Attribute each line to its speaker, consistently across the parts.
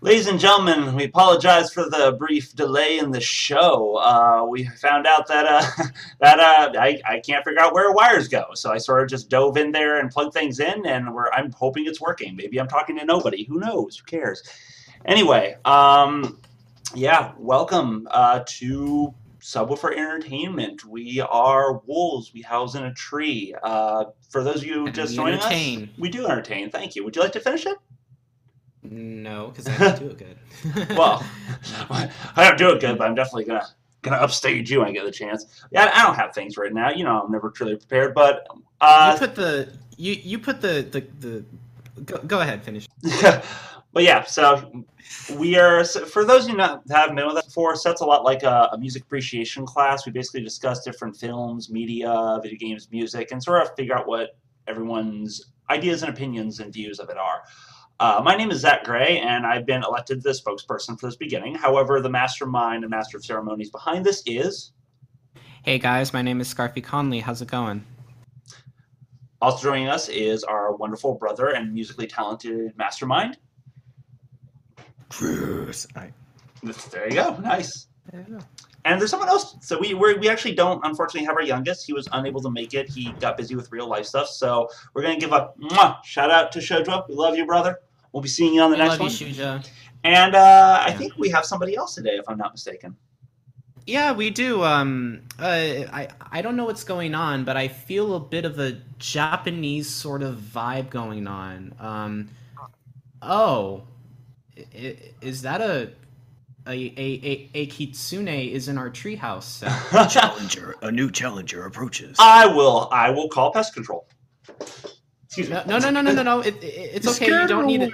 Speaker 1: Ladies and gentlemen, we apologize for the brief delay in the show. Uh, we found out that uh, that uh, I, I can't figure out where wires go, so I sort of just dove in there and plugged things in, and we're, I'm hoping it's working. Maybe I'm talking to nobody. Who knows? Who cares? Anyway, um, yeah, welcome uh, to Subwoofer Entertainment. We are wolves. We house in a tree. Uh, for those of you
Speaker 2: And
Speaker 1: just
Speaker 2: we
Speaker 1: joining us,
Speaker 2: entertain.
Speaker 1: we do entertain. Thank you. Would you like to finish it?
Speaker 2: No, because I didn't do it good.
Speaker 1: Well, I don't do it good, but I'm definitely gonna gonna upstage you when I get the chance. Yeah, I don't have things right now. You know, I'm never truly prepared, but uh,
Speaker 2: you put the you you put the the, the go, go ahead finish.
Speaker 1: but yeah, so we are so for those of you not that haven't been with us before. So that's a lot like a, a music appreciation class. We basically discuss different films, media, video games, music, and sort of figure out what everyone's ideas and opinions and views of it are. Uh, my name is Zach Gray, and I've been elected the spokesperson for this beginning. However, the mastermind and master of ceremonies behind this is
Speaker 2: Hey guys, my name is Scarfy Conley. How's it going?
Speaker 1: Also joining us is our wonderful brother and musically talented mastermind.
Speaker 3: Bruce. I,
Speaker 1: There you go. Nice. And there's someone else. So we we're, we actually don't unfortunately have our youngest. He was unable to make it. He got busy with real life stuff. So we're gonna give a mwah, shout out to Shoujo. We love you, brother. We'll be seeing you on the
Speaker 2: We
Speaker 1: next
Speaker 2: love you,
Speaker 1: one.
Speaker 2: Shuja.
Speaker 1: and uh, I
Speaker 2: Yeah.
Speaker 1: think we have somebody else today, if I'm not mistaken.
Speaker 2: Yeah, we do. Um, uh, I I don't know what's going on, but I feel a bit of a Japanese sort of vibe going on. Um, oh, i- i- is that a a a, a, a kitsune is in our treehouse? So.
Speaker 3: challenger. A new challenger approaches.
Speaker 1: I will. I will call pest control. Excuse me.
Speaker 2: No, no, no, no, no, no, no. It, it, it's okay. You don't need it.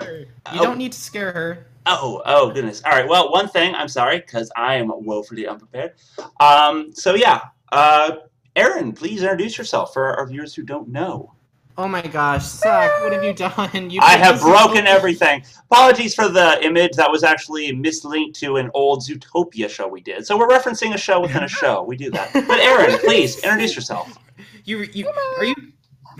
Speaker 2: You
Speaker 1: Oh.
Speaker 2: don't need to scare her.
Speaker 1: Oh, oh goodness. All right. Well, one thing, I'm sorry, because I am woefully unprepared. Um, so yeah, uh, Aaron, please introduce yourself for our viewers who don't know.
Speaker 2: Oh my gosh, Zach, what have you done? You
Speaker 1: I have
Speaker 2: this is-
Speaker 1: broken everything. Apologies for the image that was actually mislinked to an old Zootopia show we did. So we're referencing a show within a show. We do that. But Aaron, please introduce yourself.
Speaker 2: You, you, are you?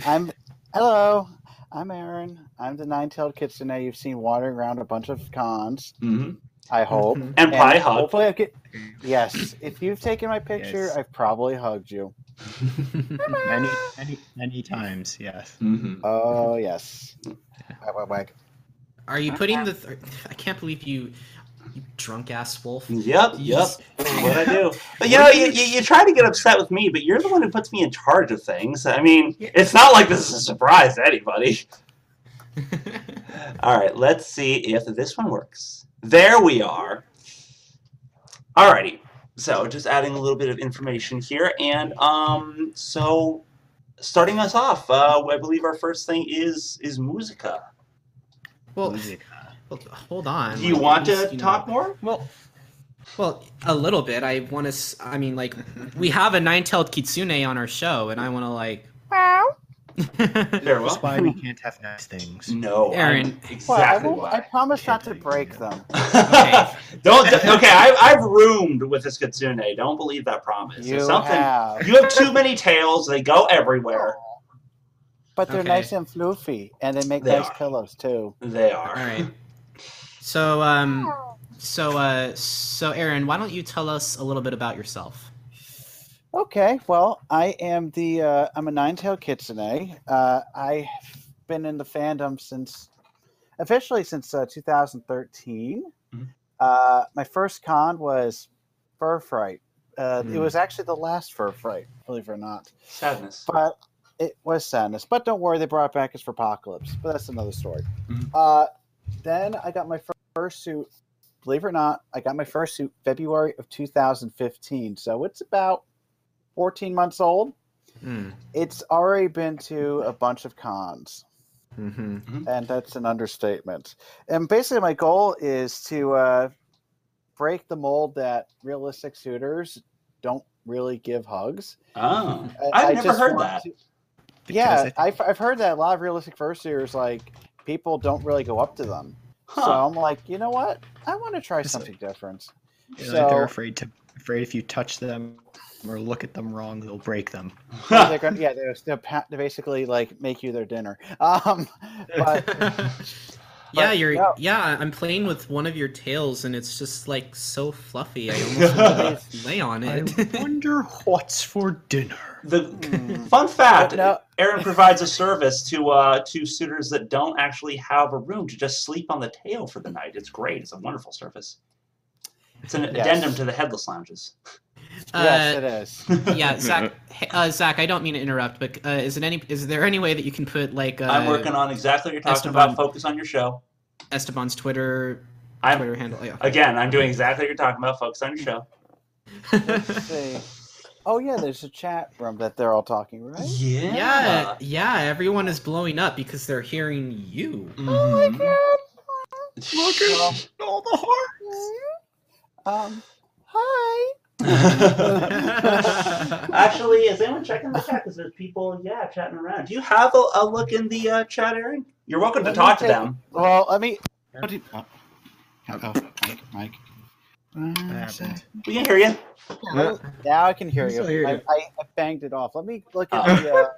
Speaker 4: I'm hello. I'm Aaron. I'm the nine-tailed kitsune you've seen wandering around a bunch of cons.
Speaker 1: Mm-hmm.
Speaker 4: I hope.
Speaker 2: Mhm.
Speaker 1: And pie
Speaker 4: And
Speaker 1: hug.
Speaker 4: Hopefully, I get. Yes, if you've taken my picture,
Speaker 3: Yes.
Speaker 4: I've probably hugged you.
Speaker 3: Many, many, many times. Yes.
Speaker 1: Mhm.
Speaker 4: Oh yes. Wag, wag, wag.
Speaker 2: Are you putting the? Th- I can't believe you, you drunk ass wolf.
Speaker 1: Yep, yep.
Speaker 2: You just-
Speaker 1: What I do? But you know, you, you, you try to get upset with me, but you're the one who puts me in charge of things. I mean, it's not like this is a surprise to anybody. All right, let's see if this one works. There we are. Alrighty. So, just adding a little bit of information here, and um, so starting us off, uh, I believe our first thing is is musica.
Speaker 2: well,
Speaker 3: Music.
Speaker 2: well, hold on.
Speaker 1: Do you
Speaker 2: like,
Speaker 1: want
Speaker 2: at least,
Speaker 1: to
Speaker 2: you know-
Speaker 1: talk more?
Speaker 3: Well,
Speaker 2: Well, a little bit. I want to. I mean, like, we have a nine-tailed kitsune on our show, and I want to like. Wow.
Speaker 1: Very
Speaker 3: that's
Speaker 1: well.
Speaker 3: why we can't have nice things.
Speaker 1: No,
Speaker 2: Aaron.
Speaker 1: I'm-
Speaker 4: Well, I,
Speaker 1: Exactly
Speaker 4: will, I
Speaker 1: why.
Speaker 4: promise not to
Speaker 3: Can't
Speaker 4: break
Speaker 3: take it.
Speaker 4: them.
Speaker 1: Don't. Okay, I, I've roomed with this kitsune. Don't believe that promise.
Speaker 4: You
Speaker 1: It's something.
Speaker 4: have,
Speaker 1: You have too many tails. They go everywhere.
Speaker 4: but they're
Speaker 2: Okay.
Speaker 4: nice and floofy, and they make
Speaker 1: They
Speaker 4: nice
Speaker 1: are.
Speaker 4: pillows too.
Speaker 1: They are.
Speaker 2: All right. So um so uh so Aaron, why don't you tell us a little bit about yourself?
Speaker 4: Okay, well, I am the uh, I'm a nine-tailed kitsune. Uh, I've been in the fandom since officially since uh, 2013.
Speaker 1: Mhm.
Speaker 4: Uh, my first con was Fur Fright. Uh, It
Speaker 2: Mm.
Speaker 4: was actually the last Fur Fright, believe it or not.
Speaker 1: Sadness.
Speaker 4: But it was sadness. But don't worry, they brought it back as for Apocalypse. But that's another story.
Speaker 1: Mhm.
Speaker 4: Uh, then I got my fir- first suit. Believe it or not, I got my first suit February of 2015. So it's about 14 months old.
Speaker 2: Mm.
Speaker 4: It's already been to a bunch of cons,
Speaker 3: Mm-hmm.
Speaker 2: hmm
Speaker 4: and that's an understatement. And basically, my goal is to uh, break the mold that realistic suitors don't really give hugs.
Speaker 1: Oh,
Speaker 4: I-
Speaker 1: I've
Speaker 4: I
Speaker 1: never
Speaker 4: just
Speaker 1: heard
Speaker 4: want
Speaker 1: that.
Speaker 4: to-
Speaker 3: because
Speaker 4: yeah,
Speaker 3: it-
Speaker 4: I've, I've heard that a lot of realistic fursuiters, like, people don't really go up to them. So
Speaker 1: Huh.
Speaker 4: I'm like, you know what? I want to try
Speaker 3: It's a-
Speaker 4: something different.
Speaker 3: you know,
Speaker 4: so-
Speaker 3: they're afraid to afraid if you touch them or look at them wrong, they'll break them.
Speaker 4: They're gonna, yeah, they're, they're, pa- they basically, like, make you their dinner. Um, but
Speaker 2: Yeah,
Speaker 4: But
Speaker 2: you're.
Speaker 4: no.
Speaker 2: Yeah, I'm playing with one of your tails, and it's just like so fluffy. I almost want to lay on
Speaker 3: I
Speaker 2: it.
Speaker 3: wonder what's for dinner.
Speaker 4: hmm,
Speaker 1: The fun fact:
Speaker 4: No.
Speaker 1: Aaron provides a service to uh, to suitors that don't actually have a room to just sleep on the tail for the night. It's great. It's a wonderful service. It's an
Speaker 4: Yes.
Speaker 1: addendum to the headless lounges.
Speaker 4: yes,
Speaker 2: Uh,
Speaker 4: it is.
Speaker 2: yeah, Zach. hey, Uh, Zach, I don't mean to interrupt, but uh, is it any? Is there any way that you can put like uh,
Speaker 1: I'm working on exactly what you're talking
Speaker 2: Esteban.
Speaker 1: about. Focus on your show.
Speaker 2: Esteban's Twitter
Speaker 1: I'm
Speaker 2: Twitter handle? Yeah.
Speaker 1: again. I'm doing exactly what you're talking about. Focus on your show.
Speaker 4: Let's see. Oh yeah, there's a chat room that they're all talking, right?
Speaker 1: Yeah.
Speaker 2: yeah, yeah. Everyone is blowing up because they're hearing you.
Speaker 1: Oh my
Speaker 3: Mm-hmm.
Speaker 1: god.
Speaker 3: Look at all the heart.
Speaker 4: Um, hi.
Speaker 1: Actually, is anyone checking the chat? Because there's people, yeah, chatting around. Do you have a, a look in the uh, chat, Aaron? You're welcome to
Speaker 4: Let me
Speaker 1: talk to
Speaker 4: check.
Speaker 1: them.
Speaker 4: Well, let me.
Speaker 3: What
Speaker 4: Oh, oh, Mike, Mike.
Speaker 3: happened?
Speaker 1: We can hear you.
Speaker 4: Now I can hear
Speaker 3: I
Speaker 4: you.
Speaker 3: still hear
Speaker 4: I,
Speaker 3: you.
Speaker 4: I I banged it off. Let me look at
Speaker 1: Oh.
Speaker 4: the uh,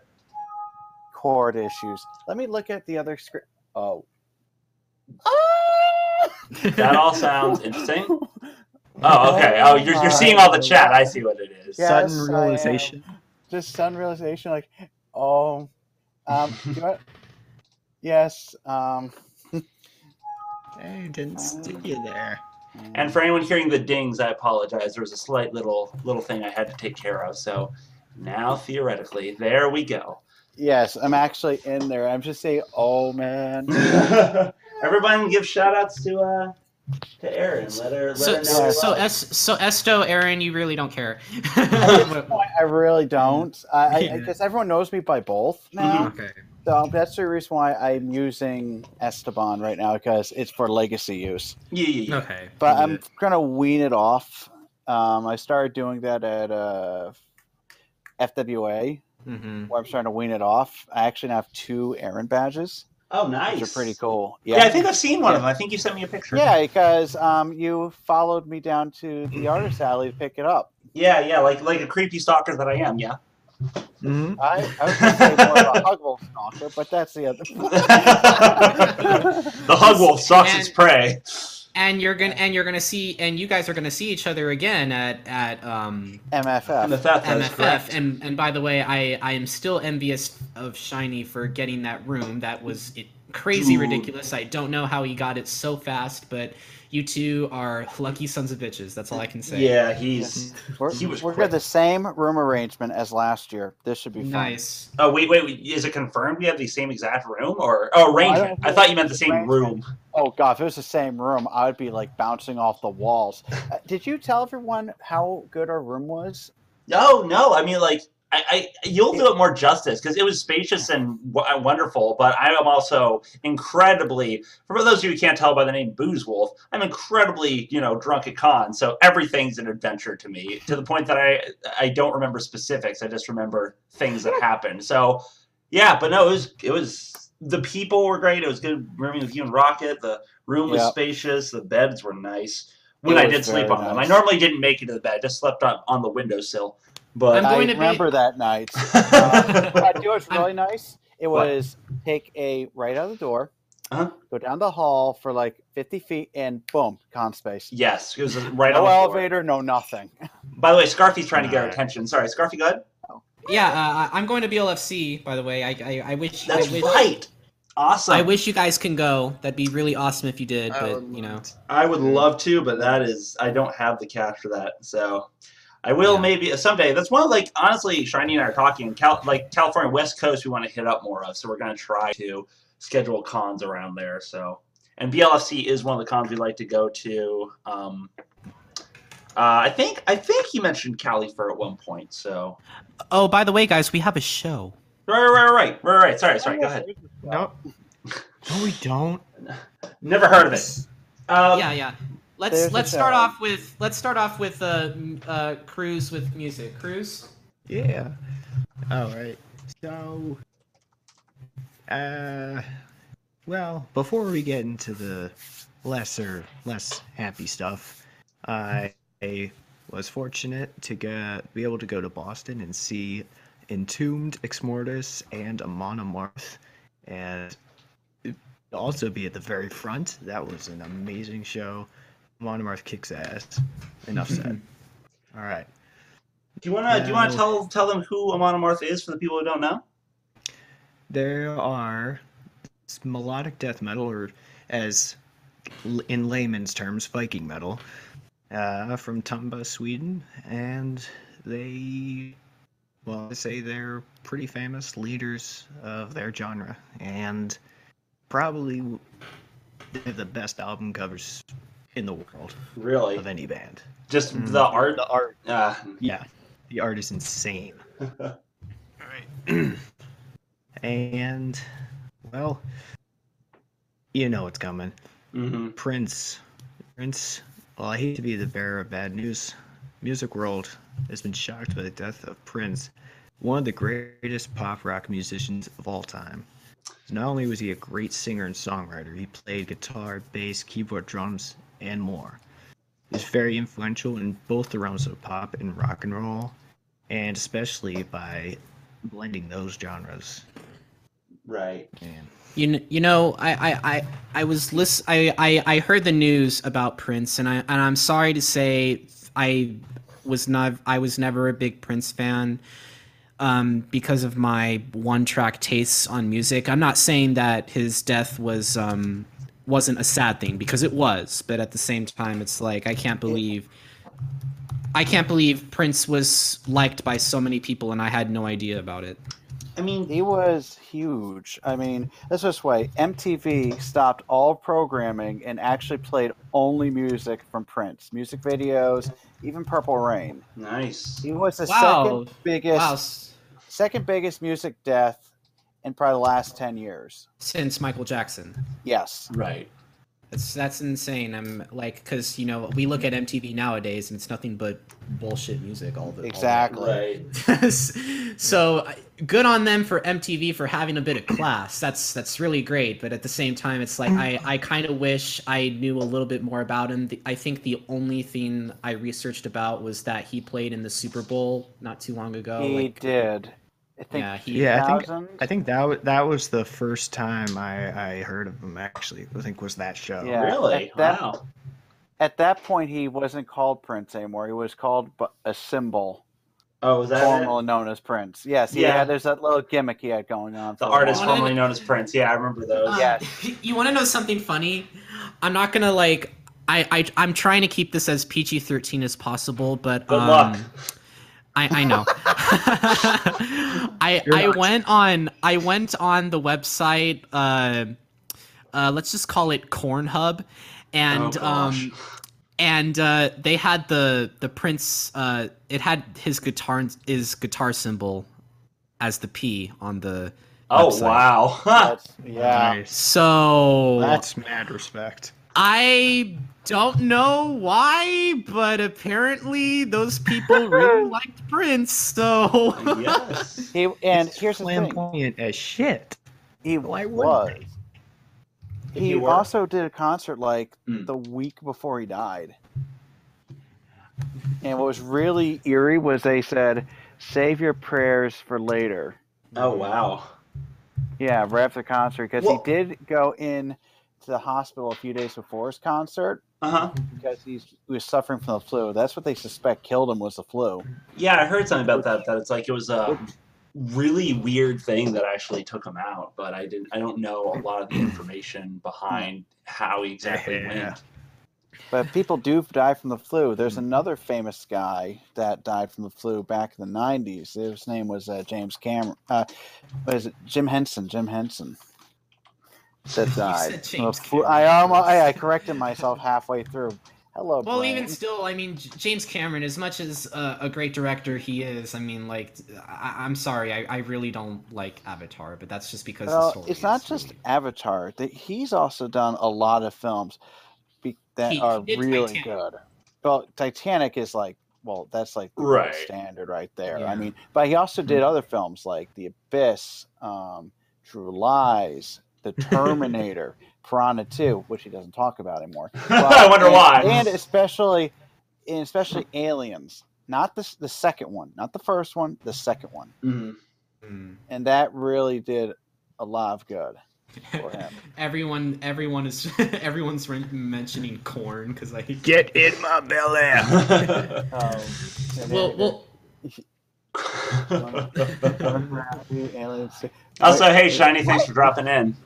Speaker 4: cord issues. Let me look at the other script. Oh.
Speaker 1: That all sounds interesting. Oh, okay. Oh, you're, you're seeing all the chat. I see what it is.
Speaker 4: Yeah. Yes, I am.
Speaker 3: Sudden realization.
Speaker 4: Just sudden realization, like, oh, um, you know what? Yes. Um,
Speaker 3: Hey, didn't see you there.
Speaker 1: And for anyone hearing the dings, I apologize. There was a slight little little thing I had to take care of. So now theoretically, there we go.
Speaker 4: yes, I'm actually in there. I'm just saying, oh man.
Speaker 1: Everyone, give shout outs to uh to Aaron. Let her let
Speaker 2: So,
Speaker 1: her know.
Speaker 2: so,
Speaker 1: I
Speaker 2: so,
Speaker 1: love her.
Speaker 2: es, so Esto, Aaron, you really don't care.
Speaker 4: I really don't. I
Speaker 2: Yeah.
Speaker 4: because everyone knows me by both now.
Speaker 2: okay.
Speaker 4: So that's the reason why I'm using Esteban right now because it's for legacy use.
Speaker 1: yeah, yeah, yeah.
Speaker 2: Okay.
Speaker 4: But I'm gonna wean it off. Um, I started doing that at uh, FWA,
Speaker 2: hmm
Speaker 4: where I'm starting to wean it off. I actually now have two Aaron badges,
Speaker 1: Oh, nice.
Speaker 4: which are pretty cool.
Speaker 1: Yeah.
Speaker 4: Yeah,
Speaker 1: I think I've seen one of
Speaker 4: Yeah.
Speaker 1: them. I think you sent me a picture.
Speaker 4: yeah, because um, you followed me down to the artist alley to pick it up.
Speaker 1: Yeah, yeah, like like a creepy stalker that I am. Yeah.
Speaker 3: Mhm.
Speaker 4: I, I was gonna say more of a huggable stalker, but that's the
Speaker 1: the
Speaker 4: other.
Speaker 1: hug wolf stalks its
Speaker 2: And-
Speaker 1: prey.
Speaker 2: And you're gonna and you're gonna see and you guys are gonna see each other again at at um
Speaker 1: And the
Speaker 4: MFF.
Speaker 1: theft
Speaker 2: MFF. And and by the way, I I am still envious of Shiny for getting that room. That was it, crazy
Speaker 1: Dude.
Speaker 2: ridiculous. I don't know how he got it so fast, but you two are lucky sons of bitches. That's all I can say.
Speaker 1: Yeah, he's.
Speaker 4: We're,
Speaker 1: He was
Speaker 4: we're
Speaker 1: quick.
Speaker 4: got the same room arrangement as last year. This should be fun.
Speaker 2: Nice.
Speaker 1: Oh wait, wait, wait. Is it confirmed we have the same exact room or oh arrangement?
Speaker 4: don't
Speaker 1: I,
Speaker 4: think
Speaker 1: thought you meant the same
Speaker 4: arrangement.
Speaker 1: room.
Speaker 4: Oh god, if it was the same room, I would be like bouncing off the walls. Uh, did you tell everyone how good our room was?
Speaker 1: No, no. I mean, like, I, I you'll do it more justice because it was spacious and w- uh, wonderful. But I am also incredibly, for those of you who can't tell by the name Booze Wolf, I'm incredibly, you know, drunk at con. So everything's an adventure to me to the point that I I don't remember specifics. I just remember things that happened. So yeah, but no, it was it was the people were great. It was good rooming with you and Rocket. The room was
Speaker 4: Yeah.
Speaker 1: spacious. The beds were nice. When
Speaker 4: It
Speaker 1: I
Speaker 4: was
Speaker 1: did sleep
Speaker 4: very
Speaker 1: on them, I
Speaker 4: nice.
Speaker 1: normally didn't make it to the bed. I just slept on, on the windowsill. But
Speaker 2: I'm
Speaker 4: I
Speaker 2: going to be-
Speaker 4: remember that night. Uh, but you know what's really nice? It
Speaker 1: What?
Speaker 4: was take a right out of the door,
Speaker 1: Uh-huh.
Speaker 4: go down the hall for like 50 feet, and boom, con space.
Speaker 1: yes, it was right
Speaker 4: no
Speaker 1: on the floor.
Speaker 4: elevator, no nothing.
Speaker 1: By the way, Scarfy's trying to get our attention. Sorry, Scarfy, go ahead.
Speaker 2: Yeah, uh, I- I'm going to BLFC. By the way, I I, I wish
Speaker 1: That's
Speaker 2: I wish
Speaker 1: right. Awesome.
Speaker 2: I wish you guys can go. That'd be really awesome if you did,
Speaker 3: I
Speaker 2: but
Speaker 3: would
Speaker 2: you know.
Speaker 3: love to.
Speaker 1: I would love to, but that is I don't have the cash for that. So I will
Speaker 2: Yeah.
Speaker 1: maybe uh, someday. That's one of, like honestly, Shiny and I are talking. Cal- like California West Coast, we want to hit up more of. So we're going to try to schedule cons around there. So and BLFC is one of the cons we like to go to. Um, uh, I think I think he mentioned Cali for at one point. So
Speaker 2: Oh, by the way, guys, we have a show.
Speaker 1: right, right, right, right, right. right. Sorry, sorry. Go ahead.
Speaker 3: No. No, we don't.
Speaker 1: Never heard of it. Um,
Speaker 2: yeah, yeah. Let's
Speaker 4: Oh. There's a
Speaker 2: let's start
Speaker 4: show.
Speaker 2: off with let's start off with uh, m- uh cruise with music. Cruise.
Speaker 3: Yeah. All right. So, uh, well, before we get into the lesser, less happy stuff, I was fortunate to get, be able to go to Boston and see Entombed, Ex Mortis, and Amon Amarth, and to also be at the very front. That was an amazing show. Monomarth kicks ass. Enough said. All right.
Speaker 1: Do you wanna do you wanna
Speaker 3: No.
Speaker 1: tell tell them who Amonamarth is for the people who don't know?
Speaker 3: There are s- melodic death metal, or as l- in layman's terms, Viking metal, uh, from Tumba, Sweden, and they, well, I say they're pretty famous leaders of their genre, and probably w- they have the best album covers in the world
Speaker 1: Really?
Speaker 3: of any band.
Speaker 1: Just
Speaker 4: Mm-hmm.
Speaker 3: Mm.
Speaker 1: the art.
Speaker 3: The art,
Speaker 1: Uh,
Speaker 3: yeah, the art is insane. And, well, you know what's coming.
Speaker 1: hmm
Speaker 3: Prince. Prince. Well, I hate to be the bearer of bad news. Music world has been shocked by the death of Prince, one of the greatest pop rock musicians of all time. Not only was he a great singer and songwriter, he played guitar, bass, keyboard, drums, and more. He's very influential in both the realms of pop and rock and roll, and especially by blending those genres.
Speaker 1: Right.
Speaker 3: Man.
Speaker 2: You, kn- you know, I, I, I, I was list- I, I, I heard the news about Prince, and I and I'm sorry to say I was not I was never a big Prince fan um, because of my one track tastes on music. I'm not saying that his death was um, wasn't a sad thing because it was, but at the same time, it's like I can't believe I can't believe Prince was liked by so many people, and I had no idea about it.
Speaker 1: I mean,
Speaker 4: He was huge. I mean, let's just wait. MTV stopped all programming and actually played only music from Prince, music videos, even Purple Rain.
Speaker 1: nice.
Speaker 4: He was the
Speaker 2: Wow.
Speaker 4: second biggest,
Speaker 2: Wow, s-
Speaker 4: second biggest music death in probably the last ten years.
Speaker 2: since Michael Jackson.
Speaker 4: Yes,
Speaker 1: Right.
Speaker 2: That's that's insane. I'm like, cause you know we look at MTV nowadays and it's nothing but bullshit music all the all the-
Speaker 4: exactly.
Speaker 1: Right.
Speaker 2: so I- good on them for MTV for having a bit of class. That's that's really great. But at the same time, it's like I I kind of wish I knew a little bit more about him. The- I think the only thing I researched about was that he played in the Super Bowl not too long ago.
Speaker 4: he
Speaker 2: Oh, like,
Speaker 4: did. I think
Speaker 2: yeah, he
Speaker 3: Yeah, I think
Speaker 4: 2000?
Speaker 3: I think that wa that was the first time I, I heard of him. Actually, I think was that show.
Speaker 4: Yeah.
Speaker 1: Really?
Speaker 4: that- that-
Speaker 1: wow.
Speaker 4: At that point, he wasn't called Prince anymore. He was called bu- a symbol,
Speaker 1: Oh, was that it?
Speaker 4: formerly known as Prince. Yes, yeah.
Speaker 1: Yeah.
Speaker 4: There's that little gimmick he had going on.
Speaker 1: the
Speaker 4: for a while.
Speaker 1: artist
Speaker 2: Wanted-
Speaker 1: formerly known as Prince? Yeah, I remember those.
Speaker 2: Uh,
Speaker 4: Yes.
Speaker 2: You want to know something funny? I'm not gonna like. I, I I'm trying to keep this as PG-13 as possible, but
Speaker 1: Good
Speaker 2: um,
Speaker 1: luck.
Speaker 2: I I know. I
Speaker 3: You're
Speaker 2: I
Speaker 3: not.
Speaker 2: went on I went on the website. Uh, uh, let's just call it Corn Hub, and
Speaker 1: Oh, gosh.
Speaker 2: um, and uh, they had the the Prince. Uh, it had his guitar his guitar symbol as the P on the.
Speaker 1: Oh
Speaker 2: website.
Speaker 1: wow. Huh.
Speaker 4: That's- yeah.
Speaker 3: Nice.
Speaker 2: So
Speaker 3: That's mad respect.
Speaker 2: I don't know why, but apparently those people really liked Prince, so
Speaker 1: yes.
Speaker 4: He and
Speaker 3: It's
Speaker 4: here's the thing.
Speaker 3: flamboyant as shit.
Speaker 4: He
Speaker 3: Why
Speaker 4: was.
Speaker 3: wouldn't
Speaker 1: If
Speaker 4: He
Speaker 1: you were-
Speaker 4: also did a concert like
Speaker 1: Mm.
Speaker 4: the week before he died. And what was really eerie was they said, "Save your prayers for later."
Speaker 1: Oh wow.
Speaker 4: Yeah, right after the concert because
Speaker 1: Well-
Speaker 4: he did go in to the hospital a few days before his concert
Speaker 1: Uh huh.
Speaker 4: because he's, he was suffering from the flu. That's what they suspect killed him was the flu.
Speaker 1: Yeah, I heard something about that. That it's like it was a really weird thing that actually took him out, but I didn't. I don't know a lot of the information behind how he exactly
Speaker 3: Yeah.
Speaker 1: went.
Speaker 4: But people do die from the flu. There's
Speaker 2: Mm-hmm.
Speaker 4: another famous guy that died from the flu back in the '90s. His name was uh, James Cameron. Uh, what is it? Jim Henson. Jim Henson. That died. from the
Speaker 2: James
Speaker 4: flu. I almost I, I corrected myself halfway through. Hello.
Speaker 2: well,
Speaker 4: brain.
Speaker 2: even still, I mean, J- James Cameron, as much as uh, a great director he is, I mean, like, I- I'm sorry, I-, I really don't like Avatar, but that's just because the
Speaker 4: Well,
Speaker 2: story
Speaker 4: it's not
Speaker 2: is
Speaker 4: just
Speaker 2: really-
Speaker 4: Avatar. That he's also done a lot of films be, that
Speaker 2: He- he
Speaker 4: are
Speaker 2: did
Speaker 4: really
Speaker 2: Titanic.
Speaker 4: good. Well, Titanic is like, well, that's like the gold
Speaker 1: Right.
Speaker 4: standard right there.
Speaker 2: Yeah. Mm-hmm.
Speaker 4: I mean, but he also did other films like The Abyss, um, True Lies, The Terminator, Piranha Two, which he doesn't talk about anymore.
Speaker 1: I wonder
Speaker 4: and-
Speaker 1: why.
Speaker 4: And especially, and especially Aliens. Not this, the second one, not the first one, the second one,
Speaker 1: Mhm.
Speaker 2: Mm.
Speaker 4: and that really did a lot of good. for him.
Speaker 2: Everyone, everyone is everyone's re- mentioning corn because I
Speaker 3: Get in my belly.
Speaker 4: Um, and
Speaker 2: well,
Speaker 4: then-
Speaker 2: well,
Speaker 4: Aliens.
Speaker 1: also, hey, shiny, thanks for dropping in.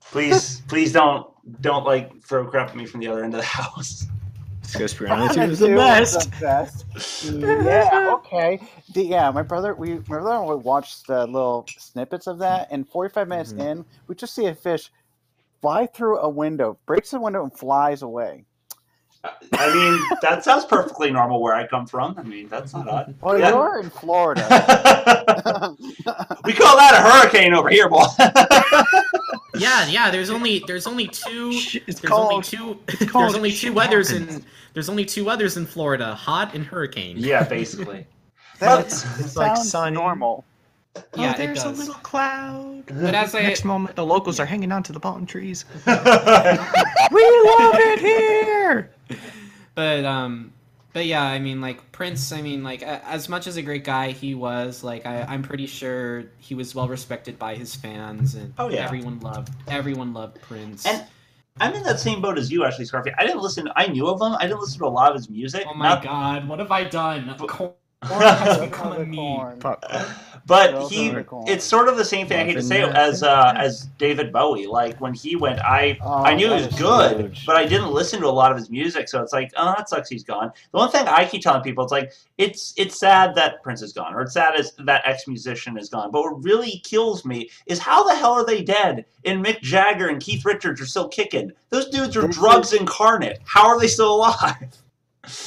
Speaker 1: Please, please don't don't like throw crap at me from the other end of the house.
Speaker 3: Scosperonitu is
Speaker 4: It
Speaker 3: the
Speaker 4: was
Speaker 3: best.
Speaker 4: best. yeah. Okay. The- yeah. My brother. We my brother and I watched the little snippets of that, and 45 minutes
Speaker 3: Mhm.
Speaker 4: in, we just see a fish fly through a window, breaks the window, and flies away.
Speaker 1: I mean, that sounds perfectly normal where I come from. I mean, that's not odd.
Speaker 4: Well,
Speaker 1: Yeah.
Speaker 4: you're in Florida.
Speaker 1: we call that a hurricane over here, boy.
Speaker 2: yeah, yeah. There's only there's only two.
Speaker 3: It's
Speaker 2: There's only
Speaker 3: called.
Speaker 2: two.
Speaker 3: called
Speaker 2: There's only two
Speaker 3: shit
Speaker 2: weathers in.
Speaker 3: happens.
Speaker 2: There's only two weathers in Florida: hot and hurricane.
Speaker 1: yeah, basically.
Speaker 4: That's
Speaker 3: It's like
Speaker 4: sounds
Speaker 3: sunny.
Speaker 4: normal.
Speaker 3: Oh,
Speaker 2: Yeah, it
Speaker 3: there's
Speaker 2: does.
Speaker 3: a little cloud.
Speaker 2: But as I
Speaker 3: Next moment, the locals are hanging on to the palm trees.
Speaker 1: yeah,
Speaker 3: We love it here.
Speaker 2: but um but yeah i mean like prince i mean like a- as much as a great guy he was like I, i'm pretty sure he was well respected by his fans and
Speaker 1: Oh, yeah.
Speaker 2: everyone loved everyone loved prince
Speaker 1: And- I'm in that same boat as you, actually, Scarfy. I didn't listen. I knew of him. I didn't listen to a lot of his music.
Speaker 2: oh my
Speaker 1: Not-
Speaker 2: god what have i done
Speaker 1: But-
Speaker 2: corn has become a
Speaker 4: Another
Speaker 2: meme
Speaker 4: corn.
Speaker 3: Fuck.
Speaker 1: but
Speaker 4: Girls
Speaker 1: he
Speaker 4: are cool.
Speaker 1: it's sort of the same thing i hate to say
Speaker 3: Nothing
Speaker 1: as uh,
Speaker 3: that-
Speaker 1: as david bowie like when he went i
Speaker 4: Oh,
Speaker 1: i knew he
Speaker 4: that
Speaker 1: was
Speaker 4: is
Speaker 1: good
Speaker 4: huge.
Speaker 1: but i didn't listen to a lot of his music so it's like oh that sucks he's gone the one thing i keep telling people it's like it's it's sad that prince is gone or it's sad is that ex musician is gone but what really kills me is how the hell are they dead and mick jagger and keith richards are still kicking those dudes are
Speaker 4: This
Speaker 1: drugs incarnate how are they still alive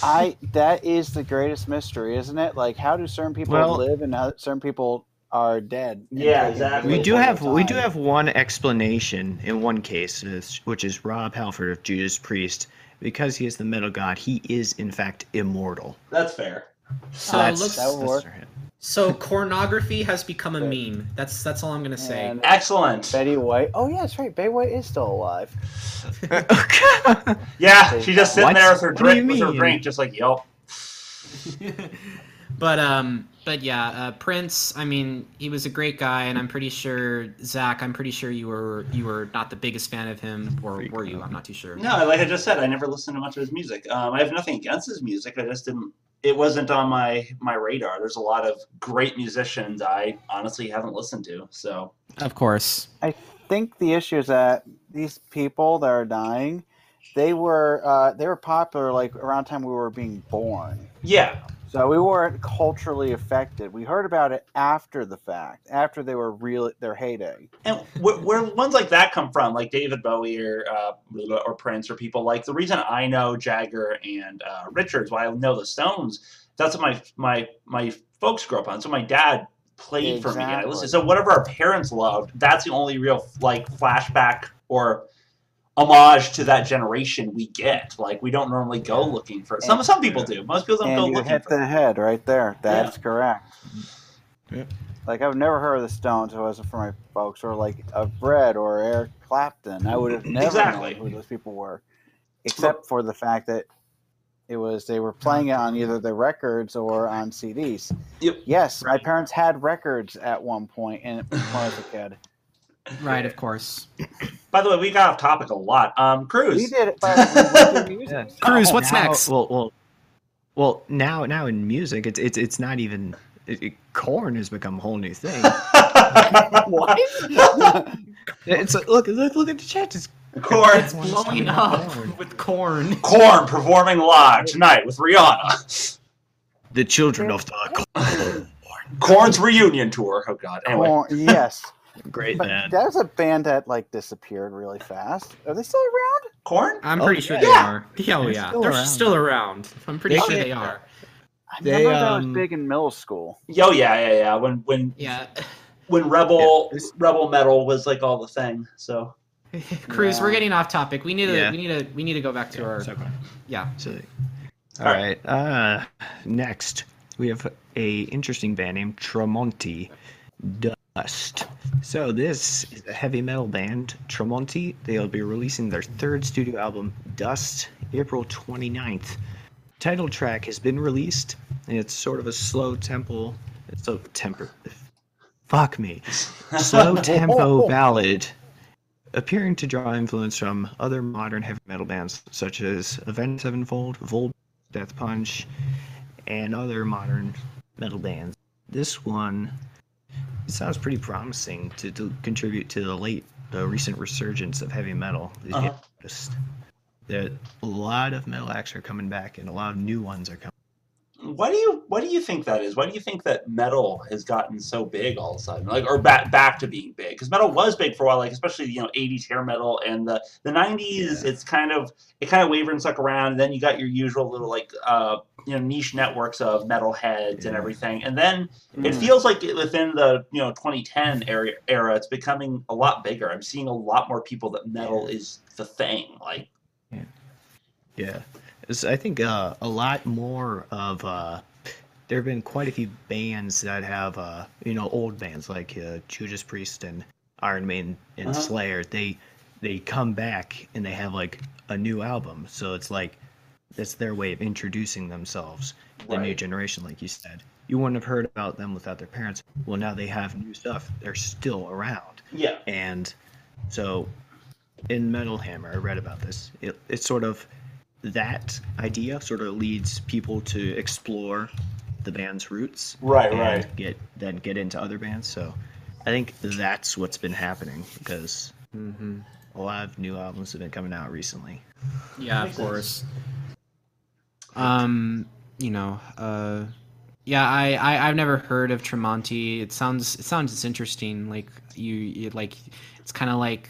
Speaker 4: I that is the greatest mystery, isn't it? Like, how do certain people
Speaker 3: Well-
Speaker 4: live and how certain people are dead? and
Speaker 1: Yeah,
Speaker 4: taken
Speaker 1: exactly.
Speaker 4: away
Speaker 3: We do
Speaker 4: all the
Speaker 3: have we do
Speaker 4: time?
Speaker 3: have one explanation in one case, is- which is Rob Halford of Judas Priest, because he is the metal god. He is in fact immortal.
Speaker 1: that's fair
Speaker 2: so
Speaker 4: That's-
Speaker 2: it looks
Speaker 4: that would work.
Speaker 2: so cornography has become a meme that's that's all i'm gonna say
Speaker 4: And
Speaker 1: excellent
Speaker 4: Betty White. Oh yeah, that's right. Betty White is still alive.
Speaker 1: yeah she just sitting
Speaker 3: What?
Speaker 1: there with her
Speaker 3: What do you
Speaker 1: drink with her
Speaker 3: mean?
Speaker 1: drink just like yup
Speaker 2: but um but yeah uh, prince i mean he was a great guy and i'm pretty sure zach i'm pretty sure you were you were not the biggest fan of him or were you i'm not too sure
Speaker 1: No, like I just said, I never listened to much of his music. Um, I have nothing against his music. I just didn't. It wasn't on my my radar. There's a lot of great musicians I honestly haven't listened to. So
Speaker 2: of course
Speaker 4: I think the issue is that these people that are dying, they were uh, they were popular like around the time we were being born.
Speaker 1: yeah,
Speaker 4: So we weren't culturally affected. We heard about it after the fact, after they were real their heyday.
Speaker 1: and where, where ones like that come from, like David Bowie or uh, or Prince or people like the reason I know Jagger and uh, Richards, why I know the Stones. That's what my my my folks grew up on. So my dad played for me, and I listened.
Speaker 4: Exactly.
Speaker 1: So whatever our parents loved, that's the only real like flashback or homage to that generation we get. Like we don't normally go looking for some. Some people do. Most people don't go
Speaker 4: and you
Speaker 1: looking
Speaker 4: hit
Speaker 1: for.
Speaker 4: the head right there. That's correct.
Speaker 3: Yeah.
Speaker 4: Like I've never heard of the Stones if it wasn't for my folks, or like of Brett or Eric Clapton. I would have never
Speaker 1: Exactly.
Speaker 4: known who those people were, except for the fact that it was they were playing it on either the records or on CDs.
Speaker 1: Yep.
Speaker 4: Yes, my parents had records at one point, and when I was a kid,
Speaker 2: right of course
Speaker 1: By the way, we got off topic a lot. Um,
Speaker 4: we
Speaker 1: Cruz.
Speaker 4: did it. By, we music.
Speaker 2: Cruz, what's
Speaker 3: now-
Speaker 2: next?
Speaker 3: Well, well, well. Now, now in music, it's it's it's not even. It, it, corn has become a whole new thing.
Speaker 4: What?
Speaker 3: it's uh, look, look, look at the chat. It's
Speaker 1: Corn.
Speaker 2: it's blowing up with corn
Speaker 1: Corn performing live tonight with Rihanna.
Speaker 3: The children of the corn.
Speaker 1: Corn's reunion tour. Oh God. Anyway.
Speaker 4: Well, yes,
Speaker 3: Great
Speaker 4: but
Speaker 3: man.
Speaker 4: that was a band that like disappeared really fast. Are they still around?
Speaker 1: Corn?
Speaker 2: i'm
Speaker 3: Oh,
Speaker 2: pretty sure they
Speaker 1: yeah.
Speaker 2: are yeah oh,
Speaker 3: They're
Speaker 2: yeah
Speaker 3: still
Speaker 2: they're
Speaker 3: around.
Speaker 2: still around i'm pretty
Speaker 3: They-
Speaker 2: sure they are
Speaker 4: I
Speaker 3: They,
Speaker 4: remember that was
Speaker 3: um,
Speaker 4: big in middle school.
Speaker 1: Yo, yeah, yeah, yeah. When when
Speaker 2: yeah
Speaker 1: when rebel
Speaker 3: Yeah, this-
Speaker 1: rebel metal was like all the thing. So
Speaker 2: cruz we're
Speaker 4: Yeah.
Speaker 2: getting off topic we need to
Speaker 3: Yeah.
Speaker 2: we need to we need to go back to our
Speaker 3: So-
Speaker 2: yeah
Speaker 3: so- all
Speaker 1: All
Speaker 3: right. Uh, next we have a interesting band named Tremonti Dust. So this is a heavy metal band, Tremonti. They'll be releasing their third studio album, Dust, April 29th. Title track has been released, and it's sort of a slow tempo. It's a temper. Fuck me. Slow tempo ballad appearing to draw influence from other modern heavy metal bands such as Avenged Sevenfold, Volt, Death Punch, and other modern metal bands. This one sounds pretty promising to, to contribute to the late, the recent resurgence of heavy metal. If you
Speaker 1: Uh-huh.
Speaker 3: noticed that a lot of metal acts are coming back and a lot of new ones are coming.
Speaker 1: Why do you What do you think that is? Why do you think that metal has gotten so big all of a sudden, like or back back to being big? Because metal was big for a while, like especially you know '80s hair metal and the the '90s.
Speaker 3: Yeah.
Speaker 1: It's kind of it kind of wavered and stuck around, and then you got your usual little like uh you know niche networks of metal heads and
Speaker 3: Yeah.
Speaker 1: everything, and then it
Speaker 3: Hmm.
Speaker 4: Mm.
Speaker 1: feels like it- within the you know 2010 era, era, it's becoming a lot bigger. I'm seeing a lot more people that metal is the thing. Like
Speaker 3: Yeah, It's- I think uh, a lot more of uh, there have been quite a few bands that have uh, you know old bands like uh, Judas Priest and Iron Maiden and
Speaker 1: Uh-huh.
Speaker 3: Slayer. They they come back and they have like a new album, so it's like that's their way of introducing themselves to the new
Speaker 1: Right.
Speaker 3: generation, like you said. You wouldn't have heard about them without their parents. Well, now they have new stuff. They're still around.
Speaker 1: yeah,
Speaker 3: And so in Metal Hammer, I read about this. It, it's sort of that idea sort of leads people to explore the band's roots
Speaker 1: right,
Speaker 3: and get then get into other bands. So I think that's what's been happening because
Speaker 5: Mm-hmm.
Speaker 3: a lot of new albums have been coming out recently.
Speaker 5: Yeah, of
Speaker 1: Makes sense.
Speaker 5: course. Um, you know, uh, yeah, I, I I've never heard of Tremonti. It sounds it sounds it's interesting. Like you, you like it's kind of like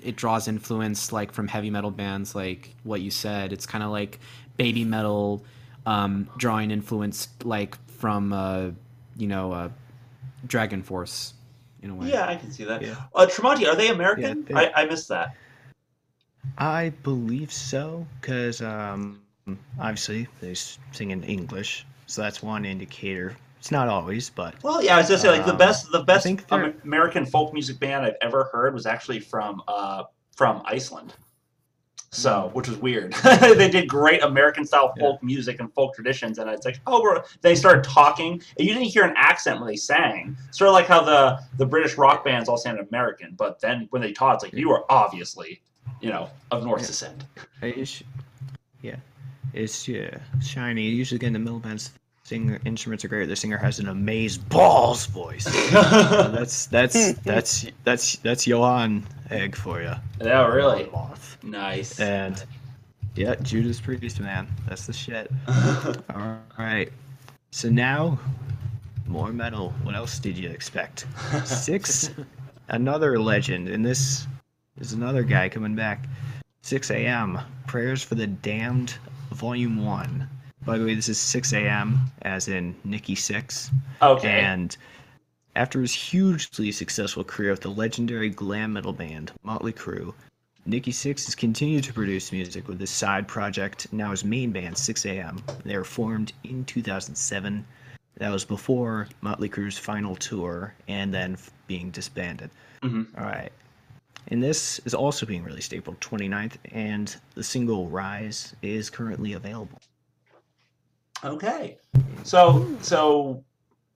Speaker 5: it draws influence like from heavy metal bands, like what you said. It's kind of like baby metal, um, drawing influence like from uh, you know, uh, Dragon Force, in a way.
Speaker 1: Yeah, I can see that.
Speaker 3: Yeah.
Speaker 1: Uh, Tremonti, are they American?
Speaker 3: they-
Speaker 1: I, I missed that.
Speaker 3: I believe so, because um, obviously they s- sing in English, so that's one indicator. It's not always, but
Speaker 1: Well, yeah, I was gonna say like the
Speaker 3: Um,
Speaker 1: best the best
Speaker 3: think they're-
Speaker 1: Am- American folk music band I've ever heard was actually from uh, from Iceland. So, which was weird. they did great American style
Speaker 3: Hmm. Yeah.
Speaker 1: folk music and folk traditions, and it's like, oh, we're, they started talking, and you didn't hear an accent when they sang. Sort of like how the the British rock bands all sounded American, but then when they taught, it's like you are obviously, you know, of Norse
Speaker 3: Yeah.
Speaker 1: descent.
Speaker 3: It's, yeah, it's yeah, shiny. Usually, again, the middle bands singer instruments are great. The singer has an amazed balls voice. Uh, that's that's that's that's that's Johan Egg for you.
Speaker 1: yeah, really
Speaker 3: Moth.
Speaker 1: nice.
Speaker 3: And yeah, Judas Priest, man, that's the shit. All right, so now more metal. What else did you expect? Six, another legend, and this is another guy coming back. 6 a.m. Prayers for the Damned, Volume One. By the way, this is 6 a.m. as in Nikki Six,
Speaker 1: okay.
Speaker 3: and after his hugely successful career with the legendary glam metal band Motley Crue, Nikki Six has continued to produce music with his side project, now his main band, 6 a.m. They were formed in 2007. That was before Motley Crue's final tour and then f- being disbanded.
Speaker 1: Mhm.
Speaker 3: All right. And this is also being released April 29th, and the single Rise is currently available.
Speaker 1: Okay. So so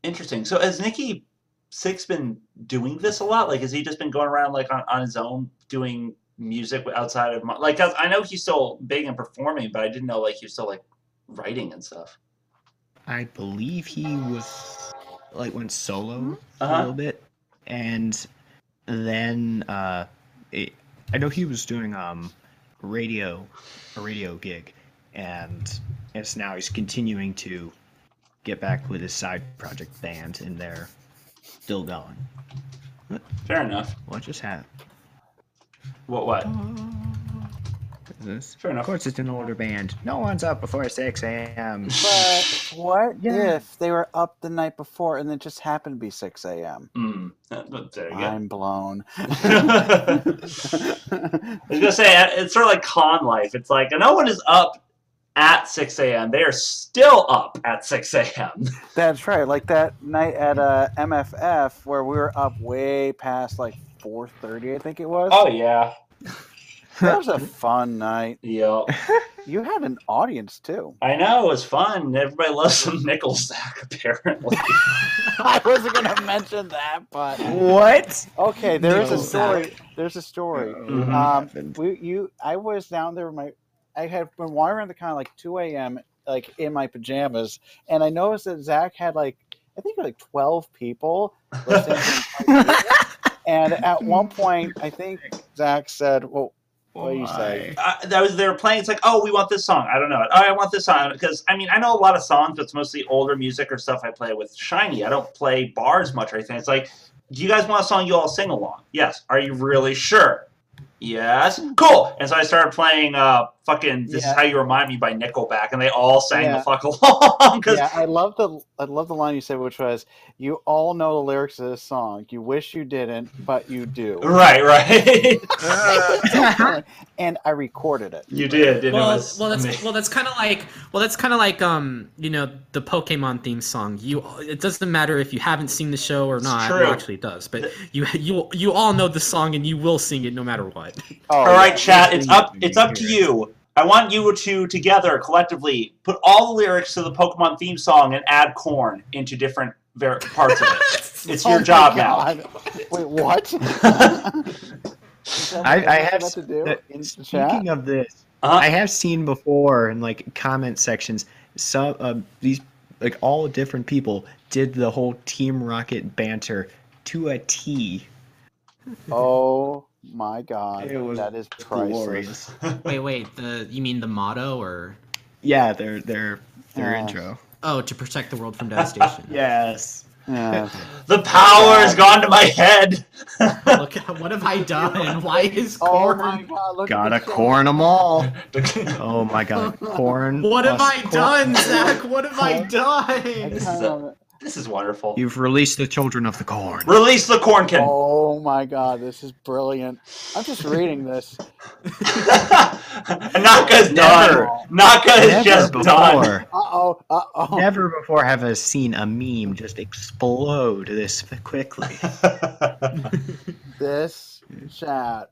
Speaker 1: interesting. So has Nikki Six been doing this a lot? Like, has he just been going around like on, on his own doing music outside of Mo- like? 'cause I know he's still big and performing, but I didn't know like he was still like writing and stuff.
Speaker 3: I believe he was like went solo. a
Speaker 1: Uh-huh.
Speaker 3: little bit, and then uh, it, I know he was doing um radio, a radio gig, and it's now he's continuing to get back with his side project band, and they're still going.
Speaker 1: Fair enough.
Speaker 3: What just happened?
Speaker 1: What what?
Speaker 3: What is this?
Speaker 1: Fair
Speaker 3: Of
Speaker 1: enough.
Speaker 3: course, it's an older band. No one's up before six a.m.
Speaker 4: But
Speaker 3: Mm.
Speaker 4: what
Speaker 3: Yeah.
Speaker 4: if they were up the night before and it just happened to be 6 a.m.?
Speaker 1: Mm. Uh, but There you go.
Speaker 4: I'm blown.
Speaker 1: I was gonna say uh, it's sort of like con life. It's like no one is up at six a.m. They are still up at six a.m.
Speaker 4: That's right. Like that night at uh, MFF where we were up way past like 4:30, I think it was.
Speaker 1: Oh yeah.
Speaker 4: That was a fun night.
Speaker 1: Yep.
Speaker 4: You had an audience too.
Speaker 1: I know, it was fun. Everybody loves some Nickelsack, apparently.
Speaker 4: I wasn't gonna mention that, but
Speaker 3: What?
Speaker 4: okay, there is a
Speaker 5: Nickelsack.
Speaker 4: story. There's a story.
Speaker 3: Mm-hmm.
Speaker 1: Mhm.
Speaker 4: Um, we, you, I was down there. With my, I had been wandering the kind of like 2 a.m. like in my pajamas, and I noticed that Zach had like I think like 12 people listening. to my video. and at one point, I think Zach said, "Well, what do you say?
Speaker 1: uh, that was they were playing. It's like, oh, we want this song. I don't know it. Oh, I want this song because I mean, I know a lot of songs, but it's mostly older music or stuff I play with Shiny. I don't play bars much or anything. It's like, do you guys want a song you all sing along? Yes. Are you really sure? Yes. Cool. And so I started playing uh, fucking "This
Speaker 4: Yeah.
Speaker 1: Is How You Remind Me" by Nickelback, and they all sang
Speaker 4: Yeah.
Speaker 1: the fuck along because
Speaker 4: Yeah, I love the I love the line you said, which was, "You all know the lyrics of this song. You wish you didn't, but you do."
Speaker 1: right, right.
Speaker 4: and I recorded it.
Speaker 1: you did. And it
Speaker 5: well,
Speaker 1: was
Speaker 5: well, that's
Speaker 1: amazing.
Speaker 5: well, that's kind of like well, that's kind of like um, you know, the Pokemon theme song. You, it doesn't matter if you haven't seen the show or not.
Speaker 1: true.
Speaker 5: Well, actually, it does, but you you you all know the song and you will sing it no matter what.
Speaker 4: Oh,
Speaker 1: all right, chat. It's
Speaker 3: Yeah.
Speaker 1: up. It's up to you. I want you two together collectively put all the lyrics to the Pokemon theme song and add corn into different ver- parts of it. It's
Speaker 4: Oh
Speaker 1: your
Speaker 4: my
Speaker 1: job
Speaker 4: God. Wait, what? Is that what
Speaker 3: I
Speaker 4: we're
Speaker 3: have
Speaker 4: about to do
Speaker 3: that-
Speaker 4: in the chat.
Speaker 3: Speaking of this,
Speaker 1: now. Uh-huh.
Speaker 3: I have seen before in like comment sections some um, these like all different people did the whole Team Rocket banter to a T.
Speaker 4: Oh my God,
Speaker 3: It was
Speaker 4: that is priceless.
Speaker 3: Glorious.
Speaker 5: wait, wait, the you mean the motto or
Speaker 3: Yeah, their their their
Speaker 4: Yeah.
Speaker 3: intro.
Speaker 5: oh, to protect the world from devastation.
Speaker 3: Yes.
Speaker 4: Yeah.
Speaker 1: The power has gone to my head.
Speaker 5: Look, what have I done? Why is
Speaker 4: Oh
Speaker 5: corn?
Speaker 4: my God, look
Speaker 3: Gotta
Speaker 4: at the chat.
Speaker 3: corn them all. Oh my god, corn.
Speaker 5: What have
Speaker 3: plus
Speaker 5: I
Speaker 3: corn.
Speaker 5: done, Zach? What have I
Speaker 4: I
Speaker 5: done?
Speaker 1: This
Speaker 4: kinda
Speaker 1: is a-
Speaker 4: love it.
Speaker 1: this is wonderful.
Speaker 3: You've released the children of the corn.
Speaker 1: Release the cornkin.
Speaker 4: Oh my God, this is brilliant. I'm just reading this.
Speaker 1: Naka's done.
Speaker 3: Never.
Speaker 1: Naka is just done.
Speaker 4: Uh oh, uh oh.
Speaker 3: Never before have I seen a meme just explode this quickly.
Speaker 4: This chat.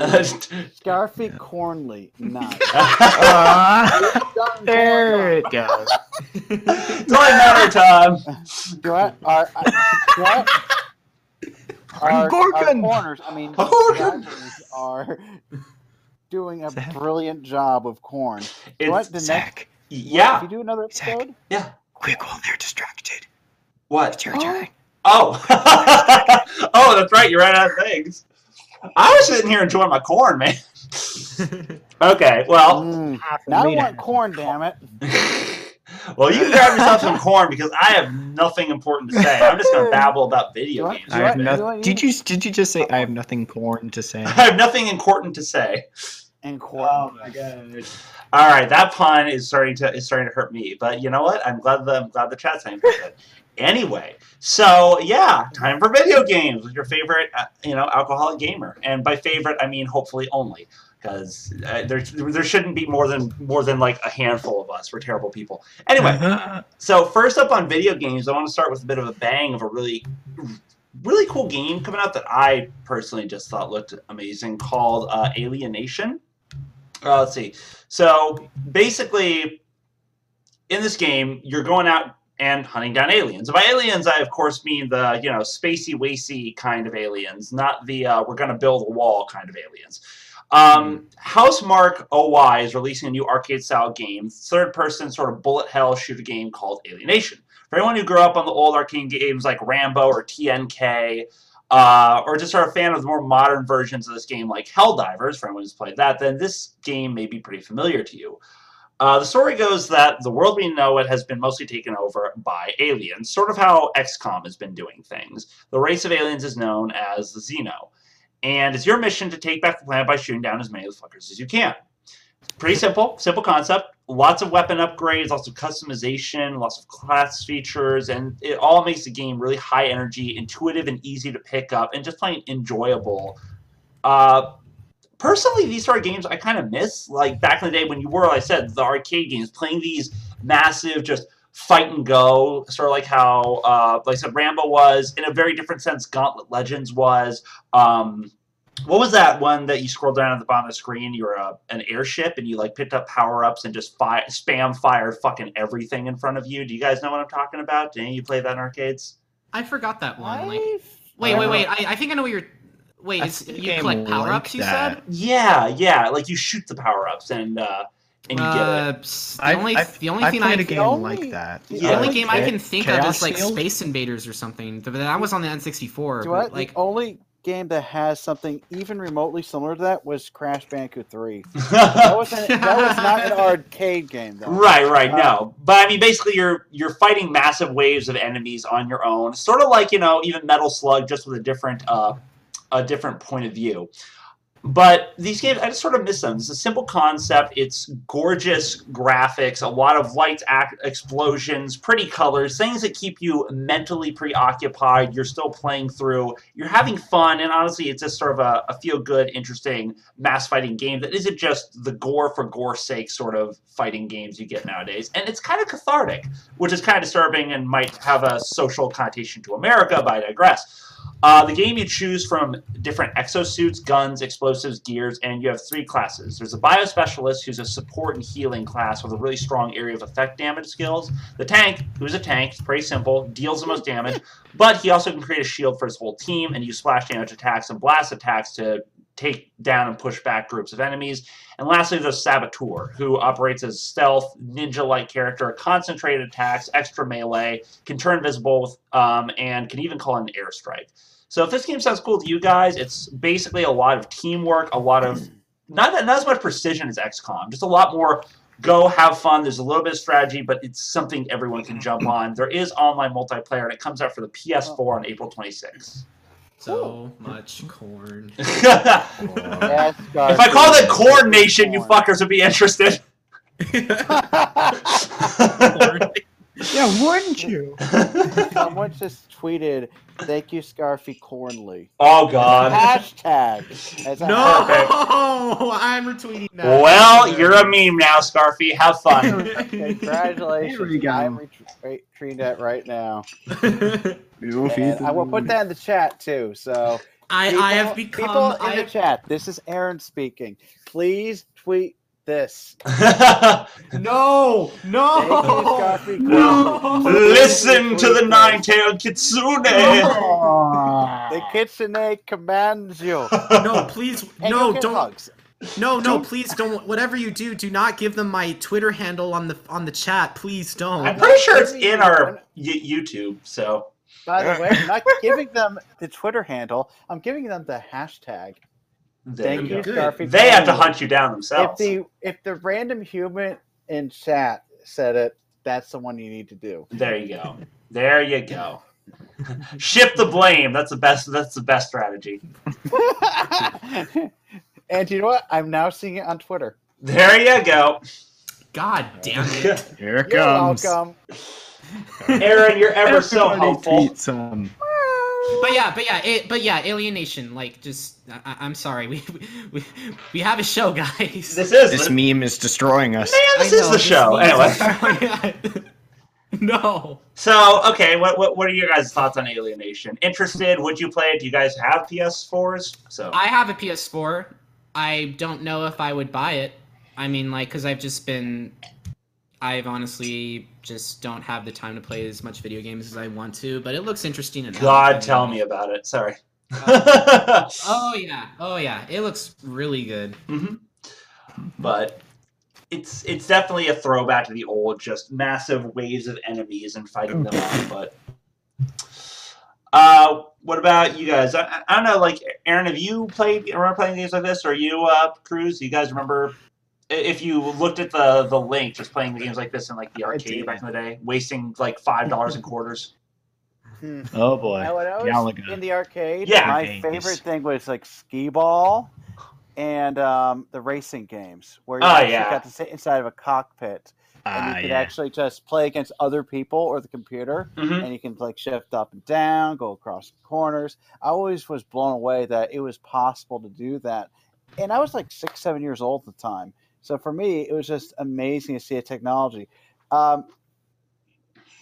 Speaker 1: Uh,
Speaker 4: is Scarfy Cornley. Nice.
Speaker 3: Ah,
Speaker 4: Done,
Speaker 3: there it goes.
Speaker 1: it's only a matter of time.
Speaker 4: Do I are I- do I- our, our
Speaker 3: Gorgon!
Speaker 4: corners? I mean,
Speaker 1: Gorgon!
Speaker 4: judges are doing a
Speaker 3: Zach.
Speaker 4: brilliant job of corn. Do I,
Speaker 1: It's,
Speaker 4: the next?
Speaker 3: Zach,
Speaker 4: If
Speaker 1: yeah.
Speaker 4: you do another
Speaker 3: Zach.
Speaker 4: episode?
Speaker 1: Yeah.
Speaker 3: quick while they're distracted.
Speaker 1: What?
Speaker 3: It's your turn.
Speaker 1: Oh, oh, that's right. You ran out of things. I was sitting here enjoying my corn, man. okay, well,
Speaker 4: Mm, now I
Speaker 3: Rita.
Speaker 4: want corn. Damn it!
Speaker 1: well, you can grab yourself some corn because I have nothing important to say. I'm just going to babble about video
Speaker 4: Do I-
Speaker 1: games.
Speaker 3: I
Speaker 4: do
Speaker 3: have
Speaker 4: I-
Speaker 3: noth-
Speaker 4: do I need-
Speaker 3: Did you did you just say I have nothing corn to say?
Speaker 1: I have nothing important to say.
Speaker 4: And corn.
Speaker 2: Oh
Speaker 3: god.
Speaker 1: All right, that pun is starting to is starting to hurt me, but you know what? I'm glad the I'm glad the chat's saying it. Anyway, so yeah, time for video games with your favorite, uh, you know, alcoholic gamer, and by favorite I mean hopefully only, because uh, there there shouldn't be more than more than like a handful of us. We're terrible people. Anyway, so first up on video games, I want to start with a bit of a bang of a really, really cool game coming out that I personally just thought looked amazing called uh, Alienation. Uh, let's see. So basically, in this game, you're going out and hunting down aliens. By aliens, I of course mean the you know spacey, wacy kind of aliens, not the uh, we're going to build a wall kind of aliens. Um, Housemark OY is releasing a new arcade style game, third person sort of bullet hell shooter game called Alienation. For anyone who grew up on the old arcade games like Rambo or TNK, uh, or just are a fan of the more modern versions of this game like Helldivers, for anyone who's played that, then this game may be pretty familiar to you. Uh, the story goes that the world we know it has been mostly taken over by aliens, sort of how XCOM has been doing things. The race of aliens is known as the Xeno, and it's your mission to take back the planet by shooting down as many of the fuckers as you can. Pretty simple, simple concept. Lots of weapon upgrades, lots of customization, lots of class features, and it all makes the game really high energy, intuitive, and easy to pick up, and just plain enjoyable. Uh, personally, these sort of games I kind of miss. Like back in the day when you were, like I said, the arcade games, playing these massive, just fight and go, sort of like how, uh, like I said, Rambo was, in a very different sense, Gauntlet Legends was. Um, What was that one that you scrolled down at the bottom of the screen? You were uh, an airship and you like picked up power ups and just fi- spam fired fucking everything in front of you. Do you guys know what I'm talking about? Did any of you play that in arcades?
Speaker 2: I forgot that one. Like, wait, wait, wait. I, I think I know what you're. Wait,
Speaker 3: I
Speaker 2: it's,
Speaker 3: think
Speaker 2: you
Speaker 3: I'm
Speaker 2: collect power
Speaker 3: like
Speaker 2: ups. You
Speaker 3: that.
Speaker 2: said.
Speaker 1: Yeah, yeah. Like you shoot the power ups and uh, and you get
Speaker 2: Uh,
Speaker 1: it.
Speaker 2: pss,
Speaker 3: I-
Speaker 2: the only
Speaker 3: I-
Speaker 2: the only
Speaker 3: I
Speaker 2: thing
Speaker 3: played
Speaker 2: I
Speaker 3: a
Speaker 2: can
Speaker 3: game like
Speaker 4: only-
Speaker 3: that.
Speaker 4: The
Speaker 2: The
Speaker 1: Yeah,
Speaker 2: only
Speaker 1: like
Speaker 2: game I
Speaker 3: Cha-
Speaker 2: can think of
Speaker 3: Chaos
Speaker 2: is like
Speaker 3: Field?
Speaker 2: Space Invaders or something. But that was on the N64.
Speaker 4: Do Oh,
Speaker 2: but,
Speaker 4: I,
Speaker 2: like,
Speaker 4: the only game that has something even remotely similar to that was Crash Bandicoot 3. That was, an, that was not an arcade game, though.
Speaker 1: Right, right, no. But I mean basically you're you're fighting massive waves of enemies on your own. Sort of like, you know, even Metal Slug just with a different uh a different point of view. But these games I just sort of miss them. It's a simple concept, it's gorgeous graphics, a lot of lights ac- explosions, pretty colors, things that keep you mentally preoccupied. You're still playing through, you're having fun, and honestly it's just sort of a, a feel good, interesting mass fighting game that isn't just the gore for gore's sake sort of fighting games you get nowadays. And it's kind of cathartic, which is kind of disturbing and might have a social connotation to America, but I digress. Uh, the game you choose from different exosuits, guns, explosives, gears, and you have three classes. There's a bio specialist, who's a support and healing class with a really strong area of effect damage skills. The tank, who's a tank, it's pretty simple, deals the most damage, but he also can create a shield for his whole team and use splash damage attacks and blast attacks to take down and push back groups of enemies. And lastly, there's Saboteur, who operates as stealth, ninja like character, concentrated attacks, extra melee, can turn visible, um, and can even call in an airstrike. So if this game sounds cool to you guys, it's basically a lot of teamwork, a lot of not, that, not as much precision as XCOM, just a lot more go have fun. There's a little bit of strategy, but it's something everyone can jump on. There is online multiplayer, and it comes out for the PS4 on April 26th.
Speaker 2: so much corn.
Speaker 4: Yes,
Speaker 1: If I call it coordination, you fuckers would be interested.
Speaker 3: Yeah, wouldn't you?
Speaker 4: Someone just tweeted, "Thank you, Scarfy Cornley."
Speaker 1: oh god.
Speaker 4: Hashtag. That's a
Speaker 2: no,
Speaker 1: perfect.
Speaker 2: Oh, I'm retweeting that.
Speaker 1: Well, you're a meme now, Scarfy. Have fun.
Speaker 4: hashtag. Congratulations!
Speaker 3: There we go.
Speaker 4: I'm retweeting that right now.
Speaker 3: You'll feed
Speaker 4: And I will put that in the chat too. So
Speaker 2: I,
Speaker 4: people-
Speaker 2: I have become.
Speaker 4: people in
Speaker 2: I
Speaker 4: the chat. This is Aaron speaking. Please tweet this.
Speaker 2: No,
Speaker 4: Thank you,
Speaker 2: no,
Speaker 4: Scarfy
Speaker 2: No.
Speaker 4: Cornley.
Speaker 1: Listen to the nine-tailed kitsune.
Speaker 4: The Kitsune commands you.
Speaker 2: no, please,
Speaker 4: And
Speaker 2: no,
Speaker 4: you'll get
Speaker 2: don't,
Speaker 4: hugs.
Speaker 2: no, no, please don't. Whatever you do, do not give them my Twitter handle on the on the chat. Please
Speaker 1: I'm
Speaker 2: don't.
Speaker 1: pretty sure it's in our y- YouTube. So
Speaker 4: By the way, I'm not giving them the Twitter handle. I'm giving them the hashtag.
Speaker 1: there
Speaker 4: Thank
Speaker 1: you go.
Speaker 4: you,
Speaker 2: Good.
Speaker 4: Scarfy.
Speaker 1: They have to
Speaker 4: Cornley.
Speaker 1: hunt you down
Speaker 4: If
Speaker 1: themselves.
Speaker 4: the if the random human in chat said it, that's the one you need to do.
Speaker 1: There you go. There you go. Shift the blame. That's the best. That's the best strategy.
Speaker 4: and you know what? I'm now seeing it on Twitter.
Speaker 1: There you go.
Speaker 2: God damn it.
Speaker 3: Here it
Speaker 4: You're
Speaker 3: comes.
Speaker 4: welcome.
Speaker 1: Aaron, you're ever so
Speaker 3: Everybody
Speaker 1: helpful.
Speaker 3: tweet some.
Speaker 2: But yeah, but yeah, it, but yeah, alienation. Like, just I- I, I'm sorry, we, we we have a show, guys.
Speaker 1: This is
Speaker 3: This
Speaker 1: the-
Speaker 3: meme is destroying us.
Speaker 1: man.
Speaker 2: I
Speaker 1: This
Speaker 2: know,
Speaker 1: is the show. Anyway,
Speaker 2: means- no.
Speaker 1: so okay, what, what what are your guys' thoughts on Alienation? Interested? Would you play it? Do you guys have PS4s? So
Speaker 2: I have a PS4. I don't know if I would buy it. I mean, like, because I've just been. I've honestly just don't have the time to play as much video games as I want to, but it looks interesting enough.
Speaker 1: God, tell me about it. Sorry.
Speaker 2: Oh, yeah. Oh, yeah. It looks really good.
Speaker 1: Mhm. But it's it's definitely a throwback to the old, just massive waves of enemies and fighting them
Speaker 3: Mm-hmm.
Speaker 1: off. But uh, what about you guys? I, I- I don't know. Like Aaron, have you played? Remember playing games like this? Or you, uh, Cruz? You guys remember? i- If you looked at the the link, just playing games like this in like the
Speaker 3: I
Speaker 1: arcade
Speaker 3: did.
Speaker 1: back in the day, wasting like five dollars and quarters.
Speaker 4: Hmm.
Speaker 3: Oh boy.
Speaker 4: Now, when I was
Speaker 3: Galaga.
Speaker 4: in the arcade,
Speaker 1: Yeah.
Speaker 4: my
Speaker 3: Arcades.
Speaker 4: favorite thing was like skee ball and um, the racing games where you
Speaker 1: Oh,
Speaker 4: actually
Speaker 1: yeah.
Speaker 4: got to sit inside of a cockpit and
Speaker 3: Ah,
Speaker 4: you could
Speaker 3: yeah.
Speaker 4: actually just play against other people or the computer
Speaker 1: Mhm.
Speaker 3: Mm-hmm.
Speaker 4: and you can like shift up and down, go across corners. I always was blown away that it was possible to do that. And I was like six, seven years old at the time. So for me, it was just amazing to see a technology. Um,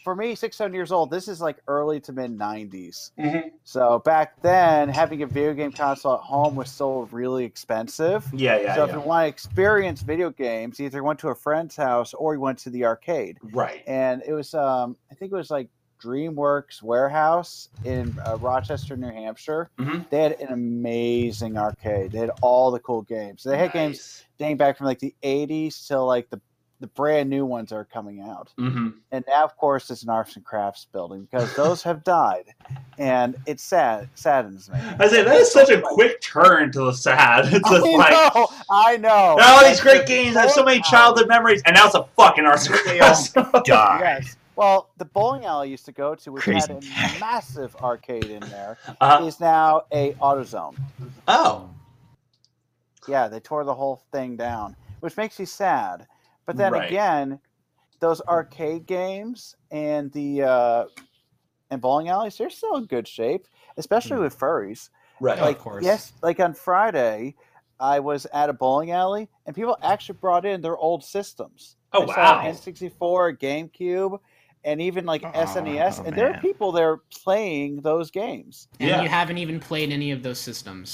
Speaker 4: for me, six, seven years old, this is like early to mid 90s.
Speaker 1: Mhm.
Speaker 4: So back then, having a video game console at home was still really expensive.
Speaker 1: Yeah, yeah,
Speaker 4: so if
Speaker 1: yeah.
Speaker 4: you want to experience video games, you either went to a friend's house or you went to the arcade.
Speaker 1: Right.
Speaker 4: And it was, um, I think it was like DreamWorks Warehouse in uh, Rochester, New Hampshire.
Speaker 1: Mhm.
Speaker 4: They had an amazing arcade. They had all the cool games. They had games dating back from like the 80s till like the the brand new ones that are coming out.
Speaker 1: hmm
Speaker 4: And now, of course, it's an arts and crafts building because those have died, and it sad saddens me.
Speaker 1: I say that is such a quick turn to the sad. It's just
Speaker 4: I
Speaker 1: like
Speaker 4: know, I know.
Speaker 1: all these
Speaker 4: That's
Speaker 1: great
Speaker 4: the
Speaker 1: games. I have so many
Speaker 4: bowling
Speaker 1: childhood memories, and now it's a fucking arts and crafts.
Speaker 4: alley-
Speaker 3: Die.
Speaker 4: Yes. Well, the bowling alley I used to go to, which had
Speaker 3: Crazy.
Speaker 4: a massive arcade in there,
Speaker 1: Uh,
Speaker 4: is now a AutoZone.
Speaker 1: oh,
Speaker 4: Yeah, they tore the whole thing down, which makes me sad. But then
Speaker 1: Right.
Speaker 4: again, those arcade games and the uh, and bowling alleys, they're still in good shape, especially with furries.
Speaker 1: right.
Speaker 2: Of
Speaker 4: Like
Speaker 2: course.
Speaker 4: yes, like on Friday, I was at a bowling alley and people actually brought in their old systems.
Speaker 1: oh
Speaker 4: I saw
Speaker 1: wow.
Speaker 4: an N64, GameCube, and even like
Speaker 3: Oh,
Speaker 4: SNES, and there are
Speaker 3: man.
Speaker 4: people there playing those games.
Speaker 2: And
Speaker 1: Yeah.
Speaker 2: you haven't even played any of those systems.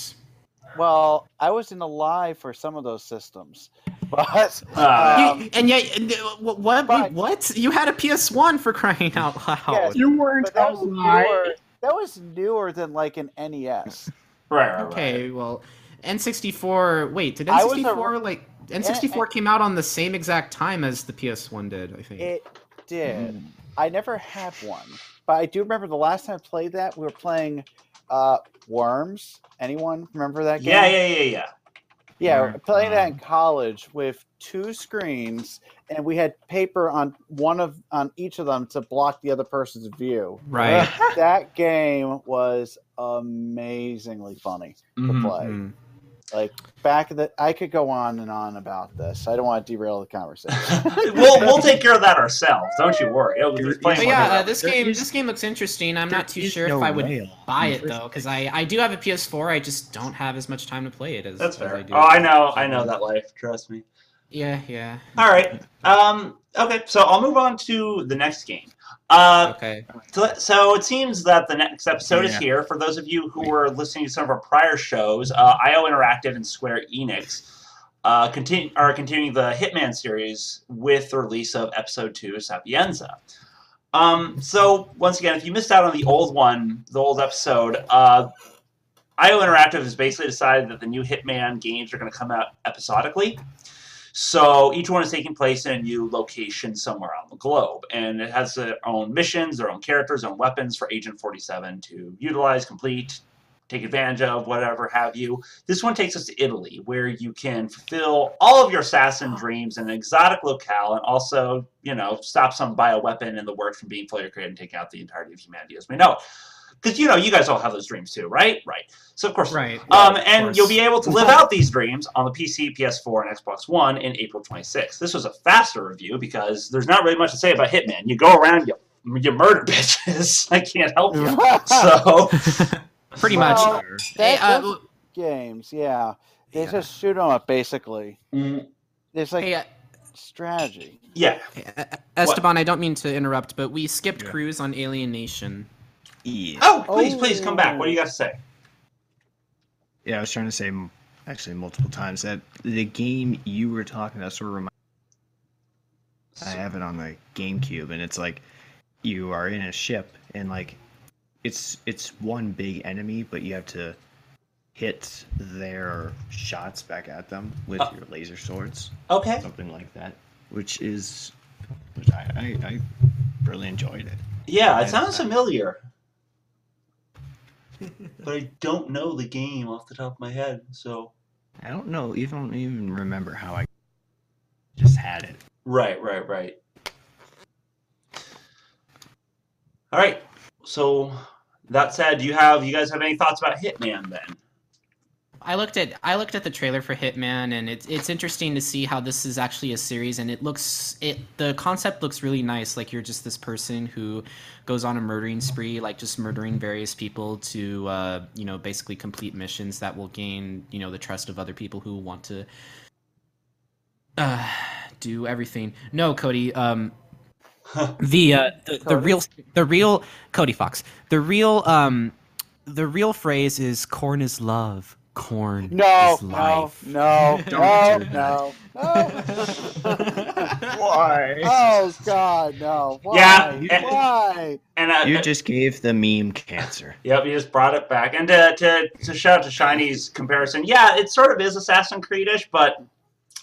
Speaker 4: Well, I wasn't alive for some of those systems, but
Speaker 1: Uh,
Speaker 2: You-
Speaker 4: Um,
Speaker 2: and yet, and, uh, wh- what?
Speaker 4: but-
Speaker 2: what? You had a PS1 for crying out loud.
Speaker 4: Yes.
Speaker 6: You weren't
Speaker 4: but that was
Speaker 6: alive.
Speaker 4: newer. That was newer than like an E NES.
Speaker 1: right, right, right.
Speaker 2: Okay, well, N64. Wait, did
Speaker 4: I was a-
Speaker 2: N64 like N64 came out on the same exact time as the PS1 did? I think.
Speaker 4: It did. I never had one, but I do remember the last time I played that we were playing uh, Worms. Anyone remember that game?
Speaker 1: Yeah, yeah, yeah, yeah.
Speaker 4: Yeah,
Speaker 2: Or,
Speaker 4: I played that
Speaker 2: um,
Speaker 4: in college with two screens, and we had paper on one of on each of them to block the other person's view.
Speaker 2: Right.
Speaker 4: that game was amazingly funny to
Speaker 1: Mhm.
Speaker 4: play.
Speaker 2: Mm.
Speaker 4: Like back in the, I could go on and on about this. I don't want to derail the conversation.
Speaker 1: we'll we'll take care of that ourselves. Don't you worry. It was- it was
Speaker 3: But
Speaker 1: playing
Speaker 2: But
Speaker 1: with
Speaker 2: yeah,
Speaker 1: her.
Speaker 2: uh, this
Speaker 3: There
Speaker 2: game
Speaker 3: is-
Speaker 2: this game looks interesting. I'm not
Speaker 3: There
Speaker 2: too
Speaker 3: is
Speaker 2: sure
Speaker 3: no
Speaker 2: if I would
Speaker 3: rail
Speaker 2: buy
Speaker 3: in the
Speaker 2: it
Speaker 3: first
Speaker 2: though, because I I do have a PS4. I just don't have as much time to play it as,
Speaker 1: That's
Speaker 2: as I
Speaker 1: fair.
Speaker 2: do.
Speaker 1: Oh, I know, I know that life. Trust me.
Speaker 2: Yeah, yeah.
Speaker 1: All right. Um. Okay. So I'll move on to the next game. Uh,
Speaker 2: Okay.
Speaker 1: So, so it seems that the next episode is
Speaker 3: Yeah.
Speaker 1: here. For those of you who were listening to some of our prior shows, uh, IO Interactive and Square Enix uh, continue, are continuing the Hitman series with the release of episode two of Sapienza. Um, so, once again, if you missed out on the old one, the old episode, uh, IO Interactive has basically decided that the new Hitman games are going to come out episodically. So each one is taking place in a new location somewhere on the globe, and it has their own missions, their own characters, own weapons for Agent 47 to utilize, complete, take advantage of, whatever have you. This one takes us to Italy, where you can fulfill all of your assassin dreams in an exotic locale, and also, you know, stop some bioweapon in the works from being fully created and take out the entirety of humanity as we know it. Because you know, you guys all have those dreams too, right? Right. So of course,
Speaker 2: Right.
Speaker 4: Uh,
Speaker 1: um,
Speaker 2: Of
Speaker 1: and
Speaker 2: course.
Speaker 1: you'll be able to live out these dreams on the PC, PS4, and Xbox One in April 26th. This was a faster review because there's not really much to say about Hitman. You go around, you, you murder bitches. I can't help you. So,
Speaker 2: Pretty
Speaker 4: Well,
Speaker 2: much. Hey,
Speaker 4: That-
Speaker 2: uh,
Speaker 4: those games, yeah, they
Speaker 2: Yeah.
Speaker 4: just shoot 'em up basically.
Speaker 1: mm,
Speaker 4: There's like
Speaker 2: hey, uh,
Speaker 4: strategy.
Speaker 1: yeah.
Speaker 2: uh, Esteban, I don't mean to interrupt, but we skipped
Speaker 3: Yeah.
Speaker 2: Cruise on Alien Nation.
Speaker 3: Yeah.
Speaker 1: Oh, please, please come back. What do you got to say?
Speaker 3: Yeah, I was trying to say m- actually multiple times that the game you were talking about sort of reminds. I have it on the GameCube, and it's like you are in a ship, and like it's it's one big enemy, but you have to hit their shots back at them with
Speaker 1: Uh.
Speaker 3: your laser swords,
Speaker 1: Okay.
Speaker 3: something like that, which is which I I, I really enjoyed it.
Speaker 1: Yeah, it
Speaker 3: Yeah.
Speaker 1: sounds familiar. but I don't know the game off the top of my head, so.
Speaker 3: I don't know, even don't even remember how I just had it.
Speaker 1: Right, right, right. All right. So that said, do you have you guys have any thoughts about Hitman then?
Speaker 2: I looked at I looked at the trailer for Hitman, and it's it's interesting to see how this is actually a series, and it looks it the concept looks really nice. Like you're just this person who goes on a murdering spree, like just murdering various people to uh, you know basically complete missions that will gain you know the trust of other people who want to uh, do everything. No, Cody. Um,
Speaker 7: the uh, the, the
Speaker 4: Cody?
Speaker 7: real the real Cody Fox. The real um the real phrase is corn is love. Corn
Speaker 4: No,
Speaker 7: is
Speaker 4: no,
Speaker 7: life.
Speaker 4: no, no,
Speaker 3: Don't do
Speaker 4: no, no.
Speaker 3: Why?
Speaker 4: Oh God, no! Why?
Speaker 1: Yeah,
Speaker 3: you-
Speaker 4: Why?
Speaker 1: And uh,
Speaker 3: You just gave the meme cancer.
Speaker 1: Yep, you just brought it back. And to, to, to shout to Shiny's comparison, yeah, it sort of is Assassin's Creedish, but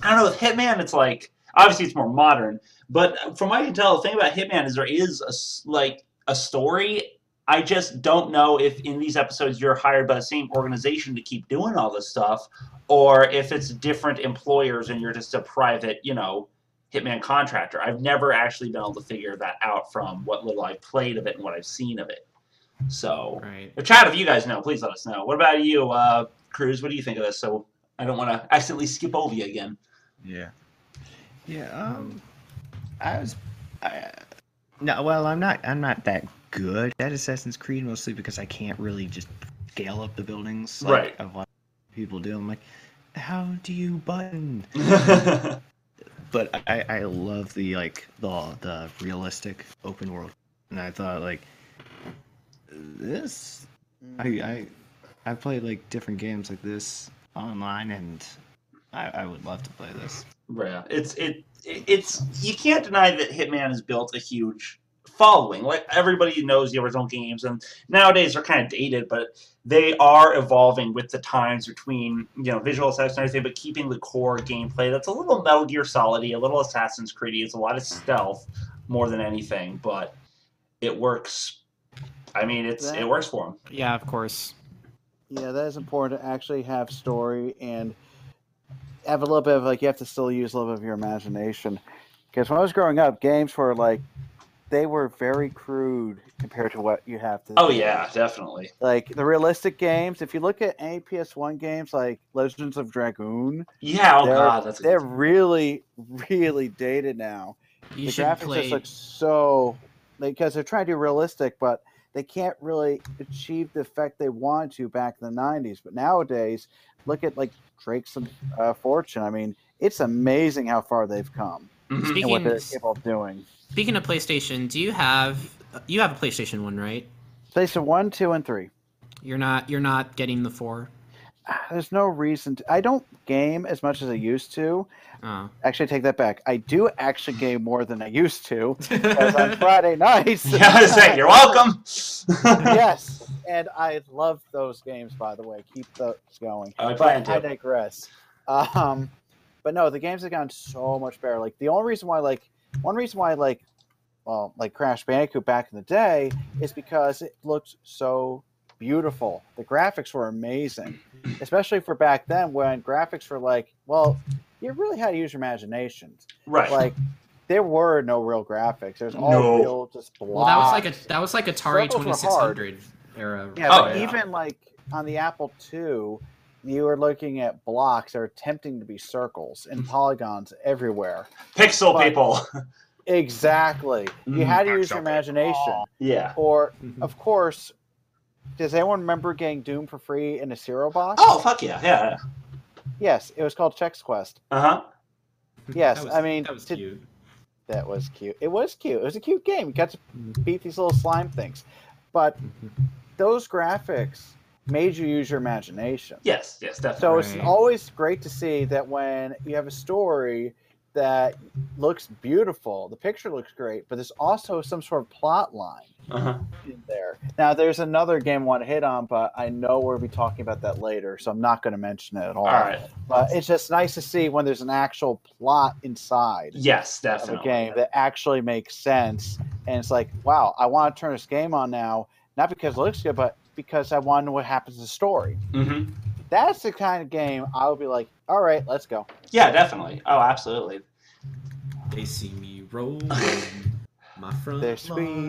Speaker 1: I don't know, with Hitman, it's like, obviously it's more modern, but from what I can tell, the thing about Hitman is there is, a s like, a story. I just don't know if in these episodes you're hired by the same organization to keep doing all this stuff, or if it's different employers and you're just a private, you know, Hitman contractor. I've never actually been able to figure that out from what little I've played of it and what I've seen of it. So,
Speaker 5: Right.
Speaker 1: if chat, if you guys know, please let us know. What about you, uh, Cruz? What do you think of this? So I don't want to accidentally skip over you again.
Speaker 3: Yeah. Yeah. Um, I was. I, no, well, I'm not. I'm not that good at Assassin's Creed mostly because I can't really just scale up the buildings like
Speaker 1: Right.
Speaker 3: I've watched people do. I'm like, how do you button?
Speaker 1: yeah,
Speaker 3: But I, I love the like the the realistic open world, and I thought like this I I I played like different games like this online, and I, I would love to play this.
Speaker 1: it's it it's you can't deny that Hitman has built a huge following. Like everybody knows the original games, and nowadays they're kind of dated, but they are evolving with the times between you know visual effects and everything, but keeping the core gameplay that's a little Metal Gear Solidy, a little Assassin's Creed. It's a lot of stealth more than anything, but it works. I mean, it's it works for them.
Speaker 7: Yeah, of course.
Speaker 4: Yeah, that is important to actually have story and have a little bit of like you have to still use a little bit of your imagination. Because when I was growing up, games were like they were very crude compared to what you have to.
Speaker 1: Oh yeah, definitely.
Speaker 4: like the realistic games. If you look at any PS1 games like Legends of Dragoon,
Speaker 1: Yeah. Oh
Speaker 4: They're-
Speaker 1: god, that's a
Speaker 4: they're
Speaker 1: good.
Speaker 4: really, really dated now.
Speaker 5: You
Speaker 4: the
Speaker 5: should
Speaker 4: graphics
Speaker 5: play.
Speaker 4: just look so because they're trying to do realistic, but they can't really achieve the effect they wanted to back in the '90s. But nowadays, look at like Drake's uh, Fortune. I mean, it's amazing how far they've come
Speaker 1: Mhm.
Speaker 4: and what
Speaker 5: Speaking,
Speaker 4: they're capable of doing.
Speaker 5: speaking of PlayStation, do you have you have a PlayStation One, right?
Speaker 4: PlayStation one, two, and three.
Speaker 5: You're not you're not getting the four.
Speaker 4: Ah, There's no reason. To, I don't game as much as I used to.
Speaker 5: Oh.
Speaker 4: Actually, I take that back. I do actually game more than I used to. Because on Friday nights,
Speaker 1: Yeah, I was saying, you're welcome.
Speaker 4: yes, and I love those games. By the way, keep those going.
Speaker 1: I plan
Speaker 4: but
Speaker 1: to.
Speaker 4: I digress. Um, but no, the games have gone so much better. Like the only reason why, like one reason why, like well, like Crash Bandicoot back in the day is because it looked so beautiful. The graphics were amazing, especially for back then when graphics were like, well, you really had to use your imagination.
Speaker 1: right.
Speaker 4: Like there were no real graphics. There's all
Speaker 1: No.
Speaker 4: real just blocks.
Speaker 5: Well, that was like a that was like Atari
Speaker 4: Circles were
Speaker 5: twenty
Speaker 4: hard.
Speaker 5: six hundred era.
Speaker 4: Yeah,
Speaker 1: Oh,
Speaker 4: but
Speaker 1: yeah.
Speaker 4: even like on the Apple II, you were looking at blocks that are attempting to be circles and
Speaker 5: Mm.
Speaker 4: polygons everywhere.
Speaker 1: Pixel
Speaker 4: but-
Speaker 1: people.
Speaker 4: Exactly. You
Speaker 1: Mm,
Speaker 4: had to use
Speaker 3: that's
Speaker 4: your
Speaker 3: okay.
Speaker 4: imagination.
Speaker 1: Yeah.
Speaker 4: Or,
Speaker 5: Mm. Mm-hmm.
Speaker 4: of course, does anyone remember getting Doom for free in a cereal box?
Speaker 1: Oh fuck yeah, yeah.
Speaker 4: Yes, it was called Chex Quest.
Speaker 1: Uh huh.
Speaker 4: Yes,
Speaker 5: That was-
Speaker 4: I mean,
Speaker 5: that was
Speaker 4: to-
Speaker 5: cute.
Speaker 4: That was cute. It was cute. It was a cute game. You got to
Speaker 5: Mm.
Speaker 4: beat these little slime things. But those graphics made you use your imagination.
Speaker 1: Yes, yes, definitely.
Speaker 4: So
Speaker 5: Right.
Speaker 4: it's always great to see that when you have a story that looks beautiful, the picture looks great, but there's also some sort of plot line
Speaker 1: Uh-huh.
Speaker 4: in there. Now, there's another game I want to hit on, but I know we'll be talking about that later, so I'm not going to mention it at all.
Speaker 1: All right.
Speaker 4: But it's just nice to see when there's an actual plot inside
Speaker 1: Yes,
Speaker 4: of a
Speaker 1: definitely.
Speaker 4: game that actually makes sense. And it's like, wow, I want to turn this game on now, not because it looks good, but because I want to know what happens to the story
Speaker 1: Mm-hmm.
Speaker 4: that's the kind of game I would be like, all right, let's go.
Speaker 1: Yeah, definitely. Oh, absolutely.
Speaker 5: They see me rolling my front
Speaker 4: They're
Speaker 5: lawn.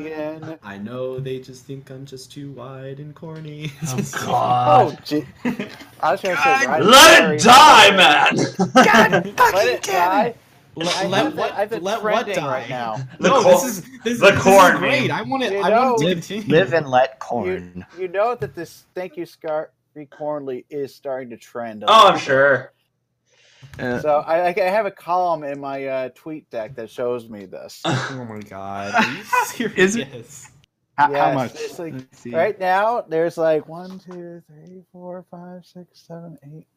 Speaker 4: speeding.
Speaker 5: I know they just think I'm just too wide and corny.
Speaker 1: Oh
Speaker 4: Oh,
Speaker 1: god.
Speaker 4: gee. I was gonna say, right
Speaker 1: Let
Speaker 4: there,
Speaker 1: it die,
Speaker 4: let
Speaker 1: man.
Speaker 4: it die. I
Speaker 5: let,
Speaker 4: have
Speaker 5: let
Speaker 4: it-
Speaker 5: what
Speaker 4: I have it
Speaker 5: let what
Speaker 4: trending
Speaker 5: die
Speaker 4: right now.
Speaker 1: The
Speaker 5: no,
Speaker 1: cor-
Speaker 5: this is this,
Speaker 1: the
Speaker 5: this
Speaker 1: corn,
Speaker 5: is great.
Speaker 1: man.
Speaker 5: I want it.
Speaker 4: You
Speaker 5: I want
Speaker 4: know-
Speaker 5: it to
Speaker 3: Live,
Speaker 5: continue.
Speaker 3: live and let corn.
Speaker 4: You know that this thank you, Scar Cornley is starting to trend. a
Speaker 1: Oh,
Speaker 4: lot.
Speaker 1: I'm sure.
Speaker 3: Uh,
Speaker 4: So I, I have a column in my uh, tweet deck that shows me this.
Speaker 5: Oh my god. Are you
Speaker 3: Is
Speaker 5: serious?
Speaker 3: it-
Speaker 4: How,
Speaker 3: much?
Speaker 4: It's like
Speaker 3: let's see.
Speaker 4: Right now, there's like one, two, three, four, five, six, seven, eight.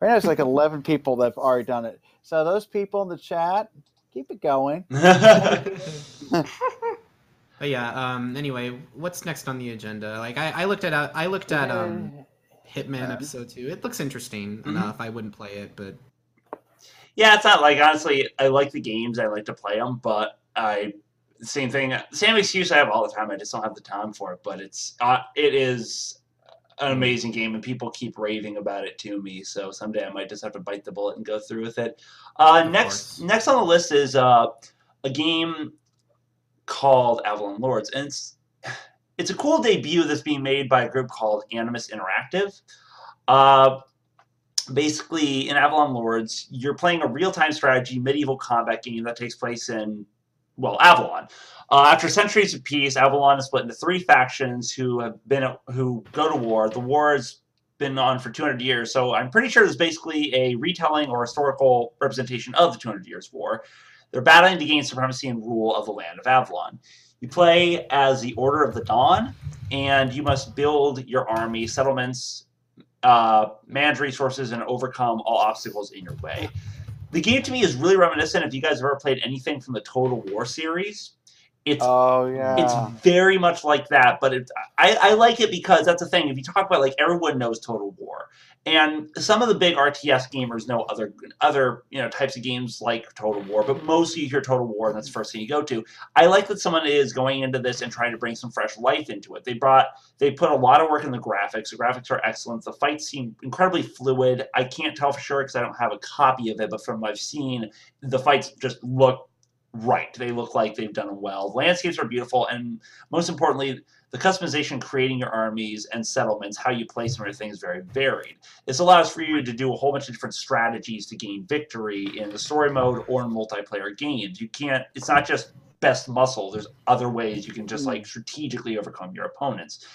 Speaker 4: Right now, it's like 11 people that have already done it. So, those people in the chat, keep it going.
Speaker 5: But yeah, um anyway, what's next on the agenda? Like I, I looked at I looked at um Hitman
Speaker 4: Yeah.
Speaker 5: episode two. It looks interesting enough. I wouldn't play it, but
Speaker 1: yeah, it's not like honestly, I like the games, I like to play them, but I same thing, same excuse I have all the time. I just don't have the time for it. But it's uh, it is
Speaker 5: Mm.
Speaker 1: an amazing game, and people keep raving about it to me. So someday I might just have to bite the bullet and go through with it. Uh,
Speaker 5: Of
Speaker 1: next,
Speaker 5: course.
Speaker 1: next on the list is uh, a game called Avalon Lords, and it's it's a cool debut that's being made by a group called Animus Interactive. Uh, basically, in Avalon Lords, you're playing a real-time strategy medieval combat game that takes place in well, Avalon. Uh, after centuries of peace, Avalon is split into three factions who have been at, who go to war. The war has been on for 200 years, so I'm pretty sure there's basically a retelling or historical representation of the 200 Years' War. They're battling to gain supremacy and rule of the land of Avalon. You play as the Order of the Dawn, and you must build your army, settlements, uh, manage resources, and overcome all obstacles in your way the game to me is really reminiscent if you guys have ever played anything from the total war series it's
Speaker 4: Oh, yeah.
Speaker 1: it's very much like that but it, I, I like it because that's the thing if you talk about like everyone knows total war and some of the big rts gamers know other other you know types of games like total war but mostly you hear total war and that's the first thing you go to i like that someone is going into this and trying to bring some fresh life into it they brought they put a lot of work in the graphics the graphics are excellent the fights seem incredibly fluid i can't tell for sure because i don't have a copy of it but from what i've seen the fights just look right they look like they've done well landscapes are beautiful and most importantly the customization creating your armies and settlements how you place them and everything is very varied this allows for you to do a whole bunch of different strategies to gain victory in the story mode or in multiplayer games you can't it's not just best muscle there's other ways you can just like strategically overcome your opponents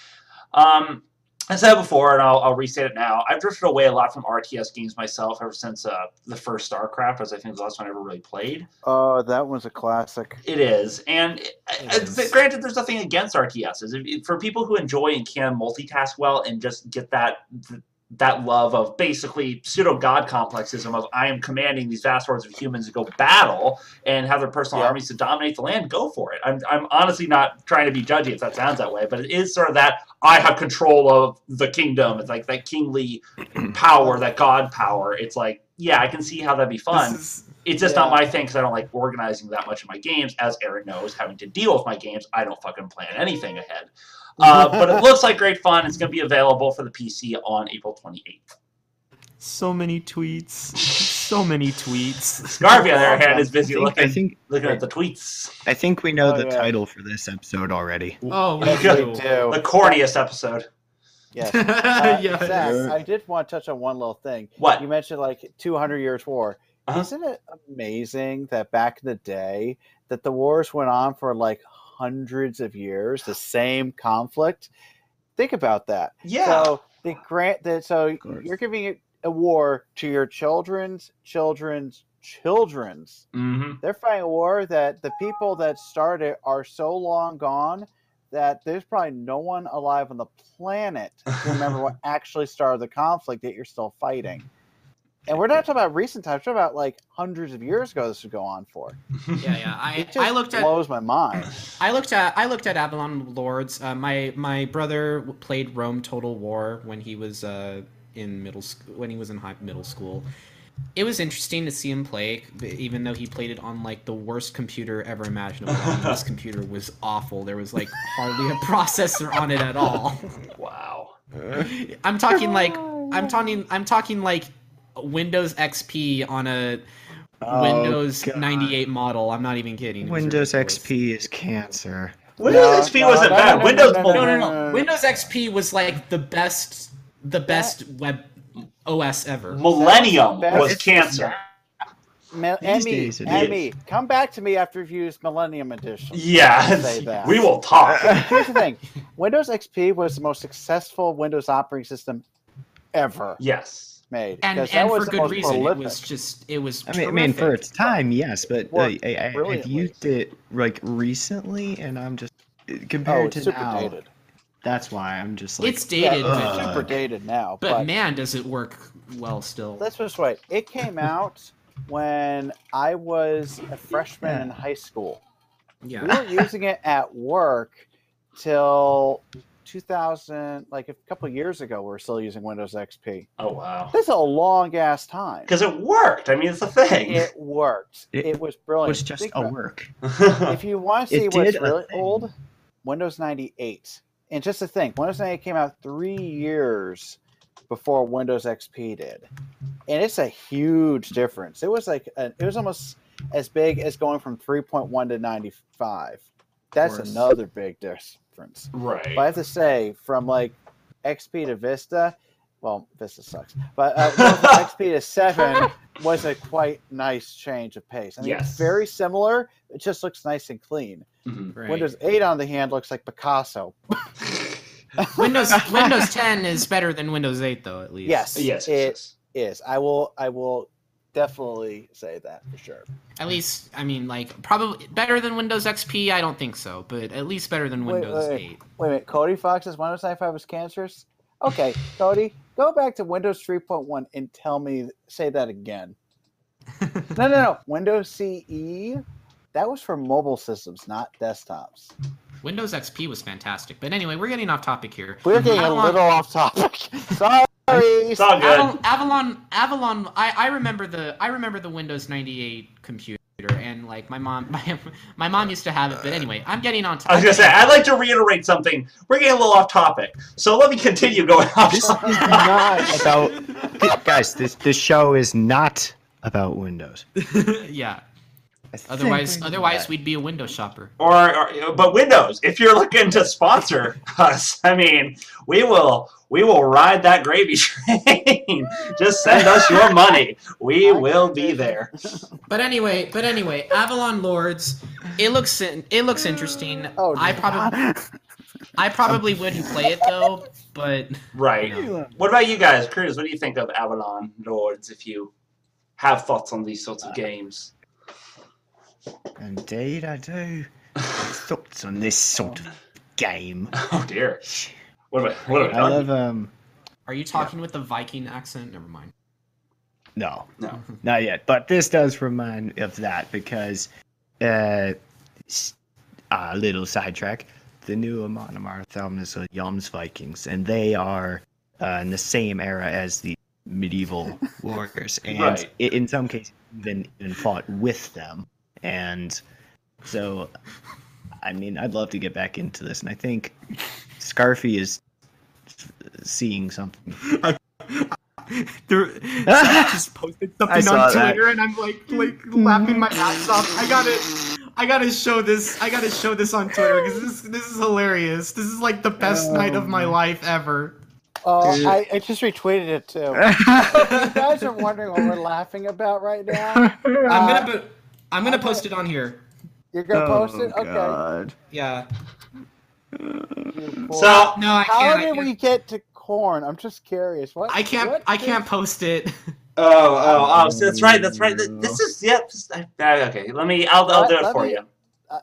Speaker 1: um, I said before, and I'll, I'll restate it now. I've drifted away a lot from RTS games myself ever since uh, the first StarCraft, was I think the last one I ever really played.
Speaker 4: oh, that one's a classic.
Speaker 1: It is, and I- I-
Speaker 5: is.
Speaker 1: th- granted, there's nothing against RTSs. If- if- For people who enjoy and can multitask well and just get that th- that love of basically pseudo god complexism of I am commanding these vast hordes of humans to go battle and have their personal
Speaker 4: Yeah.
Speaker 1: armies to dominate the land, go for it. I'm I'm honestly not trying to be judgy if that sounds that way, but it is sort of that I have control of the kingdom. It's like that kingly power, that god power. It's like yeah, I can see how that'd be fun
Speaker 5: This is-
Speaker 1: it's just not
Speaker 4: Yeah.
Speaker 1: my thing because I don't like organizing that much in my games. As Aaron knows, having to deal with my games, I don't fucking plan anything ahead. Uh, but it looks like great fun. It's going to be available for the PC on April 28th.
Speaker 7: So many tweets. So many tweets.
Speaker 1: Scarvy, on the other hand, is
Speaker 3: I
Speaker 1: busy
Speaker 3: think- I
Speaker 1: looking,
Speaker 3: think
Speaker 1: looking at the tweets.
Speaker 3: I think we know
Speaker 4: Oh,
Speaker 3: the
Speaker 4: yeah.
Speaker 3: title for this episode already.
Speaker 5: Oh, we
Speaker 4: Yes, we
Speaker 5: do.
Speaker 1: The
Speaker 4: do.
Speaker 1: corniest episode.
Speaker 4: Yes. Uh,
Speaker 5: yeah.
Speaker 4: Zach, I did want to touch on one little thing.
Speaker 1: What?
Speaker 4: You mentioned like 200 years war.
Speaker 1: Uh-huh.
Speaker 4: Isn't it amazing that back in the day that the wars went on for like hundreds of years, the same conflict? Think about that.
Speaker 1: Yeah.
Speaker 4: So the grant that so
Speaker 3: course.
Speaker 4: you're giving it a war to your children's children's children's.
Speaker 1: hmm
Speaker 4: They're fighting a war that the people that started are so long gone that there's probably no one alive on the planet to remember what actually started the conflict that you're still fighting. And we're not talking about recent times, we're talking about like hundreds of years ago this would go on for.
Speaker 5: Yeah, yeah. I,
Speaker 4: It just
Speaker 5: I looked at
Speaker 4: blows my mind.
Speaker 5: I looked at I looked at Avalon Lords. Uh, my my brother w- played Rome Total War when he was uh, in middle school. When he was in high, middle school, it was interesting to see him play, b- even though he played it on like the worst computer ever imaginable. I mean, this computer was awful. There was like hardly a processor on it at all.
Speaker 1: Wow.
Speaker 5: I'm talking like I'm talking I'm talking like Windows XP on a
Speaker 3: Oh,
Speaker 5: Windows
Speaker 3: God.
Speaker 5: 98 model. I'm not even kidding. It was
Speaker 3: Windows
Speaker 5: ridiculous.
Speaker 3: XP is cancer.
Speaker 1: Windows
Speaker 4: No,
Speaker 1: XP
Speaker 4: no,
Speaker 1: wasn't
Speaker 4: no,
Speaker 1: bad.
Speaker 4: no, no,
Speaker 1: Windows
Speaker 4: no,
Speaker 1: Mobile.
Speaker 5: no, no, no.
Speaker 4: Uh,
Speaker 5: Windows XP was like the best, the best web OS ever.
Speaker 1: Millennium
Speaker 4: That's-
Speaker 1: was
Speaker 3: it's-
Speaker 1: cancer.
Speaker 4: Me-
Speaker 3: These
Speaker 4: Emmy,
Speaker 3: days it is.
Speaker 4: Emmy, come back to me after you've used Millennium Edition. Say
Speaker 1: Yeah.
Speaker 4: that.
Speaker 1: We will talk.
Speaker 4: Here's the thing Windows XP was the most successful Windows operating system ever.
Speaker 1: Yes.
Speaker 4: made.
Speaker 2: and
Speaker 4: 'cause that
Speaker 2: and
Speaker 4: was
Speaker 2: for
Speaker 4: the
Speaker 2: good
Speaker 4: most
Speaker 2: reason.
Speaker 4: prolific.
Speaker 2: It was just it was.
Speaker 3: I mean, I mean, for
Speaker 2: terrific.
Speaker 3: its time, yes, but uh,
Speaker 4: Well,
Speaker 3: I, I, I've
Speaker 4: brilliantly.
Speaker 3: used it like recently, and I'm just
Speaker 4: oh,
Speaker 3: compared
Speaker 4: it's
Speaker 3: to
Speaker 4: super
Speaker 3: now.
Speaker 4: dated.
Speaker 3: That's why I'm just like
Speaker 2: it's dated,
Speaker 4: yeah,
Speaker 2: but,
Speaker 4: it's
Speaker 3: Ugh.
Speaker 4: super dated now.
Speaker 2: but
Speaker 4: But,
Speaker 2: man, does it work well still.
Speaker 4: let's put it this way: it came out when I was a freshman in high school. We
Speaker 2: yeah,
Speaker 4: were using it at work till 2000, like a couple years ago. We were still using Windows XP.
Speaker 1: Oh wow.
Speaker 4: That's a long ass time.
Speaker 1: Because it worked. I mean, it's a thing.
Speaker 4: It worked. It,
Speaker 3: It
Speaker 4: was
Speaker 3: it
Speaker 4: brilliant.
Speaker 3: was just
Speaker 4: Think
Speaker 3: a
Speaker 4: about-
Speaker 3: work.
Speaker 4: if you want to see
Speaker 3: It
Speaker 4: what's
Speaker 3: did a
Speaker 4: really
Speaker 3: thing.
Speaker 4: old, Windows 98. And just to think, Windows 98 came out three years before Windows XP did, and it's a huge difference. It was like a, it was almost as big as going from 3.1 to 95. That's
Speaker 3: course.
Speaker 4: another big difference. But I
Speaker 1: right.
Speaker 4: have to say, from like XP to Vista, well, Vista sucks, but uh, going from XP to seven was a quite nice change of pace. I mean, it's
Speaker 1: Yes.
Speaker 4: very similar. It just looks nice and clean.
Speaker 1: Mhm.
Speaker 2: right.
Speaker 4: Windows eight, on the hand, looks like Picasso.
Speaker 2: Windows Windows 10 is better than Windows 8 though, at least.
Speaker 4: Yes,
Speaker 1: Yes. yes,
Speaker 4: it
Speaker 1: yes.
Speaker 4: is. I will. I will definitely say that for sure.
Speaker 2: At least I mean like probably better than Windows XP, I don't think so, but at least better than
Speaker 4: Wait,
Speaker 2: Windows
Speaker 4: wait.
Speaker 2: 8.
Speaker 4: Wait a minute, Cody Fox's Windows ninety five was cancerous. Okay, Cody, go back to Windows three point one and tell me say that again. no, no, no. Windows CE, that was for mobile systems, not desktops.
Speaker 2: Windows XP was fantastic. But anyway, we're getting off topic here.
Speaker 4: We're getting a
Speaker 2: Avalon-
Speaker 4: little off topic. Sorry.
Speaker 1: It's all good.
Speaker 2: Avalon, Avalon, Avalon. I, I remember the I remember the Windows ninety eight computer, and like my mom, my, my mom used to have it. But anyway, I'm getting on.
Speaker 1: Uh, I was gonna say, I'd like to reiterate something. We're getting a little off topic, so let me continue going off.
Speaker 3: This is
Speaker 1: topic.
Speaker 3: not about guys. This this show is not about Windows.
Speaker 2: yeah. Otherwise, otherwise we'd be a window shopper.
Speaker 1: Or, or, but Windows, if you're looking to sponsor us, I mean, we will, we will ride that gravy train. Just send us your money. We will be there.
Speaker 2: But anyway, but anyway, Avalon Lords. It looks in, it looks interesting.
Speaker 4: Oh,
Speaker 2: I probably I probably wouldn't play it though. But
Speaker 1: Right. What about you guys, Cruz? What do you think of Avalon Lords? If you have thoughts on these sorts of games,
Speaker 3: Indeed, I do. Thoughts on this sort of game?
Speaker 1: oh dear. What about what about
Speaker 3: I love um.
Speaker 2: are you talking with the Viking accent? Never mind.
Speaker 3: No,
Speaker 1: No.
Speaker 3: not yet. But this does remind me of that because, uh, s- uh little sidetrack. The new Amon Amarth album is uh, Yom's Vikings, and they are uh, in the same era as the medieval warriors, and
Speaker 1: Right.
Speaker 3: i- in some cases even, even fought with them. And so, I mean, I'd love to get back into this, and I think Scarfy is s- seeing something.
Speaker 8: there, Zach just posted something
Speaker 3: saw
Speaker 8: on
Speaker 3: that.
Speaker 8: Twitter, and I'm like, like laughing my ass off. I gotta, I gotta show this. I gotta show this on Twitter because this, this is hilarious. This is like the best night of my life ever.
Speaker 4: Oh, I, I just retweeted it too. If you guys are wondering what we're laughing about right now,
Speaker 2: I'm
Speaker 4: Uh,
Speaker 2: gonna put I'm gonna post it on here.
Speaker 4: you're gonna
Speaker 2: Oh,
Speaker 4: post it. Okay.
Speaker 2: Yeah.
Speaker 4: you
Speaker 1: So oh,
Speaker 4: poor-
Speaker 2: No, I
Speaker 4: How
Speaker 2: can't. I
Speaker 4: did
Speaker 2: can't.
Speaker 4: we get to corn? I'm just curious. What
Speaker 2: I can't.
Speaker 4: what
Speaker 2: I
Speaker 4: did-
Speaker 2: can't post it.
Speaker 1: Oh, oh, oh! So that's right. That's right. th- This is yep. this- I- I- Okay, let me. I'll, I'll do
Speaker 4: Let-
Speaker 1: it
Speaker 4: let
Speaker 1: for
Speaker 4: me-
Speaker 1: you.
Speaker 4: uh,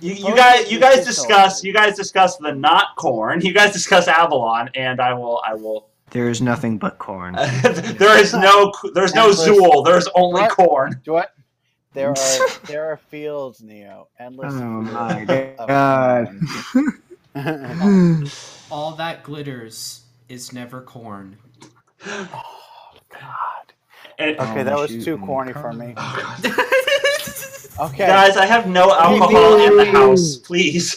Speaker 1: You, you
Speaker 4: Moses
Speaker 1: guys, you guys
Speaker 4: Mitchell.
Speaker 1: discuss. You guys discuss the not corn. You guys discuss Avalon, and I will. I will.
Speaker 3: There is nothing but corn.
Speaker 1: there is no. There's no
Speaker 4: Endless.
Speaker 1: Zool. There's only
Speaker 4: What?
Speaker 1: corn.
Speaker 4: Do what? There are there are fields, Neo. Endless.
Speaker 3: Oh
Speaker 4: fields
Speaker 3: my
Speaker 4: of
Speaker 3: God. Oh,
Speaker 4: corn.
Speaker 2: All that glitters is never corn.
Speaker 1: And,
Speaker 4: okay,
Speaker 3: Oh,
Speaker 4: that was
Speaker 3: shoot,
Speaker 4: too
Speaker 3: mm,
Speaker 4: corny for
Speaker 3: corn.
Speaker 4: me.
Speaker 2: I
Speaker 4: Okay.
Speaker 1: Guys, I have no alcohol in the house. Please.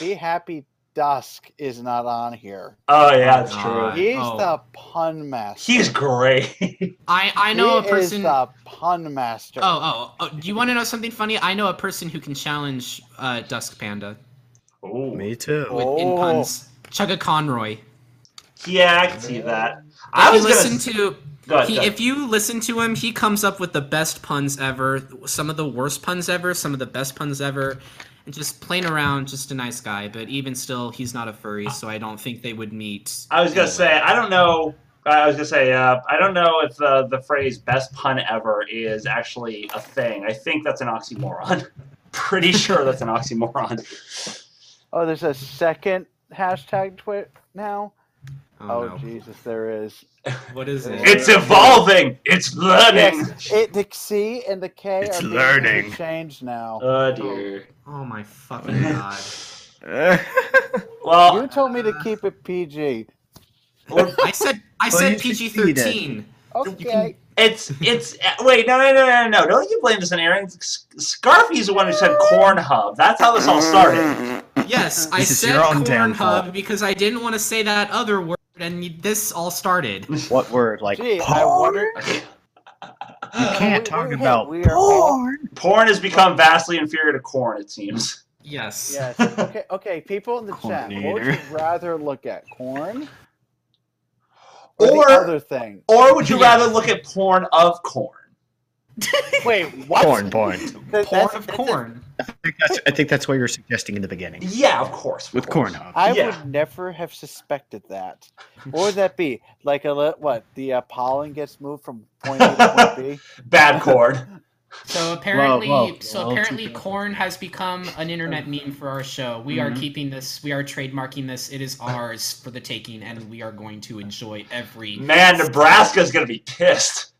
Speaker 4: Be, be happy. Dusk is not on here.
Speaker 1: Oh yeah, that's
Speaker 2: God.
Speaker 1: true.
Speaker 4: He's
Speaker 2: Oh.
Speaker 4: the pun master.
Speaker 1: He's great.
Speaker 2: I know a
Speaker 4: He
Speaker 2: person.
Speaker 4: Is
Speaker 2: Oh,
Speaker 4: the pun master.
Speaker 2: oh oh. Do you want to know something funny? I know a person who can challenge uh, Dusk Panda
Speaker 1: Ooh.
Speaker 3: Me too.
Speaker 2: with in
Speaker 4: Oh.
Speaker 2: puns. Chugga Conroy.
Speaker 1: Yeah, I can see that.
Speaker 2: If
Speaker 1: I was
Speaker 2: you
Speaker 1: gonna.
Speaker 2: listen to.
Speaker 1: Go ahead,
Speaker 2: he,
Speaker 1: go ahead.
Speaker 2: if you listen to him, he comes up with the best puns ever, some of the worst puns ever, some of the best puns ever, and just playing around. Just a nice guy, but even still, he's not a furry, so I don't think they would meet.
Speaker 1: I was gonna
Speaker 2: anyway.
Speaker 1: say I don't know I was gonna say, uh, I don't know if uh, the phrase "best pun ever" is actually a thing. I think that's an oxymoron. Pretty sure that's an oxymoron.
Speaker 4: Oh, there's a second hashtag twit now. Oh,
Speaker 5: no.
Speaker 4: Jesus, there is.
Speaker 5: What is it?
Speaker 1: It's evolving. It's learning.
Speaker 4: Yes, it the C and the K
Speaker 3: It's
Speaker 4: are being
Speaker 3: learning.
Speaker 4: changed now.
Speaker 3: Uh,
Speaker 1: Oh dear.
Speaker 5: Oh my fucking god.
Speaker 1: Well,
Speaker 4: you told me to keep it PG.
Speaker 5: I said I
Speaker 3: Well,
Speaker 5: said
Speaker 3: you
Speaker 5: PG
Speaker 3: succeeded.
Speaker 5: thirteen.
Speaker 4: Okay.
Speaker 1: it's it's uh, wait no no no no no don't you blame this on Aaron. S- Scarfy's the one who said corn hub. That's how this all started.
Speaker 5: Yes, I
Speaker 3: This is
Speaker 5: said
Speaker 3: your own
Speaker 5: corn
Speaker 3: downfall.
Speaker 5: hub because I didn't want to say that other word, and you- this all started.
Speaker 3: what word? Like
Speaker 4: Gee, I
Speaker 3: porn?
Speaker 4: wonder.
Speaker 3: You can't
Speaker 4: We-
Speaker 3: talk
Speaker 4: we-
Speaker 3: about
Speaker 4: we are all-
Speaker 3: porn.
Speaker 1: Porn has become vastly inferior to corn. It seems.
Speaker 5: Yes.
Speaker 4: Yes. Okay. Okay. People in the chat, what would you
Speaker 3: Coordinator.
Speaker 4: rather look at, corn or,
Speaker 1: Or-
Speaker 4: the other thing?
Speaker 1: Or would you
Speaker 5: Yes.
Speaker 1: rather look at porn of corn?
Speaker 4: Wait, what?
Speaker 3: Porn, porn.
Speaker 4: That-
Speaker 5: Corn
Speaker 4: that's-
Speaker 5: of
Speaker 4: that's-
Speaker 5: corn.
Speaker 3: I think that's, I think that's what you were suggesting in the beginning
Speaker 1: Yeah, of course. of
Speaker 3: with
Speaker 1: course.
Speaker 3: Cornhub.
Speaker 4: I
Speaker 1: Yeah.
Speaker 4: would never have suspected that. What would that be? Like a li- what? The uh, pollen gets moved from point A to point B.
Speaker 1: Bad corn.
Speaker 2: So apparently,
Speaker 3: whoa,
Speaker 2: so
Speaker 3: whoa,
Speaker 2: apparently,
Speaker 3: too bad.
Speaker 2: corn has become an internet meme for our show. We are
Speaker 1: Mhm.
Speaker 2: keeping this. We are trademarking this. It is ours for the taking, and we are going to enjoy every.
Speaker 1: Man, Nebraska's gonna be pissed.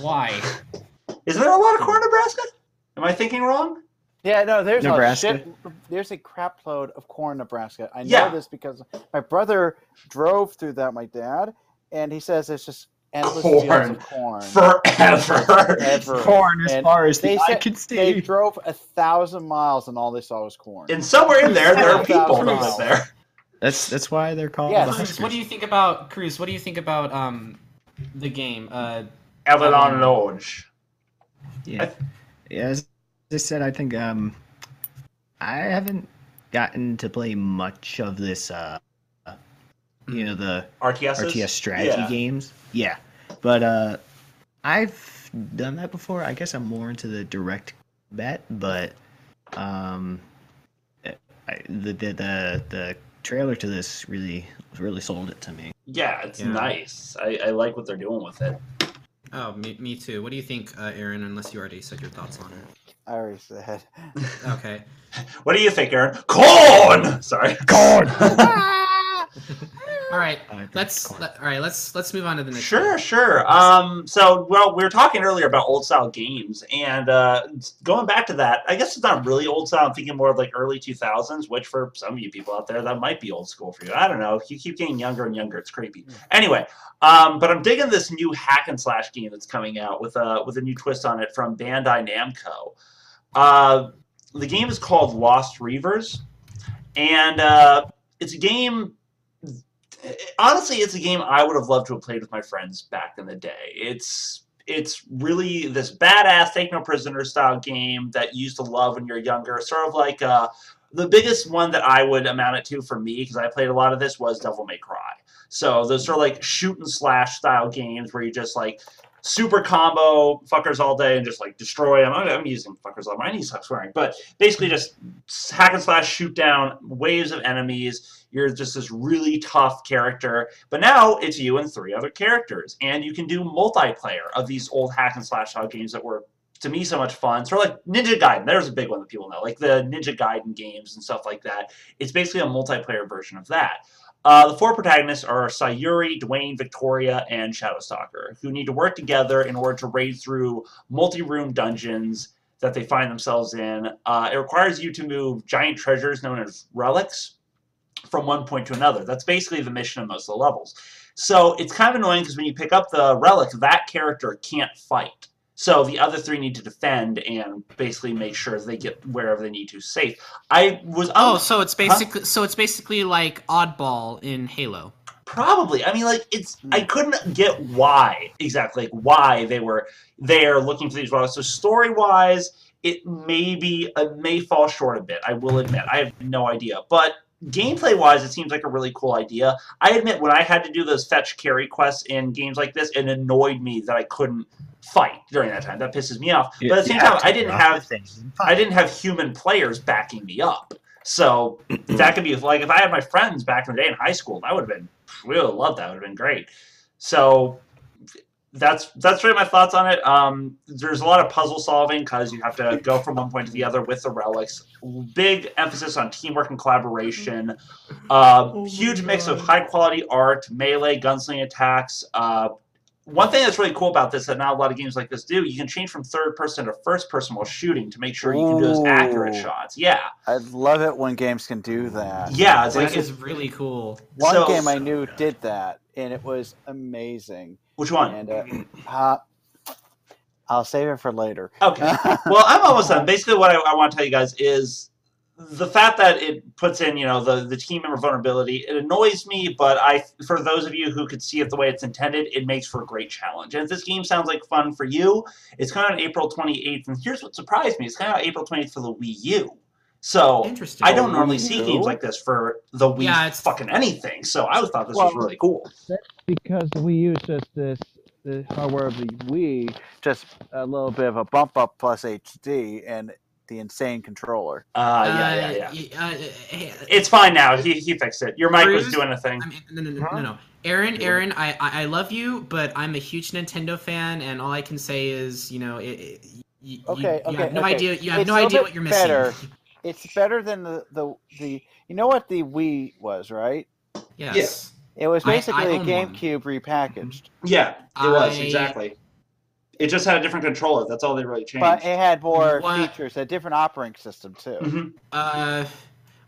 Speaker 2: Why?
Speaker 1: Is there a lot of corn, in Nebraska? Am I thinking wrong?
Speaker 4: Yeah, no, there's a
Speaker 3: Nebraska?
Speaker 4: shit. There's a crap load of corn in Nebraska. I know
Speaker 1: Yeah.
Speaker 4: this because my brother drove through that. My dad, and he says it's just endless fields
Speaker 1: Corn.
Speaker 4: of corn.
Speaker 1: Forever.
Speaker 4: Ever.
Speaker 3: Corn, as
Speaker 4: And
Speaker 3: far as
Speaker 4: they
Speaker 3: the eye
Speaker 4: said-
Speaker 3: can
Speaker 4: They
Speaker 3: see.
Speaker 4: drove a thousand miles, and all they saw was corn.
Speaker 1: and somewhere in there, there are people who live there.
Speaker 3: That's that's why they're called
Speaker 4: Yeah,
Speaker 3: the
Speaker 2: Cruz, what do
Speaker 3: Huskers.
Speaker 2: you think about Cruz? What do you think about um, the game? Uh,
Speaker 1: Avalon Lodge.
Speaker 3: Yeah. yeah. As I said, I think um, I haven't gotten to play much of this. Uh, you know the
Speaker 1: RTS.
Speaker 3: RTS strategy
Speaker 1: Yeah.
Speaker 3: games. Yeah, but uh, I've done that before. I guess I'm more into the direct bet, but um, I, the, the the the trailer to this really really sold it to me.
Speaker 1: Yeah, it's
Speaker 5: Yeah.
Speaker 1: nice. I, I like what they're doing with it.
Speaker 5: Oh, me, me too. What do you think, uh, Aaron? Unless you already said your thoughts on it.
Speaker 4: I already said.
Speaker 5: Okay.
Speaker 1: What do you think, Aaron? Corn. Sorry. Corn.
Speaker 2: all right.
Speaker 3: I think
Speaker 2: Let's
Speaker 3: corn.
Speaker 2: let, all right. Let's let's move on to the next.
Speaker 1: Sure, sure. Um, so, well, we were talking earlier about old style games, and uh, going back to that, I guess it's not really old style. I'm thinking more of like early 2000s, which for some of you people out there, that might be old school for you. I don't know. If you keep getting younger and younger, it's creepy.
Speaker 2: Hmm.
Speaker 1: Anyway, um, but I'm digging this new hack and slash game that's coming out with a with a new twist on it from Bandai Namco. Uh, the game is called Lost Reavers, and uh, it's a game honestly, it's a game I would have loved to have played with my friends back in the day. It's it's really this badass take no prisoner style game that you used to love when you're younger. Sort of like uh, the biggest one that I would amount it to for me because I played a lot of this was Devil May Cry. So those sort of like shoot and slash style games where you just like super combo fuckers all day and just like destroy them. I'm, I'm using fuckers all. My knee sucks swearing, but basically just hack and slash shoot down waves of enemies. You're just this really tough character, but now it's you and three other characters, and you can do multiplayer of these old hack and slash style games that were to me so much fun. Sort of like Ninja Gaiden. There's a big one that people know, like the Ninja Gaiden games and stuff like that. It's basically a multiplayer version of that. Uh, the four protagonists are Sayuri, Dwayne, Victoria, and Shadowstalker, who need to work together in order to raid through multi-room dungeons that they find themselves in. Uh, it requires you to move giant treasures known as relics from one point to another. That's basically the mission of most of the levels. So it's kind of annoying because when you pick up the relic, that character can't fight. So the other three need to defend and basically make sure they get wherever they need to safe. I was
Speaker 2: Oh, so it's basically so it's basically like oddball in Halo.
Speaker 1: Probably. I mean, like it's. I couldn't get why exactly, like why they were there looking for these relics. So story wise, it may be it may fall short a bit. I will admit, I have no idea. But gameplay wise, it seems like a really cool idea. I admit when I had to do those fetch carry quests in games like this, it annoyed me that I couldn't fight during that time. That pisses me off. But at the same time, I didn't have
Speaker 3: things.
Speaker 1: I didn't have human players backing me up. So that could be like if I had my friends back in the day in high school, that would have been we would have loved that. Would have been great. So that's that's really my thoughts on it. Um, there's a lot of puzzle solving because you have to go from one point to the other with the relics. Big emphasis on teamwork and collaboration. Uh,
Speaker 9: Oh my
Speaker 1: huge mix of
Speaker 9: God.
Speaker 1: high quality art, melee, gunsling attacks. Uh, one thing that's really cool about this that not a lot of games like this do, you can change from third person to first person while shooting to make sure you can do those accurate
Speaker 4: Ooh.
Speaker 1: shots. Yeah,
Speaker 4: I love it when games can do that.
Speaker 1: yeah. It's
Speaker 5: Which
Speaker 1: like,
Speaker 5: is really cool.
Speaker 4: One
Speaker 1: so-
Speaker 4: game I knew did that, and it was amazing.
Speaker 1: which one?
Speaker 4: And uh, uh, I'll save it for later.
Speaker 1: Okay. well, I'm almost done. Basically, what I, I want to tell you guys is the fact that it puts in, you know, the, the team member vulnerability. It annoys me, but I, for those of you who could see it the way it's intended, it makes for a great challenge. And if this game sounds like fun for you, it's coming out April 28th. And here's what surprised me: it's coming out April 28th for the Wii U. So
Speaker 5: Interesting.
Speaker 1: I don't normally see
Speaker 4: Wii U?
Speaker 1: games like this for the Wii
Speaker 2: Yeah, it's-
Speaker 1: fucking anything. So I thought this was
Speaker 4: Well-
Speaker 1: really cool.
Speaker 4: because the Wii U is just this the hardware of the Wii, just a little bit of a bump up plus HD and the insane controller.
Speaker 1: Uh, yeah, yeah, yeah.
Speaker 2: Uh, hey,
Speaker 1: It's fine now. He, he fixed it. Your mic was
Speaker 2: Bruce?
Speaker 1: doing a thing.
Speaker 2: I mean, no, no, no, no, no. Aaron, Aaron, I, I, I love you, but I'm a huge Nintendo fan, and all I can say is, you know, it, it, you, you-
Speaker 4: Okay,
Speaker 2: you
Speaker 4: okay,
Speaker 2: have no
Speaker 4: okay.
Speaker 2: idea, you have
Speaker 4: It's
Speaker 2: no
Speaker 4: a little
Speaker 2: idea
Speaker 4: bit
Speaker 2: what you're missing.
Speaker 4: better. It's better than the the, the you know what the Wii was, right?
Speaker 2: Yes.
Speaker 4: It was
Speaker 2: I- I
Speaker 4: basically a
Speaker 2: own one.
Speaker 4: GameCube repackaged,
Speaker 1: Yeah, it was
Speaker 2: I-
Speaker 1: exactly. It just had a different controller. That's all they really changed.
Speaker 4: but it had more
Speaker 2: Mm-hmm. What?
Speaker 4: features, a different operating system too.
Speaker 1: Mhm.
Speaker 2: Uh,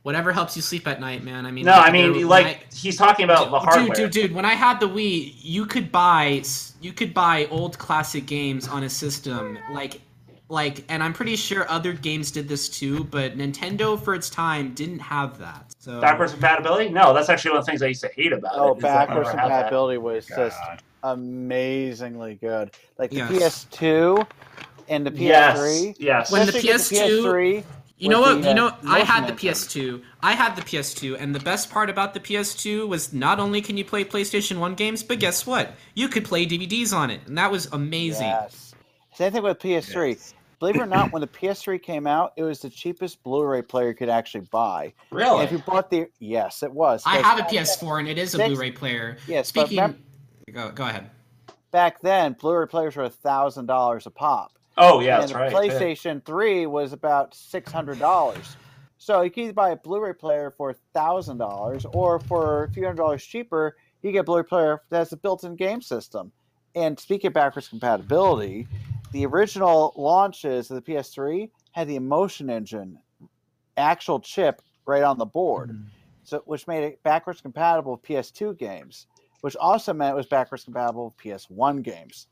Speaker 2: whatever helps you sleep at night, man. I mean,
Speaker 1: no, I
Speaker 2: there-
Speaker 1: mean,
Speaker 2: when
Speaker 1: like he's talking about the
Speaker 2: I, dude,
Speaker 1: hardware.
Speaker 2: dude, dude. When I had the Wii, you could buy, s- you could buy old classic games on a system like. Like, and I'm pretty sure other games did this too, but Nintendo for its time didn't have that. So
Speaker 1: Backwards compatibility? No, that's actually one of the things I used to hate about it.
Speaker 4: Oh,
Speaker 1: is that I
Speaker 4: backwards
Speaker 1: never had that.
Speaker 4: compatibility was just
Speaker 1: God.
Speaker 4: amazingly good. Like the
Speaker 2: Yes.
Speaker 4: PS2 and the PS3.
Speaker 1: Yes, yes.
Speaker 2: When the
Speaker 4: Especially with
Speaker 2: PS2
Speaker 4: PS3
Speaker 2: You know
Speaker 4: with
Speaker 2: what?
Speaker 4: the,
Speaker 2: You
Speaker 4: uh,
Speaker 2: know, I had the
Speaker 4: motion engine.
Speaker 2: PS2. I had the PS2, and the best part about the PS2 was not only can you play PlayStation 1 games, but guess what? You could play DVDs on it, and that was amazing.
Speaker 4: Yes. Same thing with PS3. Believe it or not, when the PS3 came out, it was the cheapest Blu-ray player you could actually buy. And
Speaker 1: really?
Speaker 4: if you bought the yes, it was.
Speaker 2: I
Speaker 4: 'cause
Speaker 2: have a
Speaker 4: back then-
Speaker 2: PS4, and it is a
Speaker 4: Six-
Speaker 2: Blu-ray player.
Speaker 4: Yes, but
Speaker 2: Speaking,
Speaker 4: remem-
Speaker 2: go, go ahead.
Speaker 4: back then, Blu-ray players were thousand dollars a pop,
Speaker 1: Oh, yeah,
Speaker 4: and
Speaker 1: that's
Speaker 4: the
Speaker 1: right.
Speaker 4: PlayStation 3 was about six hundred dollars. So you can either buy a Blu-ray player for thousand dollars, or for a few hundred dollars cheaper, you get a Blu-ray player that has a built-in game system. And speaking of backwards compatibility, the original launches of the PS3 had the Emotion Engine actual chip right on the board, so which made it backwards compatible with PS2 games, which also meant it was backwards compatible with PS1 games.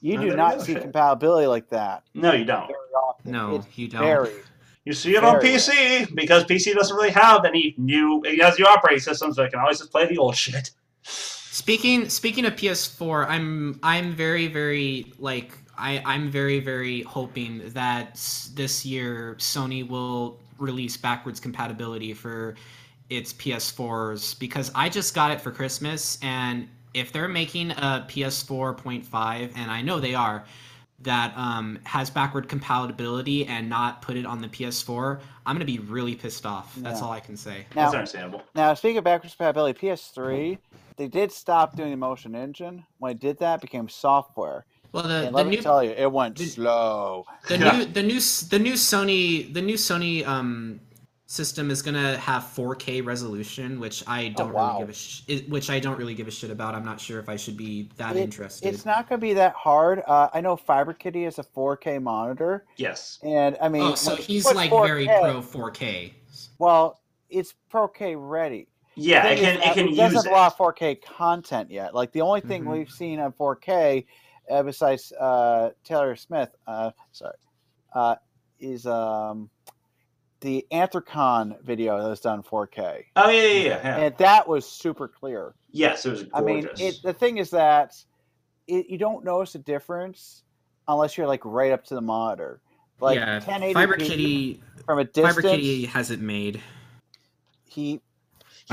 Speaker 4: You
Speaker 1: Oh,
Speaker 4: do
Speaker 1: there we
Speaker 4: not
Speaker 1: go,
Speaker 4: see
Speaker 1: shit.
Speaker 4: compatibility like that
Speaker 1: No, you don't.
Speaker 4: very often.
Speaker 2: No,
Speaker 4: it's
Speaker 2: you don't.
Speaker 4: very
Speaker 1: You see it on
Speaker 4: Very
Speaker 1: PC because PC doesn't really have any new. It has new operating systems, so it can always just play the old shit.
Speaker 2: Speaking speaking of PS4, I'm I'm very very like I I'm very very hoping that s- this year Sony will release backwards compatibility for its PS4s because I just got it for Christmas and if they're making a PS4.5 and I know they are that um, has backward compatibility and not put it on the PS4, I'm gonna be really pissed off. That's
Speaker 4: Yeah.
Speaker 2: all I can say.
Speaker 1: That's
Speaker 4: now.
Speaker 1: understandable.
Speaker 4: Now speaking of backwards compatibility, PS3 they did stop doing the motion engine. When they did that, it became software.
Speaker 2: Well, the,
Speaker 4: and
Speaker 2: the
Speaker 4: let me
Speaker 2: new
Speaker 4: tell you, it went
Speaker 2: the-
Speaker 4: slow.
Speaker 2: the
Speaker 1: Yeah.
Speaker 2: new the new s- the new Sony the new Sony um system is gonna have 4K resolution, which I don't
Speaker 4: Oh, wow.
Speaker 2: really give a sh- it- which I don't really give a shit about. I'm not sure if I should be that
Speaker 4: It-
Speaker 2: interested.
Speaker 4: It's not going to be that hard. Uh, I know FiberKitty is a 4K monitor,
Speaker 1: Yes.
Speaker 4: and I mean,
Speaker 2: oh, so
Speaker 4: when you
Speaker 2: he's
Speaker 4: put
Speaker 2: like very
Speaker 4: 4K
Speaker 2: pro 4K.
Speaker 4: Well, it's 4K ready.
Speaker 1: Yeah, it
Speaker 4: Thing is,
Speaker 1: can.
Speaker 4: uh,
Speaker 1: It can use
Speaker 4: doesn't
Speaker 1: it. Mm-hmm.
Speaker 4: allow 4K content yet. Like the only thing
Speaker 2: Mhm.
Speaker 4: we've seen on 4K, uh, besides uh, Taylor Smith, uh, sorry, uh, is um, the Anthrocon video that was done 4K,
Speaker 1: Oh yeah, yeah, yeah. yeah.
Speaker 4: and that was super clear.
Speaker 1: Yes, it was
Speaker 4: I mean,
Speaker 1: gorgeous.
Speaker 4: it, the thing is that it, you don't notice a difference unless you're like right up to the monitor, like
Speaker 2: yeah,
Speaker 4: 1080p
Speaker 2: FiberKitty
Speaker 4: from a distance.
Speaker 2: FiberKitty has it made.
Speaker 1: He
Speaker 4: He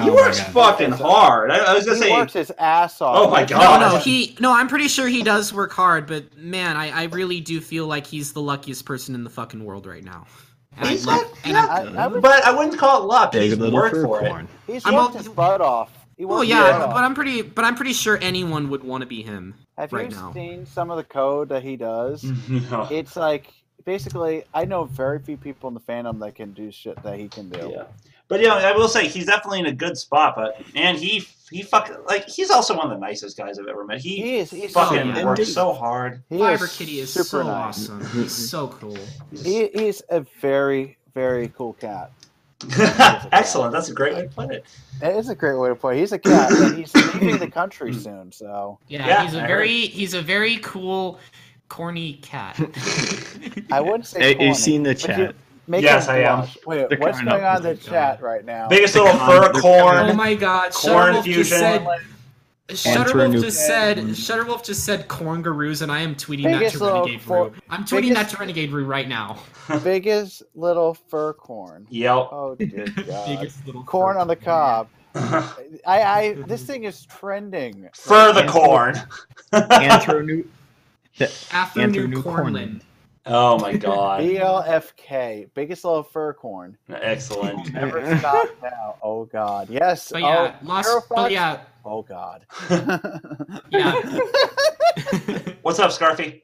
Speaker 3: Oh my
Speaker 1: works
Speaker 3: God.
Speaker 1: fucking hard. I, I was
Speaker 4: he
Speaker 1: gonna say.
Speaker 4: works his ass off.
Speaker 1: Oh my
Speaker 4: Like,
Speaker 1: God.
Speaker 2: No, no, he no. I'm pretty sure he does work hard, but man, I, I really do feel like he's the luckiest person in the fucking world right now. And
Speaker 1: He's
Speaker 2: I love,
Speaker 1: not-
Speaker 2: and I-
Speaker 4: I, I would
Speaker 1: But I wouldn't call it luck.
Speaker 3: Big
Speaker 1: He's
Speaker 3: little
Speaker 1: worked
Speaker 3: fur
Speaker 1: for it.
Speaker 3: corn.
Speaker 4: He's
Speaker 2: I'm
Speaker 4: worked
Speaker 2: all-
Speaker 4: his butt off. He
Speaker 2: Well,
Speaker 4: worked
Speaker 2: yeah,
Speaker 4: hard.
Speaker 2: but I'm pretty, but I'm pretty sure anyone would want to be him.
Speaker 4: Have
Speaker 2: right
Speaker 4: you
Speaker 2: now. Mm.
Speaker 4: seen some of the code that he does?
Speaker 1: yeah.
Speaker 4: it's like basically, I know very few people in the fandom that can do shit that he can do.
Speaker 1: But yeah, I will say he's definitely in a good spot. But man, he he fuck like he's also one of the nicest guys I've ever met. He
Speaker 4: He is. He's
Speaker 1: fucking
Speaker 4: so,
Speaker 2: yeah.
Speaker 1: works
Speaker 2: Indeed.
Speaker 1: so hard.
Speaker 4: he
Speaker 2: Fiber Kitty is so
Speaker 4: super nice.
Speaker 2: awesome. He's so cool.
Speaker 4: He, he's a very, very cool cat.
Speaker 1: Excellent. That's a great way to put it.
Speaker 4: That is a great way to put it. He's a cat, and he's leaving the country soon. So
Speaker 2: Yeah,
Speaker 1: Yeah,
Speaker 2: he's
Speaker 1: I
Speaker 2: a
Speaker 1: heard.
Speaker 2: very, he's a very cool, corny cat.
Speaker 4: I wouldn't say.
Speaker 3: Hey,
Speaker 4: corny.
Speaker 3: you've seen the
Speaker 4: but you-
Speaker 3: chat.
Speaker 4: Make
Speaker 1: Yes,
Speaker 4: him
Speaker 1: I am.
Speaker 4: blush. Wait,
Speaker 3: They're
Speaker 4: what's
Speaker 3: coming
Speaker 4: going
Speaker 3: up
Speaker 4: on in the
Speaker 3: with the
Speaker 4: chat right now?
Speaker 1: Biggest little fur
Speaker 3: They're
Speaker 2: oh
Speaker 1: corn.
Speaker 2: my God,
Speaker 1: Corn
Speaker 2: Shutterwolf just
Speaker 1: fusion.
Speaker 2: said,
Speaker 3: Enter a
Speaker 2: Shutterwolf
Speaker 3: new
Speaker 2: just said, Shutterwolf just said corngaroos, and I am tweeting
Speaker 4: Biggest
Speaker 2: that to
Speaker 4: little
Speaker 2: Renegade
Speaker 4: for-
Speaker 2: Roo. I'm tweeting that
Speaker 4: biggest-
Speaker 2: to Renegade Roo right now.
Speaker 4: Biggest little fur corn.
Speaker 1: Yep.
Speaker 4: Oh dear God!
Speaker 2: Biggest little
Speaker 4: corn
Speaker 2: fur
Speaker 4: on the
Speaker 2: corn.
Speaker 4: cob. I, I, this thing is trending.
Speaker 1: Fur the corn.
Speaker 3: Anthro
Speaker 2: After
Speaker 3: Andrew
Speaker 2: New
Speaker 3: New
Speaker 2: Cornland.
Speaker 3: Cornland.
Speaker 1: Oh my god.
Speaker 4: BLFK, biggest little fur corn.
Speaker 1: Excellent.
Speaker 4: Never stop now. Oh God! Yes.
Speaker 2: But yeah,
Speaker 4: oh,
Speaker 2: lost.
Speaker 4: Hero
Speaker 2: But
Speaker 4: Fox?
Speaker 2: yeah,
Speaker 4: Oh God.
Speaker 2: yeah,
Speaker 1: What's up, Scarfy?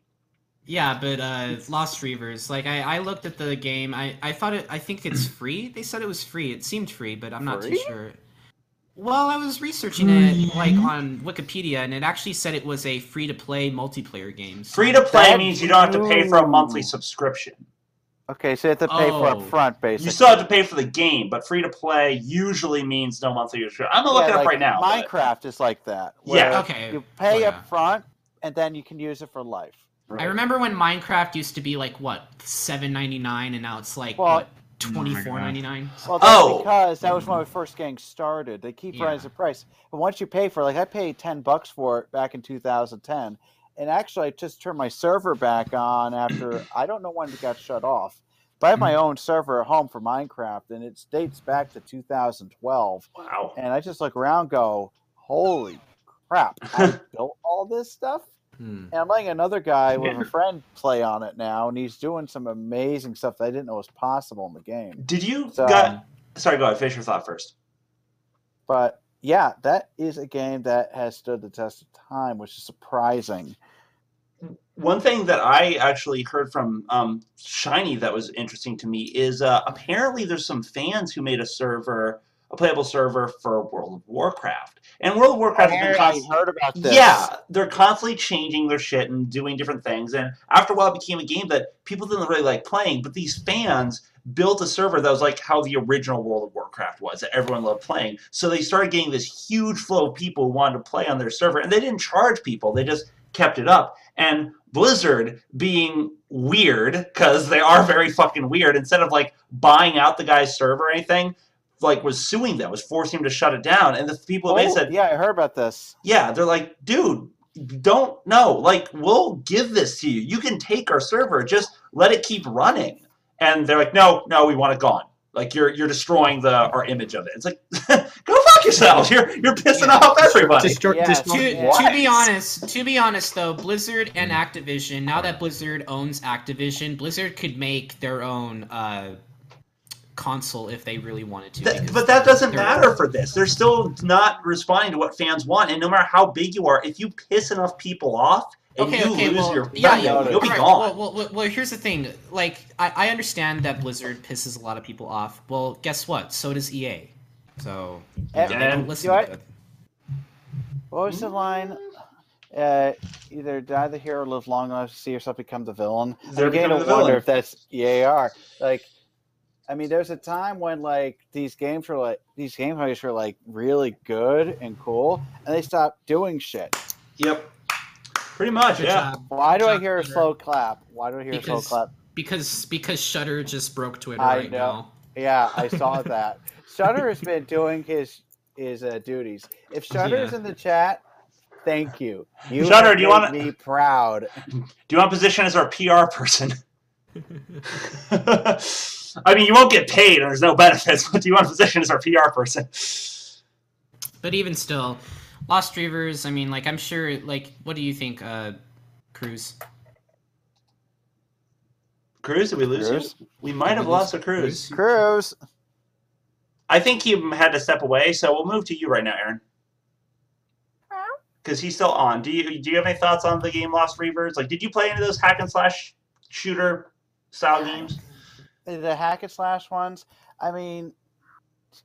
Speaker 2: yeah. But uh, Lost Reavers. Like I, I looked at the game. I, I thought it. I think it's free. They said it was free. It seemed free, but I'm not too
Speaker 4: Free?
Speaker 2: sure. Well, I was researching it like on Wikipedia, and it actually said it was a free-to-play multiplayer game. so-
Speaker 1: Free to play
Speaker 4: That-
Speaker 1: means you don't have to pay for a monthly subscription.
Speaker 4: okay, so you have to pay for
Speaker 2: Oh.
Speaker 4: up front, basically.
Speaker 1: You still have to pay for the game, but free to play usually means no monthly subscription. I'm gonna look
Speaker 4: Yeah,
Speaker 1: it up
Speaker 4: like
Speaker 1: right now. but-
Speaker 4: Minecraft is like that.
Speaker 1: Yeah.
Speaker 4: where
Speaker 2: Okay.
Speaker 4: You pay
Speaker 2: Oh, yeah.
Speaker 4: up front, and then you can use it for life.
Speaker 2: I remember when Minecraft used to be like what seven ninety nine, and now it's like
Speaker 4: Well-
Speaker 2: what twenty four ninety nine.
Speaker 4: Well, that's
Speaker 1: Oh.
Speaker 4: because that was when we first getting started. They keep
Speaker 2: Yeah.
Speaker 4: raising the price, but once you pay for, it, like, I paid ten bucks for it back in 2010, and actually, I just turned my server back on after I don't know when it got shut off. But I have my own server at home for Minecraft, and it dates back to 2012.
Speaker 1: Wow.
Speaker 4: And I just look around, and go, holy crap! I built all this stuff. And I'm letting another guy with a friend play on it now, and he's doing some amazing stuff that I didn't know was possible in the game.
Speaker 1: Did you
Speaker 4: So- um,
Speaker 1: got sorry, go ahead, finish your thought first.
Speaker 4: But yeah, that is a game that has stood the test of time, which is surprising.
Speaker 1: One thing that I actually heard from um, Shiny that was interesting to me is uh, apparently there's some fans who made a server, a playable server for World of Warcraft, and World of Warcraft has been
Speaker 4: I
Speaker 1: constantly
Speaker 4: heard about this.
Speaker 1: Yeah, they're constantly changing their shit and doing different things. And after a while, it became a game that people didn't really like playing. But these fans built a server that was like how the original World of Warcraft was that everyone loved playing. So they started getting this huge flow of people who wanted to play on their server, and they didn't charge people. They just kept it up. And Blizzard being weird because they are very fucking weird. Instead of like buying out the guy's server or anything. Like was suing them, was forcing him to shut it down, and the people
Speaker 4: Oh,
Speaker 1: they said,
Speaker 4: yeah, I heard about this.
Speaker 1: yeah, they're like, dude, don't know. Like, we'll give this to you. You can take our server. Just let it keep running. And they're like, no, no, we want it gone. Like you're you're destroying the our image of it. It's like, go fuck yourselves. You're you're pissing off everybody.
Speaker 3: Destroy,
Speaker 4: Yeah,
Speaker 3: destroy-
Speaker 2: to,
Speaker 4: What?
Speaker 2: to be honest, to be honest though, Blizzard and Activision, now that Blizzard owns Activision, Blizzard could make their own uh, console if they really wanted to.
Speaker 1: That-
Speaker 2: because
Speaker 1: but that doesn't
Speaker 2: they're-
Speaker 1: matter for this. They're still not responding to what fans want. And no matter how big you are, if you piss enough people off and
Speaker 2: Okay,
Speaker 1: you
Speaker 2: okay,
Speaker 1: lose
Speaker 2: well,
Speaker 1: your
Speaker 2: yeah,
Speaker 1: revenue,
Speaker 4: yeah,
Speaker 1: you'll be
Speaker 2: Right,
Speaker 1: gone.
Speaker 2: Well, well, well, well, here's the thing. Like, I, I understand that Blizzard pisses a lot of people off. Well, guess what? So does EA. So
Speaker 4: And-
Speaker 2: they
Speaker 1: And-
Speaker 2: don't listen.
Speaker 4: you know
Speaker 2: to them.
Speaker 4: What was the line? Uh, either die the hero, live long enough to see yourself become the villain.
Speaker 1: They're
Speaker 4: I'm beginning
Speaker 1: becoming
Speaker 4: to
Speaker 1: the
Speaker 4: wonder
Speaker 1: villain.
Speaker 4: if that's EAR. Like, I mean, there's a time when like these games were like these game hosts were like really good and cool, and they stopped doing shit.
Speaker 1: Yep. Pretty much,
Speaker 2: Good
Speaker 1: yeah.
Speaker 2: job.
Speaker 4: Why do I
Speaker 2: Chuck
Speaker 4: hear a
Speaker 2: Taylor.
Speaker 4: slow clap? Why do I hear a
Speaker 2: Because-
Speaker 4: slow clap?
Speaker 2: Because because Shutter just broke Twitter
Speaker 4: I
Speaker 2: right
Speaker 4: know.
Speaker 2: now.
Speaker 4: Yeah, I saw that. Shutter has been doing his his uh, duties. If Shutter's
Speaker 2: Yeah.
Speaker 4: in the chat, thank you. You
Speaker 1: Shudder,
Speaker 4: have
Speaker 1: do you
Speaker 4: made
Speaker 1: wanna-
Speaker 4: me proud?
Speaker 1: Do you want a position as our PR person? I mean, you won't get paid, and there's no benefits. But do you want a position as our PR person?
Speaker 2: But even still, Lost Reavers, I mean, like, I'm sure, like, what do you think, uh, Cruz?
Speaker 1: Cruz, did we lose
Speaker 4: Cruz?
Speaker 1: you? We might have lost a Cruz.
Speaker 4: Cruz,
Speaker 1: I think he had to step away, so we'll move to you right now, Aaron. because he's still on. Do you do you have any thoughts on the game Lost Reavers? Like, did you play any of those hack and slash shooter style games?
Speaker 4: The hack and slash ones. I mean,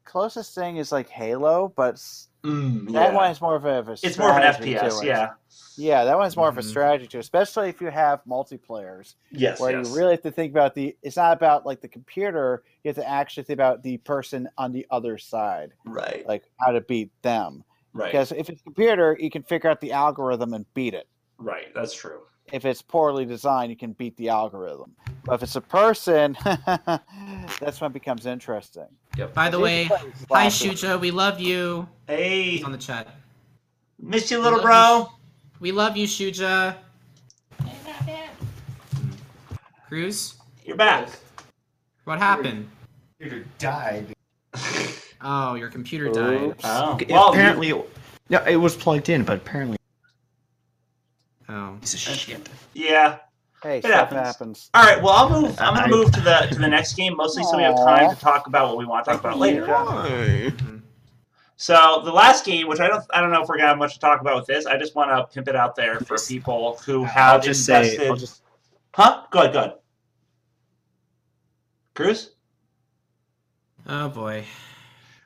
Speaker 4: closest thing is like Halo, but s-
Speaker 1: Mm,
Speaker 4: that
Speaker 1: yeah.
Speaker 4: one is more of a. a
Speaker 1: It's more of an
Speaker 4: strategy to
Speaker 1: FPS.
Speaker 4: it.
Speaker 1: Yeah. Mm-hmm.
Speaker 4: Yeah, that one's more of a
Speaker 3: Mhm.
Speaker 4: strategy too, especially if you have multiplayers
Speaker 1: Yes.
Speaker 4: where
Speaker 1: yes.
Speaker 4: you really have to think about the. It's not about like the computer. You have to actually think about the person on the other side,
Speaker 1: right.
Speaker 4: like how to beat them.
Speaker 1: Right.
Speaker 4: Because if it's computer, you can figure out the algorithm and beat it.
Speaker 1: Right. That's true.
Speaker 4: If it's poorly designed, you can beat the algorithm. But if it's a person, that's when it becomes interesting.
Speaker 2: By the way, hi Shujo, we love you.
Speaker 1: Hey,
Speaker 2: He's on the chat.
Speaker 1: miss you, little
Speaker 2: Love
Speaker 1: bro.
Speaker 2: We love you, Shuja. Cruz,
Speaker 1: You're back.
Speaker 2: what happened?
Speaker 9: Computer died.
Speaker 2: Oh, your computer died.
Speaker 1: Oh.
Speaker 3: It-
Speaker 1: Well,
Speaker 3: apparently, no, it was plugged in, but apparently,
Speaker 2: Oh.
Speaker 3: piece of shit.
Speaker 1: yeah.
Speaker 4: Hey,
Speaker 1: It
Speaker 4: stuff
Speaker 1: happens.
Speaker 4: happens.
Speaker 1: All right. Well, I'll move. I'm gonna
Speaker 3: I-
Speaker 1: move to the to the next game, mostly so we have time to talk about what we want to talk about later. So the last game, which I don't, I don't know if we're gonna have much to talk about with this. I just want to pimp it out there for people who have
Speaker 3: I'll just
Speaker 1: invested.
Speaker 3: say, I'll just,
Speaker 1: Huh? Go ahead. Go ahead. Cruz,
Speaker 2: Oh boy.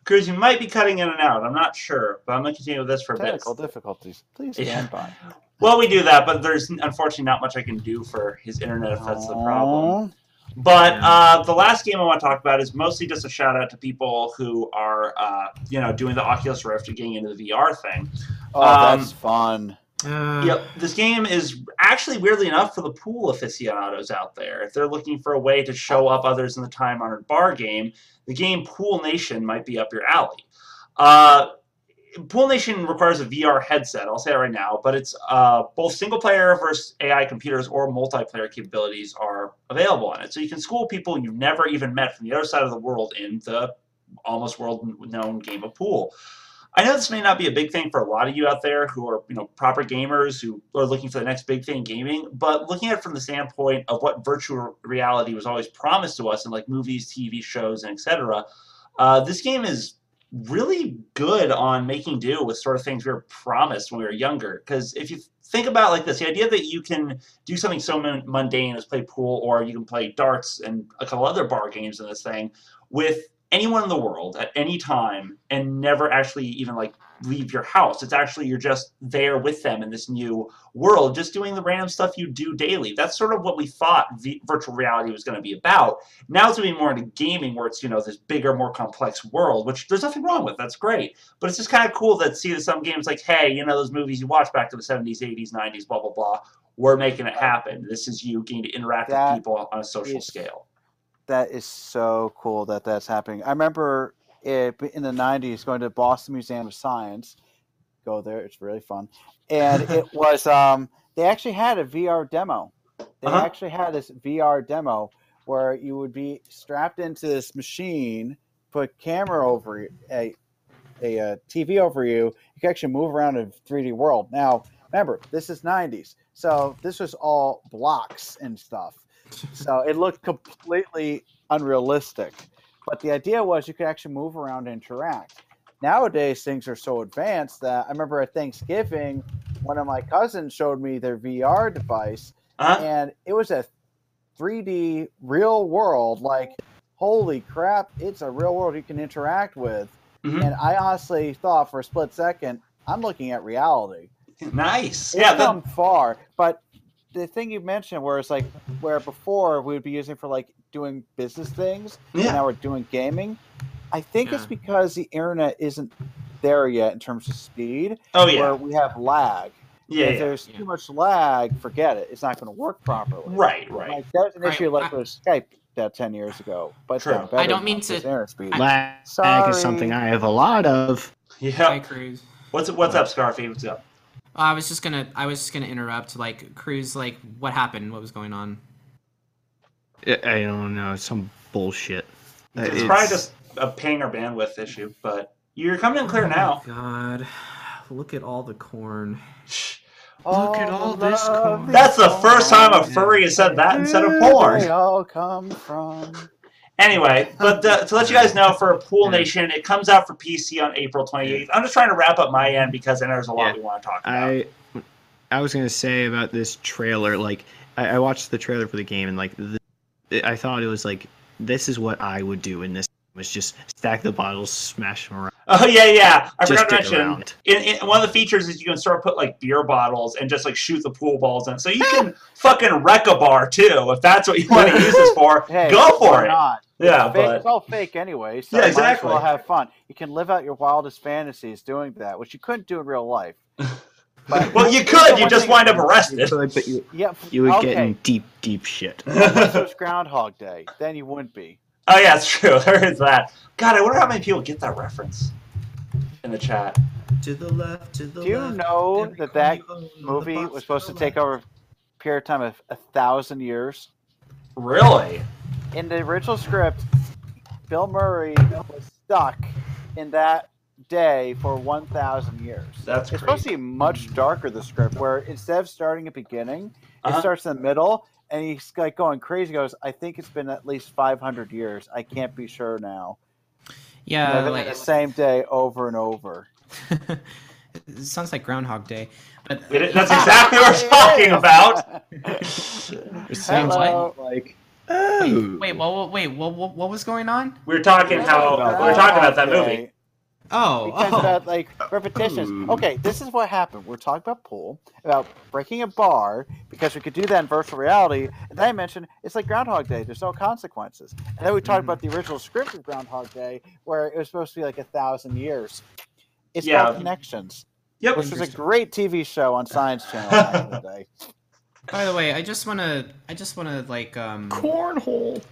Speaker 1: Cruz, you might be cutting in and out. I'm not sure, but I'm gonna continue with this for a bit.
Speaker 4: Technical difficulties. Please
Speaker 1: Yeah.
Speaker 4: stand by.
Speaker 1: Well, we do that, but there's unfortunately not much I can do for his internet if that's the problem.
Speaker 4: Aw.
Speaker 1: But uh, the last game I want to talk about is mostly just a shout out to people who are, uh, you know, doing the Oculus Rift and getting into the VR thing.
Speaker 4: Oh,
Speaker 1: Um,
Speaker 4: that's fun.
Speaker 2: Uh,
Speaker 1: Yep, this game is actually weirdly enough for the pool aficionados out there. If they're looking for a way to show up others in the time honored bar game, the game Pool Nation might be up your alley. Uh, Pool Nation requires a VR headset. I'll say that right now, but it's uh, both single player versus AI computers or multiplayer capabilities are available on it. So you can school people you've never even met from the other side of the world in the almost world known game of pool. I know this may not be a big thing for a lot of you out there who are, you know, proper gamers who are looking for the next big thing in gaming, but looking at it from the standpoint of what virtual reality was always promised to us in like movies, TV shows, and etc., uh, this game is really good on making do with sort of things we were promised when we were younger. Because if you think about it like this, the idea that you can do something so mun- mundane as play pool, or you can play darts and a couple other bar games in this thing with anyone in the world at any time and never actually even like leave your house. It's actually you're just there with them in this new world, just doing the random stuff you do daily. That's sort of what we thought vi- virtual reality was going to be about. Now it's going to be more into gaming, where it's you know this bigger, more complex world, which there's nothing wrong with. That's great, but it's just kind of cool that see that some games like hey, you know those movies you watch back to the 70s, 80s, 90s, blah blah blah. We're making it happen. This is you getting to interact
Speaker 4: That
Speaker 1: with people on a social
Speaker 4: is-
Speaker 1: scale.
Speaker 4: That is so cool that that's happening. I remember it, in the 90s going to Boston Museum of Science. Go there, it's really fun. And it was, um, they actually had a VR demo. They
Speaker 1: Uh-huh.
Speaker 4: actually had this VR demo where you would be strapped into this machine, put camera over you- a, a, uh TV over you. You can actually move around in 3D world. Now, remember, this is 90s. So this was all blocks and stuff. So it looked completely unrealistic. But the idea was you could actually move around and interact. Nowadays, things are so advanced that I remember at Thanksgiving, one of my cousins showed me their VR device,
Speaker 1: Uh-huh.
Speaker 4: and it was a 3D real world. Like, holy crap, it's a real world you can interact with.
Speaker 1: Mhm.
Speaker 4: And I honestly thought for a split second, I'm looking at reality
Speaker 1: Nice.
Speaker 4: it's
Speaker 1: Yeah. that-
Speaker 4: come far. But the thing you mentioned, where it's like where before we would be using for like doing business things,
Speaker 1: Yeah.
Speaker 4: and now we're doing gaming. I think it's
Speaker 2: Yeah.
Speaker 4: because the internet isn't there yet in terms of speed,
Speaker 1: oh yeah.
Speaker 4: where we have lag.
Speaker 1: Yeah.
Speaker 4: if
Speaker 1: yeah.
Speaker 4: there's too much lag, forget it. It's not going to work properly.
Speaker 1: Right. Right.
Speaker 4: Like, that was an
Speaker 2: Right.
Speaker 4: issue like
Speaker 2: I-
Speaker 4: with Skype that ten years ago, but it's
Speaker 1: True.
Speaker 4: gotten
Speaker 2: I
Speaker 4: better
Speaker 2: don't mean
Speaker 4: now 'cause
Speaker 2: to-
Speaker 4: internet speed.
Speaker 3: lag
Speaker 4: Sorry.
Speaker 3: is something I have a lot of.
Speaker 2: Hi,
Speaker 1: Yeah.
Speaker 2: Cruz. Oh,
Speaker 1: What's what's up, Scarfy? What's up?
Speaker 2: I was just gonna. I was just gonna interrupt. Like, Cruz. Like, what happened? What was going on?
Speaker 3: I I don't know, some bullshit.
Speaker 1: It's,
Speaker 3: It's-
Speaker 1: probably just a ping or bandwidth issue, but you're coming in clear now.
Speaker 2: Oh God, look at all the corn.
Speaker 3: Look at all
Speaker 4: the
Speaker 3: this
Speaker 4: love
Speaker 3: corn.
Speaker 4: is
Speaker 1: That's the first time a
Speaker 4: gone.
Speaker 1: furry has said that instead of
Speaker 4: Where
Speaker 1: porn.
Speaker 4: They all come from.
Speaker 1: Anyway, but the, to let you guys know, for Pool Nation, it comes out for PC on April 28th. I'm just trying to wrap up my end because I know there's a lot
Speaker 3: Yeah.
Speaker 1: we want to talk about.
Speaker 3: I I was gonna say about this trailer. Like, I, I watched the trailer for the game, and like, the, I thought it was like, this is what I would do in this. Was just stack the bottles, smash them around.
Speaker 1: Oh yeah, yeah. I
Speaker 3: Just
Speaker 1: forgot to
Speaker 3: dig
Speaker 1: mention.
Speaker 3: around.
Speaker 1: In, in, one of the features is you can sort of put like beer bottles and just like shoot the pool balls in. So you can fucking wreck a bar too if that's what you want to use this for.
Speaker 4: Hey,
Speaker 1: go for
Speaker 4: why
Speaker 1: it.
Speaker 4: Not?
Speaker 1: Yeah,
Speaker 4: Fake-
Speaker 1: but
Speaker 4: it's all fake anyway, so
Speaker 1: Yeah,
Speaker 4: might as
Speaker 1: exactly.
Speaker 4: well have fun. You can live out your wildest fantasies doing that, which you couldn't do in real life. But
Speaker 1: well, you
Speaker 4: Here's the
Speaker 1: could. You
Speaker 4: one
Speaker 1: just
Speaker 4: thing-
Speaker 1: wind up arrested.
Speaker 3: But, but you,
Speaker 4: Yeah,
Speaker 3: you would
Speaker 4: okay.
Speaker 3: get in deep, deep shit.
Speaker 4: Unless it was Groundhog Day, then you wouldn't be.
Speaker 1: Oh yeah, it's true. There is that. God, I wonder how many people get that reference in the chat.
Speaker 5: To the left, to the
Speaker 4: Do you
Speaker 5: left.
Speaker 4: know
Speaker 5: every
Speaker 4: that
Speaker 5: corner
Speaker 4: that
Speaker 5: you own, the
Speaker 4: movie
Speaker 5: box
Speaker 4: was supposed to
Speaker 5: the
Speaker 4: take
Speaker 5: left.
Speaker 4: over a period of time of a thousand years?
Speaker 1: Really?
Speaker 4: In the original script, Bill Murray was stuck in that day for 1,000 years.
Speaker 1: That's
Speaker 4: It's supposed to be much darker, the script, where instead of starting at beginning,
Speaker 1: Uh-huh.
Speaker 4: it starts in the middle, and he's like going crazy. He goes, I think it's been at least 500 years. I can't be sure now. And
Speaker 2: Yeah,
Speaker 4: they've been
Speaker 2: like
Speaker 4: the same day over and over.
Speaker 2: it sounds like Groundhog Day. But
Speaker 1: It is- that's exactly what we're talking about.
Speaker 2: Sounds
Speaker 4: Hello.
Speaker 3: like, oh,
Speaker 2: uh, wait, what? Wait, what? What, what was going on?
Speaker 1: We were talking how we were talking about that movie.
Speaker 2: Oh,
Speaker 4: Because
Speaker 2: oh,
Speaker 4: about like repetitions. Okay, this is what happened. We're talking about pool, about breaking a bar because we could do that in virtual reality. And then I mentioned it's like Groundhog Day. There's no consequences. And then we talked about the original script of Groundhog Day, where it was supposed to be like a thousand years. It's
Speaker 1: Yeah.
Speaker 4: called Connections,
Speaker 1: Yep.
Speaker 4: which was a great TV show on Science Channel back in the day.
Speaker 2: By the way, I just wanna, I just wanna like, um,
Speaker 3: cornhole.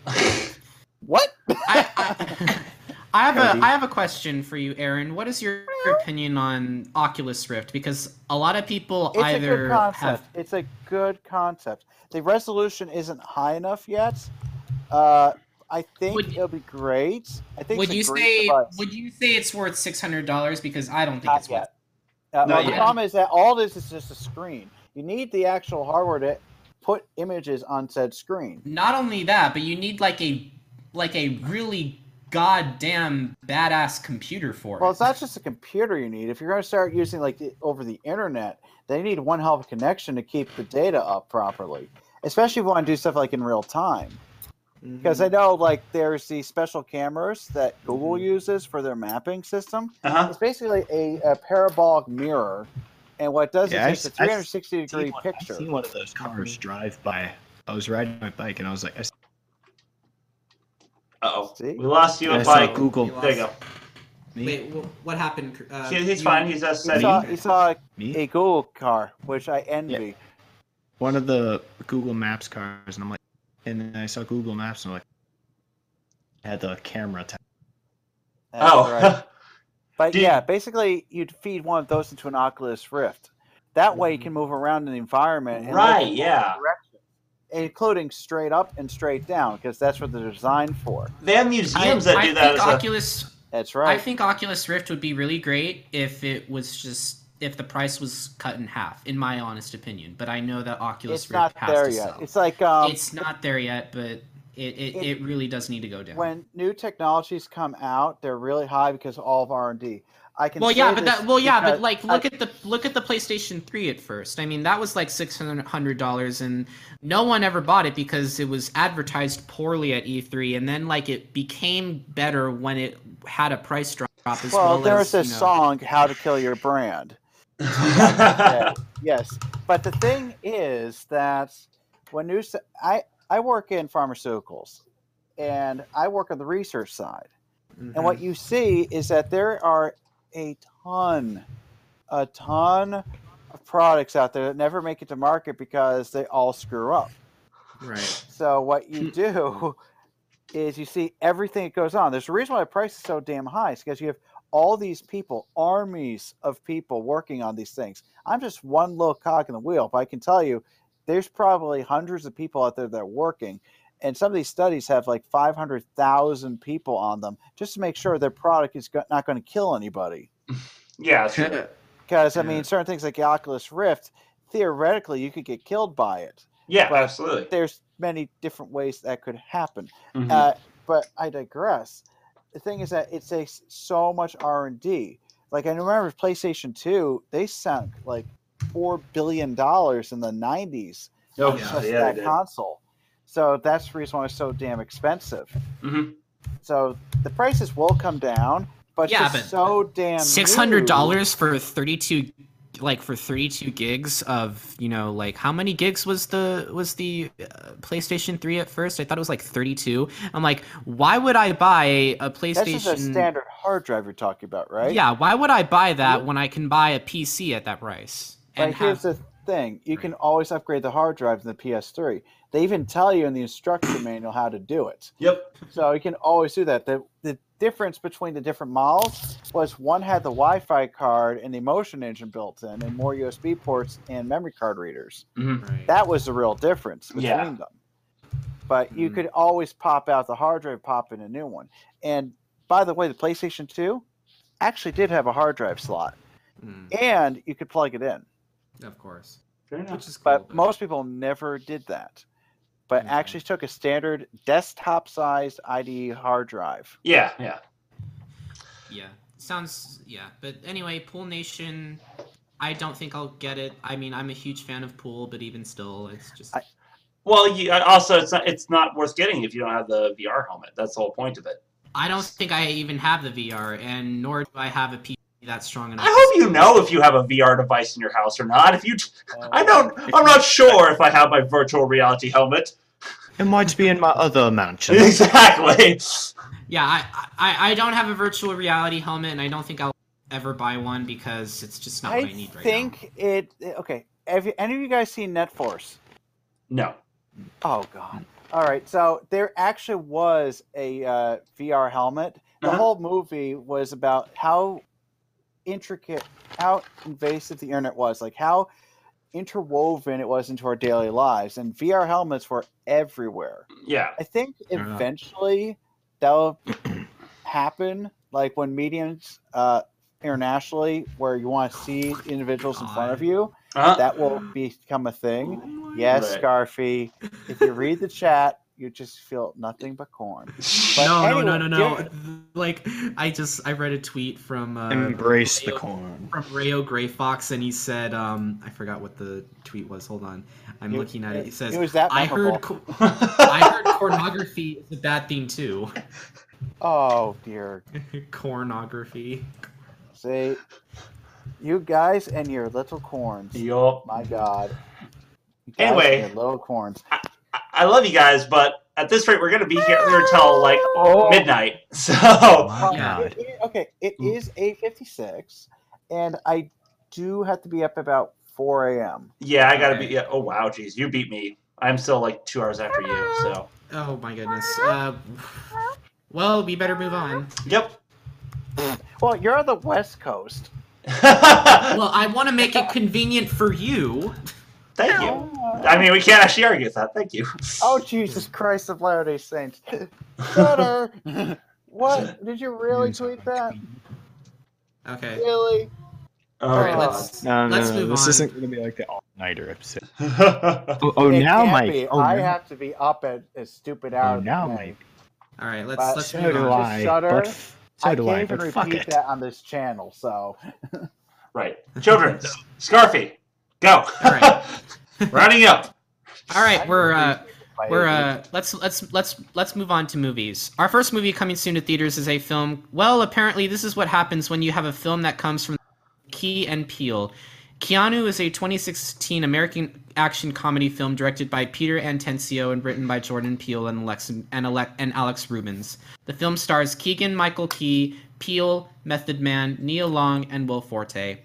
Speaker 4: What?
Speaker 2: I, I, I have a, I have a question for you, Aaron. What is your opinion on Oculus Rift? Because a lot of people
Speaker 4: It's a
Speaker 2: either
Speaker 4: good
Speaker 2: have,
Speaker 4: concept. It's a good concept. The resolution isn't high enough yet. Uh, I think
Speaker 2: Would-
Speaker 4: it'll be great. I think
Speaker 2: would
Speaker 4: it's
Speaker 2: you
Speaker 4: a great
Speaker 2: say,
Speaker 4: device.
Speaker 2: would you say it's worth six hundred dollars? Because I don't think
Speaker 4: Not
Speaker 2: it's worth.
Speaker 4: yet. Uh,
Speaker 1: Not
Speaker 4: well, the
Speaker 2: yet.
Speaker 4: problem is that all this is just a screen. You need the actual hardware to put images on said screen.
Speaker 2: Not only that, but you need like a, like a really goddamn badass computer for
Speaker 4: Well,
Speaker 2: it.
Speaker 4: it's not just a computer you need. If you're going to start using like the, over the internet, they need one hell of a connection to keep the data up properly, especially if you want to do stuff like in real time.
Speaker 3: Mm-hmm.
Speaker 4: Because
Speaker 2: Mm-hmm.
Speaker 4: I know like there's the special cameras that Google uses for their mapping system.
Speaker 1: Uh-huh.
Speaker 4: It's basically a, a parabolic mirror, and what it does
Speaker 3: Yeah,
Speaker 4: is takes
Speaker 3: I've-
Speaker 4: a
Speaker 3: I've
Speaker 4: 360 degree picture.
Speaker 3: I've seen one of those cars drive by. I was riding my bike and I was like, I saw,
Speaker 1: Uh-oh.
Speaker 4: See?
Speaker 1: We lost you
Speaker 3: I
Speaker 1: in
Speaker 3: saw
Speaker 1: bike.
Speaker 3: Google.
Speaker 1: There you go.
Speaker 3: Me,
Speaker 2: Wait, wh- what happened? Cr- Uh,
Speaker 1: He- he's
Speaker 2: you-
Speaker 1: fine. He's just
Speaker 4: He
Speaker 1: said
Speaker 4: saw, he saw
Speaker 3: me.
Speaker 4: a Google car, which I envy.
Speaker 3: One of the Google Maps cars, and I'm like, and then I saw Google Maps and I'm like, I had the camera. T-
Speaker 4: That's
Speaker 1: Oh.
Speaker 4: right. But
Speaker 1: Did-
Speaker 4: yeah, basically, you'd feed one of those into an Oculus Rift. That
Speaker 2: Mm-hmm.
Speaker 4: way, you can move around in the environment. and look
Speaker 1: Right,
Speaker 4: in all
Speaker 1: yeah.
Speaker 4: directions, Including straight up and straight down, because that's what they're designed for.
Speaker 1: They have
Speaker 2: I,
Speaker 1: museums that
Speaker 2: I
Speaker 1: do that
Speaker 2: think
Speaker 1: as a
Speaker 2: Oculus.
Speaker 4: That's
Speaker 2: I
Speaker 4: right.
Speaker 2: think Oculus Rift would be really great if it was just if the price was cut in half, in my honest opinion. But I know that Oculus
Speaker 4: it's not
Speaker 2: Rift has
Speaker 4: there
Speaker 2: to
Speaker 4: yet.
Speaker 2: sell. It's,
Speaker 4: It's like um,
Speaker 2: not there yet, but it, it,
Speaker 4: it-
Speaker 2: it, really does need to go down.
Speaker 4: when new technologies come out, they're really high because of all of R and D. I can.
Speaker 2: well,
Speaker 4: say
Speaker 2: yeah, but
Speaker 4: this
Speaker 2: that well, yeah,
Speaker 4: because
Speaker 2: but like look at the look at the PlayStation Three at first. I mean, that was like six hundred dollars, and no one ever bought it because it was advertised poorly at E three, and then like it became better when it had a price drop as well.
Speaker 4: Well,
Speaker 2: as,
Speaker 4: there's this
Speaker 2: you know-
Speaker 4: song, "How to Kill Your Brand." Yeah, yes, but the thing is that when new, s- I I work in pharmaceuticals, and I work on the research side, and what you see is that there are a ton, a ton of products out there that never make it to market because they all screw up.
Speaker 3: right.
Speaker 4: So what you do is you see everything that goes on. There's a reason why the price is so damn high. It's because you have all these people, armies of people working on these things. I'm just one little cog in the wheel, but I can tell you, there's probably hundreds of people out there that are working. And some of these studies have like 500,000 people on them just to make sure their product is go- not going to kill anybody.
Speaker 1: Yeah, true.
Speaker 4: Because, I
Speaker 3: Yeah.
Speaker 4: mean, certain things like the Oculus Rift, theoretically, you could get killed by it.
Speaker 1: Yeah,
Speaker 4: But
Speaker 1: absolutely.
Speaker 4: There's many different ways that could happen
Speaker 1: Mhm.
Speaker 4: uh, but I digress. The thing is that it takes so much R and D. Like I remember PlayStation Two, they sunk like four billion dollars in the nineties
Speaker 1: Oh,
Speaker 4: just
Speaker 1: yeah, they
Speaker 4: that
Speaker 1: did.
Speaker 4: console. So that's the reason why it's so damn expensive.
Speaker 2: Mm-hmm.
Speaker 1: Mhm.
Speaker 4: So the prices will come down, but it's
Speaker 2: Yeah,
Speaker 4: just
Speaker 2: but
Speaker 4: so damn
Speaker 2: Six hundred dollars for thirty-two, like for thirty-two gigs of you know like how many gigs was the was the uh, PlayStation Three at first? I thought it was like thirty-two. I'm like, why would I buy a PlayStation?
Speaker 4: That's just a standard hard drive you're talking about, right?
Speaker 2: Yeah, why would I buy that when I can buy a PC at that price?
Speaker 4: But
Speaker 2: And
Speaker 4: here's
Speaker 2: have-
Speaker 4: the thing: you can always upgrade the hard drive in the PS3. They even tell you in the instruction manual how to do it.
Speaker 1: Yep.
Speaker 4: So you can always do that. The the difference between the different models was one had the Wi-Fi card and the motion engine built in, and more USB ports and memory card readers.
Speaker 2: Hmm.
Speaker 4: That was the real difference between
Speaker 1: Yeah.
Speaker 4: them. But
Speaker 2: Mm-hmm.
Speaker 4: you could always pop out the hard drive, pop in a new one. And by the way, the PlayStation 2 actually did have a hard drive slot, and you could plug it in.
Speaker 2: Hmm, of course.
Speaker 1: Fair enough.
Speaker 2: Which is cool,
Speaker 4: But most people never did that. But
Speaker 2: Mhm.
Speaker 4: actually took a standard desktop-sized IDE hard drive.
Speaker 1: Yeah, yeah.
Speaker 2: Yeah. Sounds yeah. But anyway, Pool Nation I don't think I'll get it. I mean, I'm a huge fan of Pool, but even still, it's just
Speaker 4: I-
Speaker 1: Well, you, uh, also it's not it's not worth getting if you don't have the VR helmet. That's the whole point of it.
Speaker 2: I don't think I even have the VR and nor do I have a PC that's strong
Speaker 1: I
Speaker 2: enough. to
Speaker 1: hope you know if you have a VR device in your house or not. If you, I don't. I'm not sure if I have my virtual reality helmet.
Speaker 3: It might be in my other mansion.
Speaker 1: Exactly.
Speaker 2: Yeah, I, I I don't have a virtual reality helmet and I don't think I'll ever buy one because it's just not what I need right now.
Speaker 4: think it. Okay, have you, any of you guys seen Net Force?
Speaker 1: No.
Speaker 4: Oh God! All right, so there actually was a uh, VR helmet. The
Speaker 1: Uh-huh.
Speaker 4: whole movie was about how intricate, how invasive the internet was, like how interwoven it was into our daily lives, and VR helmets were everywhere.
Speaker 1: Yeah.
Speaker 4: I think
Speaker 3: Yeah.
Speaker 4: eventually that'll happen, like when meetings uh, internationally, where you want to see individuals in front of you.
Speaker 1: Uh,
Speaker 4: that will become a
Speaker 2: Oh
Speaker 4: thing. Yes,
Speaker 1: Right.
Speaker 4: Scarfy. If you read the chat, you just feel nothing but corn. But
Speaker 2: No,
Speaker 4: anyway,
Speaker 2: no, no, no,
Speaker 4: dear-
Speaker 2: no. Like I just I read a tweet from uh,
Speaker 3: Embrace the
Speaker 2: Rayo-
Speaker 3: corn.
Speaker 2: from Rayo Gray Fox, and he said, um, I forgot what the tweet was. Hold on, I'm
Speaker 4: You-
Speaker 2: looking at it. He says,
Speaker 4: it was that
Speaker 2: I heard,
Speaker 4: memorable."
Speaker 2: co- I heard pornography is a bad thing too.
Speaker 4: Oh dear.
Speaker 2: Cornography.
Speaker 4: See, you guys and your little corns.
Speaker 1: yup.
Speaker 4: My God. You guys
Speaker 1: Anyway.
Speaker 4: and your little corns.
Speaker 1: I, I love you guys, but at this rate, we're gonna be here until like
Speaker 4: Oh.
Speaker 1: midnight. So
Speaker 3: My
Speaker 4: Uh,
Speaker 3: Oh, God.
Speaker 4: it- it- okay, it
Speaker 1: Mm.
Speaker 4: is eight fifty-six, and I do have to be up about four a.m.
Speaker 1: yeah, I gotta be. Yeah, oh wow, geez, you beat me. I'm still like two hours after you. So
Speaker 2: Oh my goodness. Uh, well, we better move on.
Speaker 1: yep.
Speaker 4: Well, you're on the West Coast.
Speaker 2: Well, I want to make it convenient for you.
Speaker 1: Thank you. I mean, we can't actually argue with that. Thank you.
Speaker 4: Oh Jesus Christ of Latter Day Saints! Cutter, what did you really tweet that?
Speaker 2: Okay.
Speaker 4: Really?
Speaker 1: All
Speaker 2: All right, let's
Speaker 3: No, no,
Speaker 2: let's
Speaker 3: no,
Speaker 2: move
Speaker 3: this
Speaker 2: on.
Speaker 3: isn't going to be like the all-nighter episode.
Speaker 1: let's.
Speaker 3: Oh, oh
Speaker 4: It
Speaker 3: now
Speaker 4: can't
Speaker 3: Mike.
Speaker 4: be.
Speaker 3: Oh,
Speaker 4: I
Speaker 3: now-
Speaker 4: have to be up at a stupid hour.
Speaker 3: oh, now
Speaker 4: than that.
Speaker 3: Mike.
Speaker 2: All right, let's
Speaker 4: Uh,
Speaker 2: let's
Speaker 3: So
Speaker 2: move
Speaker 3: do
Speaker 2: on.
Speaker 3: I.
Speaker 4: Shudder.
Speaker 3: But f- so
Speaker 4: I
Speaker 3: do
Speaker 4: can't
Speaker 3: I.
Speaker 4: even
Speaker 3: But fuck
Speaker 4: repeat
Speaker 3: it.
Speaker 4: that on this channel. So
Speaker 1: Right. Children, S- Scarfy, go.
Speaker 2: All right.
Speaker 1: Rounding up.
Speaker 2: All right,
Speaker 4: I
Speaker 2: we're
Speaker 4: agree.
Speaker 2: uh,
Speaker 4: I
Speaker 2: We're
Speaker 4: agree.
Speaker 2: uh, let's let's let's let's move on to movies. Our first movie coming soon to theaters is a film. Well, apparently this is what happens when you have a film that comes from Key and Peele. Keanu is a 2016 American action comedy film directed by Peter Antencio and written by Jordan Peele and Alex and, Ale- and Alex Rubens. The film stars Keegan Michael Key, Peele, Method Man, Neil Long, and Will Forte.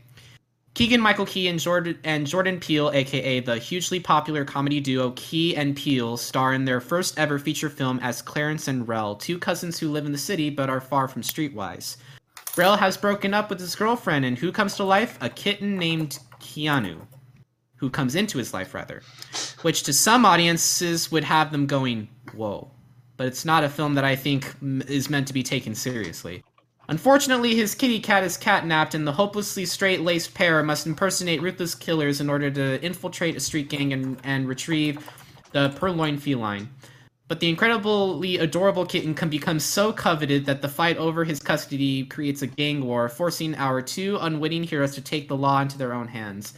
Speaker 2: Keegan Michael Key and Jordan and Jordan Peele, aka the hugely popular comedy duo Key and Peele, star in their first ever feature film as Clarence and Rel, two cousins who live in the city but are far from streetwise. Rel has broken up with his girlfriend, and who comes to life? A kitten named Keanu, who comes into his life rather, which to some audiences would have them going, "Whoa!" But it's not a film that I think mm, is meant to be taken seriously. Unfortunately, his kitty cat is catnapped, and the hopelessly straight laced pair must impersonate ruthless killers in order to infiltrate a street gang and, and retrieve the purloined feline. but the incredibly adorable kitten can become so coveted that the fight over his custody creates a gang war, forcing our two unwitting heroes to take the law into their own hands.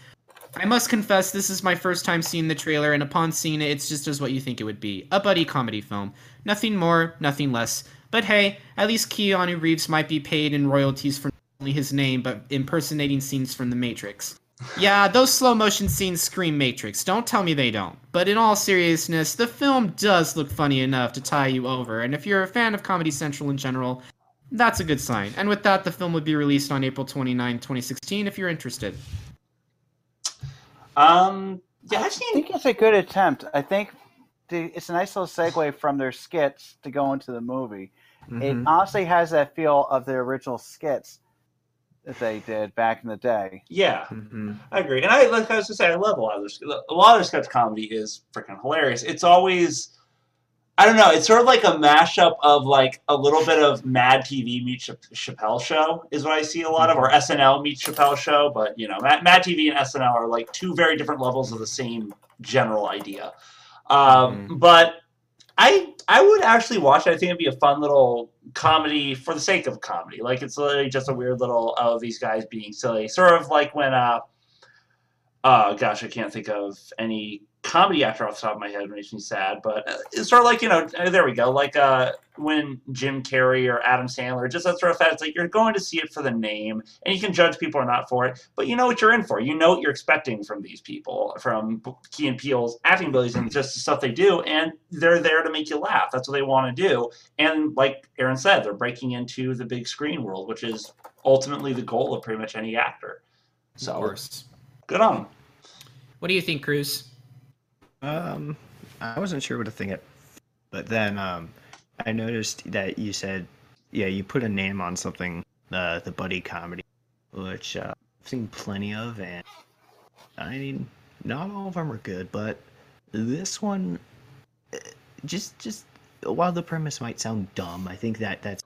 Speaker 2: I must confess, this is my first time seeing the trailer, and upon seeing it, it's just as what you think it would be a buddy comedy film. Nothing more, nothing less. But hey, at least Keanu Reeves might be paid in royalties for not only his name, but impersonating scenes from The Matrix. Yeah, those slow motion scenes scream Matrix. Don't tell me they don't. But in all seriousness, the film does look funny enough to tie you over, and if you're a fan of Comedy Central in general, that's a good sign. And with that, the film would be released on April 29, 2016, if you're interested.
Speaker 1: Um, yeah,
Speaker 4: I
Speaker 1: I've seen.
Speaker 4: think it's a good attempt. I think the, it's a nice little segue from their skits to go into the movie.
Speaker 2: Mm-hmm.
Speaker 4: It honestly has that feel of their original skits that they did back in the day.
Speaker 1: Yeah,
Speaker 3: Mm-hmm.
Speaker 1: I agree. And I like I was just saying, I love a lot of their sk- a lot of their sketch comedy is freaking hilarious. It's always I don't know. It's sort of like a mashup of like a little bit of Mad TV meets Chap- Chappelle Show is what I see a lot of, or SNL meets Chappelle Show. But you know, Mad, Mad TV and SNL are like two very different levels of the same general idea. Um, But I I would actually watch it. I think it'd be a fun little comedy for the sake of comedy. Like it's literally just a weird little oh these guys being silly, sort of like when uh uh gosh I can't think of any comedy actor off the top of my head it makes me sad, but uh, it's sort of like you know uh, there we go like uh when Jim Carrey or Adam Sandler just that sort of fact it's like you're going to see it for the name and you can judge people or not for it, but you know what you're in for. You know what you're expecting from these people from Key and Peele's acting abilities and just the stuff they do, and they're there to make you laugh. That's what they want to do. And like Aaron said, they're breaking into the big screen world, which is ultimately the goal of pretty much any actor. So
Speaker 2: Of course.
Speaker 1: good on 'em.
Speaker 2: What do you think, Cruz?
Speaker 3: Um, I wasn't sure what to think of, but then um, I noticed that you said, yeah, you put a name on something, uh, the buddy comedy, which uh, I've seen plenty of, and I mean, not all of them are good, but this one, eh, just just while the premise might sound dumb, I think that that's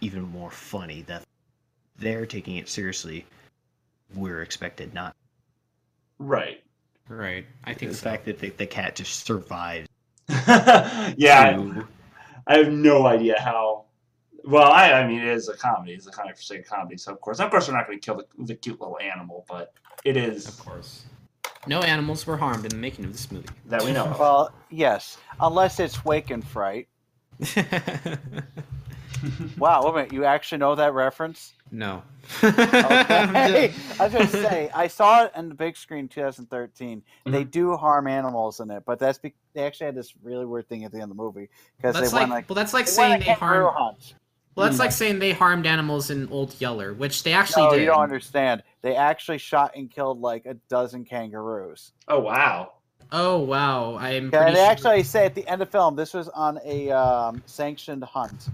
Speaker 3: even more funny that they're taking it seriously. We're expected not.
Speaker 1: Right.
Speaker 2: Right. I think
Speaker 3: The
Speaker 2: so.
Speaker 3: fact that the, the cat just survives.
Speaker 1: yeah,
Speaker 3: to-
Speaker 1: I, I have no idea how. Well, I, I mean, it is a comedy. It's a comedy for sake of comedy. So of course, of course, we're not going to kill the, the cute little animal, but it is
Speaker 2: course. No animals were harmed in the making of this movie.
Speaker 1: that we know. Of.
Speaker 4: Well, yes, unless it's Wake and Fright. Wow, wait a minute, you actually know that reference?
Speaker 2: No.
Speaker 4: Okay. I was going to say, I saw it on the big screen in 2013.
Speaker 2: Mm-hmm.
Speaker 4: They do harm animals in it, but that's be- they actually had this really weird thing at the end of the movie because they
Speaker 2: That's
Speaker 4: went
Speaker 2: like,
Speaker 4: like
Speaker 2: well, that's like
Speaker 4: they
Speaker 2: saying
Speaker 4: went on a
Speaker 2: they
Speaker 4: kangaroo
Speaker 2: harmed.
Speaker 4: hunt.
Speaker 2: Well, that's like saying they harmed animals in Old Yeller, which they actually
Speaker 4: No,
Speaker 2: did.
Speaker 4: you don't understand. They actually shot and killed like a dozen kangaroos.
Speaker 1: Oh wow.
Speaker 2: Oh wow, I am.
Speaker 4: Yeah,
Speaker 2: pretty
Speaker 4: they
Speaker 2: sure-
Speaker 4: actually say at the end of film this was on a um, sanctioned hunt.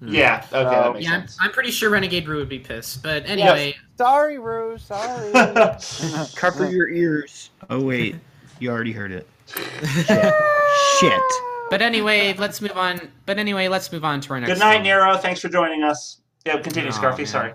Speaker 2: Hmm.
Speaker 1: Yeah. Okay, that
Speaker 4: So-
Speaker 1: makes
Speaker 2: Yeah, I'm,
Speaker 1: sense.
Speaker 2: I'm pretty sure Renegade Rue would be pissed. But anyway,
Speaker 4: Sorry, Roo. Sorry.
Speaker 3: Cover your ears. Oh wait, you already heard it. Shit. Shit.
Speaker 2: but anyway, let's move on. But anyway, let's move on to our next.
Speaker 1: Good night,
Speaker 2: film.
Speaker 1: Nero. Thanks for joining us. Yeah, continue,
Speaker 2: Aw,
Speaker 1: Scarfy.
Speaker 2: man.
Speaker 1: Sorry.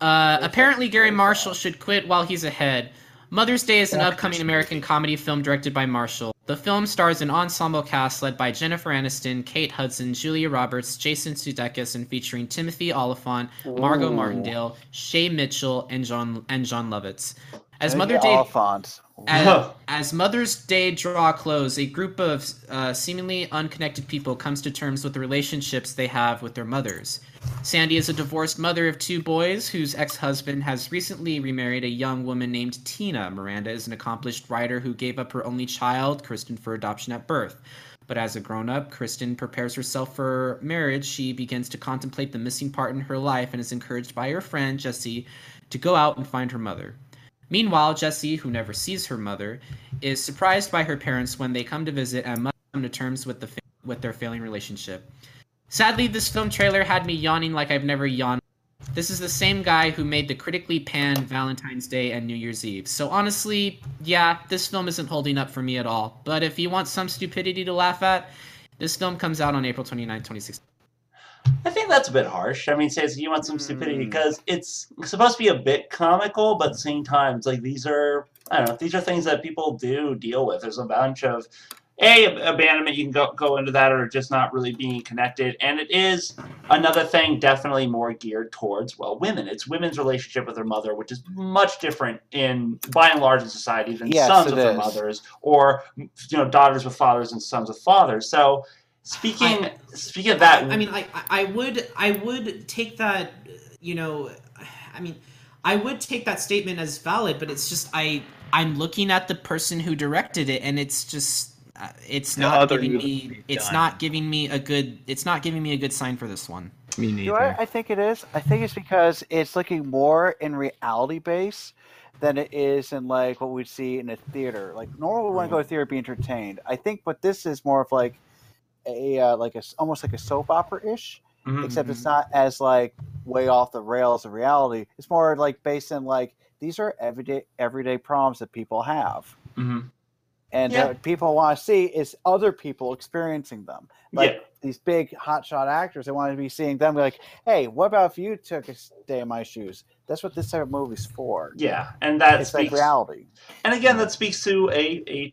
Speaker 2: Uh, apparently, Gary Marshall should quit while he's ahead. Mother's Day is an upcoming American comedy film directed by Marshall. The film stars an ensemble cast led by Jennifer Aniston, Kate Hudson, Julia Roberts, Jason Sudeikis, and featuring Timothy Oliphant, Margot Martindale, Shay Mitchell, and John and John Lovitz. As Mother Day
Speaker 4: Oliphant.
Speaker 2: As, as Mother's Day draw close, a group of uh, seemingly unconnected people comes to terms with the relationships they have with their mothers. Sandy is a divorced mother of two boys whose ex-husband has recently remarried a young woman named Tina. Miranda is an accomplished writer who gave up her only child, Kristen, for adoption at birth. But as a grown up, Kristen prepares herself for marriage. She begins to contemplate the missing part in her life and is encouraged by her friend, Jesse, to go out and find her mother. Meanwhile, Jessie, who never sees her mother, is surprised by her parents when they come to visit and must come to terms with the fa- with their failing relationship. Sadly, this film trailer had me yawning like I've never yawned. This is the same guy who made the critically panned Valentine's Day and New Year's Eve. So honestly, yeah, this film isn't holding up for me at all. But if you want some stupidity to laugh at, this film comes out on April 29, 2016.
Speaker 1: I think that's a bit harsh. I mean, says you want some stupidity
Speaker 2: Hmm.
Speaker 1: because it's supposed to be a bit comical, but at the same time, it's like these are I don't know, these are things that people do deal with. There's a bunch of a abandonment you can go, go into that or just not really being connected and it is another thing definitely more geared towards well women it's women's relationship with their mother which is much different in by and large in society than
Speaker 4: Yes,
Speaker 1: sons
Speaker 4: it
Speaker 1: with their
Speaker 4: is.
Speaker 1: mothers or you know daughters with fathers and sons with fathers so speaking speaking of that
Speaker 2: I mean, I, I- I would I would take that, you know, I mean, I would take that statement as valid, but it's just I I'm looking at the person who directed it, and it's just uh, it's
Speaker 3: The
Speaker 2: not
Speaker 3: other
Speaker 2: giving
Speaker 3: movie
Speaker 2: me
Speaker 3: we've
Speaker 2: it's
Speaker 3: done.
Speaker 2: not giving me a good it's not giving me a good sign for this one.
Speaker 3: Me
Speaker 4: You
Speaker 3: neither.
Speaker 4: know what I think it is? I think it's because it's looking more in reality base than it is in like what we'd see in a theater. Like normally we want to go to theater to be entertained. I think what this is more of like a uh, like a s- almost like a soap opera ish,
Speaker 1: mhm.
Speaker 4: except it's not as like way off the rails of reality. It's more like based in like these are everyday everyday problems that people have.
Speaker 1: Mhm.
Speaker 4: And
Speaker 1: Yeah.
Speaker 4: what people want to see is other people experiencing them like these big hotshot actors. They want to be seeing them be like, hey, what about if you took a day in my shoes? That's what this type of movie's for.
Speaker 1: yeah and that
Speaker 4: it's like
Speaker 1: speaks
Speaker 4: reality.
Speaker 1: and again that speaks to a, a